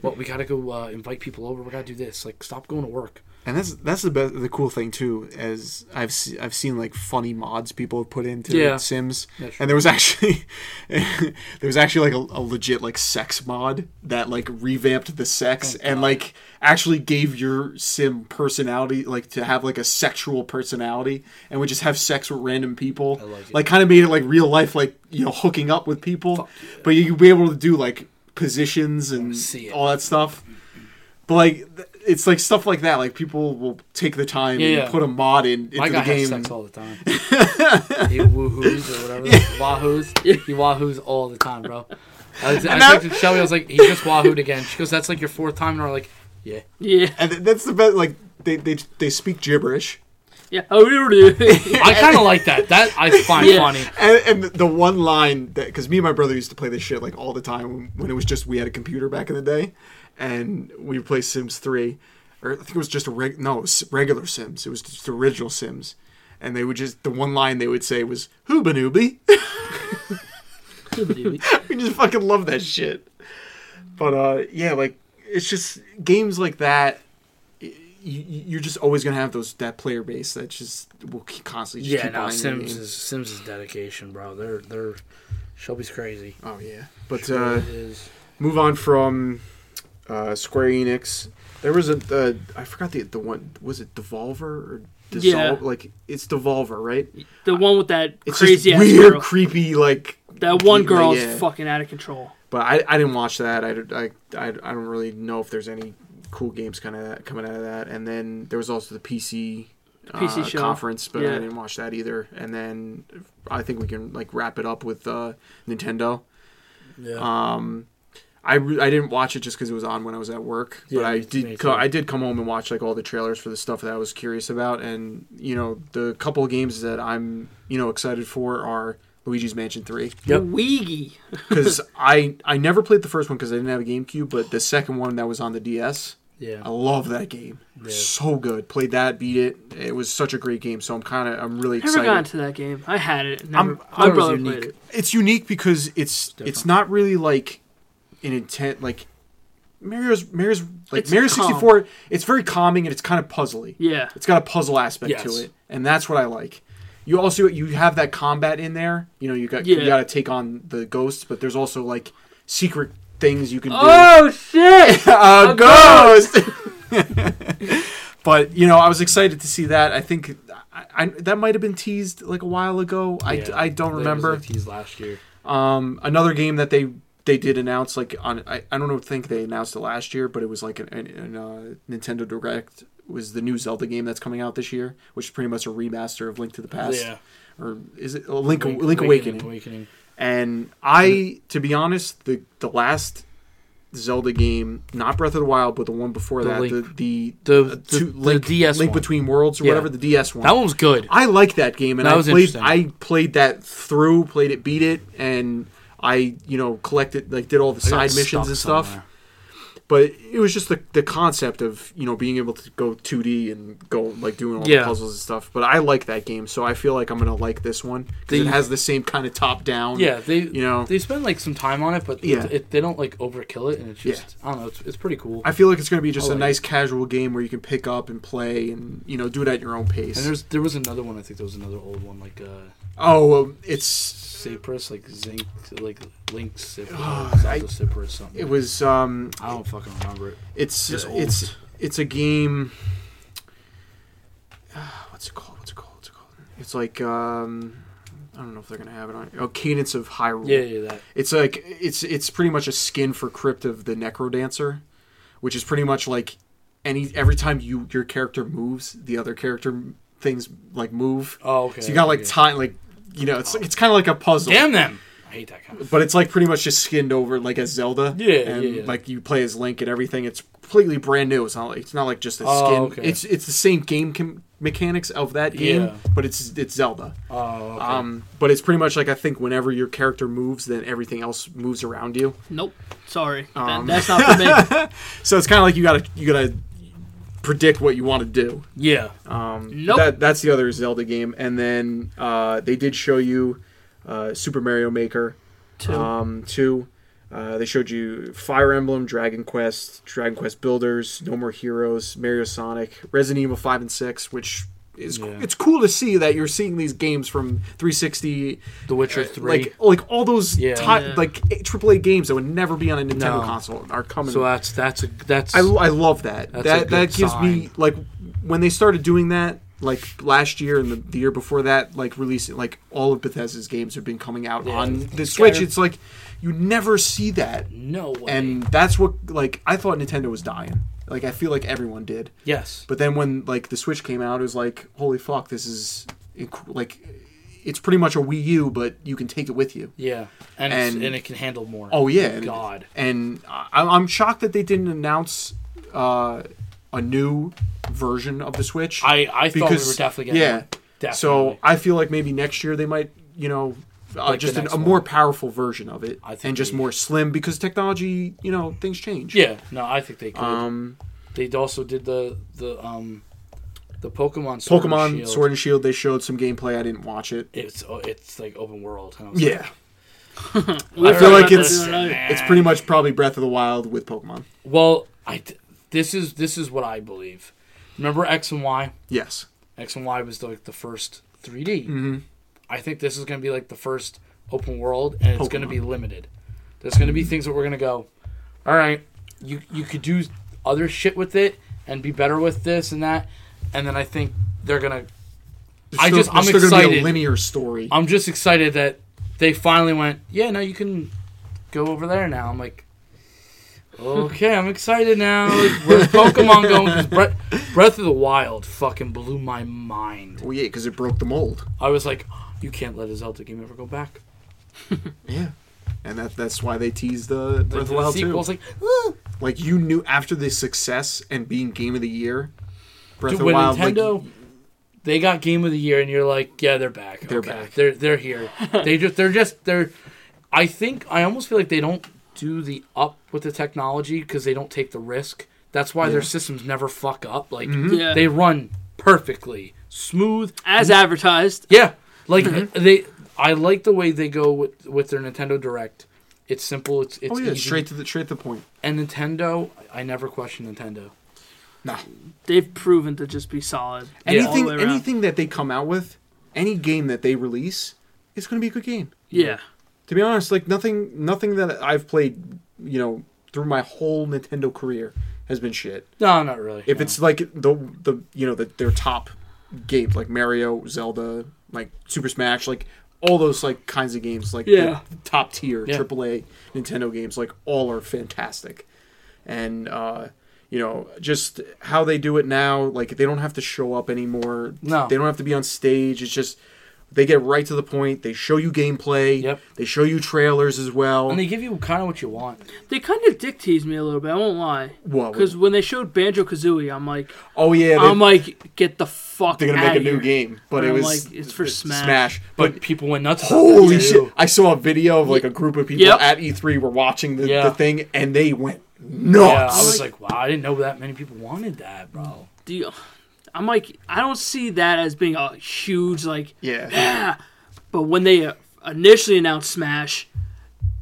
Speaker 3: well, we got to go uh, invite people over. We got to do this. Like, stop going to work.
Speaker 1: And that's that's the best, the cool thing too, as I've se- I've seen like funny mods people have put into
Speaker 3: Yeah.
Speaker 1: Sims,
Speaker 3: Yeah, sure.
Speaker 1: and there was actually there was actually like a, a legit like sex mod that like revamped the sex
Speaker 3: Oh,
Speaker 1: and like actually gave your Sim personality like to have like a sexual personality and would just have sex with random people,
Speaker 3: like it.
Speaker 1: kind of made it like real life like you know hooking up with people, but you could be able to do like positions and
Speaker 3: Oh, see it.
Speaker 1: all that stuff. But like, th- it's like stuff like that. Like people will take the time
Speaker 3: Yeah,
Speaker 1: and
Speaker 3: yeah.
Speaker 1: put a mod in into
Speaker 3: My guy
Speaker 1: the
Speaker 3: has
Speaker 1: game.
Speaker 3: sex all the time. he woohoos or whatever. Wahoos. He wahoos all the time, bro. I, was, I
Speaker 1: And that-
Speaker 3: texted Shelby. I was like, he just wahooed again. She goes, that's like your fourth time. And we're like, yeah.
Speaker 2: Yeah.
Speaker 1: and th- that's the best. Like they they they speak gibberish.
Speaker 2: Yeah. Oh, yeah.
Speaker 3: I kind of like that. That I find
Speaker 2: Yeah.
Speaker 3: funny.
Speaker 1: And, and the one line that because me and my brother used to play this shit like all the time when, when it was just we had a computer back in the day, and we would play Sims three, or I think it was just a reg no it was regular Sims. It was just the original Sims, and they would just the one line they would say was "Hooba nooby." we just fucking love that shit. But uh, yeah, like it's just games like that. y- y- You're just always gonna have those that player base that just will keep constantly just
Speaker 3: Yeah,
Speaker 1: keep
Speaker 3: no,
Speaker 1: buying their
Speaker 3: Sims
Speaker 1: game.
Speaker 3: is Sims is dedication, bro. They're they're Shelby's crazy.
Speaker 1: Oh yeah, but
Speaker 3: Sure
Speaker 1: uh,
Speaker 3: is.
Speaker 1: move on from uh, Square Enix. There was a uh, I forgot the the one was it Devolver or Dissolve?
Speaker 2: Yeah.
Speaker 1: Like it's Devolver, right?
Speaker 2: The one with that
Speaker 1: It's
Speaker 2: crazy
Speaker 1: just
Speaker 2: ass
Speaker 1: weird,
Speaker 2: girl.
Speaker 1: creepy like
Speaker 2: That one
Speaker 1: game, like,
Speaker 2: girl's
Speaker 1: yeah.
Speaker 2: fucking out of control.
Speaker 1: But I, I didn't watch that. I, did- I, I, I don't really know if there's any cool games kind of coming out of that. And then there was also the PC,
Speaker 2: PC
Speaker 1: uh,
Speaker 2: show.
Speaker 1: conference, but I
Speaker 2: Yeah.
Speaker 1: didn't watch that either. And then I think we can like wrap it up with uh, Nintendo.
Speaker 3: Yeah.
Speaker 1: Um, I, re- I didn't watch it just because it was on when I was at work,
Speaker 3: Yeah,
Speaker 1: but I
Speaker 3: me- me
Speaker 1: did co-
Speaker 3: too.
Speaker 1: I did come home and watch like all the trailers for the stuff that I was curious about, and you know the couple of games that I'm you know excited for are Luigi's Mansion Three
Speaker 3: Yep.
Speaker 2: Luigi.
Speaker 1: because I I never played the first one because I didn't have a GameCube, but the second one that was on the DS,
Speaker 3: yeah.
Speaker 1: I love that game. It was So good, played that, beat it. It was such a great game. So I'm kind of I'm really
Speaker 2: Never
Speaker 1: excited.
Speaker 2: got into that game. I had it. Never,
Speaker 1: I'm-
Speaker 2: my
Speaker 3: Ours
Speaker 2: brother
Speaker 3: is
Speaker 2: played
Speaker 3: unique.
Speaker 2: it.
Speaker 1: It's unique because it's
Speaker 3: different.
Speaker 1: it's not really like an intent like Mario's Mario's like
Speaker 2: It's
Speaker 1: Mario
Speaker 2: calm.
Speaker 1: 64. It's very calming and it's kind of puzzly.
Speaker 2: Yeah.
Speaker 1: It's got a puzzle aspect
Speaker 3: Yes.
Speaker 1: to it, and that's what I like. You also you have that combat in there. You know, you got you
Speaker 2: Yeah.
Speaker 1: got to take on the ghosts, but there's also like secret things you can do.
Speaker 2: Oh shit!
Speaker 1: a
Speaker 2: A
Speaker 1: ghost. but you know, I was excited to see that. I think I, I, that might have been teased like a while ago. I, I don't remember.
Speaker 3: He's last year.
Speaker 1: Um, another game that they they did announce like on I, I don't know think they announced it last year, but it was like an, an, an uh, Nintendo Direct was the new Zelda game that's coming out this year, which is pretty much a remaster of Link to the Past.
Speaker 3: Yeah.
Speaker 1: Or is it oh, Link Link, Awakening? And I, to be honest, the the last Zelda game, not Breath of the Wild, but the one before
Speaker 3: The
Speaker 1: that,
Speaker 3: Link-
Speaker 1: the the,
Speaker 3: the-
Speaker 1: uh,
Speaker 3: the-
Speaker 1: two-
Speaker 3: the
Speaker 1: Link,
Speaker 3: DS
Speaker 1: Link
Speaker 3: one.
Speaker 1: Between Worlds or
Speaker 3: Yeah.
Speaker 1: whatever the DS one.
Speaker 3: That one was good.
Speaker 1: I like that game, and
Speaker 3: That
Speaker 1: I
Speaker 3: was
Speaker 1: played.
Speaker 3: interesting.
Speaker 1: I played that through, played it, beat it, and I, you know, collected like did all the
Speaker 3: I got
Speaker 1: side missions
Speaker 3: stuck
Speaker 1: and stuff.
Speaker 3: somewhere.
Speaker 1: But it was just the the concept of you know being able to go 2D and go like doing all
Speaker 3: Yeah.
Speaker 1: the puzzles and stuff. But I like that game, so I feel like I'm gonna like this one because it
Speaker 3: The-
Speaker 1: has the same kind of top down.
Speaker 3: Yeah, they
Speaker 1: you know.
Speaker 3: they spend like some time on it, but
Speaker 1: Yeah.
Speaker 3: it, it, they don't like overkill it, and it's just I don't know. It's, it's pretty cool.
Speaker 1: I feel like it's going to be just a
Speaker 3: I like
Speaker 1: nice casual game where you can pick up and play and you know do it at your own pace.
Speaker 3: and there's there was another one. I think there was another old one like uh,
Speaker 1: oh, well, it's
Speaker 3: Cypress, like Zinc, like Link Cypress,
Speaker 1: Ah,
Speaker 3: Zelda
Speaker 1: I-
Speaker 3: Cypress, something.
Speaker 1: it was um
Speaker 3: I don't fucking remember it.
Speaker 1: it's
Speaker 3: Just old.
Speaker 1: it's it's a game. Uh, what's it called? What's it called? What's it called? It's like um, I don't know if they're gonna have it on. Oh, Cadence of Hyrule.
Speaker 3: Yeah, yeah, that.
Speaker 1: It's like it's it's pretty much a skin for Crypt of the Necrodancer, which is pretty much like any every time you your character moves, the other character things like move.
Speaker 3: Oh, okay.
Speaker 1: So you got like
Speaker 3: okay.
Speaker 1: time, like you know, it's it's kind of like a puzzle.
Speaker 3: Damn them! I hate that kind of.
Speaker 1: But it's like pretty much just skinned over like as Zelda.
Speaker 3: Yeah,
Speaker 1: and
Speaker 3: yeah, yeah.
Speaker 1: like you play as Link and everything. It's completely brand new. It's not like, it's not like just a
Speaker 3: Oh,
Speaker 1: skin.
Speaker 3: okay.
Speaker 1: It's it's the same game com- mechanics of that game,
Speaker 3: Yeah.
Speaker 1: but it's it's Zelda.
Speaker 3: Oh, okay.
Speaker 1: Um, but it's pretty much like I think whenever your character moves, then everything else moves around you.
Speaker 2: Nope. Sorry. That-
Speaker 1: Um.
Speaker 2: that's not for me.
Speaker 1: So it's kind of like you gotta you gotta predict what you want to do.
Speaker 3: yeah.
Speaker 1: Um,
Speaker 2: Nope.
Speaker 1: That, that's the other Zelda game, and then uh, they did show you uh, Super Mario Maker.
Speaker 2: Two.
Speaker 1: Um, two. Uh, they showed you Fire Emblem, Dragon Quest, Dragon Quest Builders, No More Heroes, Mario Sonic, Resident Evil Five and Six, which is
Speaker 3: Yeah.
Speaker 1: it's cool to see that you're seeing these games from 360,
Speaker 3: The Witcher Three.
Speaker 1: uh, like like all those
Speaker 3: Yeah.
Speaker 1: ti-
Speaker 2: Yeah.
Speaker 1: like AAA games that would never be on a Nintendo
Speaker 3: No.
Speaker 1: console are coming.
Speaker 3: so that's that's a that's
Speaker 1: I, I love that.
Speaker 3: That's a
Speaker 1: That
Speaker 3: good
Speaker 1: that gives me
Speaker 3: sign.
Speaker 1: like when they started doing that like last year and the, the year before that like releasing like all of Bethesda's games have been coming out
Speaker 3: Yeah.
Speaker 1: on the Switch. It's like you never see that,
Speaker 3: no way.
Speaker 1: and that's what like I thought Nintendo was dying. Like I feel like everyone did,
Speaker 3: yes,
Speaker 1: but then when like the Switch came out, it was like holy fuck, this is inc- like it's pretty much a Wii U, but you can take it with you.
Speaker 3: yeah, and it's,
Speaker 1: and-
Speaker 3: and it can handle more.
Speaker 1: Oh yeah, and-
Speaker 3: God.
Speaker 1: And I, I'm shocked that they didn't announce uh, a new version of the Switch.
Speaker 3: I I thought we were definitely getting
Speaker 1: yeah.
Speaker 3: one. Definitely.
Speaker 1: So I feel like maybe next year they might, you know, uh,
Speaker 3: Like the
Speaker 1: just an,
Speaker 3: next
Speaker 1: a
Speaker 3: one.
Speaker 1: more powerful version of it,
Speaker 3: I think
Speaker 1: and just
Speaker 3: they-
Speaker 1: more slim because technology, you know, things change.
Speaker 3: yeah, no, I think they could.
Speaker 1: Um,
Speaker 3: they also did the the um the Pokemon Sword and
Speaker 1: Pokemon
Speaker 3: Shield.
Speaker 1: Sword and Shield. They showed some gameplay. I didn't watch it.
Speaker 3: It's oh, it's like open world. And I was
Speaker 1: Yeah,
Speaker 2: We
Speaker 1: I feel
Speaker 2: were
Speaker 1: like
Speaker 2: talking about
Speaker 1: it's
Speaker 2: that the other night.
Speaker 1: it's pretty much probably Breath of the Wild with Pokemon.
Speaker 3: Well, I d- this is this is what I believe. Remember X and Y?
Speaker 1: Yes.
Speaker 3: X and Y was like the first 3D. I think this is going to be like the first open world, and it's going to be limited. There's going to be things that we're going to go. All right, you you could do other shit with it and be better with this and that, and then I think they're gonna.
Speaker 1: There's
Speaker 3: I
Speaker 1: still-
Speaker 3: just-
Speaker 1: there's
Speaker 3: I'm
Speaker 1: still Gonna be a
Speaker 3: excited.
Speaker 1: linear story.
Speaker 3: I'm just excited that they finally went. Yeah, no, you can go over there now. I'm like. Okay, I'm excited now. Where's Pokemon going? 'Cause Breath, Breath of the Wild fucking blew my mind.
Speaker 1: well, yeah, because it broke the mold.
Speaker 3: I was like, you can't let a Zelda game ever go back.
Speaker 1: Yeah. And that, that's why they teased the Breath of the
Speaker 3: the
Speaker 1: Wild
Speaker 3: sequel
Speaker 1: 2.
Speaker 3: was like,
Speaker 1: Like, you knew after the success and being Game of the Year, Breath
Speaker 3: dude,
Speaker 1: of the
Speaker 3: when
Speaker 1: Wild. like,
Speaker 3: Nintendo, they got Game of the Year, and you're like, yeah, they're back.
Speaker 1: They're
Speaker 3: Okay,
Speaker 1: back.
Speaker 3: They're they're here. they just they're just they're. I think I almost feel like they don't do the up with the technology because they don't take the risk. That's why their
Speaker 1: Yeah. Mm-hmm.
Speaker 3: systems never fuck up. Like
Speaker 2: Yeah.
Speaker 3: they run perfectly smooth.
Speaker 2: as advertised.
Speaker 3: Yeah, like
Speaker 1: Mm-hmm.
Speaker 3: they. I like the way they go with with their Nintendo Direct. It's simple. It's it's
Speaker 1: oh, yeah,
Speaker 3: easy.
Speaker 1: straight to, the, straight to the point.
Speaker 3: And Nintendo, I never question Nintendo.
Speaker 1: Nah.
Speaker 2: They've proven to just be solid. all the
Speaker 1: Anything,
Speaker 2: way around.
Speaker 1: anything that they come out with, any game that they release, it's going to be a good game.
Speaker 2: Yeah.
Speaker 1: To be honest, like, nothing, nothing that I've played, you know, through my whole Nintendo career has been shit.
Speaker 3: No, not really.
Speaker 1: If
Speaker 3: no.
Speaker 1: it's like the the you know the, their top games like Mario, Zelda, like Super Smash, like all those like kinds of games, like
Speaker 2: Yeah.
Speaker 1: the top tier
Speaker 3: Yeah.
Speaker 1: AAA Nintendo games, like all are fantastic. And uh, you know, just how they do it now, like they don't have to show up anymore.
Speaker 3: No.
Speaker 1: they don't have to be on stage. It's just they get right to the point. They show you gameplay.
Speaker 3: Yep.
Speaker 1: They show you trailers as well.
Speaker 3: And they give you kind of what you want.
Speaker 2: They kind of dick teased me a little bit. I won't lie.
Speaker 1: What?
Speaker 2: Because when they showed Banjo Kazooie, I'm like,
Speaker 1: oh yeah, they,
Speaker 2: I'm like, get the fuck.
Speaker 1: they're gonna
Speaker 2: outta
Speaker 1: make a new
Speaker 2: here.
Speaker 1: game, but
Speaker 2: And
Speaker 1: it
Speaker 2: I'm
Speaker 1: was
Speaker 2: like, it's for Smash.
Speaker 1: But
Speaker 3: But people went nuts. about that,
Speaker 1: Holy
Speaker 3: too.
Speaker 1: shit! I saw a video of like a group of people
Speaker 2: Yep.
Speaker 1: at E3 were watching the,
Speaker 3: Yeah.
Speaker 1: the thing, and they went
Speaker 3: Yeah, I
Speaker 1: nuts.
Speaker 3: was like, wow, I didn't know that many people wanted that, bro.
Speaker 2: Do you- I'm like, I don't see that as being a huge like.
Speaker 1: yeah,
Speaker 2: But when they uh, initially announced Smash,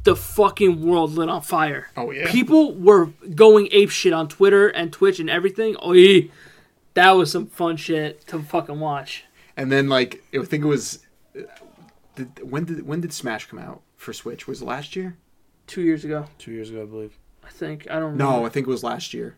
Speaker 2: the fucking world lit on fire.
Speaker 1: Oh, yeah.
Speaker 2: People were going ape shit on Twitter and Twitch and everything. Oi, that was some fun shit to fucking watch.
Speaker 1: and then like I think it was uh, did, when did when did Smash come out for Switch? Was it last year?
Speaker 2: Two years ago,
Speaker 3: Two years ago, I believe.
Speaker 2: I think. I don't.
Speaker 1: No,
Speaker 2: remember.
Speaker 1: I think it was last year.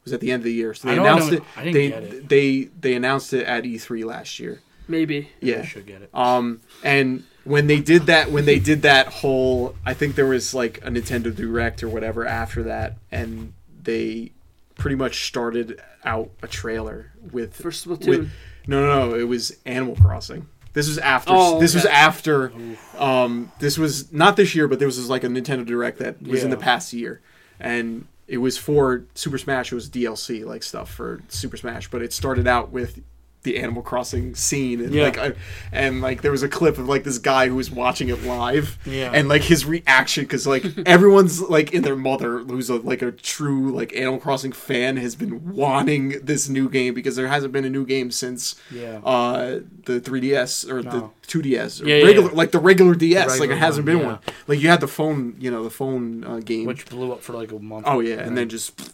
Speaker 1: It was at the end of the year. So they
Speaker 3: I don't
Speaker 1: announced
Speaker 3: know-
Speaker 1: it.
Speaker 3: I didn't
Speaker 1: they
Speaker 3: get it.
Speaker 1: they they announced it at E3 last year.
Speaker 2: maybe.
Speaker 1: Yeah,
Speaker 3: I should get it.
Speaker 1: Um, and when they did that, when they did that whole, I think there was like a Nintendo Direct or whatever after that, and they pretty much started out a trailer with
Speaker 2: For Splatoon.
Speaker 1: with- no, no, no, it was Animal Crossing. This was after.
Speaker 2: Oh,
Speaker 1: This was
Speaker 2: okay.
Speaker 1: after. Um, this was not this year, but this was like a Nintendo Direct that was in the
Speaker 3: Yeah.
Speaker 1: past year, and it was for Super Smash. It was DLC like stuff for Super Smash, but it started out with the Animal Crossing scene, and
Speaker 3: Yeah.
Speaker 1: like, I, and like there was a clip of like this guy who was watching it live,
Speaker 3: Yeah.
Speaker 1: and like his reaction because like everyone's like in their mother who's a, like a true like Animal Crossing fan has been wanting this new game because there hasn't been a new game since
Speaker 3: Yeah.
Speaker 1: uh the 3DS or
Speaker 3: No.
Speaker 1: the 2DS or
Speaker 3: Yeah, yeah,
Speaker 1: regular
Speaker 3: yeah.
Speaker 1: like the regular DS like
Speaker 3: regular
Speaker 1: it hasn't
Speaker 3: one,
Speaker 1: been
Speaker 3: yeah.
Speaker 1: one like you had the phone you know the phone uh, game
Speaker 3: Which blew up for like a month.
Speaker 1: oh yeah and then just pff,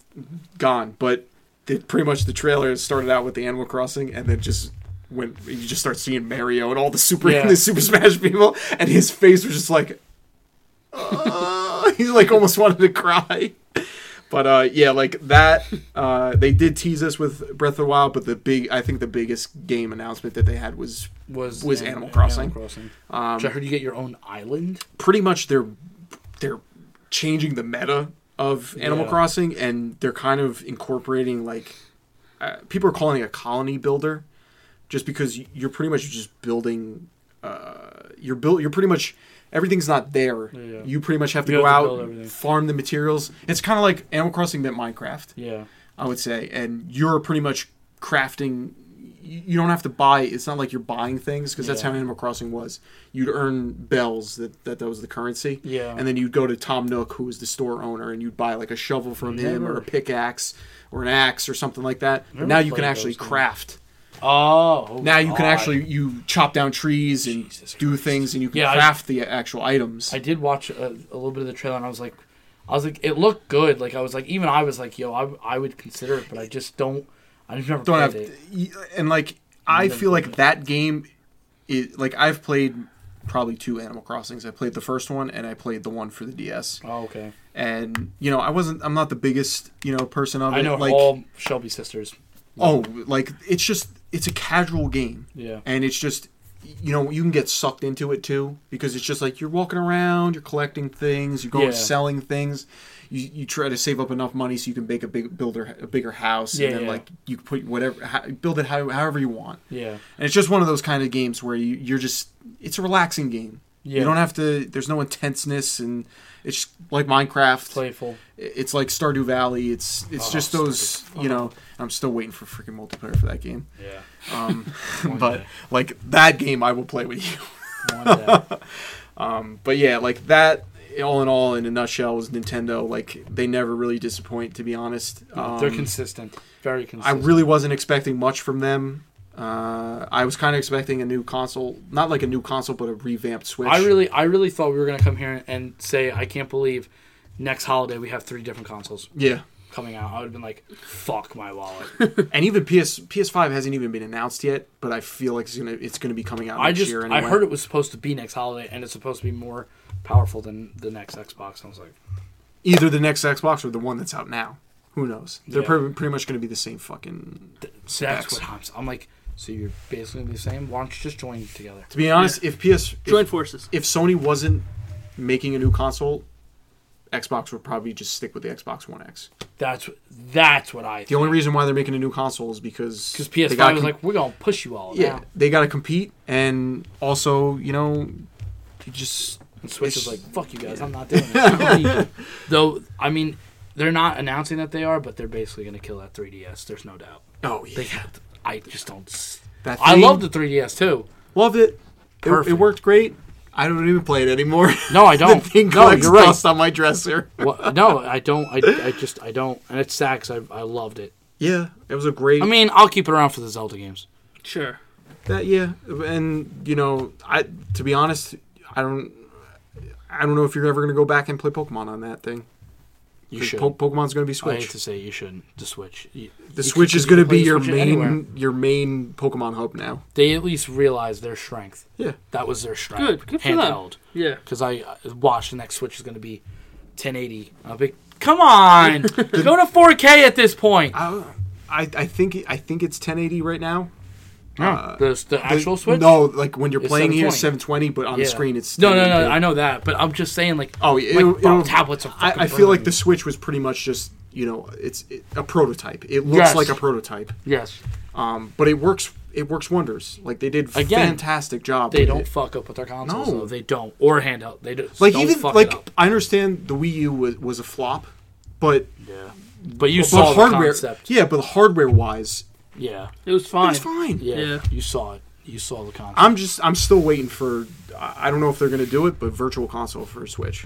Speaker 1: gone but the, pretty much the trailer started out with the Animal Crossing and then just went you just start seeing Mario and all the super
Speaker 3: Yeah.
Speaker 1: the Super Smash people and his face was just like uh, he like almost wanted to cry. But uh, yeah, like that. Uh, they did tease us with Breath of the Wild, but the big, I think, the biggest game announcement that they had was
Speaker 3: was
Speaker 1: was
Speaker 3: An-
Speaker 1: Animal Crossing. Um,
Speaker 3: Crossing. Which I heard you get your own island.
Speaker 1: pretty much they're they're changing the meta of Animal
Speaker 3: Yeah.
Speaker 1: Crossing, and they're kind of incorporating like uh, people are calling it a colony builder, just because y- you're pretty much just building. Uh, you're built. You're pretty much everything's not there.
Speaker 3: Yeah.
Speaker 1: You pretty much have to
Speaker 3: You
Speaker 1: go
Speaker 3: have to build
Speaker 1: out,
Speaker 3: everything.
Speaker 1: farm the materials. It's kind of like Animal Crossing but Minecraft.
Speaker 3: Yeah.
Speaker 1: I would say, and you're pretty much crafting. You you don't have to buy. It's not like you're buying things because that's
Speaker 3: Yeah.
Speaker 1: how Animal Crossing was. You'd earn bells that, that that was the currency.
Speaker 3: Yeah.
Speaker 1: and then you'd go to Tom Nook, who was the store owner, and you'd buy like a shovel from him or a
Speaker 3: Never-
Speaker 1: pickaxe or an axe or something like that.
Speaker 3: Never
Speaker 1: Now you can
Speaker 3: played
Speaker 1: actually
Speaker 3: those games.
Speaker 1: craft.
Speaker 3: Oh. oh
Speaker 1: Now you can
Speaker 3: God.
Speaker 1: actually you chop down trees and
Speaker 3: Jesus
Speaker 1: do
Speaker 3: Christ.
Speaker 1: things, and you can
Speaker 3: Yeah, I-
Speaker 1: craft the actual items.
Speaker 3: I did watch a, a little bit of the trailer, and I was like, I was like, it looked good. Like I was like, even I was like, yo, I, I would consider it, but I just don't. I just never
Speaker 1: don't have
Speaker 3: played it.
Speaker 1: y- and like I
Speaker 3: Never
Speaker 1: feel
Speaker 3: played
Speaker 1: like that game is like I've played probably two Animal Crossings. I played the first one and I played the one for the DS.
Speaker 3: Oh, okay.
Speaker 1: And you know, I wasn't I'm not the biggest, you know, person of
Speaker 3: I
Speaker 1: it
Speaker 3: know
Speaker 1: like
Speaker 3: all Shelby sisters.
Speaker 1: oh, like it's just it's a casual game.
Speaker 3: Yeah.
Speaker 1: And it's just you know, you can get sucked into it too because it's just like you're walking around, you're collecting things, you're going
Speaker 3: Yeah.
Speaker 1: selling things. You, you try to save up enough money so you can make a big builder a bigger house
Speaker 3: Yeah,
Speaker 1: and then
Speaker 3: yeah.
Speaker 1: like you can put whatever how, build it how, however you want.
Speaker 3: Yeah.
Speaker 1: And it's just one of those kind of games where you, you're just it's a relaxing game. You
Speaker 3: Yeah.
Speaker 1: don't have to. There's no intenseness, and it's just like Minecraft.
Speaker 3: Playful.
Speaker 1: It's like Stardew Valley. It's it's
Speaker 3: Oh,
Speaker 1: just those you know. I'm still waiting for freaking multiplayer for that game.
Speaker 3: Yeah.
Speaker 1: Um,
Speaker 3: One
Speaker 1: but
Speaker 3: day.
Speaker 1: like that game, I will play with you.
Speaker 3: One day.
Speaker 1: Um, but yeah, like that. All in all, in a nutshell, was Nintendo. Like they never really disappoint, to be honest. Um,
Speaker 3: They're consistent. Very
Speaker 1: I
Speaker 3: consistent.
Speaker 1: really wasn't expecting much from them. Uh, I was kind of expecting a new console, not like a new console, but a revamped Switch.
Speaker 3: I really, I really thought we were gonna come here and say, I can't believe next holiday we have three different consoles
Speaker 1: yeah.
Speaker 3: coming out. I would have been like, fuck my wallet.
Speaker 1: And even PS PS5 hasn't even been announced yet, but I feel like it's gonna it's gonna be coming out next
Speaker 3: I just,
Speaker 1: year.
Speaker 3: I heard it was supposed to be next holiday, and it's supposed to be more powerful than the next Xbox. And I was like,
Speaker 1: either the next Xbox or the one that's out now. Who knows? They're
Speaker 3: Yeah.
Speaker 1: prob- pretty much gonna be the same fucking.
Speaker 3: th-
Speaker 1: Specs.
Speaker 3: that's what I'm. I'm like, So you're basically the same. Why don't you just join together?
Speaker 1: To be honest, if PS
Speaker 2: Join
Speaker 1: if,
Speaker 2: forces.
Speaker 1: if Sony wasn't making a new console, Xbox would probably just stick with the Xbox One X.
Speaker 3: That's that's what I.
Speaker 1: The only reason why they're making a new console is because
Speaker 3: because
Speaker 1: they
Speaker 3: PS5
Speaker 1: gotta
Speaker 3: was
Speaker 1: com-
Speaker 3: like, we're gonna push you all.
Speaker 1: yeah,
Speaker 3: now.
Speaker 1: they got to compete, and also you know, you just
Speaker 3: And Switch is
Speaker 1: It's-
Speaker 3: like, fuck you guys, I'm not doing it. Though, I mean, they're not announcing that they are, but they're basically going to kill that 3DS. There's no doubt.
Speaker 1: oh
Speaker 3: They
Speaker 1: yeah,
Speaker 3: have to, I just don't. s-
Speaker 1: that
Speaker 3: I
Speaker 1: thing-
Speaker 3: love the 3DS too.
Speaker 1: loved it. It- It,
Speaker 3: Perfect.
Speaker 1: worked great. I don't even play it anymore.
Speaker 3: No, I
Speaker 1: the
Speaker 3: don't.
Speaker 1: thing
Speaker 3: no,
Speaker 1: collects
Speaker 3: you're right.
Speaker 1: dust on my dresser.
Speaker 3: Well, no, I don't. I, I just I don't, and it's sad 'cause I I loved it.
Speaker 1: Yeah, it was a great.
Speaker 3: I mean, I'll keep it around for the Zelda games.
Speaker 2: Sure.
Speaker 1: That yeah, and you know, I to be honest, I don't, I don't know if you're ever gonna go back and play Pokemon on that thing.
Speaker 3: You
Speaker 1: 'Cause
Speaker 3: should.
Speaker 1: Po- Pokemon's gonna be
Speaker 3: I hate
Speaker 1: Switch.
Speaker 3: to say you shouldn't. The Switch. You-
Speaker 1: the
Speaker 3: you
Speaker 1: Switch
Speaker 3: can-
Speaker 1: is
Speaker 3: you
Speaker 1: gonna
Speaker 3: can play
Speaker 1: be your
Speaker 3: Switch
Speaker 1: main,
Speaker 3: anywhere.
Speaker 1: your main Pokemon hub now.
Speaker 3: They at least realize their strength.
Speaker 1: Yeah,
Speaker 3: That was their strength.
Speaker 2: Good. Good for them.
Speaker 3: Handheld.
Speaker 2: Yeah.
Speaker 3: because I I watched the next Switch is going to be 1080. I'll be, come on, go to 4K at this point.
Speaker 1: I, I, I think I think it's 1080 right now.
Speaker 3: No, the, the actual
Speaker 1: The-
Speaker 3: Switch.
Speaker 1: No, like when you're playing here, it's
Speaker 3: 720.
Speaker 1: 720, but on
Speaker 3: Yeah.
Speaker 1: the screen it's
Speaker 3: no, no, no.
Speaker 1: 1080p.
Speaker 3: I know that, but I'm just saying, like,
Speaker 1: Oh,
Speaker 3: like,
Speaker 1: yeah, it'll-
Speaker 3: bro,
Speaker 1: it'll-
Speaker 3: tablets are. fucking
Speaker 1: I, I feel
Speaker 3: burning
Speaker 1: like
Speaker 3: me.
Speaker 1: the Switch was pretty much just you know it's it, a prototype. It looks
Speaker 3: Yes.
Speaker 1: like a prototype.
Speaker 3: Yes,
Speaker 1: Um, but it works. It works wonders. Like they did
Speaker 3: Again,
Speaker 1: fantastic job.
Speaker 3: they
Speaker 1: with
Speaker 3: don't
Speaker 1: it.
Speaker 3: fuck up with their consoles.
Speaker 1: No.
Speaker 3: though. they don't or handheld. They do,
Speaker 1: like
Speaker 3: don't
Speaker 1: even
Speaker 3: fuck
Speaker 1: like
Speaker 3: it up.
Speaker 1: I understand the Wii U was, was a flop, but
Speaker 3: Yeah. But you saw
Speaker 1: but
Speaker 3: the
Speaker 1: hardware.
Speaker 3: concept.
Speaker 1: Yeah, but hardware wise,
Speaker 3: Yeah.
Speaker 2: It was fine.
Speaker 1: it's fine.
Speaker 3: yeah,
Speaker 2: Yeah.
Speaker 3: You saw it. You saw the concept.
Speaker 1: I'm just I'm still waiting for I I don't know if they're gonna do it, but virtual console for Switch.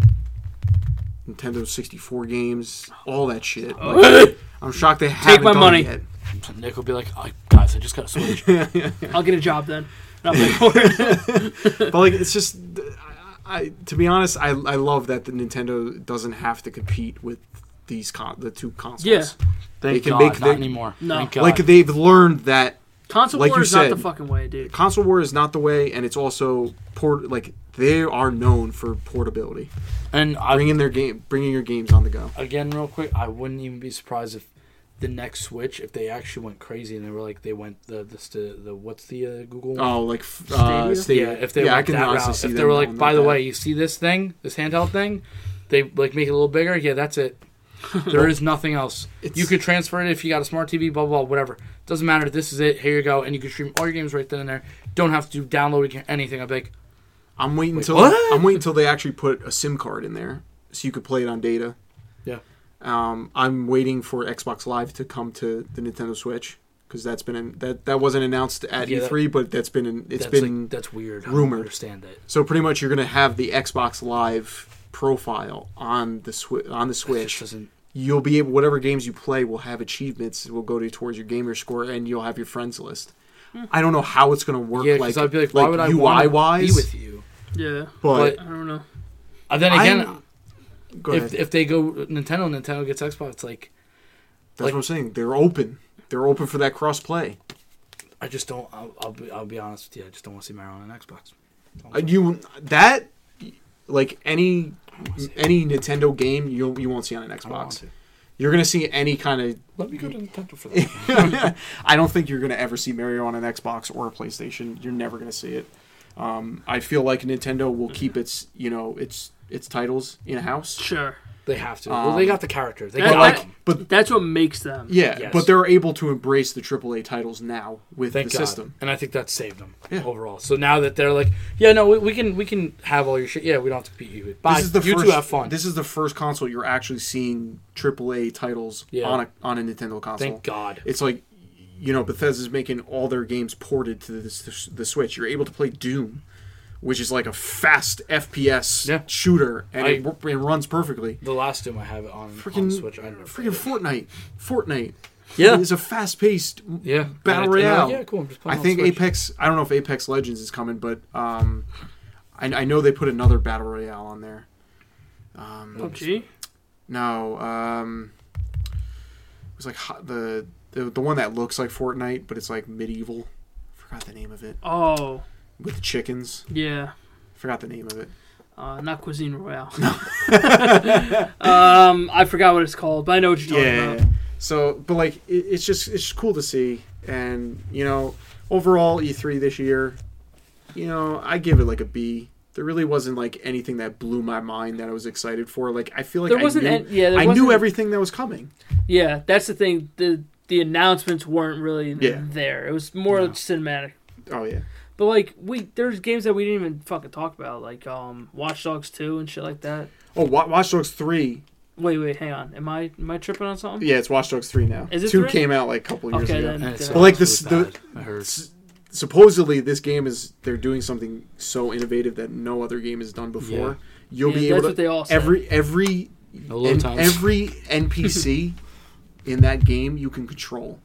Speaker 1: Nintendo 64 games, all that shit. Like, I'm shocked they haven't
Speaker 2: my
Speaker 1: done
Speaker 2: money.
Speaker 1: It yet.
Speaker 3: Nick will be like, oh, guys, I just got a Switch.
Speaker 2: I'll get a job then. Not pay for it.
Speaker 1: But like, it's just I, I to be honest, I I love that the Nintendo doesn't have to compete with these con- the two consoles.
Speaker 2: Yeah.
Speaker 3: Thank
Speaker 1: They can
Speaker 3: God,
Speaker 1: make
Speaker 3: not
Speaker 1: the-
Speaker 3: anymore.
Speaker 2: No.
Speaker 3: Thank God.
Speaker 1: Like they've learned that
Speaker 2: Console
Speaker 1: Like
Speaker 2: war
Speaker 1: you
Speaker 2: is not
Speaker 1: said.
Speaker 2: the fucking way, dude.
Speaker 1: console war is not the way, and it's also port like they are known for portability,
Speaker 3: and I
Speaker 1: bringing their game, bringing your games on the go.
Speaker 3: again real quick i wouldn't even be surprised if the next switch if they actually went crazy and they were like they went the this the, the what's the uh, google one?
Speaker 1: Oh, like f- uh,
Speaker 2: Stadia?
Speaker 1: Stadia.
Speaker 3: yeah if they
Speaker 1: yeah, I
Speaker 3: went
Speaker 1: can
Speaker 3: that
Speaker 1: honestly
Speaker 3: route
Speaker 1: see
Speaker 3: if they
Speaker 1: them
Speaker 3: were like
Speaker 1: going
Speaker 3: by the
Speaker 1: that.
Speaker 3: way you see this thing this handheld thing they like make it a little bigger yeah that's it there is nothing else you
Speaker 1: It's-
Speaker 3: could transfer it if you got a smart tv blah blah, blah whatever doesn't matter this is it here you go and you can stream all your games right then and there don't have to do downloading anything i'm like
Speaker 1: I'm waiting until
Speaker 3: what?
Speaker 1: I'm waiting until they actually put a SIM card in there, so you could play it on data.
Speaker 3: yeah
Speaker 1: Um, I'm waiting for Xbox Live to come to the Nintendo Switch because that's been in, that that wasn't announced at
Speaker 3: Yeah, that-
Speaker 1: E3, but that's been in, it's
Speaker 3: that's
Speaker 1: been
Speaker 3: like that's weird I don't
Speaker 1: rumored.
Speaker 3: understand it
Speaker 1: so pretty much you're gonna have the Xbox Live profile on the swi- on the
Speaker 3: it
Speaker 1: Switch.
Speaker 3: just doesn't
Speaker 1: you'll be able whatever games you play will have achievements that will go to towards your gamer score and you'll have your friends list i don't know how it's going to work
Speaker 3: Hmm. yeah
Speaker 1: like,
Speaker 3: because i'd be like why would i
Speaker 1: ui
Speaker 3: want to be
Speaker 1: wise
Speaker 3: with you
Speaker 2: Yeah.
Speaker 1: but,
Speaker 2: I don't know.
Speaker 3: And then again,
Speaker 1: I'm- go ahead.
Speaker 3: if if they go Nintendo, Nintendo gets Xbox. It's like
Speaker 1: that's
Speaker 3: like-
Speaker 1: what i'm saying they're open they're open for that cross play
Speaker 3: I just don't. I'll, I'll be I'll be honest with you. I just don't want to see Mario on an Xbox.
Speaker 1: Uh, you that like any any nintendo game you you won't see on an
Speaker 3: I don't want
Speaker 1: xbox
Speaker 3: to.
Speaker 1: you're going to see any kind of
Speaker 3: Let me go to Nintendo for that.
Speaker 1: I don't think you're going to ever see Mario on an Xbox or a PlayStation. You're never going to see it. Um, I feel like Nintendo
Speaker 3: Mm-hmm.
Speaker 1: will keep its, you know, its its titles in house.
Speaker 2: Sure.
Speaker 3: they have to. well, they got the character. They
Speaker 2: But
Speaker 1: But
Speaker 3: got
Speaker 1: Um, like,
Speaker 2: I-
Speaker 1: but
Speaker 2: That's what makes them.
Speaker 1: yeah,
Speaker 3: Yes.
Speaker 1: but they're able to embrace the AAA titles now with
Speaker 3: Thank
Speaker 1: the
Speaker 3: God.
Speaker 1: system.
Speaker 3: And I think that saved them
Speaker 1: Yeah.
Speaker 3: overall. So now that they're like, yeah, no, we, we can we can have all your shit. Yeah, we don't have to compete you. Bye.
Speaker 1: This is the
Speaker 3: you
Speaker 1: first.
Speaker 3: two have fun.
Speaker 1: This is the first console you're actually seeing AAA titles
Speaker 3: Yeah.
Speaker 1: on a on a Nintendo console.
Speaker 3: Thank God.
Speaker 1: It's like, you know, Bethesda's making all their games ported to the, the Switch. You're able to play Doom, which is like a fast FPS
Speaker 3: Yeah.
Speaker 1: shooter, and
Speaker 3: I-
Speaker 1: it, wor- it runs perfectly.
Speaker 3: the last Doom I have it on, on
Speaker 1: Freaking-
Speaker 3: Switch. I don't know.
Speaker 1: Freaking Fortnite, Fortnite.
Speaker 3: Yeah.
Speaker 1: it's a fast-paced
Speaker 3: Yeah.
Speaker 1: Battle
Speaker 3: And I- and they're like,
Speaker 1: Royale.
Speaker 3: yeah, cool. I'm just
Speaker 1: I
Speaker 3: playing on
Speaker 1: think
Speaker 3: Switch.
Speaker 1: Apex. I don't know if Apex Legends is coming, but um, I, I know they put another battle royale on there.
Speaker 2: PUBG.
Speaker 1: No, um, it was like hot, the, the the one that looks like Fortnite, but it's like medieval. Forgot the name of it
Speaker 2: Oh.
Speaker 1: with the chickens.
Speaker 2: Yeah.
Speaker 1: Forgot the name of it.
Speaker 2: Uh, not Cuisine Royale. um, I forgot what it's called, but I know what you're talking about.
Speaker 1: So, but like, it, it's just it's just cool to see, and you know, overall E3 this year, you know, I give it like a B. There really wasn't like anything that blew my mind that I was excited for. Like I feel like
Speaker 2: There
Speaker 1: I
Speaker 2: wasn't
Speaker 1: knew,
Speaker 2: an- yeah, there
Speaker 1: I knew
Speaker 2: wasn't-
Speaker 1: everything that was coming.
Speaker 2: Yeah, that's the thing. The the announcements weren't really
Speaker 1: Yeah.
Speaker 2: there. It was more
Speaker 3: No.
Speaker 2: cinematic.
Speaker 1: Oh yeah.
Speaker 2: But like we there's games that we didn't even fucking talk about, like um Watch Dogs two and shit like that.
Speaker 1: Oh, Wa- Watch Dogs 3.
Speaker 2: Wait, wait, hang on. Am I am I tripping on something?
Speaker 1: Yeah, it's Watch Dogs 3 now.
Speaker 2: Is it
Speaker 1: 2
Speaker 2: three?
Speaker 1: came out like a couple years
Speaker 2: Okay,
Speaker 1: ago.
Speaker 2: then.
Speaker 3: And it's
Speaker 2: Well,
Speaker 1: like this-
Speaker 3: absolutely
Speaker 1: the-
Speaker 3: bad, I heard.
Speaker 1: S- supposedly this game is they're doing something so innovative that no other game has done before.
Speaker 3: Yeah.
Speaker 1: You'll
Speaker 2: Yeah,
Speaker 1: be able
Speaker 2: that's
Speaker 1: to
Speaker 2: what they all said.
Speaker 1: every every
Speaker 3: No load
Speaker 1: and
Speaker 3: times.
Speaker 1: every NPC in that game you can control.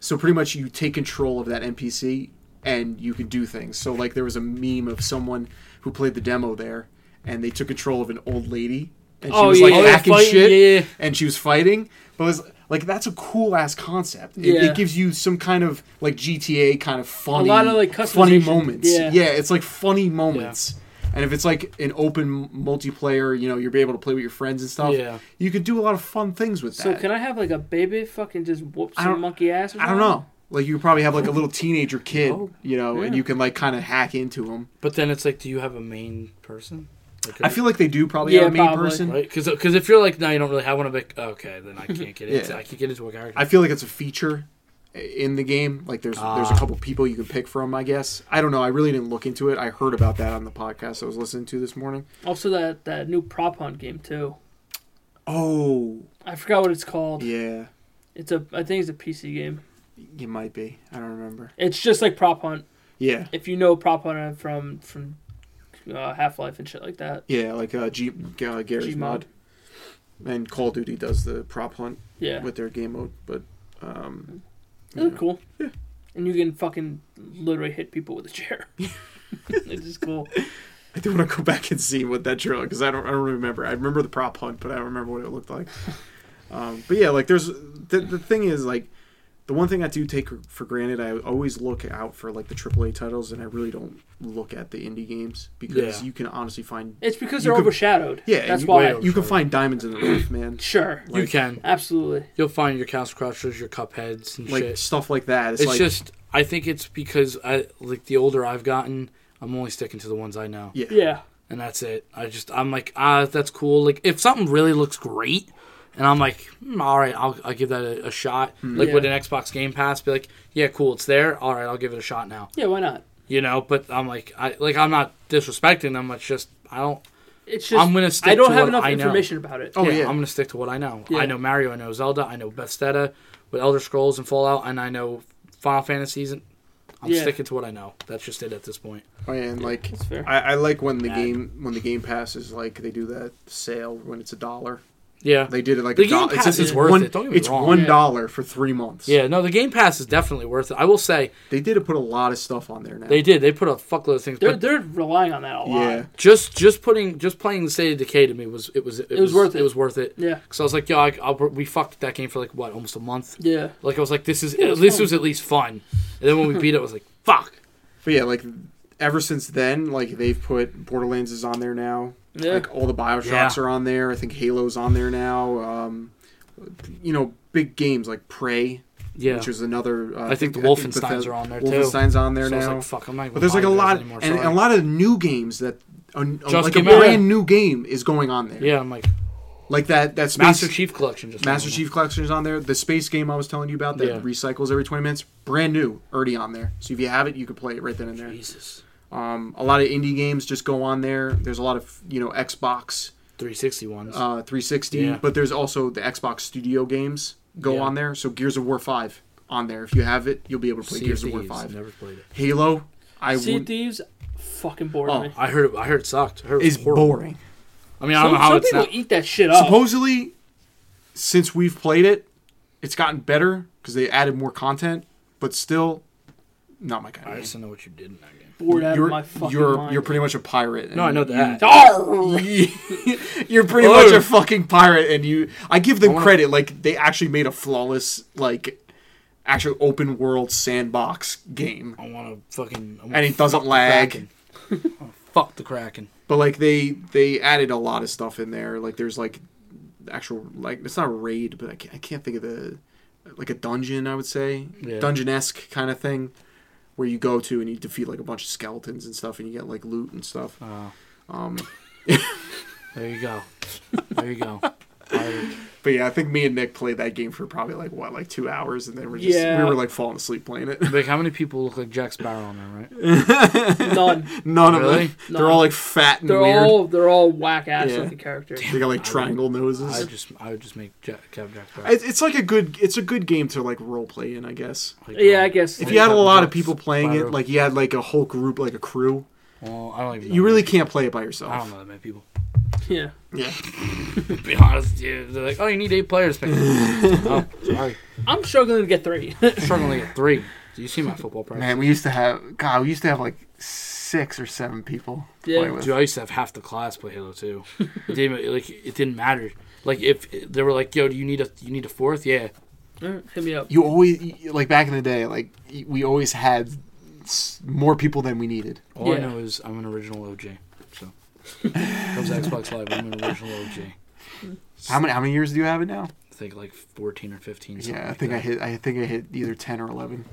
Speaker 1: So pretty much you take control of that NPC and you can do things. So like there was a meme of someone who played the demo there and they took control of an old lady and she
Speaker 2: Oh,
Speaker 1: was
Speaker 2: yeah,
Speaker 1: like
Speaker 2: yeah,
Speaker 1: hacking
Speaker 3: fighting,
Speaker 1: shit
Speaker 3: yeah, yeah.
Speaker 1: and she was fighting. But it was, like that's a cool ass concept. It,
Speaker 2: Yeah.
Speaker 1: it gives you some kind of like GTA kind of funny,
Speaker 2: lot of, like,
Speaker 1: funny
Speaker 2: customization.
Speaker 1: moments.
Speaker 2: Yeah.
Speaker 1: it's like funny moments. And if it's like an open multiplayer, you know, you'll be able to play with your friends and stuff.
Speaker 3: Yeah.
Speaker 1: you could do a lot of fun things with that.
Speaker 2: So can I have like a baby fucking just whoop
Speaker 1: I
Speaker 2: some
Speaker 1: don't-
Speaker 2: monkey ass? Or
Speaker 1: I don't
Speaker 2: something?
Speaker 1: know. Like you probably have like a little teenager kid,
Speaker 3: Oh.
Speaker 1: you know, and
Speaker 2: Yeah.
Speaker 1: you can like kind of hack into him.
Speaker 3: But then it's like, do you have a main person? Like,
Speaker 1: I feel like they do probably
Speaker 2: Yeah,
Speaker 1: have a main
Speaker 2: probably.
Speaker 1: person.
Speaker 3: right because if you're like, no, you don't really have one. I'm like, okay, then I can't get into.
Speaker 1: Yeah.
Speaker 3: I can get into a character.
Speaker 1: I feel like it's a feature in the game. Like there's there's a
Speaker 3: Ah.
Speaker 1: couple people you can pick from, I guess. I don't know. I really didn't look into it. I heard about that on the podcast I was listening to this morning.
Speaker 2: Also that that new prop hunt game too.
Speaker 1: Oh,
Speaker 2: I forgot what it's called.
Speaker 1: yeah.
Speaker 2: It's a I think it's a PC game.
Speaker 1: You might be. I don't remember.
Speaker 2: It's just like prop hunt.
Speaker 1: Yeah.
Speaker 2: If you know prop hunt from from uh, Half Life and shit like that.
Speaker 1: Yeah, like uh, G, uh, Gary's
Speaker 2: Gmod.
Speaker 1: mod. And Call of Duty does the prop hunt
Speaker 2: Yeah,
Speaker 1: with their game mode, but um,
Speaker 2: they look cool. And you can fucking literally hit people with a chair. it's just cool.
Speaker 1: I do want to go back and see what that trailer because I don't I don't remember. I remember the prop hunt, but I don't remember what it looked like. um, but yeah, like there's the, the thing is like the one thing I do take for granted. I always look out for like the AAA titles, and I really don't look at the indie games because
Speaker 3: Yeah.
Speaker 1: you can honestly find
Speaker 2: It's because
Speaker 1: You
Speaker 2: they're
Speaker 1: could-
Speaker 2: overshadowed.
Speaker 1: yeah,
Speaker 2: that's
Speaker 1: you,
Speaker 2: why.
Speaker 3: way over-
Speaker 1: you can find diamonds in the rough, man.
Speaker 2: Sure,
Speaker 1: Like,
Speaker 3: you can.
Speaker 2: absolutely.
Speaker 3: You'll find your Castle Crushers, your Cupheads, and
Speaker 1: like
Speaker 3: shit.
Speaker 1: stuff like that. It's,
Speaker 3: It's
Speaker 1: like
Speaker 3: just I think it's because I like the older I've gotten, I'm only sticking to the ones I know,
Speaker 1: yeah,
Speaker 2: Yeah,
Speaker 3: and that's it. I just I'm like ah, that's cool. Like if something really looks great, and I'm like, hmm, all right, I'll I'll give that a, a shot. Like
Speaker 1: Hmm.
Speaker 2: Yeah.
Speaker 3: with an Xbox Game Pass, be like, yeah, cool, it's there. All right, I'll give it a shot now.
Speaker 2: yeah. Why not?
Speaker 3: You know, but I'm like I like I'm not disrespecting them. It's just I don't.
Speaker 2: It's just
Speaker 3: I'm gonna stick
Speaker 2: I don't
Speaker 3: to
Speaker 2: have
Speaker 3: what
Speaker 2: enough
Speaker 3: I know.
Speaker 2: information about it.
Speaker 1: Oh,
Speaker 3: yeah,
Speaker 1: yeah.
Speaker 3: I'm gonna stick to what I know.
Speaker 2: Yeah.
Speaker 3: I know Mario, I know Zelda, I know Bethesda with Elder Scrolls and Fallout, and I know Final Fantasies. And I'm
Speaker 2: Yeah.
Speaker 3: sticking to what I know. That's just it at this point.
Speaker 1: and like
Speaker 2: That's fair.
Speaker 1: I, I like when the
Speaker 3: Mad.
Speaker 1: game when the game passes like they do that sale when it's a dollar.
Speaker 3: Yeah,
Speaker 1: They did it like
Speaker 3: The
Speaker 1: a dollar. It's
Speaker 3: Game Pass
Speaker 1: just-
Speaker 3: is
Speaker 1: it's
Speaker 3: worth
Speaker 1: one,
Speaker 3: it, don't get me
Speaker 1: it's
Speaker 3: wrong.
Speaker 1: one
Speaker 2: Yeah.
Speaker 1: dollar for three months.
Speaker 3: yeah. No, the Game Pass is definitely worth it. I will say
Speaker 1: They did put a lot of stuff on there now.
Speaker 3: they did. They put a fuckload of things,
Speaker 2: they're
Speaker 3: but
Speaker 2: they're relying on that a lot.
Speaker 1: yeah.
Speaker 3: just just putting just playing the State of Decay to me was it was it,
Speaker 2: was worth it.
Speaker 3: It was worth it.
Speaker 2: Yeah.
Speaker 3: Because I was like, yo, I, I'll, we fucked that game for like what almost a month.
Speaker 2: Yeah.
Speaker 3: Like I was like, this is
Speaker 2: It
Speaker 3: at
Speaker 2: was
Speaker 3: least
Speaker 2: fun.
Speaker 3: it was at least fun. And then when we beat it, I was like, fuck.
Speaker 1: But yeah, like ever since then, like they've put Borderlands is on there now.
Speaker 2: Yeah.
Speaker 1: Like all the Bioshocks
Speaker 3: Yeah.
Speaker 1: are on there. I think Halo's on there now. Um, you know, big games like Prey,
Speaker 3: Yeah.
Speaker 1: which is another. Uh,
Speaker 3: I think the Wolfensteins
Speaker 1: Bethesda-
Speaker 3: are on there, too.
Speaker 1: Wolfenstein's on there
Speaker 3: so I was
Speaker 1: now.
Speaker 3: like, fuck, I'm not. even
Speaker 1: but there's like a
Speaker 3: buying those
Speaker 1: lot,
Speaker 3: anymore,
Speaker 1: and, and a
Speaker 3: sorry.
Speaker 1: lot of new games that. A, a,
Speaker 3: Just
Speaker 1: like a
Speaker 3: came out.
Speaker 1: brand new game is going on there.
Speaker 3: Yeah, I'm like
Speaker 1: Like that that space
Speaker 3: Master Chief Collection. Just
Speaker 1: Master
Speaker 3: came out.
Speaker 1: Chief Collection's on there. The space game I was telling you about that
Speaker 3: Yeah.
Speaker 1: recycles every 20 minutes, brand new, already on there. So if you have it, you can play it right then and there.
Speaker 3: Jesus.
Speaker 1: Um, a lot of indie games just go on there. There's a lot of you know Xbox
Speaker 3: 360 ones.
Speaker 1: uh, 360,
Speaker 3: Yeah.
Speaker 1: but there's also the Xbox Studio games go
Speaker 3: Yeah.
Speaker 1: on there. So Gears of War 5 on there. If you have it, you'll be able to play
Speaker 3: Sea
Speaker 1: Gears
Speaker 3: of
Speaker 1: of War
Speaker 3: Thieves,
Speaker 1: 5.
Speaker 3: Never played it.
Speaker 1: Halo, I
Speaker 2: Sea of
Speaker 1: would,
Speaker 2: Thieves, fucking bored
Speaker 1: Oh,
Speaker 2: me.
Speaker 3: I heard. It, I heard it sucked. I heard it was
Speaker 1: is
Speaker 3: horrible.
Speaker 1: boring.
Speaker 3: I mean, I
Speaker 2: Some,
Speaker 3: don't know how
Speaker 2: some
Speaker 3: it's
Speaker 2: people
Speaker 3: not.
Speaker 2: eat that shit up.
Speaker 1: Supposedly, since we've played it, it's gotten better because they added more content, but still, not my kind of
Speaker 3: I
Speaker 1: game.
Speaker 3: just don't know what you did in that game.
Speaker 2: bored out
Speaker 1: you're,
Speaker 2: of my fucking
Speaker 1: you're,
Speaker 2: mind.
Speaker 1: You're pretty much a pirate. and
Speaker 3: No, I know
Speaker 1: you-
Speaker 3: that.
Speaker 2: Arr!
Speaker 1: You're pretty
Speaker 3: Oh.
Speaker 1: much a fucking pirate, and you. I give them
Speaker 3: wanna-
Speaker 1: credit. Like they actually made a flawless, like, actual open world sandbox game,
Speaker 3: I want to fucking. I wanna
Speaker 1: and it doesn't
Speaker 3: fuck
Speaker 1: lag.
Speaker 3: the Kraken. I wanna fuck the Kraken.
Speaker 1: But like they they added a lot of stuff in there. Like there's like actual like it's not raid, but I can't, I can't think of the like a dungeon, I would say,
Speaker 3: Yeah.
Speaker 1: dungeon esque kind of thing, where you go to and you defeat like a bunch of skeletons and stuff, and you get like loot and stuff.
Speaker 3: Oh,
Speaker 1: Um,
Speaker 3: there you go. There you go. I-
Speaker 1: but yeah, I think me and Nick played that game for probably like what, like two hours, and then we're just
Speaker 2: Yeah.
Speaker 1: we were like falling asleep playing it.
Speaker 3: like, how many people look like Jack Sparrow on there, right?
Speaker 2: None.
Speaker 1: None
Speaker 3: Really?
Speaker 1: of them. They're all like fat and
Speaker 2: They're
Speaker 1: weird.
Speaker 2: all they're all whack ass
Speaker 1: Yeah.
Speaker 2: looking characters.
Speaker 1: They got like triangle
Speaker 3: I
Speaker 1: noses.
Speaker 3: just, I would just make Jack, Kev Jack Sparrow.
Speaker 1: It- It's like a good, it's a good game to like role play in, I guess.
Speaker 3: Like,
Speaker 2: Yeah,
Speaker 3: um,
Speaker 2: I guess.
Speaker 1: If you had a
Speaker 3: Captain
Speaker 1: lot of
Speaker 3: Jack
Speaker 1: people playing
Speaker 3: Sparrow.
Speaker 1: it, like you had like a whole group, like a crew,
Speaker 3: Well, I don't even. Know
Speaker 1: you really
Speaker 3: that-
Speaker 1: can't play it by
Speaker 3: I don't know
Speaker 1: yourself.
Speaker 3: that many people.
Speaker 2: Yeah.
Speaker 1: Yeah,
Speaker 3: To be honest, dude, they're like, oh, you need eight players. Pick. oh, sorry.
Speaker 2: I'm struggling to get three.
Speaker 3: Struggling at three. Do you see my football price?
Speaker 4: Man, we used to have God. We used to have like six or seven people to
Speaker 2: Yeah.
Speaker 4: play with.
Speaker 3: Dude, I used to have half the class play Halo 2. It didn't like it didn't matter. Like if they were like, "Yo, do you need a you need a fourth? Yeah,
Speaker 2: Alright, Hit me up.
Speaker 1: you always like back in the day, like we always had more people than we needed.
Speaker 3: All I
Speaker 2: Yeah.
Speaker 3: know is I'm an original OJ. So comes Xbox Live, I'm an original OJ.
Speaker 1: How many how many years do you have it now?
Speaker 3: I think like 14 or 15. something
Speaker 1: Yeah, I
Speaker 3: like
Speaker 1: think I
Speaker 3: that.
Speaker 1: hit I think I hit either ten or eleven.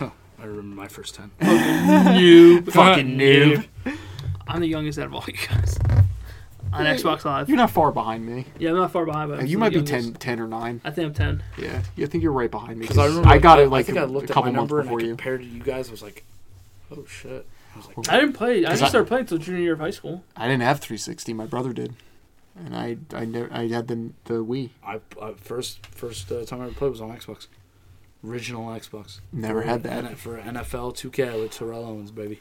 Speaker 3: I remember my first 10.
Speaker 2: noob.
Speaker 1: Fucking noob.
Speaker 2: I'm the youngest out of all you guys. On Xbox Live.
Speaker 1: You're not far behind me.
Speaker 2: Yeah, I'm not far behind, but I'm
Speaker 1: you
Speaker 2: the
Speaker 1: might be
Speaker 2: youngest.
Speaker 1: 10, 10 or nine.
Speaker 2: I think I'm ten.
Speaker 1: Yeah, yeah, I think you're right behind me.
Speaker 3: Because I remember
Speaker 1: got
Speaker 3: I,
Speaker 1: it like
Speaker 3: I think
Speaker 1: a,
Speaker 3: I looked
Speaker 1: a
Speaker 3: at
Speaker 1: couple
Speaker 3: my
Speaker 1: months
Speaker 3: number and I
Speaker 1: before you.
Speaker 3: compared it to you guys. I was like, oh shit. I was like,
Speaker 2: I didn't play. I didn't
Speaker 1: I-
Speaker 2: start playing until junior year of high school.
Speaker 1: I didn't have 360. My brother did, and I I never I had the the Wii.
Speaker 3: I, I first first uh, time I ever played was on Xbox. Original Xbox.
Speaker 1: Never
Speaker 3: for
Speaker 1: had that.
Speaker 3: N- for NFL 2K with Terrell Owens, baby.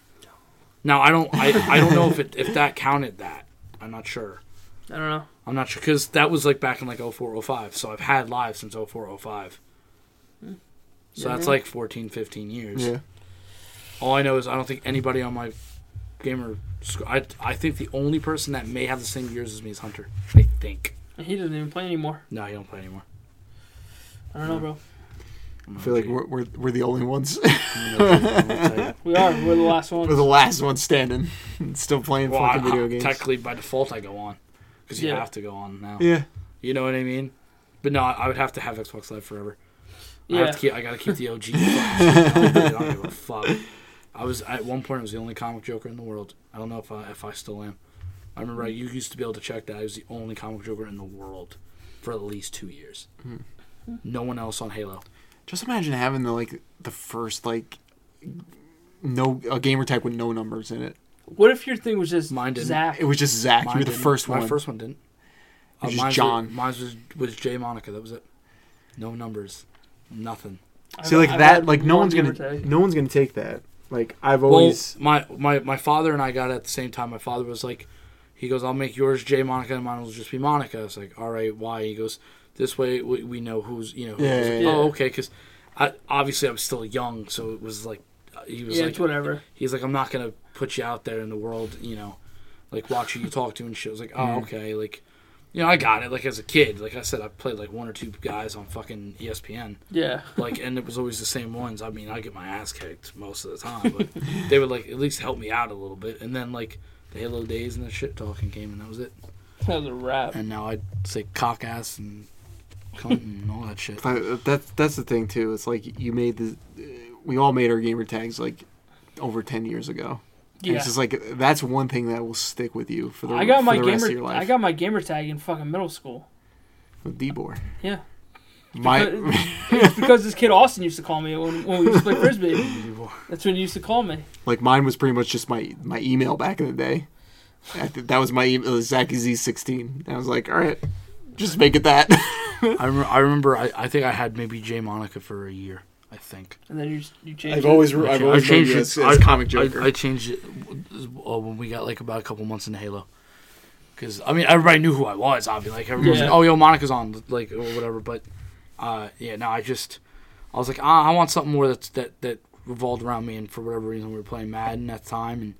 Speaker 3: Now I don't I, I don't know if it, if that counted that. I'm not sure.
Speaker 2: I don't know.
Speaker 3: I'm not sure because that was like back in like 04 05. So I've had live since 04 05. So that's like 14, 15 years.
Speaker 1: Hmm. Yeah,
Speaker 3: All I know is I don't think anybody on my gamer. sc- I I think the only person that may have the same years as me is Hunter. I think.
Speaker 2: He doesn't even play anymore.
Speaker 3: No, he don't play anymore.
Speaker 2: I don't know,
Speaker 1: Hmm.
Speaker 2: bro.
Speaker 1: I
Speaker 3: I'm gonna
Speaker 1: feel like
Speaker 3: tell you.
Speaker 1: we're we're, we're the only ones.
Speaker 3: I'm gonna- I'm gonna tell you.
Speaker 2: We are. We're the last
Speaker 1: we're
Speaker 2: ones.
Speaker 1: the last one standing, still playing
Speaker 3: Well, I,
Speaker 1: fucking video
Speaker 3: I-
Speaker 1: games.
Speaker 3: technically by default I go on because you
Speaker 2: Yeah.
Speaker 3: have to go on now.
Speaker 1: yeah,
Speaker 3: You know what I mean? But no, I I would have to have Xbox Live forever. I
Speaker 2: Yeah.
Speaker 3: have to keep. I gotta keep the OG. fucking shit. I don't give a fuck. I was at one point. I was the only comic Joker in the world. I don't know if I if I still am. I remember I, you used to be able to check that. I was the only comic Joker in the world for at least two years.
Speaker 2: Hmm.
Speaker 3: No one else on Halo.
Speaker 1: just imagine having the like the first like no a gamer tag with no numbers in it.
Speaker 2: What if your thing was just
Speaker 3: Mine didn't.
Speaker 2: Zach?
Speaker 1: It was just Zach.
Speaker 3: Mine
Speaker 1: you were the
Speaker 3: didn't.
Speaker 1: first
Speaker 3: My
Speaker 1: one.
Speaker 3: first one didn't.
Speaker 1: It
Speaker 3: Uh,
Speaker 1: was just
Speaker 3: mine's
Speaker 1: John.
Speaker 3: Was, mine's was was Jay Monica. That was it. No numbers. Nothing.
Speaker 2: I've-
Speaker 1: See, like
Speaker 2: I've
Speaker 1: that,
Speaker 2: had
Speaker 1: like no
Speaker 2: one
Speaker 1: one's
Speaker 2: give
Speaker 1: gonna
Speaker 2: or take.
Speaker 1: no one's gonna take that. Like I've always
Speaker 3: Well, my, my my father and I got it at the same time. My father was like, he goes, "I'll make yours J Monica, and mine will just be Monica." I was like, "All right, why?" He goes, "This way we, we know who's you know." Who
Speaker 1: Yeah,
Speaker 3: I was
Speaker 1: yeah,
Speaker 3: like,
Speaker 2: yeah.
Speaker 3: Oh, okay, because I obviously I was still young, so it was like uh, he was
Speaker 2: Yeah,
Speaker 3: like
Speaker 2: it's whatever.
Speaker 3: he's like, "I'm not gonna put you out there in the world, you know, like watch who you talk to and shit." I was like, "Oh,
Speaker 1: Mm-hmm.
Speaker 3: okay," like. You know, I got it. Like as a kid, like I said, I played like one or two guys on fucking E ESPN
Speaker 2: Yeah.
Speaker 3: like and it was always the same ones i mean i get my ass kicked most of the time but they would like at least help me out a little bit and then like the halo days and the shit talking came and that was it
Speaker 2: That was a wrap.
Speaker 3: and now i say cock ass and cunt and all that shit
Speaker 1: But that's that's the thing too. It's like you made the we all made our gamer tags like over ten years ago. And
Speaker 2: Yeah.
Speaker 1: it's just like that's one thing that will stick with you for the,
Speaker 2: I got
Speaker 1: for
Speaker 2: my
Speaker 1: the rest of your
Speaker 2: gamer.
Speaker 1: life.
Speaker 2: I got my gamer tag in fucking middle school.
Speaker 1: with D-Bor.
Speaker 2: Yeah.
Speaker 1: My
Speaker 2: Because- it's because this kid Austin used to call me when, when we used to play frisbee.
Speaker 3: People-
Speaker 2: That's when he used to call me.
Speaker 1: like mine was pretty much just my my email back in the day. I th- that was my email, Zach Z sixteen. And I was like, all right, just make it that.
Speaker 3: i remember i remember I, I think i had maybe jay monica for a year i think
Speaker 2: And then you you changed. it.
Speaker 3: I cha- I changed it. I- I- I, changed it uh, when we got like about a couple months into Halo. Because I mean, everybody knew who I was. Obviously, like everyone was
Speaker 2: Yeah.
Speaker 3: like, "Oh, yo, Monica's on," like or whatever. But uh, yeah, no, I just I was like, ah, I want something more that's that that revolved around me. And for whatever reason, we were playing Madden at the time, and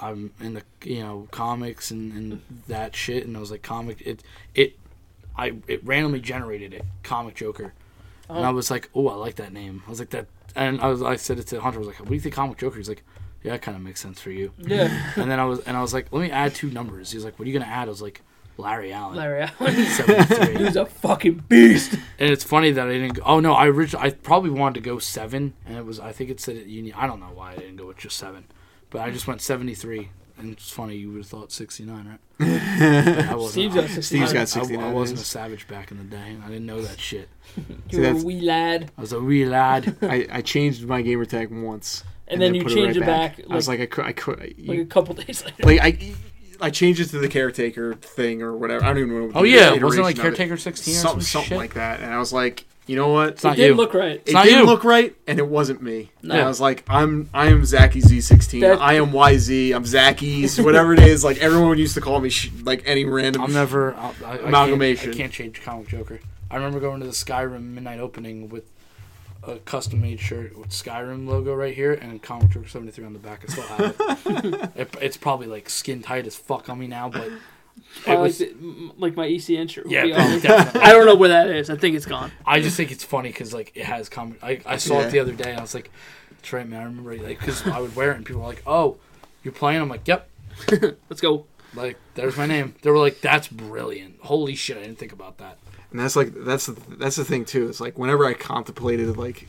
Speaker 3: I'm um, in the you know comics and, and that shit. And I was like, comic it it I it randomly generated it, comic Joker. And I was like, oh, I like that name. I was like that, and I was I said it to Hunter. I was like, what do you think, comic Joker? He's like, yeah, that kind of makes sense for you.
Speaker 2: Yeah.
Speaker 3: and then I was and I was like, let me add two numbers. He's like, what are you gonna add? I was like, Larry Allen.
Speaker 2: Larry Allen.
Speaker 3: 73.
Speaker 2: He's a fucking beast.
Speaker 3: And it's funny that I didn't. Go, oh no, I originally, I probably wanted to go seven, and it was I think it said at Union. I don't know why I didn't go with just seven, but I just went seventy three. And it's funny you would have thought sixty nine, right? But I wasn't-
Speaker 2: Steve's got 69.
Speaker 4: Steve's got
Speaker 3: I-
Speaker 4: 69.
Speaker 3: I, wasn't a
Speaker 4: is.
Speaker 3: savage back in the day. I didn't know that shit.
Speaker 2: You were a
Speaker 4: that's-
Speaker 2: wee lad,
Speaker 3: I was a wee lad.
Speaker 4: I, I changed my gamer tag once.
Speaker 2: and, then
Speaker 4: I
Speaker 2: you
Speaker 4: put
Speaker 2: changed
Speaker 4: right
Speaker 2: it back,
Speaker 4: I was
Speaker 2: like,
Speaker 4: like, I could, I could,
Speaker 2: like a
Speaker 4: you-
Speaker 2: couple days later.
Speaker 4: like, I,
Speaker 1: I changed it to the caretaker thing or whatever. I don't even know. What
Speaker 3: Oh
Speaker 1: the
Speaker 3: yeah,
Speaker 1: iteration
Speaker 3: wasn't it like
Speaker 1: of
Speaker 3: Caretaker sixteen or
Speaker 1: something,
Speaker 3: some
Speaker 1: something
Speaker 3: shit?
Speaker 1: like that. And I was like, you know what?
Speaker 3: it's not
Speaker 2: it did
Speaker 3: you.
Speaker 2: look right.
Speaker 1: it
Speaker 3: not
Speaker 1: didn't
Speaker 3: you.
Speaker 1: look right, and it wasn't me.
Speaker 2: No.
Speaker 1: And I was like, I'm I am Zachy Z16.
Speaker 2: That-
Speaker 1: I am YZ. I'm Zachy's. Whatever it is, like everyone used to call me sh- like any random.
Speaker 3: I'm never I'll- I, I can't-
Speaker 1: Amalgamation.
Speaker 3: I can't change comic Joker. I remember going to the Skyrim midnight opening with a custom made shirt with Skyrim logo right here and comic Joker 73 on the back. I still have it. it. It's probably like skin tight as fuck on me now, but
Speaker 2: I
Speaker 3: it
Speaker 2: like,
Speaker 3: was.
Speaker 2: Uh, the- m- like my ECN shirt. would
Speaker 3: Yeah,
Speaker 2: be on it.
Speaker 3: definitely.
Speaker 2: I don't know where that is. I think it's gone.
Speaker 3: I just think it's funny because like it has comic. I, I saw
Speaker 1: Yeah.
Speaker 3: it the other day and I was like, "That's right, man." I remember like because I would wear it and people were like, "Oh, you're playing?" I'm like, "Yep."
Speaker 2: Let's go.
Speaker 3: Like there's my name. They were like, "That's brilliant! Holy shit! I didn't think about that."
Speaker 1: and that's like that's the- that's the thing too. It's like whenever I contemplated like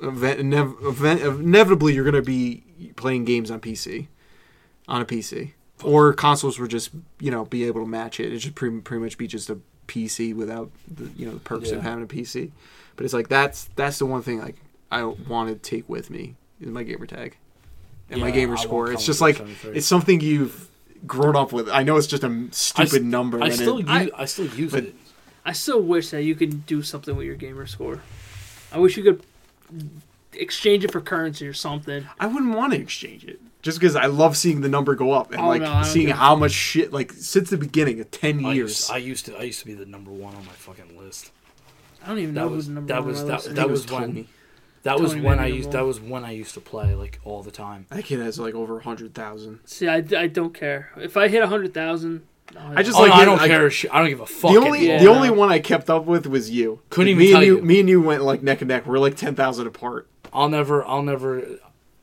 Speaker 1: event, inev- event inevitably you're gonna be playing games on PC, on a PC, or consoles were just you know be able to match it. It should pretty, pretty much be just a PC without the you know the perks of
Speaker 3: Yeah.
Speaker 1: having a PC. But it's like that's that's the one thing like I want to take with me is my gamer tag and my
Speaker 3: Yeah, I
Speaker 1: gamer
Speaker 3: won't
Speaker 1: score.
Speaker 3: come
Speaker 1: It's just
Speaker 3: with
Speaker 1: like
Speaker 3: the 73.
Speaker 1: it's something you've grown up with. I know it's just a m- stupid
Speaker 3: st-
Speaker 1: number.
Speaker 3: I
Speaker 1: and it-
Speaker 3: still, use,
Speaker 2: I-
Speaker 3: I, still use
Speaker 1: but-
Speaker 3: it.
Speaker 2: I still wish that you could do something with your gamer score. I wish you could exchange it for currency or something.
Speaker 1: I wouldn't want to exchange it just because I love seeing the number go up and
Speaker 2: Oh,
Speaker 1: like
Speaker 2: no, I don't
Speaker 1: seeing
Speaker 2: give a
Speaker 1: how much shit like since the beginning of ten
Speaker 3: I
Speaker 1: years.
Speaker 3: used, I used to I used to be the number one on my fucking list.
Speaker 2: I don't even know
Speaker 3: That
Speaker 2: who's
Speaker 3: was
Speaker 2: the number
Speaker 3: that
Speaker 2: one
Speaker 3: was
Speaker 2: on my
Speaker 3: that,
Speaker 2: list is.
Speaker 3: that was when that was
Speaker 2: Tony
Speaker 3: when
Speaker 2: Mann
Speaker 3: I
Speaker 2: number
Speaker 3: used
Speaker 2: one.
Speaker 3: that was when I used to play like all the time.
Speaker 1: that kid has like over hundred thousand.
Speaker 2: See, I, I don't care. If I hit a hundred thousand,
Speaker 1: I just
Speaker 3: oh,
Speaker 1: like
Speaker 3: no, I
Speaker 1: you-
Speaker 3: don't
Speaker 1: like-
Speaker 3: care. sh- I don't give a fuck.
Speaker 1: The only
Speaker 3: anymore.
Speaker 1: the
Speaker 2: yeah.
Speaker 1: only one I kept up with was you.
Speaker 3: Couldn't
Speaker 1: Like,
Speaker 3: even
Speaker 1: me and
Speaker 3: tell
Speaker 1: you,
Speaker 3: you.
Speaker 1: Me and you went like neck and neck. We're like ten thousand apart.
Speaker 3: I'll never. I'll never.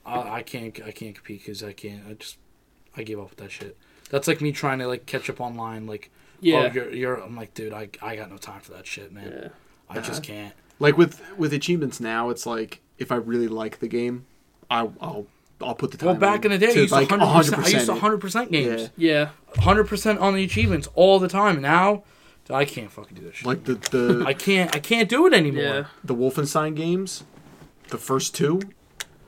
Speaker 3: I, I can't. I can't compete because I can't. I just. I gave up with that shit. That's like me trying to like catch up online. Like,
Speaker 2: Yeah.
Speaker 3: oh, you're, you're. I'm like, dude, I, I got no time for that shit, man.
Speaker 2: Yeah.
Speaker 3: I just can't.
Speaker 1: Like with with achievements now, it's like if I really like the game, I, I'll I'll put the time.
Speaker 3: Well, back in the day, I used
Speaker 1: like
Speaker 3: 100%, I used
Speaker 1: 100%.
Speaker 3: 100% games.
Speaker 2: yeah.
Speaker 3: 100% on the achievements all the time. Now, I can't fucking do this shit.
Speaker 1: Like the the
Speaker 3: I can't. I can't do it anymore.
Speaker 2: Yeah.
Speaker 1: the Wolfenstein games, the first two,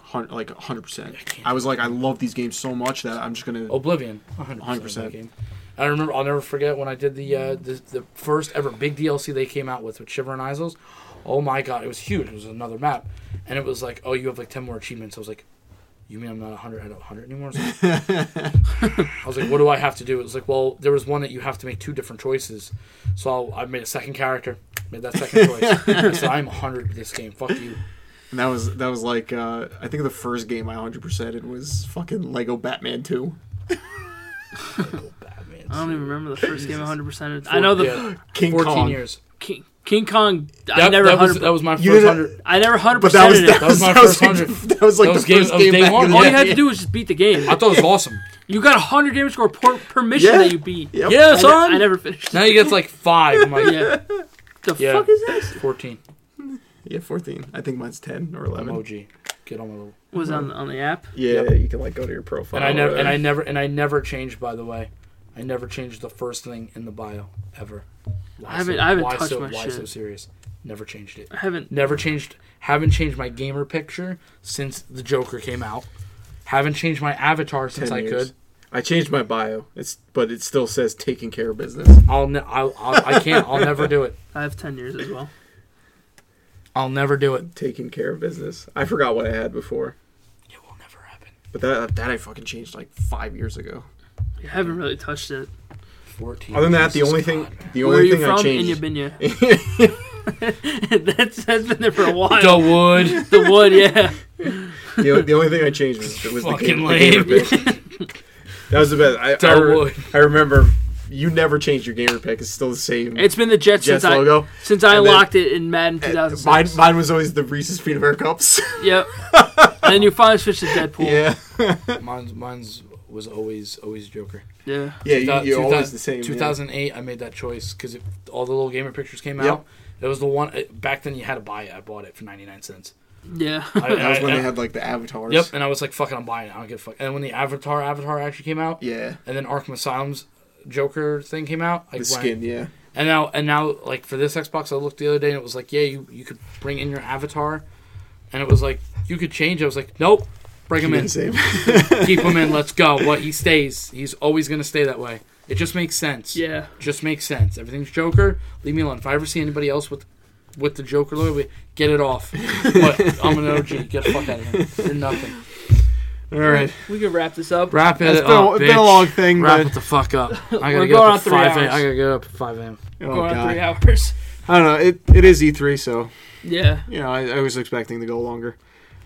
Speaker 1: hun- like 100%.
Speaker 3: can't- Oh.
Speaker 1: I was like, I love these games so much that I'm just going to.
Speaker 3: Oblivion, 100%.
Speaker 1: 100%.
Speaker 3: that game. I remember. I'll never forget when I did the, uh, the the first ever big DLC they came out with with Shiver and Isles. Oh my god, it was huge. It was another map, and it was like, oh, you have like ten more achievements. I was like, you mean I'm not hundred out of hundred anymore? I was, like, I was like, what do I have to do? It was like, well, there was one that you have to make two different choices. So I made a second character. Made that second choice. I said, I'm 100 with this game. Fuck you.
Speaker 1: And that was that was like uh, I think the first game I 100% it was fucking Lego Batman 2.
Speaker 3: Oh, Batman.
Speaker 2: I don't even remember the first game 100. percent I know the
Speaker 3: Yeah,
Speaker 1: King
Speaker 3: 14
Speaker 1: Kong.
Speaker 3: years.
Speaker 2: King, King Kong. I
Speaker 3: That,
Speaker 2: never
Speaker 3: that, was,
Speaker 2: 100
Speaker 3: that was my
Speaker 1: You
Speaker 3: first
Speaker 1: didn't-
Speaker 3: 100.
Speaker 2: I never 100
Speaker 1: But that was
Speaker 2: percent
Speaker 1: that
Speaker 2: it.
Speaker 1: was,
Speaker 3: my
Speaker 1: that was,
Speaker 3: first
Speaker 1: like,
Speaker 3: 100.
Speaker 1: that was like the
Speaker 3: That was game
Speaker 1: first
Speaker 3: of
Speaker 1: game
Speaker 3: day
Speaker 1: back
Speaker 3: one.
Speaker 1: in the
Speaker 2: All you
Speaker 1: day.
Speaker 2: had to do was just beat the game.
Speaker 3: I thought it was awesome.
Speaker 2: You got 100 damage score per, per mission
Speaker 1: Yeah.
Speaker 2: that you beat.
Speaker 1: Yep.
Speaker 3: Yeah,
Speaker 2: I, ne-
Speaker 3: son.
Speaker 2: I never finished.
Speaker 3: Now you get like five. I'm like,
Speaker 2: Yeah. The
Speaker 3: Yeah.
Speaker 2: fuck is this?
Speaker 3: fourteen.
Speaker 1: Yeah, 14. I think mine's 10 or 11.
Speaker 3: Emoji. Get on my little.
Speaker 2: Was on on the app.
Speaker 1: Yeah,
Speaker 3: Yep.
Speaker 1: you can like go to your profile.
Speaker 3: And I
Speaker 1: or
Speaker 3: never. And
Speaker 1: whatever.
Speaker 3: I never. And I never changed. By the way, I never changed the first thing in the bio ever. Why
Speaker 2: I haven't- I haven't
Speaker 3: why
Speaker 2: touched
Speaker 3: so,
Speaker 2: my
Speaker 3: Why so
Speaker 2: shit.
Speaker 3: serious? Never changed it.
Speaker 2: I haven't.
Speaker 3: Never changed. Haven't changed my gamer picture since the Joker came out. Haven't changed my avatar
Speaker 1: 10
Speaker 3: since I
Speaker 1: years.
Speaker 3: could.
Speaker 1: I changed my bio. It's but it still says taking care of business.
Speaker 3: I'll. Ne- I'll, I'll I can't. I'll never do it.
Speaker 2: I have 10 years as well.
Speaker 3: I'll never do it.
Speaker 1: Taking care of business. I forgot what I had before,
Speaker 3: It will never happen.
Speaker 1: but that that I fucking changed like 5 years ago.
Speaker 2: I haven't really touched it.
Speaker 3: Fourteen.
Speaker 1: Other than that, the
Speaker 3: Jesus
Speaker 1: only
Speaker 3: God,
Speaker 1: thing
Speaker 3: man.
Speaker 1: the
Speaker 2: Where are
Speaker 1: only
Speaker 2: you
Speaker 1: thing I
Speaker 2: from?
Speaker 1: changed
Speaker 2: Inya Binya. that's that's been there for a while.
Speaker 3: The wood.
Speaker 2: The wood, yeah.
Speaker 1: the, the only thing I changed was, was the
Speaker 3: Fucking
Speaker 1: game. the gamer
Speaker 3: lame.
Speaker 1: pick. that was the best. I, I,
Speaker 3: Don't
Speaker 1: re-
Speaker 3: worry.
Speaker 1: I remember you never changed your gamer pick. It's still the same.
Speaker 2: It's been the Jets,
Speaker 1: Jets
Speaker 2: since
Speaker 1: logo.
Speaker 2: I since I
Speaker 1: And then-
Speaker 2: unlocked it in Madden
Speaker 1: Uh, mine,
Speaker 2: 2006.
Speaker 1: mine was always the Reese's peanut butter cups.
Speaker 2: Yep. and then you finally switched to Deadpool.
Speaker 1: yeah,
Speaker 3: Mine's mine's was always always Joker.
Speaker 2: Yeah.
Speaker 1: Yeah, you,
Speaker 3: Thou-
Speaker 1: you're
Speaker 3: 2000
Speaker 1: always the same. yeah.
Speaker 3: 2008, I made that choice because all the little gamer pictures came
Speaker 1: Yep.
Speaker 3: out. It was the one uh, back then you had to buy it. I bought it for 99 cents.
Speaker 2: Yeah.
Speaker 3: I,
Speaker 1: That was
Speaker 3: I-
Speaker 1: when
Speaker 3: I-
Speaker 1: they had like the avatars.
Speaker 3: Yep, and I was like, "Fuck it, I'm buying it. I don't give a fuck." And when the Avatar Avatar actually came out,
Speaker 1: Yeah.
Speaker 3: and then Arkham Asylum's Joker thing came out, I
Speaker 1: The
Speaker 3: went-
Speaker 1: skin, yeah.
Speaker 3: And now, and now, like for this Xbox, I looked the other day and it was like, yeah, you, you could bring in your avatar, and it was like you could change. I was like, nope, bring him in,
Speaker 1: The same.
Speaker 3: keep him in, let's go. What he stays, he's always gonna stay that way. It just makes sense.
Speaker 2: Yeah.
Speaker 3: just makes sense. Everything's Joker. Leave me alone. If I ever see anybody else with with the Joker logo, get it off. but I'm an OG. Get the fuck out of here. You're nothing.
Speaker 1: All right.
Speaker 2: We could wrap this up.
Speaker 3: Wrap it
Speaker 1: It's been,
Speaker 3: up.
Speaker 1: a, it's been a
Speaker 3: bitch.
Speaker 1: long thing,
Speaker 3: Wrap
Speaker 1: but
Speaker 3: it the fuck up. I
Speaker 2: We're
Speaker 3: gotta get
Speaker 2: going on
Speaker 3: up at
Speaker 2: three
Speaker 3: five. a.m.
Speaker 2: hours.
Speaker 3: I gotta get up at five a.m.
Speaker 1: oh
Speaker 2: Going on three
Speaker 1: god,
Speaker 2: hours.
Speaker 1: I don't know. It it is E3, so
Speaker 2: Yeah.
Speaker 1: you know I, I was expecting to go longer.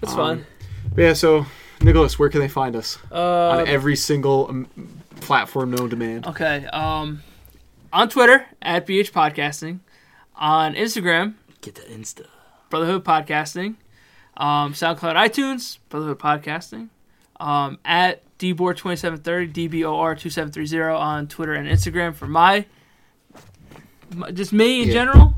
Speaker 2: That's
Speaker 1: Um, But yeah, so Nicholas, where can they find us
Speaker 2: fine. Uh,
Speaker 1: on every single um, platform known to man?
Speaker 2: okay. Um, on Twitter at BH Podcasting, on Instagram
Speaker 3: Get the Insta.
Speaker 2: Brotherhood Podcasting, um, SoundCloud, iTunes Brotherhood Podcasting, um, at dbor twenty seven thirty dbor two seven three zero on Twitter and Instagram for my, my just me in
Speaker 1: Yeah.
Speaker 2: general.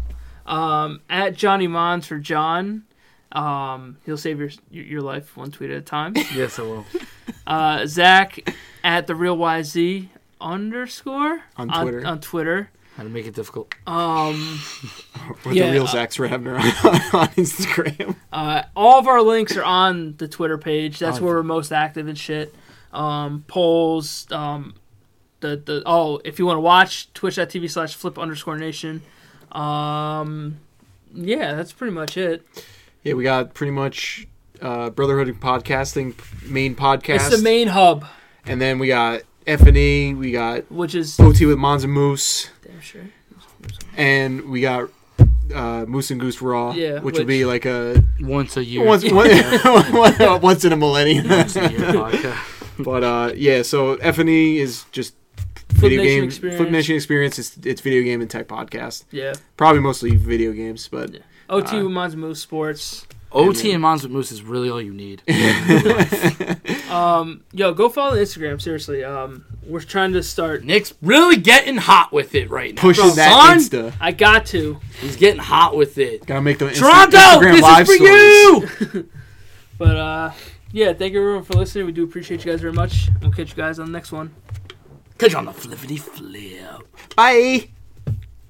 Speaker 2: Um, at Johnny Mons for John. Um, he'll save your your life one tweet at a time.
Speaker 3: Yes, I will.
Speaker 2: uh, Zach at the real YZ underscore
Speaker 1: On Twitter.
Speaker 2: On, Twitter.
Speaker 3: How to make it difficult.
Speaker 2: Um,
Speaker 1: Or
Speaker 2: Yeah,
Speaker 1: the real
Speaker 2: uh,
Speaker 1: Zax Rabner on, on Instagram.
Speaker 2: uh, all of our links are on the Twitter page. That's
Speaker 3: On
Speaker 2: where we're most active and shit. Um, polls. Um, the the oh, if you want to watch twitch.tv slash flip underscore nation. Um, yeah, that's pretty much it.
Speaker 1: Yeah, we got pretty much uh, Brotherhood and Podcasting main podcast,
Speaker 2: It's the main hub,
Speaker 1: and then we got F and E, we got
Speaker 2: which is
Speaker 1: OT with Mons and Moose,
Speaker 2: damn sure.
Speaker 1: and we got uh, Moose and Goose Raw,
Speaker 2: Yeah,
Speaker 1: which, will
Speaker 2: which-
Speaker 1: be like a
Speaker 3: Once a year.
Speaker 1: once one- once in a millennium.
Speaker 3: Once a year podcast.
Speaker 1: but uh, yeah, so F and E is just video
Speaker 2: Nation
Speaker 1: game
Speaker 2: Experience.
Speaker 1: Flip Nation experience. It's it's video game and tech podcast,
Speaker 2: Yeah.
Speaker 1: probably mostly video games, but
Speaker 2: Yeah. OT
Speaker 1: Uh,
Speaker 2: reminds me of sports.
Speaker 3: OT and Mons with Moose is really all you need.
Speaker 2: Um, yo, go follow the Instagram. Seriously, um, we're trying to start.
Speaker 3: Nick's really getting hot with it right now.
Speaker 1: pushing
Speaker 3: Son,
Speaker 1: that Insta.
Speaker 2: I got to,
Speaker 3: He's getting hot with it.
Speaker 1: Gotta make the Insta-
Speaker 3: Toronto,
Speaker 1: Instagram
Speaker 3: this
Speaker 1: live
Speaker 3: is for
Speaker 1: stories.
Speaker 3: you.
Speaker 2: but uh, yeah. Thank everyone for listening. We do appreciate you guys very much. We'll catch you guys on the next one.
Speaker 3: Catch on the flippity flip.
Speaker 1: Bye.